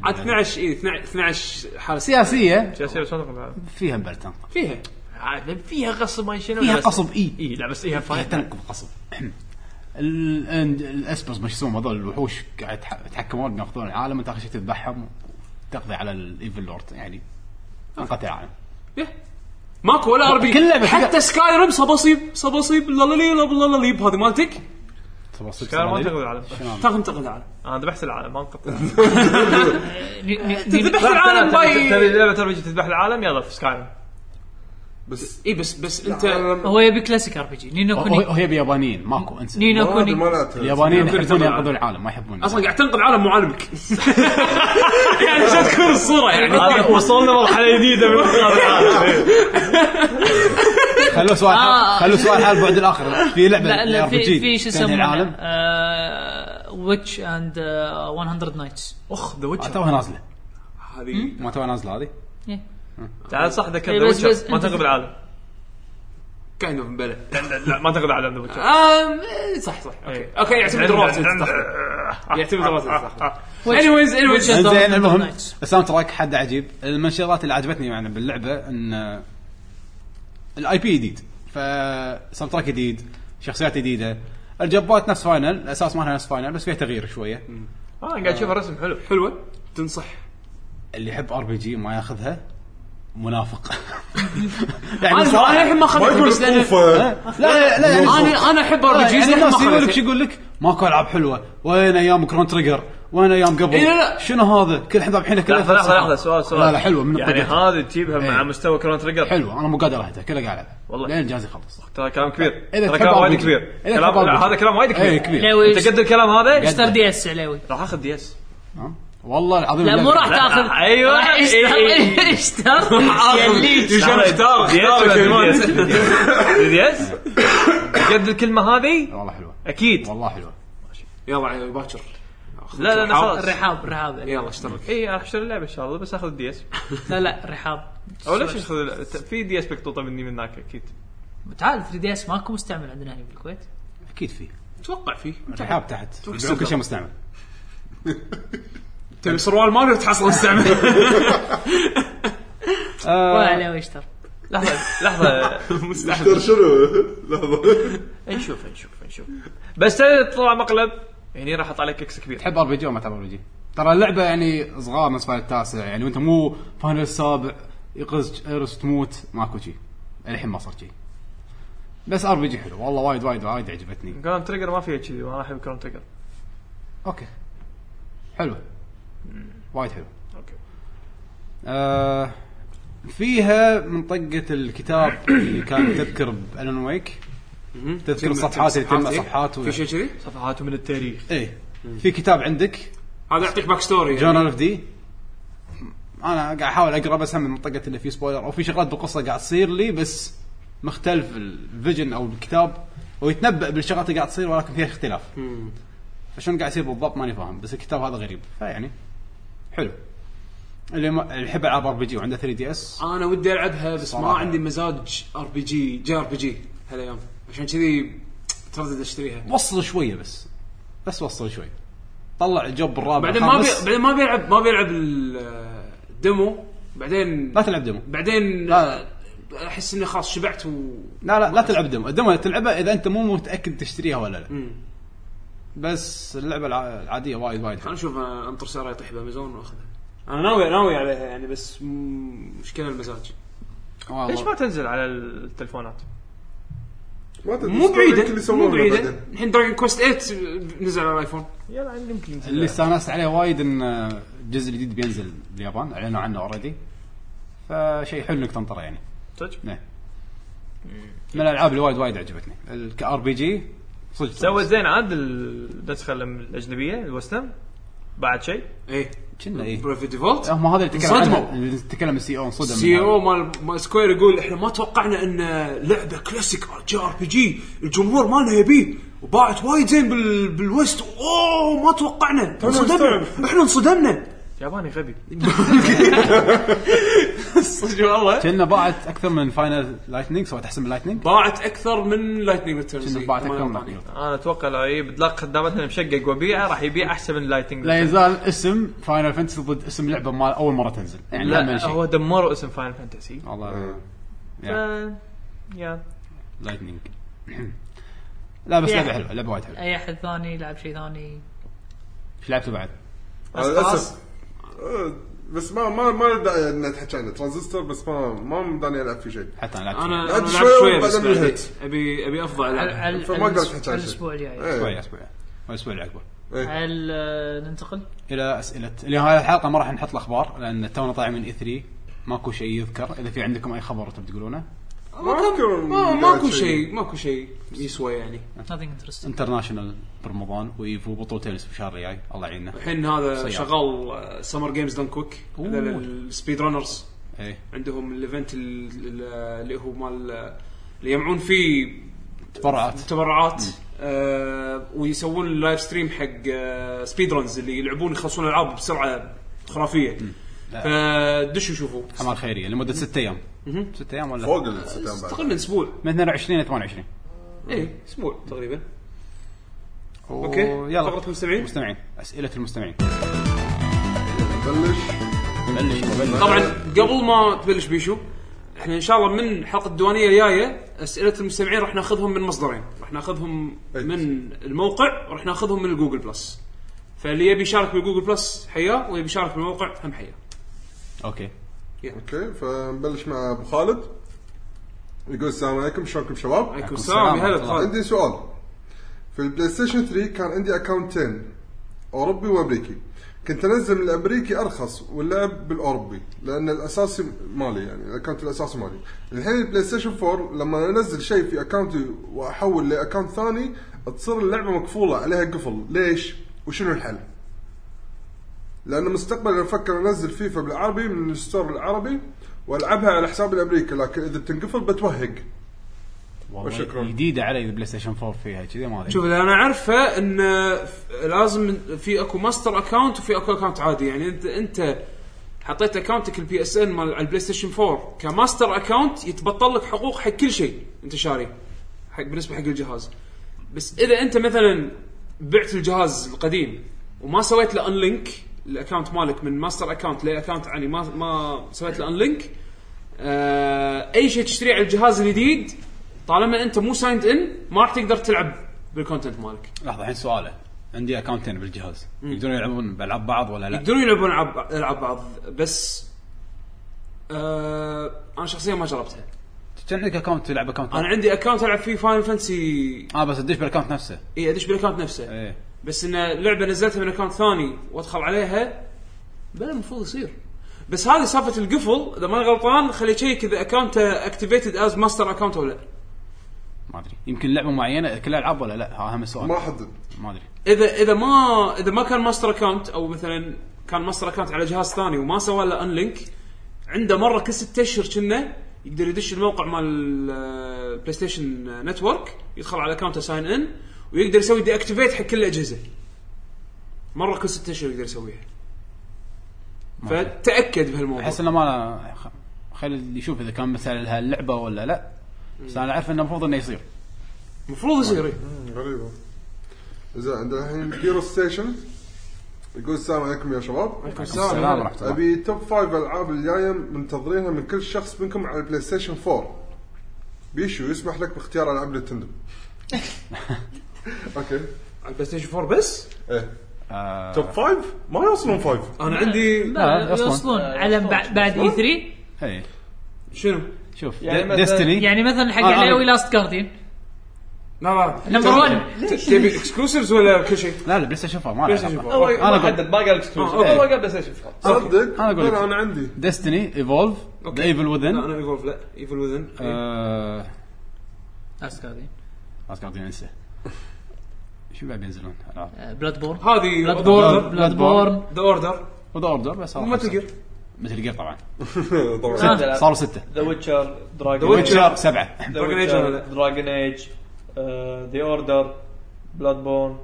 [SPEAKER 4] عاد إيه، 12 اي 12 12 حاله سياسيه
[SPEAKER 1] سياسيه
[SPEAKER 3] سياسيه بس ما تنقذ العالم
[SPEAKER 1] فيها بلتان
[SPEAKER 4] فيها
[SPEAKER 3] عاد فيها غصب ما شنو
[SPEAKER 1] فيها
[SPEAKER 3] بس-
[SPEAKER 1] قصب اي
[SPEAKER 3] اي لا بس ايها
[SPEAKER 1] فيها
[SPEAKER 3] فاينل
[SPEAKER 1] تنقب قصب ال- and- الاسبرز ما شو يسمون هذول الوحوش قاعد يتح- يتحكمون ياخذون العالم انت اخر شيء تذبحهم وتقضي على الايفل لورد يعني انقذ العالم
[SPEAKER 4] فيها. ماكو ولا ار بي
[SPEAKER 1] كل لعبة
[SPEAKER 4] حتى
[SPEAKER 1] فيها-
[SPEAKER 4] سكاي ريم صباصيب صباصيب لالالي لالاليب هذه مالتك
[SPEAKER 3] كان ما تنقذ العالم
[SPEAKER 4] تاخذ تنقذ العالم
[SPEAKER 3] انا ذبحت العالم ما انقذت
[SPEAKER 4] تذبح العالم
[SPEAKER 3] تبي
[SPEAKER 4] باي
[SPEAKER 3] لعبه ار تذبح العالم يلا في سكاي
[SPEAKER 5] بس آه،
[SPEAKER 4] اي إيه، بس بس انت
[SPEAKER 6] هو يبي كلاسيك ار بي جي نينو كوني
[SPEAKER 1] وهي بيابانيين ماكو انسى
[SPEAKER 6] نينو
[SPEAKER 5] هذه ما
[SPEAKER 6] كوني
[SPEAKER 5] لها تل-
[SPEAKER 1] اليابانيين
[SPEAKER 4] يمكن
[SPEAKER 1] يحبون
[SPEAKER 4] يتنقل
[SPEAKER 1] ينقذون العالم ما يحبون
[SPEAKER 4] اصلا قاعد تنقذ عالم مو عالمك يعني شو تكون الصوره يعني
[SPEAKER 3] وصلنا مرحله جديده من انقاذ العالم
[SPEAKER 1] خلوا سؤال
[SPEAKER 6] آه.
[SPEAKER 1] خلوا سؤال على البعد الاخر في لعبه
[SPEAKER 6] لا لا
[SPEAKER 1] ال
[SPEAKER 6] في
[SPEAKER 1] RPG
[SPEAKER 6] في شو
[SPEAKER 1] تنهي
[SPEAKER 6] يسمونه آه، ويتش اند 100 نايتس
[SPEAKER 3] اخ ذا
[SPEAKER 1] آه،
[SPEAKER 3] ويتشر
[SPEAKER 1] توها نازله
[SPEAKER 4] هذه
[SPEAKER 1] ما توها نازله هذه
[SPEAKER 3] تعال صح ذكر
[SPEAKER 6] إيه،
[SPEAKER 3] ذا
[SPEAKER 6] بس- بس
[SPEAKER 3] ويتشر ما
[SPEAKER 6] أنت-
[SPEAKER 3] تنقذ العالم
[SPEAKER 4] كاين من بلا
[SPEAKER 3] لا، لا، لا، ما تنقذ العالم ذا ويتشر
[SPEAKER 4] آم، إيه، صح صح اوكي
[SPEAKER 3] إيه.
[SPEAKER 4] اوكي يعتمد الروابط اللي تستخدم. يعتمد
[SPEAKER 3] آه،
[SPEAKER 4] الروابط اللي تستخدم. anyways anyways
[SPEAKER 1] زين المهم الساوند تراك حد عجيب المنشورات اللي عجبتني يعني آه، باللعبه ان الاي بي جديد فساوند تراك جديد شخصيات جديده الجبات نفس فاينل الاساس مالها نفس فاينل بس فيها تغيير شويه
[SPEAKER 3] اه قاعد اشوف الرسم حلو
[SPEAKER 4] حلوه تنصح
[SPEAKER 1] اللي يحب ار بي جي ما ياخذها منافق يعني
[SPEAKER 4] انا أنا
[SPEAKER 1] صراحه
[SPEAKER 4] الحين ما
[SPEAKER 5] ما آه،
[SPEAKER 4] اخذتها
[SPEAKER 5] يقول
[SPEAKER 4] بس لأن-
[SPEAKER 5] اوفا
[SPEAKER 1] لا لا لا يعني
[SPEAKER 4] انا انا احب ار بي
[SPEAKER 1] يعني
[SPEAKER 4] جيز
[SPEAKER 1] الناس يقول لك شو
[SPEAKER 4] ما
[SPEAKER 1] يقول لك ماكو العاب حلوه وين ايام كرون تريجر وين ايام قبل
[SPEAKER 4] إي لا لا.
[SPEAKER 1] شنو هذا كل احنا الحين كلها
[SPEAKER 3] لحظه لحظه لحظه سؤال سؤال
[SPEAKER 1] لا لا حلوه من
[SPEAKER 3] يعني
[SPEAKER 1] الطقة.
[SPEAKER 3] هذه تجيبها
[SPEAKER 1] إيه.
[SPEAKER 3] مع مستوى كرون تريجر
[SPEAKER 1] حلوه انا مو قادر اهدى كله قاعد العب
[SPEAKER 3] والله.
[SPEAKER 1] لين الجهاز يخلص
[SPEAKER 3] ترى كلام كبير
[SPEAKER 1] إذا تحب
[SPEAKER 3] ترى كلام
[SPEAKER 1] RPG.
[SPEAKER 3] وايد كبير
[SPEAKER 1] إذا
[SPEAKER 3] كلام
[SPEAKER 1] تحب
[SPEAKER 3] لا،
[SPEAKER 1] RPG.
[SPEAKER 3] هذا كلام وايد
[SPEAKER 1] اي
[SPEAKER 3] كبير
[SPEAKER 1] كبير
[SPEAKER 6] علاوي
[SPEAKER 3] انت قد الكلام هذا
[SPEAKER 6] اشتر دي اس علاوي
[SPEAKER 3] راح اخذ دي اس
[SPEAKER 1] ها؟ والله العظيم
[SPEAKER 6] لا مو راح
[SPEAKER 3] لا،
[SPEAKER 6] تاخذ
[SPEAKER 3] أيوة.
[SPEAKER 6] راح يعني اشتر
[SPEAKER 3] إي- إي.
[SPEAKER 6] اشتر
[SPEAKER 1] آه،
[SPEAKER 6] يليك
[SPEAKER 4] شلون اختار
[SPEAKER 3] دي اس قد الكلمه هذه
[SPEAKER 1] والله حلوه
[SPEAKER 3] اكيد
[SPEAKER 1] والله حلوه
[SPEAKER 4] يلا عيل، باكر
[SPEAKER 3] لا لا أنا خلاص إيه،
[SPEAKER 6] الرحاب الرحاب
[SPEAKER 4] يلا اشترك
[SPEAKER 3] اي راح اشتري اللعبه ان شاء الله بس اخذ الدي اس
[SPEAKER 6] لا لا الرحاب
[SPEAKER 3] او ليش اخذ ال- في دي اس مقطوطه مني من هناك اكيد
[SPEAKER 6] تعال 3 دي اس ماكو مستعمل عندنا هنا بالكويت
[SPEAKER 1] اكيد فيه
[SPEAKER 4] اتوقع فيه
[SPEAKER 3] طيب.
[SPEAKER 1] رحاب تحت يبيعون كل شيء مستعمل
[SPEAKER 4] تبي سروال ماريو تحصل مستعمل
[SPEAKER 6] ولا علاوي اشتر
[SPEAKER 3] لحظه لحظه
[SPEAKER 5] ترى شنو لحظه
[SPEAKER 3] نشوف نشوف نشوف بس تطلع مقلب
[SPEAKER 7] يعني
[SPEAKER 3] هني راح اطلع لك اكس كبير
[SPEAKER 1] تحب ار بي جي ولا ما تحب ار بي جي؟ ترى اللعبه يعني صغار نص فاينل التاسع يعني وانت مو يعني فاينل السابع يقز ايرس تموت ماكو شيء الحين ما صار شيء بس ار بي جي حلو والله وايد وايد وايد عجبتني
[SPEAKER 7] كرون تريجر ما فيها كذي ما راح احب كرون تريجر
[SPEAKER 1] اوكي حلوه وايد حلو
[SPEAKER 7] أوكي.
[SPEAKER 1] آه فيها منطقة الكتاب اللي كان تذكر بألون ويك تذكر الصفحات اللي تجمع صفحات و...
[SPEAKER 4] إيه؟ في شيء كذي
[SPEAKER 7] صفحاته من التاريخ
[SPEAKER 1] ايه في كتاب عندك
[SPEAKER 4] هذا يعطيك باك ستوري يعني.
[SPEAKER 1] جورنال اوف دي انا قاعد احاول اقرا بس هم منطقه اللي فيه سبويلر او في شغلات بالقصه قاعد تصير لي بس مختلف الفيجن او الكتاب ويتنبأ بالشغلات اللي قاعد تصير ولكن فيها اختلاف فشلون قاعد يصير بالضبط ماني فاهم بس الكتاب هذا غريب فيعني حلو اللي ما- اللي يحب العاب ار بي جي وعنده 3 دي اس
[SPEAKER 4] انا ودي العبها بس ما
[SPEAKER 1] صراحة.
[SPEAKER 4] عندي مزاج ار بي جي جي ار بي جي هالايام عشان كذي تردد اشتريها
[SPEAKER 1] وصل شويه بس بس وصل شوي طلع الجوب الرابع
[SPEAKER 4] بعدين ما بي...
[SPEAKER 1] الخامس.
[SPEAKER 4] بعدين ما بيلعب ما بيلعب الديمو بعدين
[SPEAKER 1] لا تلعب ديمو
[SPEAKER 4] بعدين
[SPEAKER 1] لا.
[SPEAKER 4] احس اني خلاص شبعت و
[SPEAKER 1] لا لا لا تلعب ديمو الديمو تلعبها اذا انت مو متاكد تشتريها ولا لا بس اللعبه الع- العاديه وايد وايد حلوة.
[SPEAKER 4] خلنا نشوف أنا انطر سعرها يطيح بامازون واخذها انا ناوي ناوي عليها يعني بس مم، مشكله المزاج
[SPEAKER 1] والله.
[SPEAKER 7] ليش ما تنزل على التلفونات؟
[SPEAKER 5] ما تدري
[SPEAKER 4] مو
[SPEAKER 5] إيش
[SPEAKER 4] بعيده
[SPEAKER 5] اللي سووه
[SPEAKER 4] مو
[SPEAKER 5] لنا
[SPEAKER 4] بعيده
[SPEAKER 5] بعدين.
[SPEAKER 4] الحين دراجون كويست 8 نزل على الايفون
[SPEAKER 7] يلا يمكن ينزل
[SPEAKER 1] اللي استانست عليه وايد ان الجزء الجديد بينزل باليابان اعلنوا عنه اوريدي فشيء حلو انك تنطره يعني
[SPEAKER 7] صدق؟
[SPEAKER 1] نعم من الالعاب اللي وايد وايد عجبتني كار بي جي صدق
[SPEAKER 7] سوت زين عاد النسخه الم- الاجنبيه الوسترن بعد شيء
[SPEAKER 4] اي
[SPEAKER 1] كنا اي
[SPEAKER 4] بريف ديفولت
[SPEAKER 1] هم هذا اللي تكلم عنه
[SPEAKER 4] انصدموا.
[SPEAKER 1] اللي تكلم السي او انصدم
[SPEAKER 4] سي
[SPEAKER 1] من
[SPEAKER 4] او
[SPEAKER 1] هذا.
[SPEAKER 4] مال مال سكوير يقول احنا ما توقعنا ان لعبه كلاسيك جي ار بي جي الجمهور مالنا يبيه وباعت وايد زين بال بالويست اوه ما توقعنا انصدمنا
[SPEAKER 5] استوعب.
[SPEAKER 4] احنا انصدمنا
[SPEAKER 7] ياباني غبي
[SPEAKER 4] صدق والله
[SPEAKER 1] كنا باعت اكثر من فاينل لايتنينج سوت احسن من لايتنينج
[SPEAKER 4] باعت اكثر من لايتنينج ريتيرنز
[SPEAKER 1] كنا باعت اكثر من Lightning.
[SPEAKER 7] انا اتوقع لو يجيب دلاق خدامتنا مشقق وبيعه راح يبيع احسن من اللايتنج
[SPEAKER 1] لا يزال اسم فاينل فانتسي ضد اسم لعبه مال اول مره تنزل يعني لا
[SPEAKER 7] لا
[SPEAKER 1] شيء
[SPEAKER 7] هو دمروا اسم فاينل فانتسي
[SPEAKER 1] والله
[SPEAKER 5] آه.
[SPEAKER 1] يا
[SPEAKER 7] آه، يا
[SPEAKER 1] لايتنينج لا بس
[SPEAKER 6] يا.
[SPEAKER 1] لعبه حلوه لعبه وايد حلوه
[SPEAKER 6] اي احد ثاني يلعب شيء ثاني
[SPEAKER 1] ايش لعبته بعد؟
[SPEAKER 5] على الاسف آه، بس ما ما ما له داعي ان نتحكي عنه ترانزستور بس ما ما داني العب فيه شيء
[SPEAKER 1] حتى انا لعبت
[SPEAKER 4] انا
[SPEAKER 5] لعبت
[SPEAKER 4] لعبت
[SPEAKER 5] شوية
[SPEAKER 4] شويه بس
[SPEAKER 5] وبعدين
[SPEAKER 4] بعدين
[SPEAKER 5] انتهيت.
[SPEAKER 4] ابي ابي افضل
[SPEAKER 6] على-
[SPEAKER 4] العب
[SPEAKER 6] على-
[SPEAKER 5] فما أقدر أتحكى عن
[SPEAKER 6] على الاسبوع الجاي
[SPEAKER 1] اسبوع
[SPEAKER 5] إيه.
[SPEAKER 1] اسبوع الاسبوع اللي عقبه
[SPEAKER 5] إيه.
[SPEAKER 6] هل آه، ننتقل؟
[SPEAKER 1] الى اسئله اليوم هذه الحلقه ما راح نحط الاخبار لان تونا طالع من اي 3 ماكو شيء يذكر اذا في عندكم اي خبر تبي تقولونه
[SPEAKER 4] ما
[SPEAKER 5] أذكر
[SPEAKER 4] كان- ما-
[SPEAKER 5] بعد
[SPEAKER 4] ماكو
[SPEAKER 5] شيء.
[SPEAKER 4] شيء ماكو شيء يسوى يعني
[SPEAKER 6] nothing interesting
[SPEAKER 1] انترناشونال برمضان وايفو بطولتين الاسبوع الشهر الجاي الله يعيننا
[SPEAKER 4] الحين هذا آه،
[SPEAKER 1] صياد.
[SPEAKER 4] شغال سمر جيمز دون كوك هذا
[SPEAKER 1] أوه.
[SPEAKER 4] السبيد رانرز
[SPEAKER 1] ايه
[SPEAKER 4] عندهم الايفنت ال- ال- اللي هو مال اللي يجمعون فيه
[SPEAKER 1] تبرعات
[SPEAKER 4] تبرعات آه ويسوون اللايف ستريم حق آه سبيد رانز اللي يلعبون يخلصون العاب بسرعه خرافيه
[SPEAKER 1] لا.
[SPEAKER 4] فدشوا شوفوا
[SPEAKER 1] اعمال خيريه لمده ست ايام ست ايام ولا
[SPEAKER 5] فوق الستان بعد
[SPEAKER 4] تقريبا اسبوع
[SPEAKER 1] من 22 ل 28
[SPEAKER 4] اي اسبوع تقريبا
[SPEAKER 1] و-
[SPEAKER 4] اوكي فقره
[SPEAKER 1] يلا
[SPEAKER 4] المستمعين
[SPEAKER 1] مستمعين اسئله المستمعين
[SPEAKER 5] بلش
[SPEAKER 1] بلش بلش
[SPEAKER 4] طبعا قبل ما تبلش بيشو احنا ان شاء الله من حلقه الديوانيه الجايه اسئله المستمعين راح ناخذهم من مصدرين راح ناخذهم
[SPEAKER 5] أي.
[SPEAKER 4] من الموقع وراح ناخذهم من جوجل بلس فاللي يبي يشارك بالجوجل بلس حياه واللي يبي يشارك بالموقع هم حياه
[SPEAKER 1] اوكي
[SPEAKER 5] اوكي فنبلش مع ابو خالد يقول السلام عليكم شلونكم شباب؟
[SPEAKER 4] عليكم
[SPEAKER 1] السلام
[SPEAKER 4] السلام يا هلا
[SPEAKER 1] ورحمة
[SPEAKER 4] خالد
[SPEAKER 5] عندي سؤال في البلاي ستيشن 3 كان عندي اكونتين اوروبي وامريكي كنت انزل من الامريكي ارخص واللعب بالاوروبي لان الاساسي مالي يعني الاكونت الاساسي مالي الحين البلاي ستيشن 4 لما انزل شيء في اكونتي واحول لاكونت ثاني تصير اللعبه مقفوله عليها قفل ليش؟ وشنو الحل؟ لان مستقبلا افكر انزل فيفا بالعربي من الستور العربي والعبها على حساب الامريكي لكن اذا بتنقفل بتوهق
[SPEAKER 1] والله
[SPEAKER 5] وشكراً.
[SPEAKER 1] جديده علي البلاي ستيشن 4 فيها كذي ما
[SPEAKER 4] شوف
[SPEAKER 1] ادري
[SPEAKER 4] اللي انا اعرفه ان ف- لازم في اكو ماستر اكونت وفي اكو اكونت عادي يعني انت انت حطيت اكونتك البي اس ان مال على البلاي ستيشن 4 كماستر اكونت يتبطل لك حقوق حق كل شيء انت شاري حق بالنسبه حق الجهاز بس اذا انت مثلا بعت الجهاز القديم وما سويت له انلينك الاكونت مالك من ماستر اكونت لاكونت عني يعني ما ما سويت له انلينك آه اي شيء تشتريه على الجهاز الجديد طالما انت مو سايند ان ما راح تقدر تلعب بالكونتنت مالك
[SPEAKER 1] لحظه الحين سؤاله عندي اكونتين بالجهاز يقدرون يلعبون بالعاب بعض ولا لا؟
[SPEAKER 4] يقدرون يلعبون العاب العاب بعض بس آه انا شخصيا ما جربتها
[SPEAKER 1] كان عندك اكونت تلعب اكونت
[SPEAKER 4] انا عندي اكونت العب فيه فاينل فانتسي
[SPEAKER 1] اه بس تدش بالاكونت نفسه
[SPEAKER 4] اي ادش بالاكونت نفسه
[SPEAKER 1] ايه
[SPEAKER 4] بس ان لعبه نزلتها من اكونت ثاني وادخل عليها بلا المفروض يصير بس هذه سالفه القفل اذا ماني غلطان خليه يشيك اذا اكونته اكتيفيتد از ماستر اكونت ولا لا
[SPEAKER 1] ما ادري يمكن لعبه معينه كل العاب ولا لا ها اهم
[SPEAKER 5] ما
[SPEAKER 1] السؤال
[SPEAKER 5] حدد
[SPEAKER 1] ما ادري
[SPEAKER 4] اذا اذا ما اذا ما كان ماستر اكونت او مثلا كان ماستر اكونت على جهاز ثاني وما سوى له انلينك عنده مره كل ست اشهر كنا يقدر يدش الموقع مال آه، البلاي ستيشن نتورك يدخل على اكونت ساين ان ويقدر يسوي دي اكتيفيت حق كل الاجهزه مره كل ست اشهر يقدر يسويها فتاكد بهالموضوع
[SPEAKER 1] احس انه ما خ- خلي اللي يشوف اذا كان مثل هاللعبه ولا لا بس انا اعرف انه المفروض انه يصير
[SPEAKER 4] المفروض يصير إيه.
[SPEAKER 5] غريبه زين عندنا الحين جيرو ستيشن يقول السلام عليكم يا شباب
[SPEAKER 1] السلام ورحمه الله
[SPEAKER 5] ابي توب فايف العاب الجايه منتظرينها من كل شخص منكم على البلاي ستيشن 4 بيشو يسمح لك باختيار العاب نتندو اوكي
[SPEAKER 4] على البلاي ستيشن 4 بس
[SPEAKER 5] ايه
[SPEAKER 1] آه،
[SPEAKER 5] توب فايف ما يوصلون فايف
[SPEAKER 4] انا عندي
[SPEAKER 6] لا
[SPEAKER 1] يوصلون.
[SPEAKER 6] يوصلون على بعد بعد E اي 3
[SPEAKER 1] ايه
[SPEAKER 4] شنو؟
[SPEAKER 1] شوف
[SPEAKER 3] يعني مثلاً-
[SPEAKER 1] ديستني
[SPEAKER 6] يعني مثلا حق
[SPEAKER 1] آه، آه.
[SPEAKER 6] عليوي لاست جارديان
[SPEAKER 4] لا لا
[SPEAKER 6] نمبر 1
[SPEAKER 4] تبي اكسكلوسيفز ولا كل شيء؟
[SPEAKER 1] لا لا بلاي ستيشن 4 ما له
[SPEAKER 4] بلاي ستيشن
[SPEAKER 1] علاقة.
[SPEAKER 3] هو
[SPEAKER 4] 4
[SPEAKER 1] أنا
[SPEAKER 3] ما
[SPEAKER 1] أقول-
[SPEAKER 3] حدد ما قال اكستروس هو
[SPEAKER 1] إيه.
[SPEAKER 3] ما قال بلاي ستيشن فور.
[SPEAKER 5] صدق
[SPEAKER 1] أنا أقول لك.
[SPEAKER 5] لا، انا عندي
[SPEAKER 1] ديستني ايفولف ذا ايفل
[SPEAKER 4] لا
[SPEAKER 1] وذن
[SPEAKER 4] انا ايفولف لا ايفل وذن
[SPEAKER 6] لاست جارديان
[SPEAKER 1] آه، بس قاعد انسى شو بعد بينزلون العاب
[SPEAKER 6] بلاد بورن
[SPEAKER 4] هذه
[SPEAKER 6] بلاد بورن
[SPEAKER 1] Bloodborne.
[SPEAKER 6] بلاد بورن
[SPEAKER 4] ذا اوردر
[SPEAKER 1] وذا اوردر بس
[SPEAKER 4] ما تقر
[SPEAKER 1] مثل جير طبعا
[SPEAKER 5] طبعا
[SPEAKER 6] آه.
[SPEAKER 1] صاروا سته
[SPEAKER 3] ذا ويتشر
[SPEAKER 4] The Witcher.
[SPEAKER 3] دراجون
[SPEAKER 1] ويتشر سبعه
[SPEAKER 4] Dragon Age ولا لا؟
[SPEAKER 3] دراجون ايج ذا اوردر بلاد بورن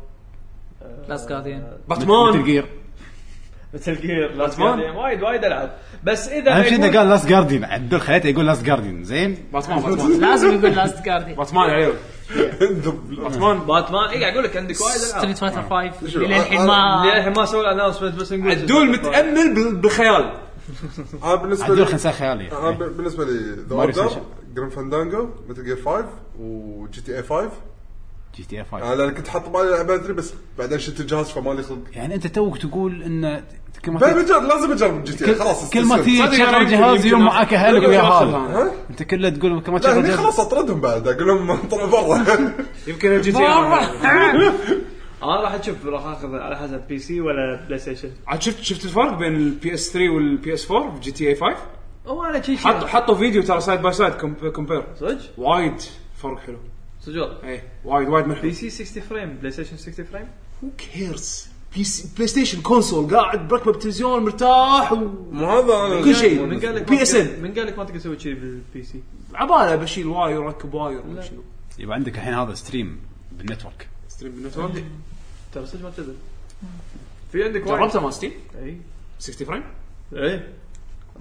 [SPEAKER 6] لاست جارديان
[SPEAKER 1] مثل
[SPEAKER 4] باتمان
[SPEAKER 1] جير
[SPEAKER 3] مثل جير لاست
[SPEAKER 4] Batman.
[SPEAKER 3] وايد وايد العاب بس اذا
[SPEAKER 1] اهم شيء
[SPEAKER 3] يكون-
[SPEAKER 1] انه قال لاست جاردين عدل خليته يقول لاست جاردين زين
[SPEAKER 4] باتمان باتمان
[SPEAKER 6] لازم يقول لاست جارديان
[SPEAKER 4] باتمان عليه
[SPEAKER 3] باتمان باتمان اي قاعد اقول لك عندك وايد العاب
[SPEAKER 6] ستريت فايتر 5
[SPEAKER 5] شو؟
[SPEAKER 6] للحين
[SPEAKER 3] ليه
[SPEAKER 6] ما
[SPEAKER 3] الحين ما سووا الانونسمنت بس نقول
[SPEAKER 4] عدول متامل بال- بالخيال
[SPEAKER 5] انا بالنسبه
[SPEAKER 1] عدل
[SPEAKER 5] لي
[SPEAKER 1] خنساء خيالي
[SPEAKER 5] انا ب- بالنسبه لي ذا
[SPEAKER 1] ماريو
[SPEAKER 5] اوردر
[SPEAKER 1] ستيشن.
[SPEAKER 5] جرين فاندانجو مثل جير 5 وجي تي اي 5
[SPEAKER 1] جي تي إيه اي
[SPEAKER 5] آه،
[SPEAKER 1] 5
[SPEAKER 5] لان كنت حاط بالي العب ادري بس بعدين شلت الجهاز فما لي خلق
[SPEAKER 1] يعني انت توك تقول ان كل ما
[SPEAKER 5] بلا
[SPEAKER 1] تي-
[SPEAKER 5] بجرب لازم اجرب جي تي اي خلاص
[SPEAKER 1] كل ما
[SPEAKER 5] استسلمت.
[SPEAKER 1] تي
[SPEAKER 4] صدق
[SPEAKER 1] تشغل
[SPEAKER 4] أنا
[SPEAKER 1] جهاز
[SPEAKER 4] يمكن-
[SPEAKER 1] يوم
[SPEAKER 4] يمكن
[SPEAKER 1] معاك اهلك
[SPEAKER 4] يمكن
[SPEAKER 1] ويا
[SPEAKER 4] أوصل
[SPEAKER 1] هذا
[SPEAKER 5] ها؟
[SPEAKER 1] انت كله تقول كل ما
[SPEAKER 5] لا
[SPEAKER 1] تشغل
[SPEAKER 5] هني
[SPEAKER 1] جهاز
[SPEAKER 5] خلاص اطردهم بعد اقول لهم طلعوا برا
[SPEAKER 4] يمكن الجي تي
[SPEAKER 3] انا راح اشوف راح اخذ على حسب بي سي ولا بلاي ستيشن
[SPEAKER 4] عاد شفت شفت الفرق بين البي اس 3 والبي اس 4 في جي تي اي 5
[SPEAKER 3] هو انا شي شي
[SPEAKER 4] حطوا حطوا فيديو ترى سايد باي سايد كومبير
[SPEAKER 3] صدق
[SPEAKER 4] وايد فرق حلو
[SPEAKER 3] صدق
[SPEAKER 4] اي وايد وايد ملحوظ
[SPEAKER 3] بي سي 60 فريم بلاي ستيشن 60 فريم
[SPEAKER 4] هو كيرز بلاي ستيشن كونسول قاعد بركب التلفزيون مرتاح
[SPEAKER 5] مو هذا انا
[SPEAKER 4] كل شيء.
[SPEAKER 3] من قال لك
[SPEAKER 4] بي اس إن.
[SPEAKER 3] من قال لك ما تقدر تسوي شيء بالبي سي
[SPEAKER 4] وعباله بشيل واير وركب واير ولا شنو
[SPEAKER 1] يبقى عندك الحين هذا ستريم بالنتورك
[SPEAKER 4] ستريم طيب. بالنتورك
[SPEAKER 3] ترى صدق ما تقدر في عندك وايد
[SPEAKER 4] جربته مال ستيم
[SPEAKER 3] اي
[SPEAKER 4] 60 فريم
[SPEAKER 3] اي إيه.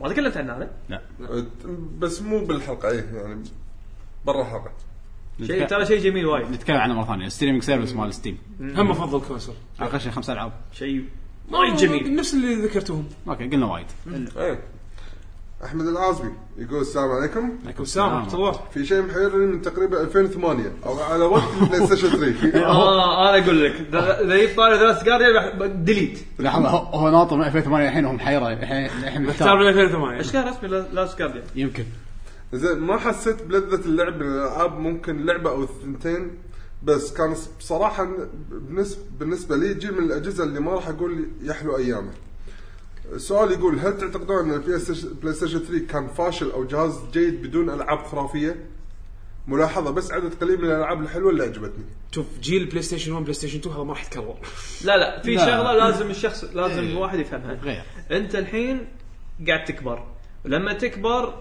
[SPEAKER 3] ما تكلمت عنه انا
[SPEAKER 5] بس مو بالحلقه اي يعني برا الحلقه
[SPEAKER 3] شيء ترى شيء جميل وايد
[SPEAKER 1] نتكلم عنه مره ثانيه الستريمنج سيرفيس مال ستيم
[SPEAKER 4] هم افضل كونسول آه،
[SPEAKER 1] اخر شيء خمس العاب
[SPEAKER 3] شيء
[SPEAKER 4] طيب،
[SPEAKER 3] وايد جميل
[SPEAKER 4] نفس اللي ذكرتهم
[SPEAKER 1] اوكي قلنا وايد
[SPEAKER 5] ايه احمد العازبي يقول السلام عليكم
[SPEAKER 1] عليكم
[SPEAKER 4] وسام ورحمه الله
[SPEAKER 5] في شيء محيرني من تقريبا 2008 او على وقت البلاي ستيشن 3
[SPEAKER 3] اه انا اقول لك إذا- اذا جبت طاري ثلاث جارديان ديليت
[SPEAKER 1] لحظه هو- هو ناطر من 2008 الحين هو محيره الحين الحين
[SPEAKER 4] اختار
[SPEAKER 1] محتار
[SPEAKER 4] من 2008
[SPEAKER 3] ايش كان رسمي لاست جارديان
[SPEAKER 1] يمكن
[SPEAKER 5] زين ما حسيت بلذة اللعب من الالعاب ممكن لعبه او ثنتين بس كان بصراحه بالنسبه بالنسبه لي جيل من الاجهزه اللي ما راح اقول يحلو ايامه. السؤال يقول هل تعتقدون ان البلاي ستيشن بلاي ستيشن 3 كان فاشل او جهاز جيد بدون العاب خرافيه؟ ملاحظه بس عدد قليل من الالعاب الحلوه اللي عجبتني.
[SPEAKER 4] شوف جيل بلاي ستيشن 1 بلاي ستيشن 2 هذا ما راح يتكرر
[SPEAKER 3] لا لا إيه. في
[SPEAKER 1] لا.
[SPEAKER 3] شغله لازم الشخص لازم الواحد يفهمها
[SPEAKER 1] غير
[SPEAKER 3] انت الحين قاعد تكبر ولما تكبر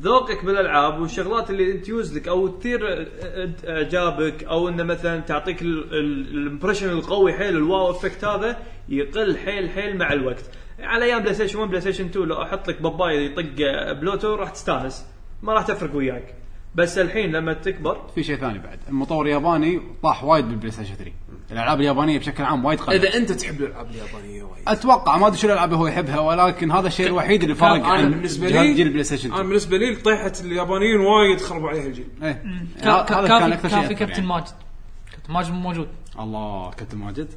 [SPEAKER 3] ذوقك بالالعاب والشغلات اللي انت يوز لك او تثير انت اعجابك او انه مثلا تعطيك ال- ال- الامبريشن القوي حيل الواو افكت هذا يقل حيل حيل مع الوقت على ايام بلاي ستيشن 1 بلاي ستيشن 2 لو احط لك باباي يطق بلوتو راح تستانس ما راح تفرق وياك بس الحين لما تكبر
[SPEAKER 1] في شيء ثاني بعد المطور الياباني طاح وايد بالبلاي ستيشن 3 الالعاب اليابانيه بشكل عام وايد قليله
[SPEAKER 4] اذا انت تحب الالعاب اليابانيه وايد
[SPEAKER 1] اتوقع ما ادري شو الالعاب اللي هو يحبها ولكن هذا الشيء الوحيد اللي فرق
[SPEAKER 4] انا
[SPEAKER 1] عن
[SPEAKER 4] بالنسبه
[SPEAKER 1] جهاز
[SPEAKER 4] لي
[SPEAKER 1] جيل بلاي ستيشن
[SPEAKER 4] انا
[SPEAKER 1] 2
[SPEAKER 4] بالنسبه لي طيحه اليابانيين وايد خربوا عليها الجيل
[SPEAKER 1] إيه.
[SPEAKER 6] كا-
[SPEAKER 1] هذا
[SPEAKER 6] كا-
[SPEAKER 1] كان
[SPEAKER 6] كافي
[SPEAKER 1] اكثر شيء
[SPEAKER 6] كافي
[SPEAKER 1] يأثر
[SPEAKER 6] كابتن
[SPEAKER 1] يعني.
[SPEAKER 6] ماجد كابتن ماجد مو موجود
[SPEAKER 1] الله كابتن ماجد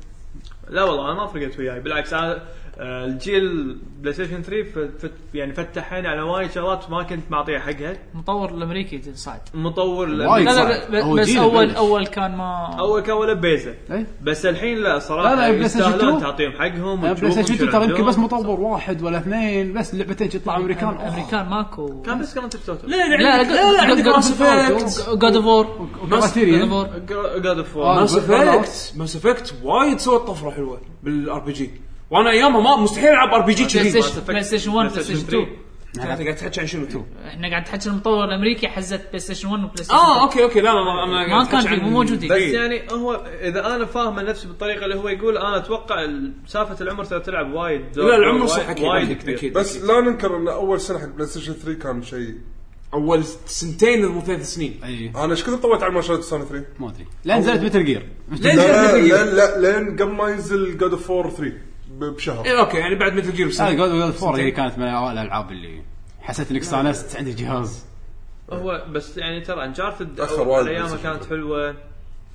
[SPEAKER 7] لا والله انا ما فرقت وياي بالعكس انا آه، الجيل بلاي ستيشن 3 ف- ف- يعني فتح عيني على وايد شغلات ما كنت معطيها حقها
[SPEAKER 6] المطور الامريكي صعد
[SPEAKER 7] مطور
[SPEAKER 6] لا
[SPEAKER 1] وايد
[SPEAKER 7] لا
[SPEAKER 1] صعب.
[SPEAKER 6] لا ب-
[SPEAKER 1] هو
[SPEAKER 6] بس
[SPEAKER 1] جيل
[SPEAKER 6] اول
[SPEAKER 1] بلش.
[SPEAKER 6] اول كان ما
[SPEAKER 7] اول كان ولا بيزه
[SPEAKER 1] إيه.
[SPEAKER 7] بس الحين لا صراحه
[SPEAKER 1] لا، لا، بلاي ستيشن
[SPEAKER 7] يستاهلون
[SPEAKER 1] 2.
[SPEAKER 7] تعطيهم حقهم
[SPEAKER 1] بلاي
[SPEAKER 7] وتشوفهم
[SPEAKER 1] ستيشن 2
[SPEAKER 7] شو
[SPEAKER 1] ترى يمكن
[SPEAKER 7] عندهم.
[SPEAKER 1] بس مطور واحد ولا اثنين بس لعبتين يطلعوا آه. امريكان
[SPEAKER 6] امريكان ماكو
[SPEAKER 7] كان بس كان تفتوت
[SPEAKER 6] لا لا لا عندك ماس افكت جود اوف وور
[SPEAKER 1] كراتيريان
[SPEAKER 7] جاد اوف
[SPEAKER 1] آه.
[SPEAKER 4] ماس افكت ماس افكت وايد سوت طفره حلوه بالار بي جي وانا ايامها ما مستحيل العب ار بي جي
[SPEAKER 6] بلاي
[SPEAKER 4] كذي
[SPEAKER 6] ستيشن بلاي ستيشن 1 بلاي ستيشن 2
[SPEAKER 4] انت قاعد تحكي عن شنو تو؟
[SPEAKER 6] احنا قاعد نحكي المطور الامريكي حزت بلاي ستيشن 1 وبلاي ستيشن
[SPEAKER 4] اه
[SPEAKER 6] 2
[SPEAKER 4] اوكي اوكي لا لا لا انا
[SPEAKER 6] ما
[SPEAKER 4] قاعد
[SPEAKER 6] كان
[SPEAKER 4] أحكي
[SPEAKER 6] في
[SPEAKER 4] عن-
[SPEAKER 6] مو موجودين
[SPEAKER 7] بس يعني هو اذا انا فاهمه نفسي بالطريقه اللي هو يقول انا اتوقع ال- سالفه العمر ترى تلعب وايد دور
[SPEAKER 4] لا العمر
[SPEAKER 7] وايد-
[SPEAKER 4] صح اكيد
[SPEAKER 7] وايد
[SPEAKER 4] أكيد،
[SPEAKER 7] كبير
[SPEAKER 4] اكيد
[SPEAKER 5] بس لا ننكر ان اول سنه حق بلاي ستيشن 3 كان شيء
[SPEAKER 4] اول سنتين مو ثلاث سنين
[SPEAKER 1] اي
[SPEAKER 5] انا ايش كثر طولت على ما شريت سنه 3
[SPEAKER 1] إيه، ما ادري لين نزلت متل جير
[SPEAKER 5] لا
[SPEAKER 6] إيه.
[SPEAKER 4] Metal Gear.
[SPEAKER 5] لا لا لين قبل ما ينزل جاد اوف 4 3 ب- بشهر
[SPEAKER 4] إيه، اوكي يعني بعد مثل جير
[SPEAKER 1] هذا
[SPEAKER 4] بسنة
[SPEAKER 1] جود اوف
[SPEAKER 6] إيه.
[SPEAKER 1] 4 هي كانت من اوائل الالعاب اللي حسيت انك استانست عندي جهاز
[SPEAKER 7] هو بس يعني ترى انشارتد
[SPEAKER 5] تأخر وايد
[SPEAKER 7] ايامها
[SPEAKER 5] بس
[SPEAKER 7] كانت حلوه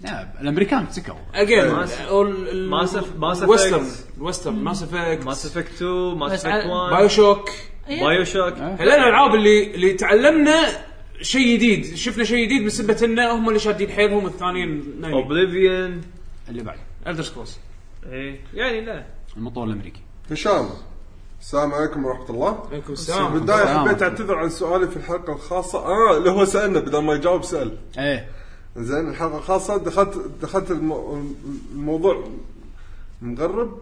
[SPEAKER 1] لا الامريكان سكوا
[SPEAKER 4] اجين
[SPEAKER 7] ماس- ماس أف- ماس
[SPEAKER 4] ويسترن
[SPEAKER 7] أفكت.
[SPEAKER 4] ويسترن ماس
[SPEAKER 7] ماس
[SPEAKER 4] افكت
[SPEAKER 7] افكت 2 ماس
[SPEAKER 6] بس
[SPEAKER 7] افكت
[SPEAKER 6] على-
[SPEAKER 7] 1
[SPEAKER 4] بايو شوك
[SPEAKER 7] بايو شوك
[SPEAKER 4] هلا الالعاب اللي اللي تعلمنا شيء جديد شفنا شيء جديد بسبه ان هم اللي شادين حيلهم الثانيين نايمين
[SPEAKER 7] اوبليفيون
[SPEAKER 1] اللي بعد
[SPEAKER 4] الدر سكولز
[SPEAKER 3] إيه.
[SPEAKER 7] ايه يعني لا
[SPEAKER 1] المطور الامريكي
[SPEAKER 5] ان شاء الله السلام عليكم ورحمه الله
[SPEAKER 4] عليكم
[SPEAKER 5] في
[SPEAKER 4] السلام
[SPEAKER 5] البدايه
[SPEAKER 1] السلام.
[SPEAKER 5] حبيت اعتذر عن سؤالي في الحلقه الخاصه اه اللي هو سالنا بدل ما يجاوب سال
[SPEAKER 1] ايه
[SPEAKER 5] زين الحلقه الخاصه دخلت دخلت المو... الموضوع مغرب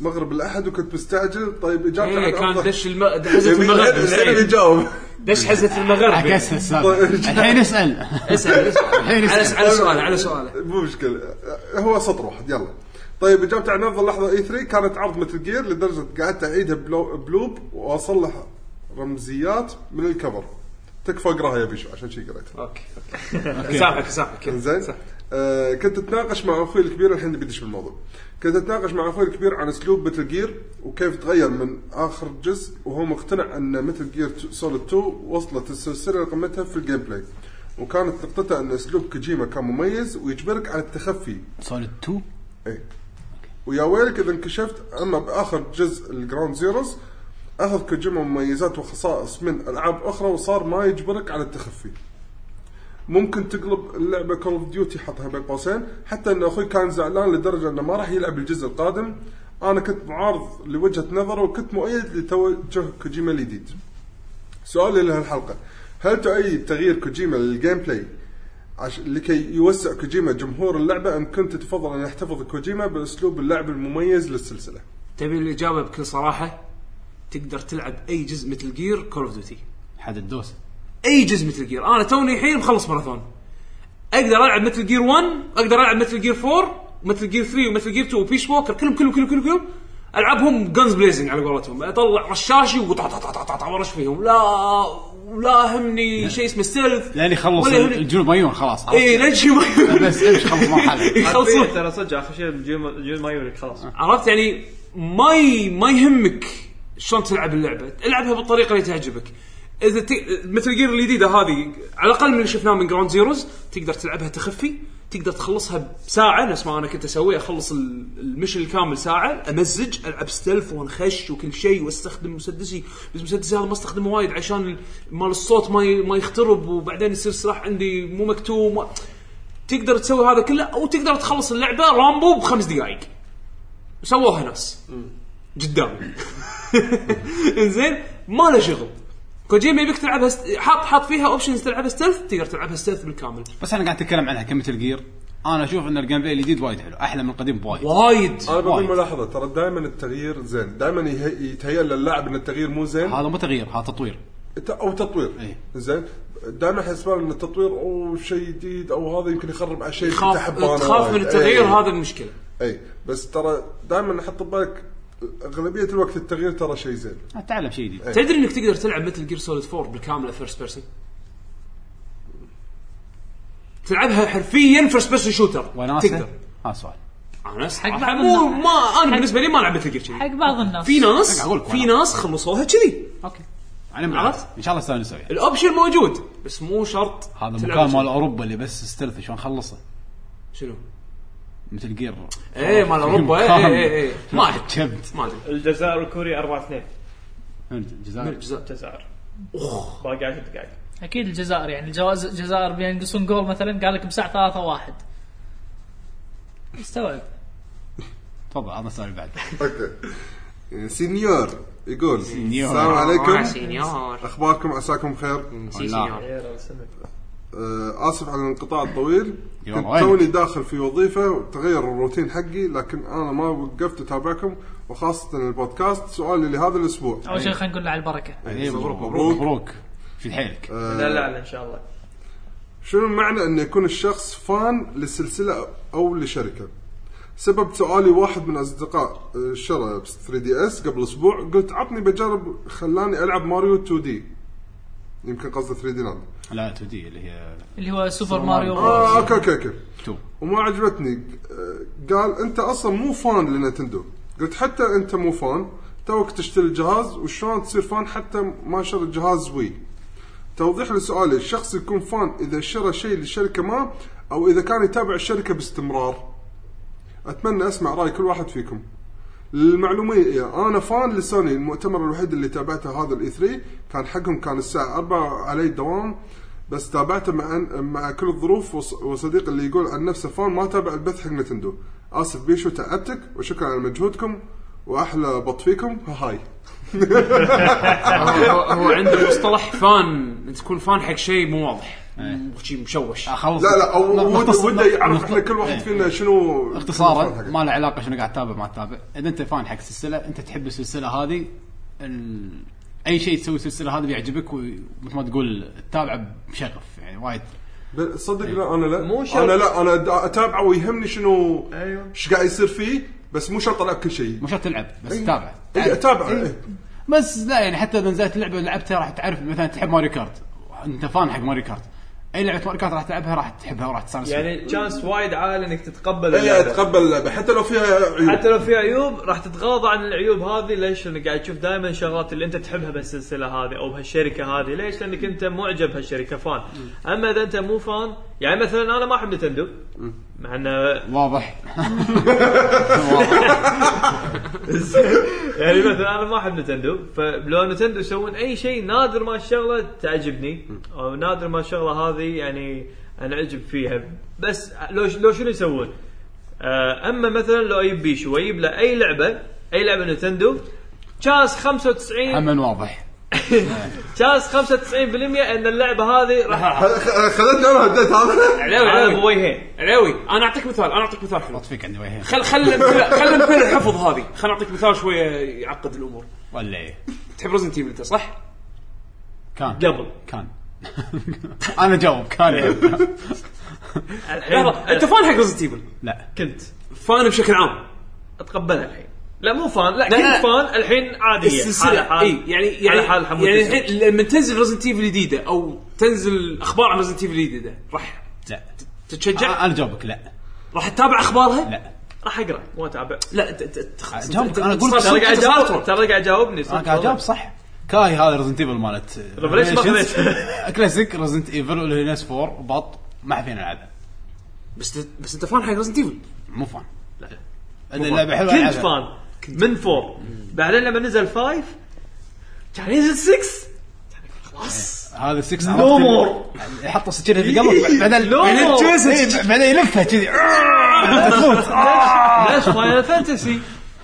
[SPEAKER 5] مغرب الاحد وكنت مستعجل طيب اجابتي
[SPEAKER 4] إيه،
[SPEAKER 5] عن
[SPEAKER 4] كان
[SPEAKER 5] أفضل-
[SPEAKER 4] دش الم... حزه
[SPEAKER 5] يبي-
[SPEAKER 4] المغرب
[SPEAKER 5] العلم
[SPEAKER 4] مستعجل.
[SPEAKER 5] يجاوب
[SPEAKER 4] دش حزه المغرب يعني.
[SPEAKER 1] عكسها السالفه الحين اسال
[SPEAKER 4] اسال
[SPEAKER 1] الحين
[SPEAKER 4] على
[SPEAKER 1] اسال
[SPEAKER 4] على سؤاله على سؤاله
[SPEAKER 5] مو مشكله هو سطر واحد يلا طيب اجابتي عن افضل لحظه اي 3 كانت عرض مثل جير لدرجه قعدت اعيدها بلو- بلوب واصلح رمزيات من الكفر تكفى اقراها يا بيشو عشان شي قريتها
[SPEAKER 4] اوكي اوكي سامحك سامحك
[SPEAKER 5] زين آه كنت اتناقش مع اخوي الكبير الحين بديش بالموضوع كنت اتناقش مع اخوي الكبير عن اسلوب مثل جير وكيف تغير من اخر جزء وهو مقتنع ان مثل جير سوليد 2 وصلت السلسله لقمتها في الجيم بلاي وكانت نقطته ان اسلوب كوجيما كان مميز ويجبرك على التخفي
[SPEAKER 1] سوليد 2
[SPEAKER 5] اي إيه. ويا ويلك اذا انكشفت اما باخر جزء الجراوند زيروز اخذ كوجيما مميزات وخصائص من العاب اخرى وصار ما يجبرك على التخفي. ممكن تقلب اللعبه كول اوف ديوتي حطها بين قوسين حتى ان اخوي كان زعلان لدرجه انه ما راح يلعب الجزء القادم انا كنت معارض لوجهه نظره وكنت مؤيد لتوجه كوجيما الجديد. سؤالي لهالحلقه هل تؤيد تغيير كوجيما للجيم بلاي عش... لكي يوسع كوجيما جمهور اللعبه ام كنت تفضل ان يحتفظ كوجيما باسلوب اللعب المميز للسلسله؟
[SPEAKER 4] تبي الاجابه بكل صراحه تقدر تلعب اي جزء مثل جير كول اوف ديوتي
[SPEAKER 1] حد الدوس
[SPEAKER 4] اي جزء مثل جير انا توني الحين مخلص ماراثون اقدر العب مثل جير 1 اقدر العب مثل جير 4 ومثل جير 3 ومثل جير 2 وبيش ووكر كلهم كلهم كلهم كلهم, كلهم العبهم جنز بليزنج على قولتهم اطلع رشاشي وطع طع طع طع طع طع ورش فيهم لا ولا همني شيء اسمه سيلف
[SPEAKER 1] لان يخلص
[SPEAKER 4] ولا يهمني-
[SPEAKER 1] الجنوب مايون خلاص
[SPEAKER 4] اي لا شيء ما-
[SPEAKER 1] بس امشي خلص مرحله
[SPEAKER 4] يخلصون
[SPEAKER 7] ترى صدق اخر شيء الجيل جيل ما يوريك خلاص
[SPEAKER 4] عرفت يعني ما ي... ما يهمك شلون تلعب اللعبه، العبها بالطريقه اللي تعجبك. اذا ت... مثل جير الجديده هذه على الاقل من اللي شفناه من جراوند زيروز تقدر تلعبها تخفي، تقدر تخلصها بساعه نفس ما انا كنت اسوي اخلص ال- المشن الكامل ساعه، امزج العب ستيلث وانخش وكل شيء واستخدم مسدسي، بس مسدسي هذا ما استخدمه وايد عشان ال- مال الصوت ما ي... ما يخترب وبعدين يصير سلاح عندي مو مكتوم و... تقدر تسوي هذا كله او تقدر تخلص اللعبه رامبو بخمس دقائق. سووها ناس قدامي انزين ما له شغل كوجيما يبيك تلعبها ست... حاط حاط فيها اوبشنز تلعبها ستيلث تقدر تلعبها ستيلث بالكامل
[SPEAKER 1] بس انا قاعد اتكلم عنها كمثل جير انا اشوف ان الجيم بلاي الجديد وايد حلو احلى من القديم بوايد
[SPEAKER 4] وايد
[SPEAKER 5] انا بقول
[SPEAKER 1] وايد.
[SPEAKER 5] ملاحظه ترى دائما التغيير زين، دائما يتهيأ للاعب ان التغيير مو زين
[SPEAKER 1] هذا مو تغيير هذا تطوير
[SPEAKER 5] ت- او تطوير
[SPEAKER 1] إيه.
[SPEAKER 5] زين دائما حسبان ان التطوير او شيء جديد او هذا يمكن يخرب على شيء كنت
[SPEAKER 4] تخاف
[SPEAKER 5] أحبه أنا
[SPEAKER 4] تخاف
[SPEAKER 5] وايد.
[SPEAKER 4] من التغيير
[SPEAKER 5] إيه.
[SPEAKER 4] هذا المشكله
[SPEAKER 5] اي بس ترى دائما حط ببالك اغلبيه الوقت التغيير ترى شيء زين
[SPEAKER 1] تعلم شيء جديد
[SPEAKER 5] إيه.
[SPEAKER 4] تدري انك تقدر تلعب مثل جير سوليد 4 بالكامله فيرست بيرسون تلعبها حرفيا فيرست بيرسون شوتر
[SPEAKER 1] وناسه
[SPEAKER 4] تقدر
[SPEAKER 1] هذا سؤال
[SPEAKER 4] انا
[SPEAKER 6] حق
[SPEAKER 4] حق
[SPEAKER 6] بعض
[SPEAKER 4] مو
[SPEAKER 6] الناس.
[SPEAKER 4] ما انا بالنسبه لي ما العب مثل جير
[SPEAKER 6] حق
[SPEAKER 4] كذي
[SPEAKER 6] بعض الناس
[SPEAKER 4] في ناس
[SPEAKER 1] أقول لك
[SPEAKER 4] في
[SPEAKER 1] وأنا.
[SPEAKER 4] ناس خلصوها كذي
[SPEAKER 6] اوكي
[SPEAKER 1] انا من
[SPEAKER 4] عرفت؟
[SPEAKER 1] عرفت ان شاء الله السنه نسويها
[SPEAKER 4] الاوبشن موجود بس مو شرط
[SPEAKER 1] هذا
[SPEAKER 4] تلعب
[SPEAKER 1] مكان
[SPEAKER 4] جيم.
[SPEAKER 1] مال اوروبا اللي بس استلف شلون خلصه
[SPEAKER 4] شنو؟
[SPEAKER 1] مثل جير
[SPEAKER 4] اي مال إيه، اوروبا
[SPEAKER 1] إيه،
[SPEAKER 4] اي اي اي ما ادري
[SPEAKER 1] كبت
[SPEAKER 4] ما ادري
[SPEAKER 8] الجزائر وكوريا 4 2
[SPEAKER 1] الجزائر
[SPEAKER 4] الجزائر.
[SPEAKER 8] الجزائر اوخ باقي 10 دقائق
[SPEAKER 6] اكيد الجزائر يعني الجواز الجزائر بينقصون جول مثلا قال لك بساعه 3 1 استوعب
[SPEAKER 1] تفضل هذا السؤال بعد
[SPEAKER 5] اوكي يعني سينيور يقول
[SPEAKER 1] سينيور.
[SPEAKER 5] السلام
[SPEAKER 4] آه،
[SPEAKER 5] عليكم
[SPEAKER 4] سينيور
[SPEAKER 5] اخباركم عساكم بخير
[SPEAKER 4] سي
[SPEAKER 1] لا.
[SPEAKER 4] سينيور
[SPEAKER 5] آه، اسف على الانقطاع الطويل
[SPEAKER 1] يا
[SPEAKER 5] كنت
[SPEAKER 1] وين.
[SPEAKER 5] توني داخل في وظيفه وتغير الروتين حقي لكن انا ما وقفت اتابعكم وخاصه البودكاست سؤالي لهذا الاسبوع
[SPEAKER 6] اول شيء خلينا نقول له على البركه
[SPEAKER 1] إيه،
[SPEAKER 5] مبروك، مبروك.
[SPEAKER 1] مبروك مبروك في حيلك
[SPEAKER 8] لا لا لا ان شاء الله
[SPEAKER 5] شنو المعنى أن يكون الشخص فان للسلسلة أو لشركة سبب سؤالي واحد من أصدقاء آه، شرى 3 دي اس قبل أسبوع قلت عطني بجرب خلاني ألعب ماريو 2 دي يمكن قصده 3 دي لاند
[SPEAKER 1] لا تو دي اللي هي
[SPEAKER 6] اللي هو سوبر ماريو
[SPEAKER 5] آه أوكي أوكي أوكي
[SPEAKER 1] 2
[SPEAKER 5] وما عجبتني آه، قال أنت أصلا مو فان لنتندو قلت حتى أنت مو فان توك تشتري الجهاز وشلون تصير فان حتى ما شرى جهاز وي توضيح لسؤالي الشخص يكون فان اذا شرى شيء لشركه ما او اذا كان يتابع الشركه باستمرار اتمنى اسمع راي كل واحد فيكم للمعلوميه انا فان لسوني المؤتمر الوحيد اللي تابعته هذا الاي 3 كان حقهم كان الساعه 4 علي الدوام بس تابعته مع مع كل الظروف وص- وصديق اللي يقول عن نفسه فان ما تابع البث حق نتندو اسف بيشو تعبتك وشكرا على مجهودكم واحلى بط فيكم هاي
[SPEAKER 4] هو- هو عنده مصطلح فان تكون فان حق شيء مو واضح
[SPEAKER 3] إيه.
[SPEAKER 4] شيء مشوش
[SPEAKER 1] اخلص
[SPEAKER 5] لا لا او
[SPEAKER 1] آه، نختص-
[SPEAKER 5] وده وده يعرف
[SPEAKER 1] نخ-
[SPEAKER 5] احنا يعني كل
[SPEAKER 1] إيه.
[SPEAKER 5] واحد فينا شنو
[SPEAKER 1] اختصارا ما له علاقه شنو قاعد تتابع ما تتابع اذا انت فان حق السلسله انت تحب السلسله هذه ال... اي شيء تسوي السلسله هذه بيعجبك ومثل ما تقول تتابعه بشغف يعني وايد
[SPEAKER 5] بل- صدق لا انا لا
[SPEAKER 3] مو شرط.
[SPEAKER 5] انا لا انا دا- اتابعه ويهمني شنو
[SPEAKER 3] أيوه.
[SPEAKER 5] ايش قاعد يصير فيه بس مو شرط العب كل شيء
[SPEAKER 1] مو شرط تلعب بس تتابع
[SPEAKER 5] إي، اتابعه
[SPEAKER 1] إي.
[SPEAKER 5] إي.
[SPEAKER 1] بس لا يعني حتى اذا نزلت لعبه لعبتها راح تعرف مثلا تحب ماريو كارت انت فان حق ماريو كارت اي لعبه ماريو كارت راح تلعبها راح تحبها وراح تستانس فيها.
[SPEAKER 3] يعني تشانس وايد عالي انك تتقبل
[SPEAKER 5] إي،
[SPEAKER 3] اللعبة.
[SPEAKER 5] اتقبل اللعبه حتى لو فيها
[SPEAKER 3] حتى
[SPEAKER 5] عيوب
[SPEAKER 3] لو في عيوب راح تتغاضى عن العيوب هذه ليش لانك قاعد تشوف دائما شغلات اللي انت تحبها بالسلسله هذه او بهالشركه هذه ليش لانك انت معجب بهالشركه فان اما اذا انت مو فان يعني مثلا انا ما احب نتندو مع انه
[SPEAKER 1] واضح واضح
[SPEAKER 3] يعني مثلا انا ما احب نتندو فلو نتندو يسوون اي شيء نادر ما الشغله تعجبني او نادر ما الشغله هذه يعني انعجب فيها بس لو لو شنو يسوون؟ آه، اما مثلا لو اجيب بيشو واجيب له اي لعبه اي لعبه نتندو شانس 95
[SPEAKER 1] عمن واضح
[SPEAKER 3] شانس 95% ان اللعبه هذه راح
[SPEAKER 5] خ- خذتني انا هديت هذا
[SPEAKER 3] على
[SPEAKER 4] علاوي علاوي
[SPEAKER 3] بويهين
[SPEAKER 4] علاوي انا اعطيك مثال انا اعطيك مثال حلو
[SPEAKER 1] اطفيك عندي وجهين
[SPEAKER 4] خل خل الأمثلة- خل الامثله الحفظ هذه خل اعطيك مثال شويه يعقد الامور
[SPEAKER 1] ولا ايه
[SPEAKER 4] تحب ريزنت ايفل انت صح؟
[SPEAKER 1] كان
[SPEAKER 3] قبل
[SPEAKER 1] كان انا جاوب كان
[SPEAKER 3] إيه. الحين
[SPEAKER 4] لحظه انت فان حق ريزنت ايفل
[SPEAKER 1] لا
[SPEAKER 3] كنت
[SPEAKER 4] فان بشكل عام
[SPEAKER 3] اتقبلها الحين لا مو فان لا
[SPEAKER 4] لا، لا.
[SPEAKER 3] كنت فان الحين عاديه حالة
[SPEAKER 4] السلسله
[SPEAKER 3] إيه، حال
[SPEAKER 4] اي يعني يعني
[SPEAKER 3] على حال حمود
[SPEAKER 4] يعني
[SPEAKER 3] يسوي.
[SPEAKER 4] الحين لما تنزل ريزنت ايفل جديده او تنزل اخبار عن ريزنت ايفل جديده راح
[SPEAKER 1] لا
[SPEAKER 4] تتشجع
[SPEAKER 3] آه.
[SPEAKER 1] انا جاوبك لا
[SPEAKER 4] راح تتابع اخبارها؟
[SPEAKER 3] طيب،
[SPEAKER 1] لا
[SPEAKER 3] راح اقرا مو اتابع
[SPEAKER 4] لا ت- ت- تخ-
[SPEAKER 1] جاوبك، أنا أقول لك
[SPEAKER 4] تصرف-
[SPEAKER 3] ترى قاعد
[SPEAKER 4] تصرف-
[SPEAKER 3] جاوب ترى قاعد جاوبني صدق
[SPEAKER 1] انا آه، قاعد
[SPEAKER 3] والله.
[SPEAKER 1] اجاوب صح كاي هذا ريزنت ايفل مالت
[SPEAKER 3] Revelations ما خذيتها.
[SPEAKER 1] كلاسيك ريزنت ايفل اللي هي ناس فور بط ما فينا نلعبها
[SPEAKER 4] بس بس انت فان حق ريزنت ايفل
[SPEAKER 1] مو فان لا اللعبه حلوه
[SPEAKER 3] كنت
[SPEAKER 1] ألعبها.
[SPEAKER 3] فان من فور بعدين لما نزل فايف كان ينزل 6
[SPEAKER 1] هذا 6
[SPEAKER 3] No more.
[SPEAKER 1] يحط السكينه في قلبك بعدين
[SPEAKER 3] No
[SPEAKER 1] بعدين-
[SPEAKER 3] more.
[SPEAKER 1] إيه، بعدين يلفها كذي آه.
[SPEAKER 3] ليش فاينل فانتسي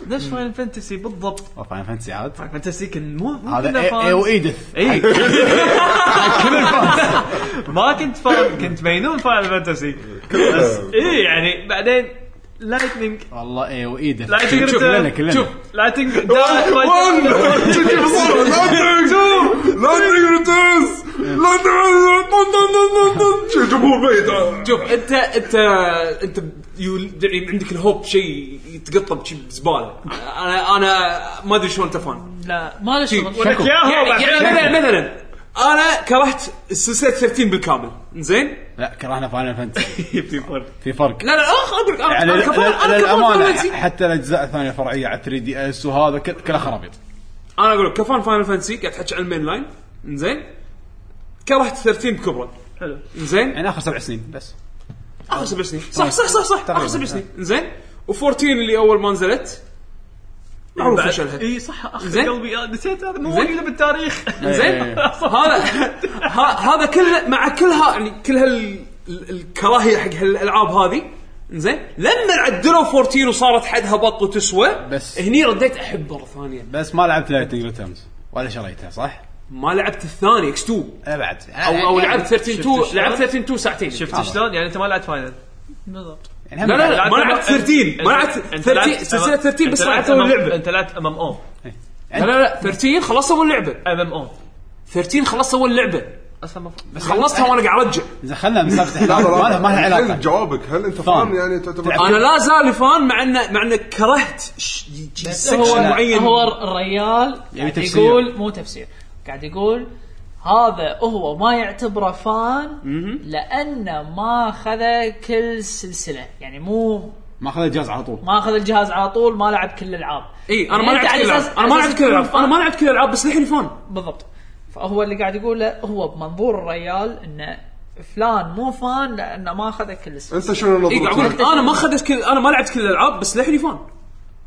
[SPEAKER 3] ليش فاينل فانتسي بالضبط
[SPEAKER 1] فاين فانتسي عاد
[SPEAKER 3] فاينل فانتسي كان مو مو
[SPEAKER 1] هذا
[SPEAKER 3] كنا
[SPEAKER 1] اي إي
[SPEAKER 3] فانز.
[SPEAKER 1] وايدث
[SPEAKER 3] اي ما كنت فان كنت مجنون فاينل فانتسي بس اي يعني بعدين لايتنينج
[SPEAKER 1] والله اي وايدث
[SPEAKER 3] لا تقدر
[SPEAKER 1] شوف،
[SPEAKER 3] ت-
[SPEAKER 1] كلنا كلنا
[SPEAKER 4] شوف.
[SPEAKER 3] لايتنينج
[SPEAKER 5] لا تقدر لا تقدر تس لا تقدر شو جمهور بيت
[SPEAKER 4] شوف انت انت انت يول- يعني عندك الهوب شيء يتقطب شيء بزباله انا انا ما ادري شلون انت فان
[SPEAKER 6] لا ما له شغل
[SPEAKER 1] شكو.
[SPEAKER 4] يعني, يعني مثلا مثلا انا كرهت سلسله 13 بالكامل زين
[SPEAKER 1] لا كرهنا فاينل فانتسي في فرق
[SPEAKER 4] لا لا اخ اقول لك انا
[SPEAKER 1] يعني
[SPEAKER 4] انا
[SPEAKER 1] لل-
[SPEAKER 4] كفان
[SPEAKER 1] لل-
[SPEAKER 4] انا كفان
[SPEAKER 1] للامانه
[SPEAKER 4] فانتسي
[SPEAKER 1] حتى الاجزاء الثانيه الفرعيه على 3 دي اس وهذا كل- كلها خرابيط
[SPEAKER 4] انا اقول لك كفان فاينل فانتسي قاعد احكي عن المين لاين زين كرهت 13 بكبره
[SPEAKER 3] حلو
[SPEAKER 4] زين
[SPEAKER 1] يعني اخر سبع سنين بس
[SPEAKER 4] اخر سبع سنين آه، صح صح صح صح اخر سبع سنين زين و14 اللي اول ما نزلت معروف شلها
[SPEAKER 3] اي صح اخ
[SPEAKER 4] زين.
[SPEAKER 3] قلبي آه، نسيت هذا مو
[SPEAKER 4] زين.
[SPEAKER 3] واقف بالتاريخ
[SPEAKER 4] زين هذا ه- هذا كله مع كل ها يعني كل هال ال- الكراهيه حق هالالعاب هذه زين لما عدلوا 14 وصارت حدها بط وتسوى
[SPEAKER 1] بس-
[SPEAKER 4] هني رديت احب مره ثانيه
[SPEAKER 1] بس ما لعبت لايتنج ريتيرنز ولا شريتها صح؟
[SPEAKER 4] ما لعبت الثاني اكس 2
[SPEAKER 1] انا بعد
[SPEAKER 4] او او لعبت 13 2
[SPEAKER 3] شلون؟
[SPEAKER 4] لعبت 13 2 ساعتين آه.
[SPEAKER 3] شفت شلون يعني انت ما لعبت فاينل
[SPEAKER 1] يعني
[SPEAKER 4] لا
[SPEAKER 1] هم
[SPEAKER 4] لا لا
[SPEAKER 1] لعبت-
[SPEAKER 4] ما لعبت 13 ما لعبت 13 سلسله 13 بس لعبت اول لعبه
[SPEAKER 3] انت لعبت ام ام او
[SPEAKER 4] لا لا لا 13 خلصت اول لعبه
[SPEAKER 3] ام ام او
[SPEAKER 4] 13 خلصت اول لعبه
[SPEAKER 3] اصلا ما
[SPEAKER 4] بس خلصتها وانا قاعد ارجع
[SPEAKER 1] إذا خلنا مسافه ما
[SPEAKER 5] لا، لا،
[SPEAKER 1] لها ما لها
[SPEAKER 5] هل
[SPEAKER 1] علاقه
[SPEAKER 5] جوابك هل انت
[SPEAKER 1] فان.
[SPEAKER 5] فان يعني تعتبر
[SPEAKER 1] تلعب.
[SPEAKER 4] انا لا زال فان مع انه مع انه كرهت ش- سكشن معين يعني
[SPEAKER 6] هو الريال قاعد
[SPEAKER 1] تفسير.
[SPEAKER 6] يقول مو تفسير قاعد يقول هذا هو ما يعتبره فان لانه ما اخذ كل سلسله يعني مو
[SPEAKER 1] ما اخذ الجهاز على طول
[SPEAKER 6] ما اخذ الجهاز على طول ما لعب كل الالعاب
[SPEAKER 4] اي انا
[SPEAKER 6] يعني
[SPEAKER 4] ما
[SPEAKER 6] أنت
[SPEAKER 4] لعبت
[SPEAKER 6] على
[SPEAKER 4] كل
[SPEAKER 6] أساس-
[SPEAKER 4] الالعاب انا ما
[SPEAKER 6] على
[SPEAKER 4] لعبت
[SPEAKER 6] أساس
[SPEAKER 4] كل
[SPEAKER 6] تكون
[SPEAKER 4] الالعاب انا ما لعبت كل الالعاب
[SPEAKER 6] فان.
[SPEAKER 4] بس للحين فان
[SPEAKER 6] بالضبط فهو اللي قاعد يقوله هو بمنظور الريال انه فلان مو فان لانه ما اخذ كل السلسله
[SPEAKER 5] انت شنو
[SPEAKER 4] اي قاعد اقول لك
[SPEAKER 5] نظرتك؟
[SPEAKER 4] انا ما اخذت كل انا ما لعبت كل الالعاب بس للحين فان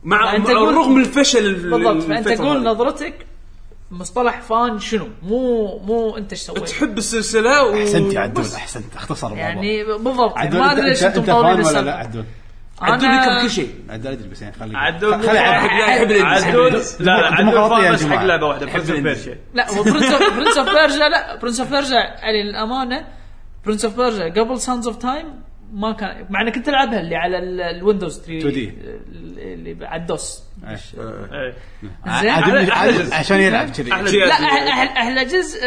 [SPEAKER 4] مع
[SPEAKER 6] فأنت
[SPEAKER 4] مع-
[SPEAKER 6] قلت-
[SPEAKER 4] رغم الفشل ال-
[SPEAKER 6] بالضبط فانت
[SPEAKER 4] الفترة
[SPEAKER 6] قول
[SPEAKER 4] هذه.
[SPEAKER 6] نظرتك مصطلح فان شنو مو مو انت ايش سويت
[SPEAKER 4] تحب السلسله و...
[SPEAKER 1] احسنت يا عدول
[SPEAKER 4] بس.
[SPEAKER 1] احسنت اختصر الموضوع
[SPEAKER 6] يعني بالضبط يعني
[SPEAKER 1] عدول
[SPEAKER 6] ما
[SPEAKER 1] انت
[SPEAKER 6] ادري ليش
[SPEAKER 1] انت أنت
[SPEAKER 6] انتم
[SPEAKER 1] فان
[SPEAKER 6] مطولين
[SPEAKER 1] ولا لا
[SPEAKER 6] السنه
[SPEAKER 1] عدول
[SPEAKER 4] عدول
[SPEAKER 6] أنا-
[SPEAKER 4] يكره كل شيء
[SPEAKER 1] عدول ادري بس يعني خلي
[SPEAKER 3] عدول مو
[SPEAKER 1] خلي
[SPEAKER 3] فاهم.
[SPEAKER 1] عدول-
[SPEAKER 4] لا يحب الانجليزي
[SPEAKER 3] عدول لا لا عدول
[SPEAKER 1] ديمقراطية يا
[SPEAKER 3] فاهم بس حق
[SPEAKER 1] جماعة.
[SPEAKER 3] لعبه واحده برنس اوف
[SPEAKER 4] الإنجليز.
[SPEAKER 3] بيرشا
[SPEAKER 6] لا هو برنس اوف بيرجا لا برنس اوف بيرجا يعني للامانه برنس اوف بيرجا قبل سانز اوف تايم ما كان مع اني كنت العبها اللي على ال- الويندوز 3
[SPEAKER 1] 2D.
[SPEAKER 6] اللي على الدوس
[SPEAKER 1] ع-
[SPEAKER 3] إيه.
[SPEAKER 6] زين.
[SPEAKER 1] عدول-
[SPEAKER 3] أحلى- أحلى
[SPEAKER 1] عدول
[SPEAKER 3] جزء.
[SPEAKER 1] عشان يلعب كذي
[SPEAKER 4] شيء.
[SPEAKER 6] لا احلى أحل احلى جزء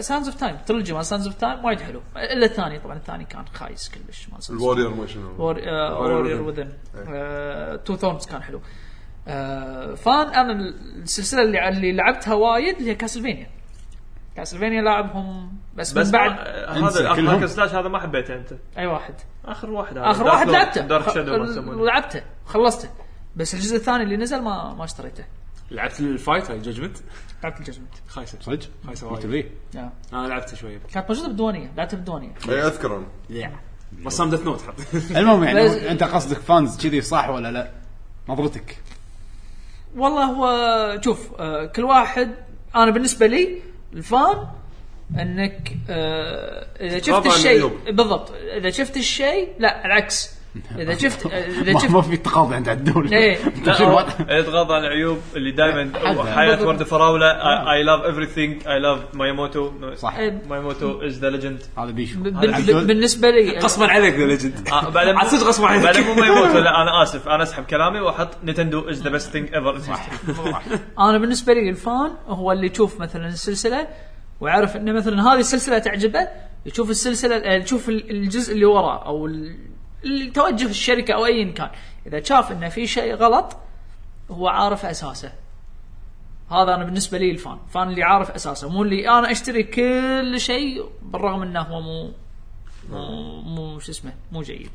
[SPEAKER 6] سانز اوف تايم ترجي مال سانز اوف تايم وايد حلو الا الثاني طبعا الثاني كان خايس كلش مال سانز
[SPEAKER 5] الوارير ما شنو
[SPEAKER 6] uh, وورير وذن
[SPEAKER 3] Eh.
[SPEAKER 6] تو ثورنز Uh, كان حلو آه، فان انا السلسله اللي اللي لعبتها وايد اللي هي كاسلفينيا كاسلفينيا لاعبهم بس,
[SPEAKER 3] بس آه،
[SPEAKER 6] من
[SPEAKER 3] ما-
[SPEAKER 6] بعد
[SPEAKER 1] انسى
[SPEAKER 3] هذا
[SPEAKER 1] كلهم.
[SPEAKER 3] اخر سلاش هذا ما حبيته انت
[SPEAKER 6] اي واحد
[SPEAKER 3] اخر واحد هذا.
[SPEAKER 6] اخر
[SPEAKER 3] دارك
[SPEAKER 6] واحد
[SPEAKER 3] لورد.
[SPEAKER 6] لعبته
[SPEAKER 3] دارك
[SPEAKER 6] خ-
[SPEAKER 3] شادو ما يسمونه
[SPEAKER 6] لعبته خلصته بس الجزء الثاني اللي نزل ما ما اشتريته
[SPEAKER 4] لعبت الفايت هاي جادجمنت
[SPEAKER 6] لعبت الجزمنت
[SPEAKER 4] خايسه
[SPEAKER 1] صدق؟
[SPEAKER 4] خايسه
[SPEAKER 1] قلت
[SPEAKER 4] وايد
[SPEAKER 1] لي
[SPEAKER 6] آه.
[SPEAKER 4] انا لعبتها شويه
[SPEAKER 6] كانت موجوده بالديوانيه لعبتها بالديوانيه
[SPEAKER 5] اي اذكر انا
[SPEAKER 4] رسام ديث نوت حط
[SPEAKER 6] إيه.
[SPEAKER 1] المهم يعني
[SPEAKER 6] بس-
[SPEAKER 1] انت قصدك فانز كذي صح ولا لا؟ نظرتك
[SPEAKER 6] والله هو شوف آه، كل واحد انا بالنسبه لي الفان انك آه، اذا شفت
[SPEAKER 5] غضب عن
[SPEAKER 6] الشيء
[SPEAKER 5] العيوب.
[SPEAKER 6] بالضبط اذا شفت الشيء لا العكس اذا شفت
[SPEAKER 1] ما,
[SPEAKER 6] اذا
[SPEAKER 1] ما
[SPEAKER 6] شفت آه،
[SPEAKER 1] في تقاضي عند عدول
[SPEAKER 6] إيه.
[SPEAKER 1] انت
[SPEAKER 3] لا،
[SPEAKER 1] شنو
[SPEAKER 3] هو
[SPEAKER 1] وضع-
[SPEAKER 3] يتغاضى عن العيوب اللي
[SPEAKER 1] حد. آه.
[SPEAKER 3] دائما حياه ورد فراوله اي لاف everything اي لاف مايموتو
[SPEAKER 1] صح
[SPEAKER 6] آه، ب-
[SPEAKER 3] مايموتو از ذا ليجند
[SPEAKER 1] هذا بيشو
[SPEAKER 6] ب-
[SPEAKER 1] عدول.
[SPEAKER 6] بالنسبه لي
[SPEAKER 4] غصبا عليك ذا ليجند
[SPEAKER 6] آه.
[SPEAKER 3] آه، بعدين
[SPEAKER 4] عاد صدق غصب عليك.
[SPEAKER 3] بعدين مو مايموتو لا انا اسف انا اسحب كلامي واحط نتندو از ذا بيست ثينج ايفر
[SPEAKER 6] انا بالنسبه لي الفان هو اللي يشوف مثلا السلسله ويعرف انه مثلا هذه السلسله تعجبه يشوف السلسله آه، يشوف ال- الجزء اللي وراه او ال- ال- توجه الشركه او ايا كان اذا شاف انه في شيء غلط هو عارف اساسه هذا انا بالنسبه لي الفان فان اللي عارف اساسه مو اللي انا اشتري كل شيء بالرغم انه هو مو مو- مو شو اسمه مو جيد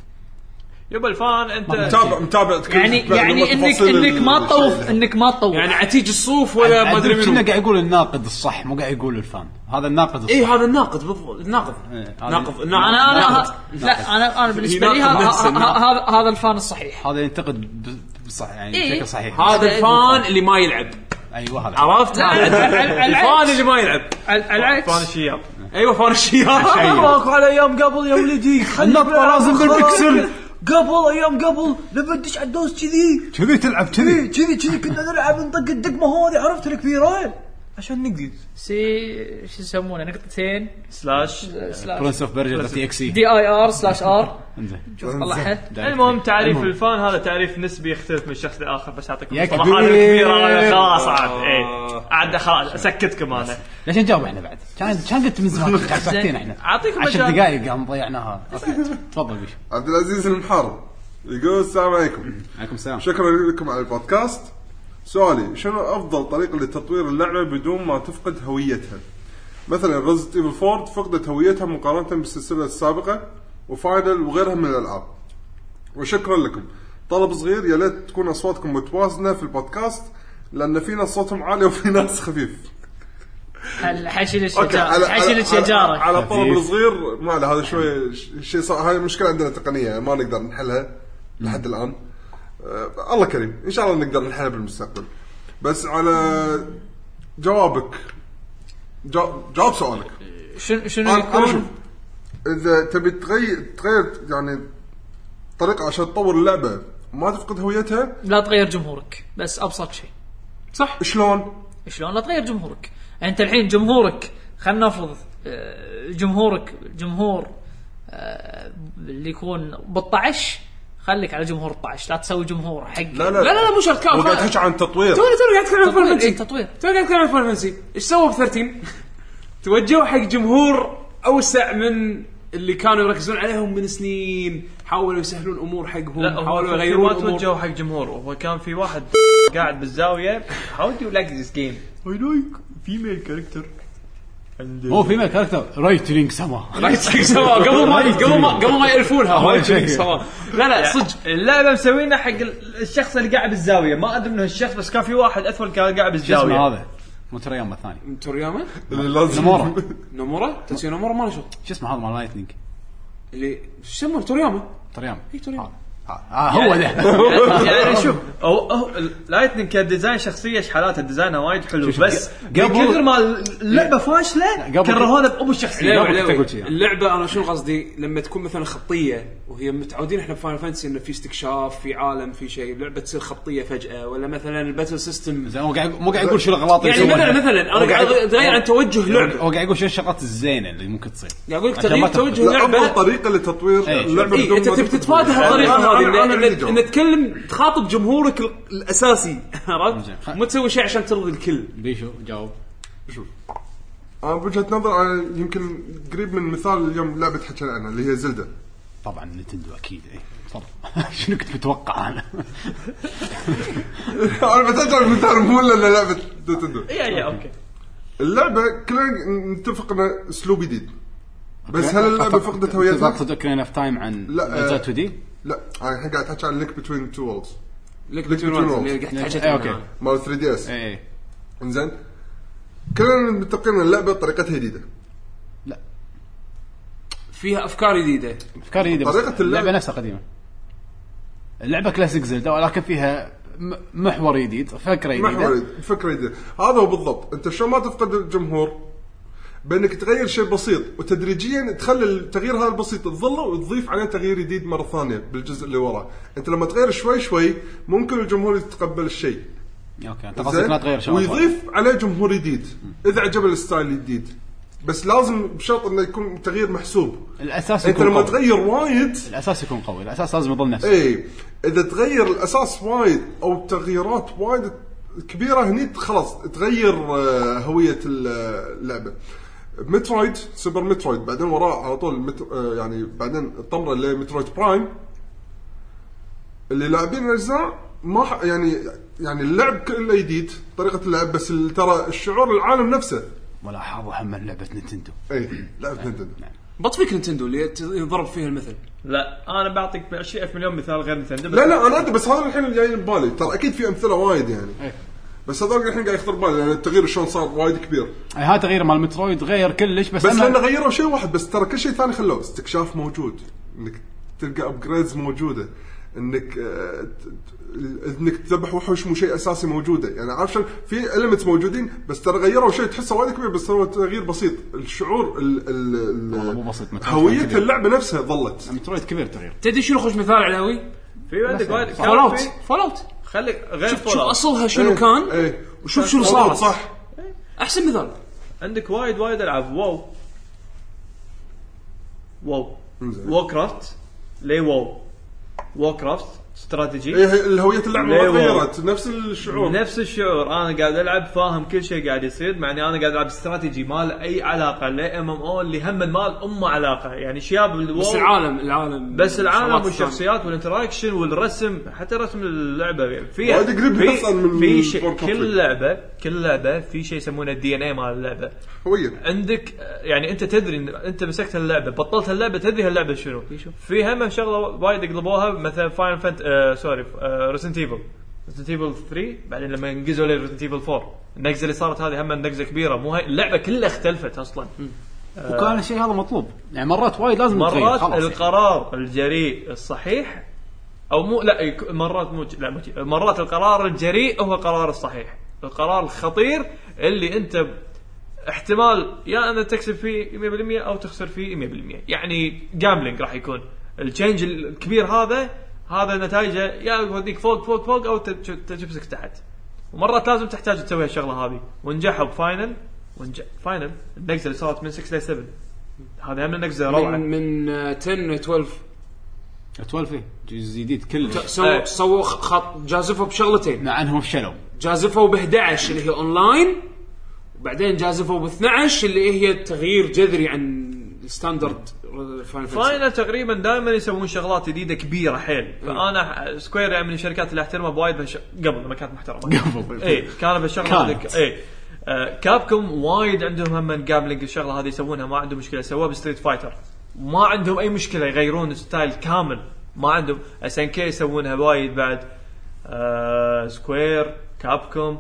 [SPEAKER 3] يبا الفان انت
[SPEAKER 5] متابع متابع تكلم
[SPEAKER 6] يعني
[SPEAKER 5] بعد لما
[SPEAKER 6] يعني انك
[SPEAKER 5] تفاصيل
[SPEAKER 6] انك ما
[SPEAKER 5] الشيء
[SPEAKER 6] تطوف
[SPEAKER 5] اللي-
[SPEAKER 6] انك ما تطوف
[SPEAKER 4] يعني عتيج الصوف ولا ما ادري
[SPEAKER 1] عدول كنا
[SPEAKER 4] منو
[SPEAKER 1] قاعد يقول الناقد الصح مو قاعد يقول الفان هذا الناقد الصح
[SPEAKER 4] اي هذا الناقد بالضبط الناقد
[SPEAKER 1] إيه، هذا-
[SPEAKER 4] ناقض
[SPEAKER 6] انا
[SPEAKER 4] انا
[SPEAKER 6] انا
[SPEAKER 4] انا
[SPEAKER 6] ه- لا انا انا بالنسبه لي
[SPEAKER 4] ناقض
[SPEAKER 6] هذا
[SPEAKER 4] نفسه، ناقض.
[SPEAKER 6] هذا هذا الفان
[SPEAKER 3] إيه.
[SPEAKER 6] الصحيح
[SPEAKER 1] هذا ينتقد ب- بصح يعني
[SPEAKER 6] إيه.
[SPEAKER 1] بشكل صحيح
[SPEAKER 4] هذا الفان اللي ما يلعب
[SPEAKER 1] ايوه هذا
[SPEAKER 4] عرفت
[SPEAKER 6] لا،
[SPEAKER 4] هذا
[SPEAKER 6] العكس.
[SPEAKER 4] الفان اللي ما يلعب
[SPEAKER 6] على
[SPEAKER 3] فان
[SPEAKER 6] العكس
[SPEAKER 3] الشياب
[SPEAKER 4] ايوه فان الشياب
[SPEAKER 1] ماكو
[SPEAKER 3] على ايام قبل يا ولدي
[SPEAKER 1] النطه لازم بالبكسل
[SPEAKER 3] قبل ايام قبل لما تدش على الدوس كذي إيه،
[SPEAKER 1] كذي تلعب كذي
[SPEAKER 3] كذي كذي كنا نلعب نطق الدقمه هذه عرفت الكبيره عشان نقدر
[SPEAKER 6] سي شو يسمونه نقطتين
[SPEAKER 3] سلاش
[SPEAKER 6] سلاش
[SPEAKER 1] برنس اوف برجر تي اكس اي
[SPEAKER 6] دي اي ار سلاش ار
[SPEAKER 1] انزين
[SPEAKER 6] شوف طلعها
[SPEAKER 3] المهم تعريف
[SPEAKER 1] المهم.
[SPEAKER 3] الفان هذا تعريف نسبي يختلف من شخص لاخر بس اعطيكم
[SPEAKER 1] يا
[SPEAKER 3] مصطلحات
[SPEAKER 1] كبير.
[SPEAKER 3] الكبيره أنا خلاص عاد ايه عاد خلاص اسكتكم انا
[SPEAKER 1] ليش نجاوب احنا بعد؟ كان كان قلت من زمان قاعد ساكتين احنا
[SPEAKER 3] اعطيكم
[SPEAKER 1] 10
[SPEAKER 3] مجال
[SPEAKER 1] دقائق قام ضيعناها أوكي. تفضل بيشو
[SPEAKER 5] عبد العزيز المحارب يقول السلام عليكم
[SPEAKER 1] عليكم السلام
[SPEAKER 5] شكرا لكم على البودكاست سؤالي شنو افضل طريقه لتطوير اللعبه بدون ما تفقد هويتها مثلا ريزد ايفل 4 فقدت هويتها مقارنه بالسلسله السابقه وفاينل وغيرها من الالعاب وشكرا لكم طلب صغير يا ليت تكون اصواتكم متوازنه في البودكاست لان في ناس صوتهم عالي وفي ناس خفيف
[SPEAKER 6] هل- حشل
[SPEAKER 5] اوكي
[SPEAKER 6] الشجره
[SPEAKER 5] على
[SPEAKER 6] حشل
[SPEAKER 5] على- على-
[SPEAKER 6] الشجره
[SPEAKER 5] على طلب الصغير ما له هذا شوي شيء صار هاي مشكله عندنا تقنيه ما نقدر نحلها لحد الان آه، الله كريم ان شاء الله نقدر نحلها بالمستقبل بس على جوابك جو- جواب سؤالك
[SPEAKER 6] شنو شنو
[SPEAKER 5] انا أنا شوف
[SPEAKER 6] يكون
[SPEAKER 5] اذا تبي تغير تغير يعني طريقه عشان تطور اللعبه ما تفقد هويتها
[SPEAKER 6] لا تغير جمهورك بس ابسط شيء
[SPEAKER 5] شلون؟
[SPEAKER 6] شلون لا تغير جمهورك انت الحين جمهورك خلينا نفرض آه، جمهورك جمهور آه، اللي يكون ب 12 خليك على جمهور 12 لا تسوي جمهور حق
[SPEAKER 5] لا لا
[SPEAKER 4] لا لا لا مو شرط كان
[SPEAKER 5] هو قاعد
[SPEAKER 4] تونا
[SPEAKER 5] تحكي عن تطوير
[SPEAKER 4] تونا قاعد نتكلم عن فاينل
[SPEAKER 6] تطوير إيه،
[SPEAKER 4] فانتسي
[SPEAKER 6] تطوير
[SPEAKER 4] تونا قاعد نتكلم عن فاينل فانتسي ايش سووا ب 13 توجهوا حق جمهور اوسع من اللي كانوا يركزون عليهم من سنين حاولوا يسهلون امور حقهم
[SPEAKER 3] لا هو
[SPEAKER 4] حاولوا
[SPEAKER 3] يغيرون
[SPEAKER 4] يغيرون
[SPEAKER 3] ما
[SPEAKER 4] امور
[SPEAKER 3] توجهوا حق جمهور هو كان في واحد قاعد بالزاويه هاو دو لايك ذيس جيم اي لايك فيميل كاركتر
[SPEAKER 1] هو في كاركتر رايت لينك سما
[SPEAKER 4] رايت حق سوا قبل ما قبل ما قبل ما يالفونها
[SPEAKER 1] رايت
[SPEAKER 4] رايت حق
[SPEAKER 1] حق.
[SPEAKER 4] سوا لا لا صدق
[SPEAKER 3] اللعبه مسوينها حق ال- الشخص اللي قاعد بالزاويه ما ادري انه الشخص بس كان في واحد اثول كان قاعد
[SPEAKER 1] شو اسمه
[SPEAKER 3] بالزاويه
[SPEAKER 1] هذا؟ مونترياما الثاني
[SPEAKER 4] تورياما
[SPEAKER 5] اللي لازم
[SPEAKER 1] نمورا
[SPEAKER 4] نومورا تاتسو نومورا ما له شغل
[SPEAKER 1] شو اسمه هذا مال رايت لينك؟
[SPEAKER 4] اللي شو يسمونه تورياما
[SPEAKER 1] مونترياما
[SPEAKER 4] اي تورياما
[SPEAKER 1] آه هو ده
[SPEAKER 3] يعني شوف أو أو لايتنج كديزاين شخصيه ايش حالاتها ديزاينها وايد حلو
[SPEAKER 1] شوف،
[SPEAKER 3] بس
[SPEAKER 1] قبل-
[SPEAKER 3] من كثر ما اللعبه فاشله
[SPEAKER 1] قبل-
[SPEAKER 3] كرهونا بابو الشخصيه
[SPEAKER 1] لا،
[SPEAKER 4] ليوي،
[SPEAKER 1] كنت
[SPEAKER 4] ليوي.
[SPEAKER 1] أقول شي.
[SPEAKER 4] اللعبه انا شنو قصدي لما تكون مثلا خطيه وهي متعودين احنا بفاينل فانتسي انه في استكشاف في عالم في شيء اللعبه تصير خطيه فجاه ولا مثلا الباتل سيستم
[SPEAKER 1] زين هو قاعد مو قاعد يقول شو الاغلاط اللي
[SPEAKER 4] يعني مثلا
[SPEAKER 1] سووها.
[SPEAKER 4] مثلا انا قاعد اتغير عن توجه لعبه
[SPEAKER 1] هو قاعد يقول شو الشغلات الزينه اللي ممكن تصير
[SPEAKER 4] قاعد اقول لك
[SPEAKER 1] عشان
[SPEAKER 4] تغيير
[SPEAKER 1] ما تفقد.
[SPEAKER 4] توجه
[SPEAKER 5] لا
[SPEAKER 4] لعبه
[SPEAKER 5] افضل طريقه لتطوير
[SPEAKER 1] إيه.
[SPEAKER 5] اللعبه
[SPEAKER 4] إيه انت تبي تتفادى هالطريقه
[SPEAKER 5] أنا-
[SPEAKER 4] هذه إن-
[SPEAKER 5] أنا- أنا اللي
[SPEAKER 4] إن-
[SPEAKER 5] جاوب.
[SPEAKER 4] ان تكلم تخاطب جمهورك ال- الاساسي عرفت؟
[SPEAKER 1] زين، خ-
[SPEAKER 4] مو تسوي شيء عشان ترضي الكل
[SPEAKER 1] بيشو جاوب
[SPEAKER 5] انا بوجهه نظر أنا يمكن قريب من مثال اليوم لعبه حكينا عنها اللي هي زلده
[SPEAKER 1] طبعا نتندو اكيد اي تفضل شنو كنت متوقع انا؟
[SPEAKER 5] انا بترجع المثال مو الا لعبه نتندو
[SPEAKER 4] إيه،
[SPEAKER 3] يعني اوكي
[SPEAKER 5] اللعبه كلنا نتفق ان اسلوب جديد بس هل اللعبه فقدت هويتها؟
[SPEAKER 1] تقصد اوكرين اوف تايم عن
[SPEAKER 5] لا، آه.
[SPEAKER 1] لا دي؟
[SPEAKER 5] لا انا الحين قاعد احكي عن لينك بتوين تو وولز
[SPEAKER 4] لك
[SPEAKER 5] Between
[SPEAKER 4] بتون
[SPEAKER 5] Worlds.
[SPEAKER 4] اللي قاعد تحكي
[SPEAKER 1] إيه،
[SPEAKER 4] عنها.
[SPEAKER 1] اوكي
[SPEAKER 5] مال 3 دي
[SPEAKER 4] إيه.
[SPEAKER 5] اس
[SPEAKER 1] اي
[SPEAKER 5] انزين كلنا متفقين ان اللعبه طريقتها جديده
[SPEAKER 4] فيها افكار جديده
[SPEAKER 1] افكار جديده بس
[SPEAKER 5] طريقة اللعب-
[SPEAKER 1] اللعبه نفسها قديمه اللعبه كلاسيك زلدا ولكن فيها م- محور جديد فكره
[SPEAKER 5] محور
[SPEAKER 1] جديده
[SPEAKER 5] جديد، فكره جديده هذا هو بالضبط انت شلون ما تفقد الجمهور بانك تغير شيء بسيط وتدريجيا تخلي التغيير هذا البسيط تظله وتضيف عليه تغيير جديد مره ثانيه بالجزء اللي وراه انت لما تغير شوي شوي ممكن الجمهور يتقبل الشيء
[SPEAKER 1] اوكي انت قصدك لا تغير شغلات
[SPEAKER 5] ويضيف عليه جمهور جديد اذا عجب الستايل الجديد بس لازم بشرط انه يكون تغيير محسوب
[SPEAKER 1] الاساس
[SPEAKER 5] انت
[SPEAKER 1] يكون
[SPEAKER 5] لما
[SPEAKER 1] قوي.
[SPEAKER 5] تغير إيه. وايد
[SPEAKER 1] الاساس يكون قوي الاساس لازم يظل نفسه
[SPEAKER 5] اي اذا تغير الاساس وايد او تغييرات وايد كبيره هني خلاص تغير آه، هويه ال- آه، اللعبه مترويد سوبر مترويد بعدين وراه على طول متر... آه، يعني بعدين الطمره اللي هي مترويد برايم اللي لاعبين الاجزاء ما ح... يعني يعني اللعب كله جديد طريقه اللعب بس ال- ترى الشعور العالم نفسه
[SPEAKER 1] ولا حاضر هم لعبه نينتندو
[SPEAKER 5] اي لعب نينتندو
[SPEAKER 4] بطفيك نتندو اللي ت- ينضرب فيها المثل
[SPEAKER 3] لا انا بعطيك 20 ألف مليون مثال غير نتندو بس
[SPEAKER 5] لا لا انا ادري بس هذا الحين اللي جاي ببالي ترى اكيد في امثله وايد يعني
[SPEAKER 1] إيه.
[SPEAKER 5] بس هذول الحين قاعد يخطر بالي لان التغيير شلون صار وايد كبير
[SPEAKER 1] اي يعني هذا تغيير مال مترويد غير كلش بس,
[SPEAKER 5] بس
[SPEAKER 1] أنا-
[SPEAKER 5] لان غيروا شيء واحد بس ترى كل شيء ثاني خلوه استكشاف موجود انك تلقى ابجريدز موجوده انك آه، ت- ت- انك تذبح وحوش مو شيء اساسي موجوده يعني عارف شلون في المنتس موجودين بس ترى غيروا شيء تحسه وايد كبير بس هو تغيير بسيط الشعور ال
[SPEAKER 1] والله مو
[SPEAKER 5] ال
[SPEAKER 1] بسيط
[SPEAKER 5] ال
[SPEAKER 1] مترويد
[SPEAKER 5] هويه
[SPEAKER 1] كبير.
[SPEAKER 5] اللعبه نفسها ظلت
[SPEAKER 1] مترويد كبير تغيير
[SPEAKER 4] تدري شنو خوش مثال علاوي؟
[SPEAKER 3] في عندك وايد كان
[SPEAKER 4] فول اوت
[SPEAKER 3] في-
[SPEAKER 4] فول اوت
[SPEAKER 3] خليك غير
[SPEAKER 4] شوف شوف
[SPEAKER 3] فول
[SPEAKER 4] اصلها شنو
[SPEAKER 5] إيه،
[SPEAKER 4] كان
[SPEAKER 5] إيه.
[SPEAKER 4] وشوف شنو صار صح احسن مثال
[SPEAKER 3] عندك وايد وايد العاب واو واو وو كرافت لي واو وو كرافت استراتيجي
[SPEAKER 5] إيه، هويه اللعبه ما
[SPEAKER 3] ليه والله.
[SPEAKER 5] تغيرت نفس الشعور
[SPEAKER 3] نفس الشعور انا قاعد العب فاهم كل شيء قاعد يصير مع اني انا قاعد العب استراتيجي ما له اي علاقه لا ام ام او اللي هم المال امه علاقه يعني شياب الواو
[SPEAKER 4] بس العالم العالم
[SPEAKER 3] بس العالم
[SPEAKER 4] شغلات
[SPEAKER 3] والشخصيات والانتراكشن والرسم حتى رسم اللعبه يعني في
[SPEAKER 5] وايد قريب
[SPEAKER 3] في-
[SPEAKER 5] أصلاً من
[SPEAKER 3] في شيء
[SPEAKER 5] World Cup.
[SPEAKER 3] كل لعبه كل لعبه في شيء يسمونه الدي ان اي مال اللعبه
[SPEAKER 5] هويه
[SPEAKER 3] عندك آه، يعني انت تدري إن انت مسكت هاللعبه بطلت هاللعبه تدري هاللعبه شنو في هم شغله وايد قلبوها مثلا فاين فانت آه سوري آه ريسنت ايفل ريزنت ايفل 3 بعدين لما نقزوا لي ريزنت ايفل 4 النقزه اللي صارت هذه هم نقزه كبيره مو هاي اللعبه كلها اختلفت اصلا
[SPEAKER 1] وكان الشيء هذا مطلوب يعني مرات وايد لازم تغير،
[SPEAKER 3] آه. مرات
[SPEAKER 1] خلاص يعني.
[SPEAKER 3] القرار الجريء الصحيح او مو لا يك- مرات مو ج- لا مو ج- مرات القرار الجريء هو قرار الصحيح القرار الخطير اللي انت ب- احتمال يا ان تكسب فيه 100% او تخسر فيه 100% يعني جامبلينج راح يكون التشينج الكبير هذا هذا نتائجه يا يوديك فوق فوق فوق او تج- تجبسك تحت ومرات لازم تحتاج تسوي هالشغله هذه ونجحوا بفاينل ونجح فاينل النقزه اللي صارت من 6 ل 7 هذه هم نقزه روعه
[SPEAKER 4] من من آه، 10 ل 12
[SPEAKER 1] 12 إيه، جزء جديد كلش
[SPEAKER 4] سووا
[SPEAKER 3] إيه.
[SPEAKER 4] سووا خ- خط جازفوا بشغلتين
[SPEAKER 1] مع انهم فشلوا
[SPEAKER 4] جازفوا ب 11 اللي هي اونلاين وبعدين جازفوا ب 12 اللي هي تغيير جذري عن الستاندرد فاينل فانتسي.
[SPEAKER 3] فاينل تقريبا دائما يسوون شغلات جديده كبيره حيل فانا سكوير يعني من الشركات اللي احترمها بوايد بهش... قبل لما كانت محترمه
[SPEAKER 1] قبل.
[SPEAKER 3] اي كان بهالشغله هذه
[SPEAKER 1] كانت.
[SPEAKER 3] اي آه كابكم وايد عندهم هم جامبلينج الشغله هذه يسوونها ما عندهم مشكله سووها بستريت فايتر ما عندهم اي مشكله يغيرون ستايل كامل ما عندهم اس ان كي يسوونها وايد بعد آه سكوير كابكم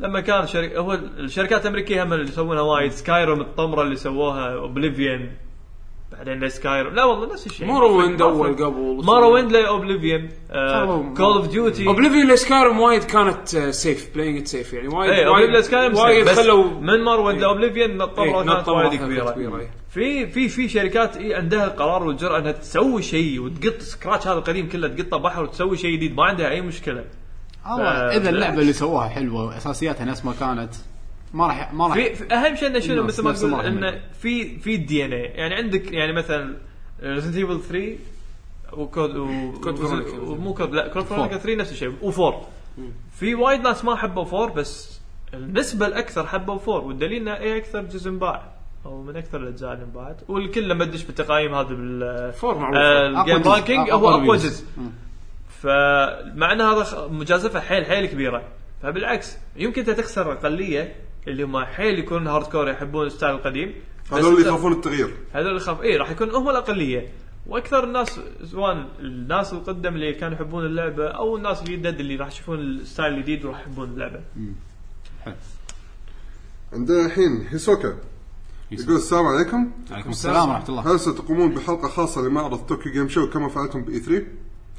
[SPEAKER 3] لما كان شركة هو الشركات الامريكيه هم اللي يسوونها وايد سكايروم الطمره اللي سووها اوبليفيون بعدين سكايروم لا والله نفس الشيء
[SPEAKER 4] مورو ويند اول قبل
[SPEAKER 3] مارو ويند آه، لاي اوبليفيون
[SPEAKER 4] طبعاً.
[SPEAKER 3] كول اوف ديوتي
[SPEAKER 4] اوبليفيون لسكارم وايد كانت آه، سيف بلاينج سيف يعني وايد
[SPEAKER 3] اي
[SPEAKER 4] وايد-
[SPEAKER 3] اوبليفيون سكايم
[SPEAKER 4] وايد خلوا
[SPEAKER 3] من مارو ويند
[SPEAKER 4] إيه.
[SPEAKER 3] لاوبليفيون
[SPEAKER 4] إيه،
[SPEAKER 3] الطمره كانت
[SPEAKER 4] نطة
[SPEAKER 3] وايد
[SPEAKER 4] مرة
[SPEAKER 3] كبيره
[SPEAKER 4] كبيرة. إيه.
[SPEAKER 3] في في في شركات إيه عندها القرار والجرأه انها تسوي شيء وتقط سكراتش هذا القديم كله تقطه بحر وتسوي شيء جديد ما عندها اي مشكله
[SPEAKER 1] الله
[SPEAKER 3] ف-
[SPEAKER 1] اذا اللعبه اللي سووها حلوه واساسياتها نفس ما كانت ما راح ما راح
[SPEAKER 3] في في- اهم شيء انه شنو
[SPEAKER 1] نفس-
[SPEAKER 3] مثل ما
[SPEAKER 1] نفس
[SPEAKER 3] تقول
[SPEAKER 1] الله
[SPEAKER 3] انه
[SPEAKER 1] يهمني.
[SPEAKER 3] في في الدي ان اي يعني عندك يعني مثلا ريزنت ايفل 3 وكود و
[SPEAKER 4] Code Veronica.
[SPEAKER 3] مو كود لا كود فرونيكا 3 نفس الشيء و4 في وايد ناس ما حبوا 4 بس النسبه الاكثر حبوا 4 والدليل انه اي اكثر جزء انباع او من اكثر الاجزاء اللي انباعت والكل لما تدش بالتقايم هذا بال
[SPEAKER 4] 4 معروف
[SPEAKER 1] أقوى
[SPEAKER 3] آه، الجيم
[SPEAKER 1] جزء.
[SPEAKER 3] رانكينج هو
[SPEAKER 1] أقوى
[SPEAKER 3] اقوى
[SPEAKER 1] reviews.
[SPEAKER 3] جزء فمع ان هذا خ- مجازفه حيل حيل كبيره فبالعكس يمكن انت تخسر اقليه اللي هم حيل يكونون هارد كور يحبون الستايل القديم بس
[SPEAKER 5] هذول اللي
[SPEAKER 3] أنت-
[SPEAKER 5] يخافون التغيير
[SPEAKER 3] هذول اللي يخاف اي راح يكون هم الاقليه واكثر الناس سواء الناس القدم اللي كانوا يحبون اللعبه او الناس الجدد اللي راح يشوفون الستايل الجديد وراح يحبون اللعبه
[SPEAKER 5] عندنا الحين هيسوكا يقول السلام عليكم
[SPEAKER 1] عليكم السلام ورحمه الله
[SPEAKER 5] هل ستقومون بحلقه خاصه لمعرض طوكيو جيم شو كما فعلتم باي 3؟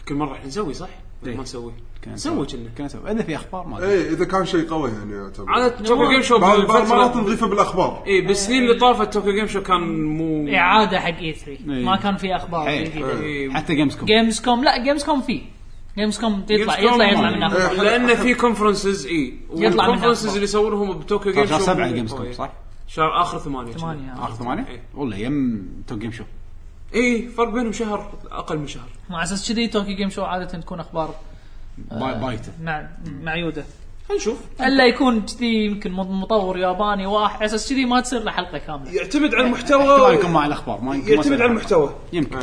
[SPEAKER 4] كل مره راح نسوي صح؟ ولا
[SPEAKER 1] إيه.
[SPEAKER 4] ما نسوي
[SPEAKER 1] كان
[SPEAKER 4] نسوي كنا
[SPEAKER 1] كان نسوي اذا في اخبار ما ادري
[SPEAKER 5] اي اذا إيه، كان شيء قوي يعني يعتبر
[SPEAKER 4] على توكيو جيم شو
[SPEAKER 5] بعض بعض المرات
[SPEAKER 4] بالفترة-
[SPEAKER 5] نضيفه بالاخبار
[SPEAKER 4] اي بالسنين إيه، اللي طافت توكيو جيم شو كان مو
[SPEAKER 6] اعاده حق اي 3
[SPEAKER 1] إيه.
[SPEAKER 6] ما كان في اخبار
[SPEAKER 1] إيه.
[SPEAKER 6] جديده
[SPEAKER 4] إيه،
[SPEAKER 1] حتى جيمز كوم
[SPEAKER 6] جيمز كوم لا جيمز كوم في جيمز كوم يطلع
[SPEAKER 4] Gamescom
[SPEAKER 6] يطلع يطلع
[SPEAKER 4] ما-
[SPEAKER 6] من اخبار
[SPEAKER 5] إيه.
[SPEAKER 4] لان في كونفرنسز اي
[SPEAKER 6] يطلع منها
[SPEAKER 4] والكونفرنسز
[SPEAKER 6] أخبار.
[SPEAKER 4] اللي يسوونهم بتوكيو جيم
[SPEAKER 1] شهر
[SPEAKER 4] شو
[SPEAKER 1] 7
[SPEAKER 4] مو-
[SPEAKER 1] جيمز
[SPEAKER 4] إيه.
[SPEAKER 1] كوم صح؟
[SPEAKER 4] شهر اخر ثمانية
[SPEAKER 6] ثمانية، آه.
[SPEAKER 1] اخر ثمانيه؟
[SPEAKER 4] إيه.
[SPEAKER 1] والله يم توك جيم شو
[SPEAKER 4] اي فرق بينهم شهر اقل من شهر
[SPEAKER 6] مع اساس كذي توكي جيم شو عاده تكون اخبار
[SPEAKER 1] باي- بايته
[SPEAKER 6] مع معيوده
[SPEAKER 4] هنشوف
[SPEAKER 6] الا يكون كذي يمكن مطور ياباني واحد على اساس كذي ما تصير له حلقه كامله
[SPEAKER 2] يعتمد على
[SPEAKER 1] احتمال
[SPEAKER 2] المحتوى
[SPEAKER 1] يكون مع الاخبار ما يمكن ما
[SPEAKER 2] يعتمد
[SPEAKER 1] يصير.
[SPEAKER 2] على المحتوى
[SPEAKER 4] إيه.
[SPEAKER 1] يمكن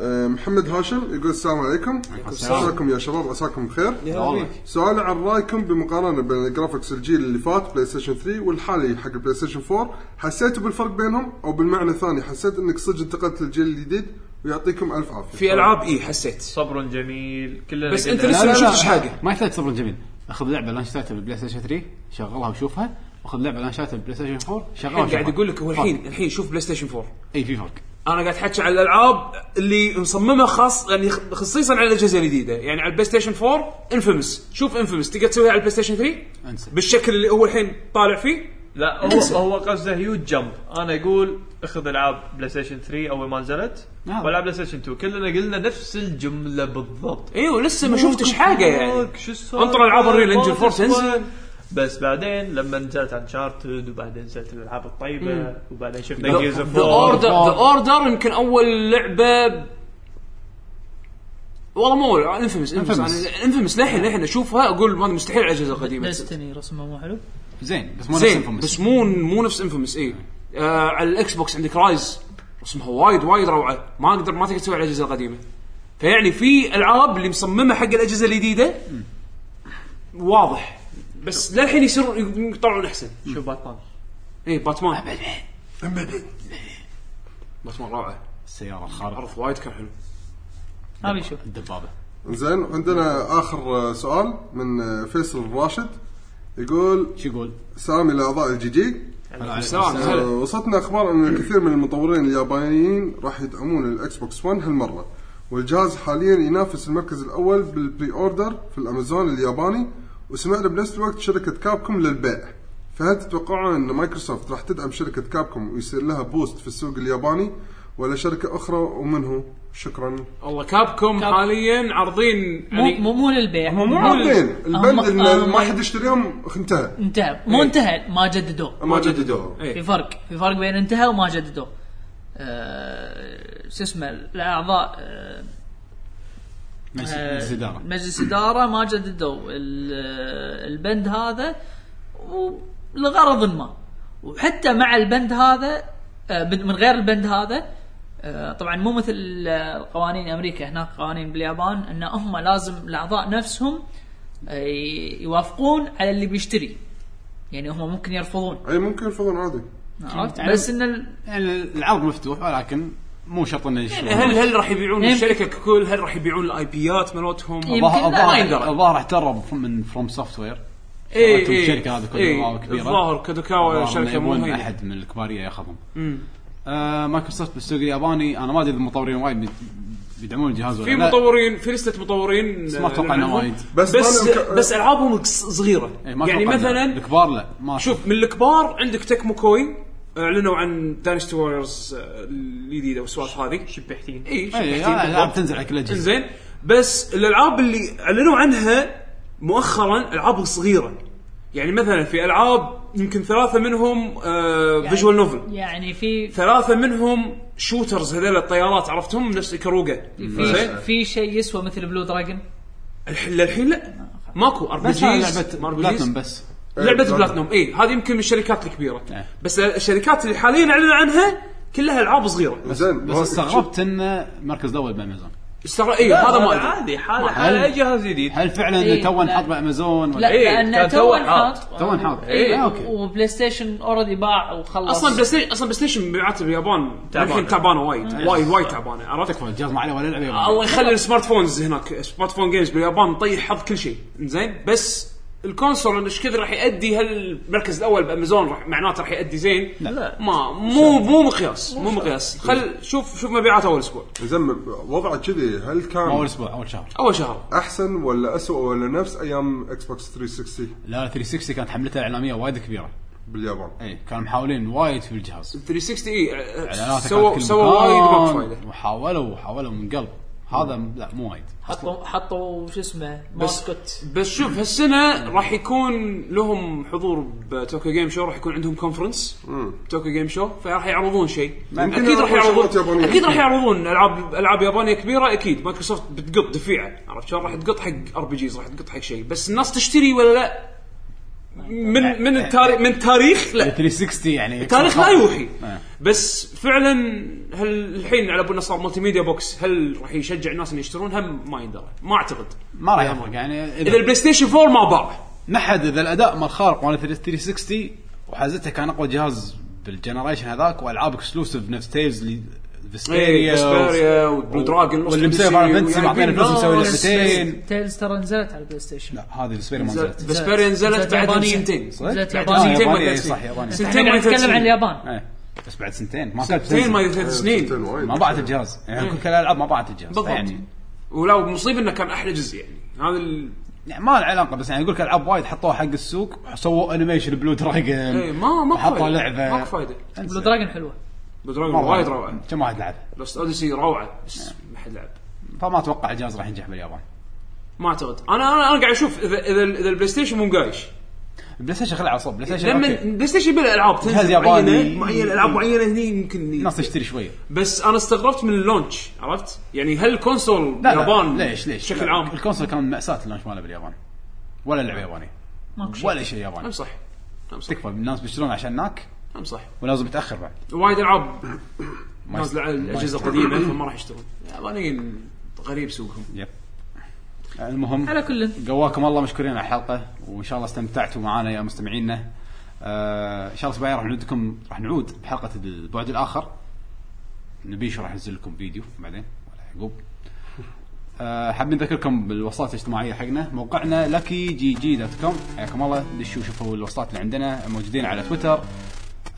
[SPEAKER 5] آه، محمد هاشم يقول السلام عليكم
[SPEAKER 1] السلام.
[SPEAKER 5] عساكم يا شباب عساكم بخير
[SPEAKER 1] والله
[SPEAKER 5] سؤال عن رايكم بمقارنه بين الجرافكس الجيل اللي فات بلاي ستيشن 3 والحالي حق البلاي ستيشن 4 حسيتوا بالفرق بينهم او بالمعنى الثاني حسيت انك صدق انتقلت للجيل الجديد ويعطيكم الف عافيه
[SPEAKER 4] في العاب اي حسيت
[SPEAKER 3] صبر جميل كلنا
[SPEAKER 4] بس
[SPEAKER 3] نقدر-
[SPEAKER 4] أنت لسه
[SPEAKER 1] لا،
[SPEAKER 4] ما
[SPEAKER 1] لا، لا.
[SPEAKER 4] شفتش حاجه
[SPEAKER 1] ما يحتاج صبر جميل اخذ لعبه اللي انا اشتريتها بالبلاي ستيشن 3 شغلها وشوفها واخذ لعبه اللي انا اشتريتها بالبلاي ستيشن 4 شغلها
[SPEAKER 4] الحين
[SPEAKER 1] وشوفها
[SPEAKER 4] إيه، قاعد يقول لك هو الحين الحين شوف بلاي ستيشن 4
[SPEAKER 1] اي في فرق
[SPEAKER 4] انا قاعد احكي على الالعاب اللي مصممه خاص يعني خصيصا على الاجهزه الجديده يعني على البلاي ستيشن 4 انفيمس شوف انفيمس تقدر تسويها على البلاي ستيشن 3
[SPEAKER 1] انسى
[SPEAKER 4] بالشكل اللي هو الحين طالع فيه
[SPEAKER 3] لا هو هو قصده هيوج جمب انا اقول اخذ العاب بلاي ستيشن 3 اول ما نزلت
[SPEAKER 1] نعم.
[SPEAKER 3] والعاب بلاي ستيشن 2 كلنا قلنا نفس الجمله بالضبط
[SPEAKER 4] ايوه لسه ما شفتش حاجه يعني
[SPEAKER 3] فوق، شو السالفة؟
[SPEAKER 4] انطر العاب الريل انجن
[SPEAKER 3] ما
[SPEAKER 4] 4 تنزل.
[SPEAKER 3] تسوى. بس بعدين لما نزلت انشارتد وبعدين نزلت الالعاب الطيبه وبعدين شفنا جيرز اوف
[SPEAKER 4] ذا اوردر ذا اوردر يمكن اول لعبه ب- والله مو انفيمس انفيمس انفيمس للحين للحين اشوفها اقول ما مستحيل على الاجهزه القديمه
[SPEAKER 6] دستني رسمه مو حلو
[SPEAKER 1] زين بس مو نفس
[SPEAKER 4] زين
[SPEAKER 1] Infamous.
[SPEAKER 4] بس مو مو نفس انفيمس اي آه على الاكس بوكس عندك رايز رسمها وايد وايد روعه ما اقدر ما تقدر تسوي على الاجهزه القديمه فيعني في العاب اللي مصممه حق الاجهزه الجديده واضح بس للحين يصير يطلعون احسن
[SPEAKER 3] شو باتمان
[SPEAKER 4] اي باتمان باتمان روعه
[SPEAKER 1] السياره الخارقه
[SPEAKER 4] عرف وايد كان حلو
[SPEAKER 6] ما بيشوف
[SPEAKER 5] يعني
[SPEAKER 1] الدبابه
[SPEAKER 5] زين عندنا اخر آه، سؤال من آه، فيصل الراشد يقول
[SPEAKER 1] شو يقول؟
[SPEAKER 5] سلام الى اعضاء الجي جي
[SPEAKER 4] السلام
[SPEAKER 5] آه،
[SPEAKER 4] هلا.
[SPEAKER 5] وصلتنا اخبار ان الكثير من المطورين اليابانيين راح يدعمون الاكس بوكس 1 هالمره والجهاز حاليا ينافس المركز الاول بالبري اوردر في الامازون الياباني وسمعنا بنفس الوقت شركه كابكوم للبيع فهل تتوقعون ان مايكروسوفت راح تدعم شركه كابكوم ويصير لها بوست في السوق الياباني ولا شركه اخرى ومنه شكرا
[SPEAKER 4] والله كابكوم
[SPEAKER 6] كاب-
[SPEAKER 4] حاليا عارضين
[SPEAKER 6] مو
[SPEAKER 4] يعني
[SPEAKER 6] مو مو للبيع
[SPEAKER 5] هم مو
[SPEAKER 6] مو-
[SPEAKER 5] عارضين البند
[SPEAKER 6] هم-
[SPEAKER 5] ان
[SPEAKER 6] هم-
[SPEAKER 5] ما حد يشتريهم انتهى
[SPEAKER 6] انتهى مو
[SPEAKER 5] إيه.
[SPEAKER 6] انتهى ما جددوه
[SPEAKER 5] ما جددوه
[SPEAKER 4] إيه.
[SPEAKER 6] في فرق في فرق بين انتهى وما جددوه آه، شو اسمه الاعضاء آه،
[SPEAKER 1] مجلس
[SPEAKER 6] آه،
[SPEAKER 1] مجلس اداره
[SPEAKER 6] مجلس اداره ما جددوا ال- البند هذا و- لغرض ما وحتى مع البند هذا آه، بد- من غير البند هذا آه، طبعا مو مثل آه، قوانين امريكا هناك قوانين باليابان ان هم لازم الاعضاء نفسهم آه، ي- يوافقون على اللي بيشتري يعني هم ممكن يرفضون
[SPEAKER 5] اي ممكن يرفضون عادي
[SPEAKER 6] عرفت
[SPEAKER 1] يعني-
[SPEAKER 6] بس ان ال-
[SPEAKER 1] يعني العرض مفتوح ولكن مو شرط انه يشتغل
[SPEAKER 4] يعني هل هل راح يبيعون
[SPEAKER 6] يمكن.
[SPEAKER 4] الشركه ككل هل راح يبيعون الاي بيات مالتهم
[SPEAKER 6] يمكن
[SPEAKER 1] الظاهر
[SPEAKER 6] لا، ما
[SPEAKER 1] الظاهر-
[SPEAKER 4] يندرى.
[SPEAKER 1] الظاهر احترم من فروم سوفت وير
[SPEAKER 4] اي
[SPEAKER 1] شركة الشركة هذه كلها كبيرة.
[SPEAKER 4] الظاهر كادوكاوا شركه مو
[SPEAKER 1] يبون
[SPEAKER 4] هينه
[SPEAKER 1] احد من الكباريه ياخذهم آه مايكروسوفت بالسوق الياباني انا ما ادري اذا المطورين وايد بي- بيدعمون الجهاز ولا
[SPEAKER 4] في
[SPEAKER 1] لا.
[SPEAKER 4] مطورين في لسته مطورين آه،
[SPEAKER 1] بس ما اتوقع انه وايد
[SPEAKER 5] بس
[SPEAKER 4] بس
[SPEAKER 5] ما أنا-
[SPEAKER 4] بس العابهم كس- صغيره
[SPEAKER 1] إيه، ما
[SPEAKER 4] يعني
[SPEAKER 1] أتوقع إنه-
[SPEAKER 4] مثلا
[SPEAKER 1] الكبار لا ما شوف
[SPEAKER 4] شوف من الكبار عندك تكمو كوي اعلنوا عن داينستي ووريرز الجديده والسوالف هذه
[SPEAKER 3] شبحتين
[SPEAKER 4] اي
[SPEAKER 1] إيه. العاب تنزل على كل الاجهزه
[SPEAKER 4] زين بس الالعاب اللي اعلنوا عنها مؤخرا العاب صغيره يعني مثلا في العاب يمكن ثلاثه منهم آه، فيجوال نوفل
[SPEAKER 6] يعني في
[SPEAKER 4] ثلاثه منهم شوترز هذول الطيارات عرفتهم نفس ايكاروجا
[SPEAKER 6] في في شيء يسوى مثل بلو دراجون
[SPEAKER 4] الحين للحين لا ماكو ار بي
[SPEAKER 1] بس هاي لعبه
[SPEAKER 4] جيز
[SPEAKER 1] بلاتنوم بس
[SPEAKER 4] لعبه بلاتنوم اي إيه، هذه يمكن من الشركات الكبيره
[SPEAKER 1] إيه.
[SPEAKER 4] بس الشركات اللي حاليا اعلنوا عنها كلها العاب صغيره
[SPEAKER 5] زين
[SPEAKER 1] بس
[SPEAKER 5] هو-
[SPEAKER 1] استغربت انه المركز الاول بامازون
[SPEAKER 4] استغرب اي إيه، هذا ما ادري
[SPEAKER 7] عادي حاله
[SPEAKER 1] هل-
[SPEAKER 7] حاله اي جهاز جديد
[SPEAKER 1] هل فعلا
[SPEAKER 6] إيه،
[SPEAKER 1] تو
[SPEAKER 6] لا.
[SPEAKER 1] انحط بامازون
[SPEAKER 6] لا
[SPEAKER 1] ولا
[SPEAKER 7] إيه،
[SPEAKER 6] لان
[SPEAKER 7] كان
[SPEAKER 6] تو
[SPEAKER 7] تو
[SPEAKER 6] انحاط
[SPEAKER 1] تو انحط
[SPEAKER 6] إيه،
[SPEAKER 1] إيه، اوكي
[SPEAKER 6] وبلاي ستيشن اوريدي باع وخلص
[SPEAKER 4] اصلا بلاي ستيشن اصلا بلاي ستيشن مبيعاته باليابان الحين تعبانه وايد وايد وايد تعبانه عرفت
[SPEAKER 1] تكفى الجهاز ما عليه ولا لعبه
[SPEAKER 4] الله
[SPEAKER 1] يابانية.
[SPEAKER 4] يخلي السمارت فونز هناك سمارت فون جيمز باليابان طيح حظ كل شيء زين بس الكونسول ايش كثر راح يؤدي هل المركز الاول بامازون راح معناته راح يؤدي زين
[SPEAKER 1] لا.
[SPEAKER 4] ما مو مو مقياس مو مقياس خل شوف شوف مبيعات اول اسبوع
[SPEAKER 5] زين وضعه كذي هل
[SPEAKER 1] ما اول
[SPEAKER 5] كان
[SPEAKER 1] اسبوع اول شهر
[SPEAKER 4] اول شهر
[SPEAKER 5] احسن ولا اسوء ولا نفس ايام اكس بوكس 360
[SPEAKER 1] لا 360 كانت حملته الاعلاميه وايد كبيره
[SPEAKER 5] باليابان
[SPEAKER 1] اي إيه، كانوا محاولين وايد في الجهاز
[SPEAKER 4] 360 اي
[SPEAKER 1] اعلاناته
[SPEAKER 4] سووا
[SPEAKER 1] كانت كل
[SPEAKER 4] سووا
[SPEAKER 1] مكان،
[SPEAKER 4] وايد ماكو فايده
[SPEAKER 1] وحاولوا وحاولوا من قلب هذا م- لا مو وايد
[SPEAKER 6] حطوا حطوا شو اسمه ماسكوت
[SPEAKER 4] بس شوف هالسنه راح يكون لهم حضور بتوكيو جيم شو راح يكون عندهم كونفرنس توكيو جيم شو فراح يعرضون شيء
[SPEAKER 5] يمكن
[SPEAKER 4] اكيد راح
[SPEAKER 5] يعرضون شغلات
[SPEAKER 4] يعرضون
[SPEAKER 5] يابانية.
[SPEAKER 4] اكيد راح يعرضون العاب العاب يابانيه كبيره اكيد مايكروسوفت بتقط دفيعه عرفت شلون راح تقط حق ار بي جيز راح تقط حق شيء بس الناس تشتري ولا لا من من التاريخ من تاريخ لا
[SPEAKER 1] 360 يعني
[SPEAKER 4] تاريخ لا يوحي
[SPEAKER 1] إيه.
[SPEAKER 4] بس فعلا هل الحين على بالنا صار ملتي ميديا بوكس هل راح يشجع الناس ان يشترون هم ما يندرى ما اعتقد
[SPEAKER 1] ما
[SPEAKER 4] إيه.
[SPEAKER 1] راح يفرق يعني
[SPEAKER 4] اذا
[SPEAKER 1] اذا
[SPEAKER 4] البلاي ستيشن 4 ما باع
[SPEAKER 1] ما حد اذا الاداء مال خارق مال 360 وحازته كان اقوى جهاز بالجنريشن هذاك والعاب اكسلوسيف نفس تيلز اللي
[SPEAKER 4] ايه فيسبيريا وبلو دراجون
[SPEAKER 1] واللي مسوي فاينل فانتسي
[SPEAKER 4] يعني
[SPEAKER 1] معطينا فلوس مسوي لعبتين
[SPEAKER 6] تيلز Oh, ترى نزلت على البلاي ستيشن
[SPEAKER 1] لا هذه فيسبيريا ما نزلت
[SPEAKER 4] فيسبيريا نزلت
[SPEAKER 6] نزلت
[SPEAKER 4] بعد
[SPEAKER 6] يابانية.
[SPEAKER 4] يعني سنتين
[SPEAKER 1] صح؟
[SPEAKER 6] نزلت
[SPEAKER 1] بعد
[SPEAKER 6] يابانية.
[SPEAKER 1] سنتين
[SPEAKER 4] يابانية،
[SPEAKER 1] ما-
[SPEAKER 4] صح،
[SPEAKER 1] صح ياباني
[SPEAKER 4] سنتين
[SPEAKER 6] احنا
[SPEAKER 4] ما
[SPEAKER 6] قاعد نتكلم
[SPEAKER 4] يتسوى.
[SPEAKER 6] عن اليابان
[SPEAKER 1] إيه. بس بعد سنتين ما كانت
[SPEAKER 4] سنتين ما
[SPEAKER 1] بتنزل.
[SPEAKER 4] ثلاث سنين
[SPEAKER 1] ما بعت الجهاز يعني كل الالعاب ما بعت الجهاز
[SPEAKER 4] بالضبط.
[SPEAKER 1] يعني
[SPEAKER 4] ولو مصيب انه كان احلى جزء يعني هذا ال...
[SPEAKER 1] يعني ما له علاقه بس يعني اقول لك العاب وايد حطوها حق السوق سووا انيميشن بلو
[SPEAKER 4] ايه
[SPEAKER 1] دراجون
[SPEAKER 4] ما ما
[SPEAKER 1] حطوا لعبه
[SPEAKER 4] ماكو فايده
[SPEAKER 1] انسى.
[SPEAKER 6] بلو دراجون حلوه
[SPEAKER 4] بلو دراجون
[SPEAKER 1] مرة.
[SPEAKER 4] وايد روعه
[SPEAKER 1] كم واحد لعب
[SPEAKER 4] لوست اوديسي روعه
[SPEAKER 1] إيه.
[SPEAKER 4] بس ما حد لعب
[SPEAKER 1] فما اتوقع الجهاز راح ينجح باليابان
[SPEAKER 4] ما اعتقد انا انا انا قاعد اشوف اذا اذا, إذا البلاي ستيشن مو مقايش
[SPEAKER 1] البلاي ستيشن خلع عصب بلاي ستيشن
[SPEAKER 4] لما
[SPEAKER 1] أوكي.
[SPEAKER 4] البلاي ستيشن بلا العاب
[SPEAKER 1] جهاز
[SPEAKER 4] تنزل
[SPEAKER 1] ياباني.
[SPEAKER 4] معينه معينه العاب معينه هني يمكن
[SPEAKER 1] الناس تشتري شويه
[SPEAKER 4] بس انا استغربت من اللونش عرفت؟ يعني هل الكونسول
[SPEAKER 1] لا لا،
[SPEAKER 4] يابان
[SPEAKER 1] ليش ليش
[SPEAKER 4] بشكل
[SPEAKER 1] لا،
[SPEAKER 4] عام
[SPEAKER 1] الكونسول كان ماساه اللونش ماله باليابان ولا لعبه ياباني
[SPEAKER 6] ماكو شيء
[SPEAKER 1] ولا شيء ياباني
[SPEAKER 4] هم صح هم صح
[SPEAKER 1] تكفى الناس بيشترون عشان هناك
[SPEAKER 4] هم صح
[SPEAKER 1] ولازم متاخر بعد
[SPEAKER 4] وايد العاب
[SPEAKER 1] ما
[SPEAKER 4] نازله على
[SPEAKER 1] يست- ما
[SPEAKER 4] الاجهزه
[SPEAKER 1] يست-
[SPEAKER 4] القديمه فما راح يشتغل يابانيين غريب سوقهم
[SPEAKER 1] يب المهم
[SPEAKER 6] على كل
[SPEAKER 1] قواكم الله مشكورين على الحلقه وان شاء الله استمتعتوا معنا يا مستمعينا آه ان شاء الله اسبوعين راح نعودكم راح نعود بحلقه البعد الاخر نبيش راح ينزل لكم فيديو بعدين ولا يعقوب آه، حابين نذكركم بالوساطه الاجتماعيه حقنا موقعنا لكي جي جي دوت كوم حياكم الله دشوا شوفوا الوساطات اللي عندنا موجودين على تويتر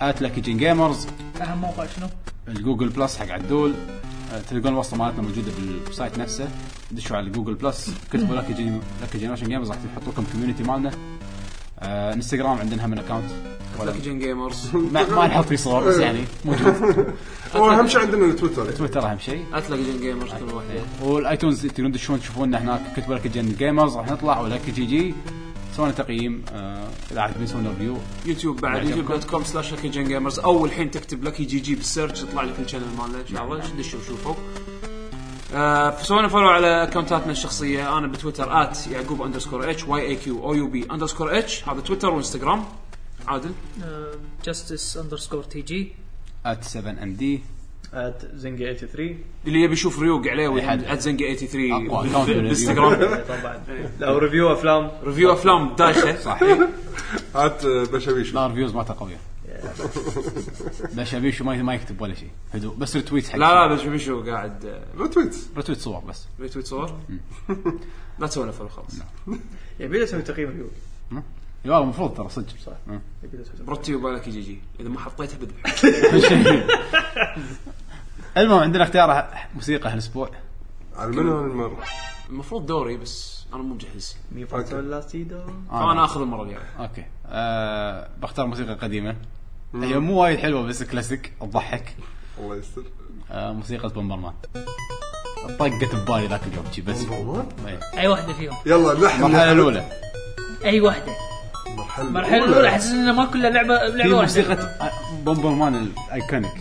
[SPEAKER 1] ات لكي جين جيمرز
[SPEAKER 6] اهم موقع شنو؟
[SPEAKER 1] الجوجل بلس حق عدول آه، تلقون الوصله مالتنا موجوده بالسايت نفسه دشوا على جوجل بلس كتبوا لك جي لك جنريشن جيمرز راح يحط لكم كوميونتي مالنا آه، انستغرام عندنا هم اكونت ولا
[SPEAKER 4] جن جيمرز
[SPEAKER 1] ما, ما نحط فيه صور بس يعني موجود
[SPEAKER 5] واهم شيء عندنا التويتر
[SPEAKER 1] تويتر اهم شيء
[SPEAKER 4] اتلك جن جيمرز كل واحد
[SPEAKER 1] والايتونز تقدرون تشوفون تشوفونا هناك كتبوا لك جن جيمرز راح نطلع ولا لك جي جي سوينا تقييم آه، اذا عجبني سوينا ريفيو
[SPEAKER 4] يوتيوب بعد يوتيوب دوت كوم سلاش لكي جن جيمرز او الحين تكتب لكي جي جي بالسيرش يطلع لك الشانل مالنا ان
[SPEAKER 1] نعم.
[SPEAKER 4] شاء الله دشوا شوفوا آه سوينا فولو على اكونتاتنا الشخصيه انا بتويتر ات يعقوب اندرسكور اتش واي اي كيو او يو بي اندرسكور اتش هذا تويتر وانستغرام عادل
[SPEAKER 6] آه، جاستس اندرسكور تي جي
[SPEAKER 1] ات 7 ام دي
[SPEAKER 7] زنجي 83
[SPEAKER 4] اللي يبي يشوف ريوق عليه
[SPEAKER 1] حد.
[SPEAKER 4] ويحد زنقه 83
[SPEAKER 1] أقوى account
[SPEAKER 4] بالانستغرام
[SPEAKER 7] طبعا
[SPEAKER 4] إيه.
[SPEAKER 7] لو ريفيو افلام
[SPEAKER 4] ريفيو افلام دايخه
[SPEAKER 1] صحيح
[SPEAKER 5] هات آه، بشابيش
[SPEAKER 1] لا ريفيوز مالته قويه بشابيش ما ما يكتب ولا شيء هدوء بس ريتويت حق
[SPEAKER 4] لا لا بس بيشو قاعد آه،
[SPEAKER 5] تويت
[SPEAKER 1] ريتويت صور بس
[SPEAKER 4] ريتويت صور لا تسوي فولو خلاص
[SPEAKER 1] نعم.
[SPEAKER 7] يبي له اسوي تقييم ريفيو
[SPEAKER 1] يا والله المفروض ترى صدق مم.
[SPEAKER 7] يبي له اسوي
[SPEAKER 4] برتي وبالك يجي جي اذا ما حطيتها بذبح
[SPEAKER 1] المهم عندنا اختيار موسيقى هالاسبوع
[SPEAKER 5] على من المره
[SPEAKER 4] المفروض دوري بس انا مو مجهز
[SPEAKER 7] مي فاصول لا سيدو
[SPEAKER 4] فانا اخذ المره الجايه
[SPEAKER 1] اوكي آه بختار موسيقى قديمه هي مو وايد حلوه بس كلاسيك تضحك
[SPEAKER 5] الله يستر
[SPEAKER 1] آه موسيقى بومبرمان طقت ببالي ذاك اليوم شي بس إيه.
[SPEAKER 6] اي واحده فيهم
[SPEAKER 5] يلا نحن
[SPEAKER 1] المرحله الاولى
[SPEAKER 6] اي واحده
[SPEAKER 5] المرحله
[SPEAKER 6] المرحله الاولى احس انه ما كلها لعبه
[SPEAKER 1] في
[SPEAKER 6] لعبه
[SPEAKER 1] موسيقى
[SPEAKER 6] واحده
[SPEAKER 1] آه، بومبرمان الايكونيك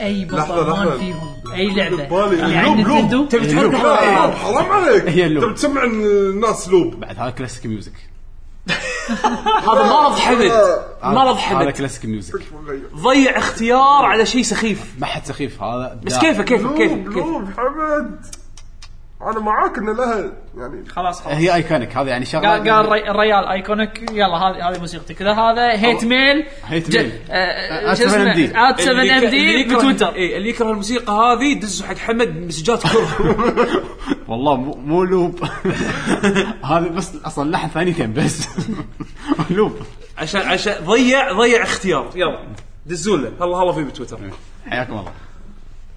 [SPEAKER 6] اي
[SPEAKER 5] لحظة، لحظة.
[SPEAKER 6] بطلمان فيهم اي لعبه
[SPEAKER 5] بالي.
[SPEAKER 6] يعني
[SPEAKER 5] لوب، لوب.
[SPEAKER 6] نتندو
[SPEAKER 4] تبي
[SPEAKER 1] اللوب.
[SPEAKER 5] حرام حرام عليك
[SPEAKER 1] هي اللوب.
[SPEAKER 5] تبي تسمع الناس لوب
[SPEAKER 1] بعد هذا كلاسيك ميوزك
[SPEAKER 4] هذا مرض حمد
[SPEAKER 5] آه،
[SPEAKER 4] مرض
[SPEAKER 1] هذا
[SPEAKER 4] حمد
[SPEAKER 1] كلاسيك ميوزك
[SPEAKER 4] ضيع اختيار على شيء سخيف
[SPEAKER 1] ما حد سخيف هذا
[SPEAKER 4] بس كيفه كيفه
[SPEAKER 5] لوب
[SPEAKER 4] كيفه كيفه
[SPEAKER 5] لوب حمد انا معاك ان لها يعني
[SPEAKER 6] خلاص خلاص
[SPEAKER 1] هي ايكونيك هذا يعني شغله
[SPEAKER 6] قال قال الري- الريال ايكونيك يلا هذه هذه موسيقتك اذا هذا هيت ميل
[SPEAKER 1] هيت
[SPEAKER 6] ج-
[SPEAKER 1] ميل.
[SPEAKER 6] آه،
[SPEAKER 1] آت
[SPEAKER 6] شو اسمه
[SPEAKER 1] 7MD.
[SPEAKER 6] ات 7
[SPEAKER 4] اللي
[SPEAKER 6] ام
[SPEAKER 4] يك- اللي
[SPEAKER 6] دي
[SPEAKER 4] يكره-
[SPEAKER 6] إيه،
[SPEAKER 1] آه،
[SPEAKER 6] بتويتر
[SPEAKER 4] إيه، اللي يكره الموسيقى هذه دزوا حق حمد مسجات كره
[SPEAKER 1] والله مو, مو لوب هذا بس اصلا لحن ثانيتين بس لوب
[SPEAKER 4] عشان عشان ضيع ضيع اختيار يلا دزوا له هلا هلا في بتويتر
[SPEAKER 1] حياكم الله
[SPEAKER 5] مع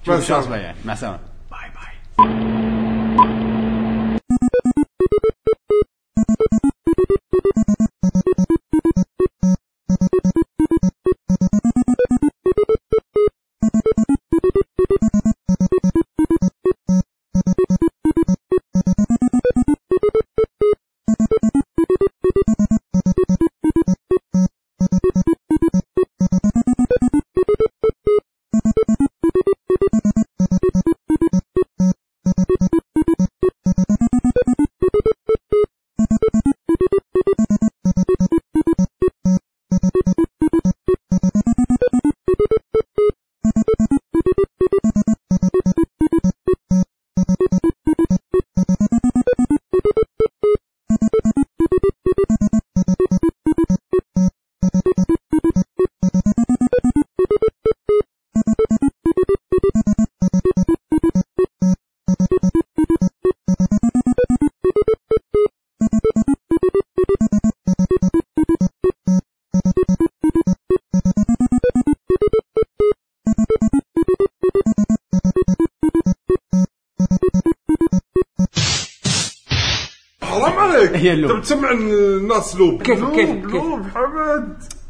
[SPEAKER 1] شوف شو
[SPEAKER 5] السلامة.
[SPEAKER 1] اسمه يعني مع السلامه
[SPEAKER 4] باي باي
[SPEAKER 5] حرام عليك
[SPEAKER 1] هي اللوب.
[SPEAKER 5] تبي تسمع الناس لوب
[SPEAKER 4] كيف- كيف-
[SPEAKER 5] لوب
[SPEAKER 4] كيف؟
[SPEAKER 5] لوب حمد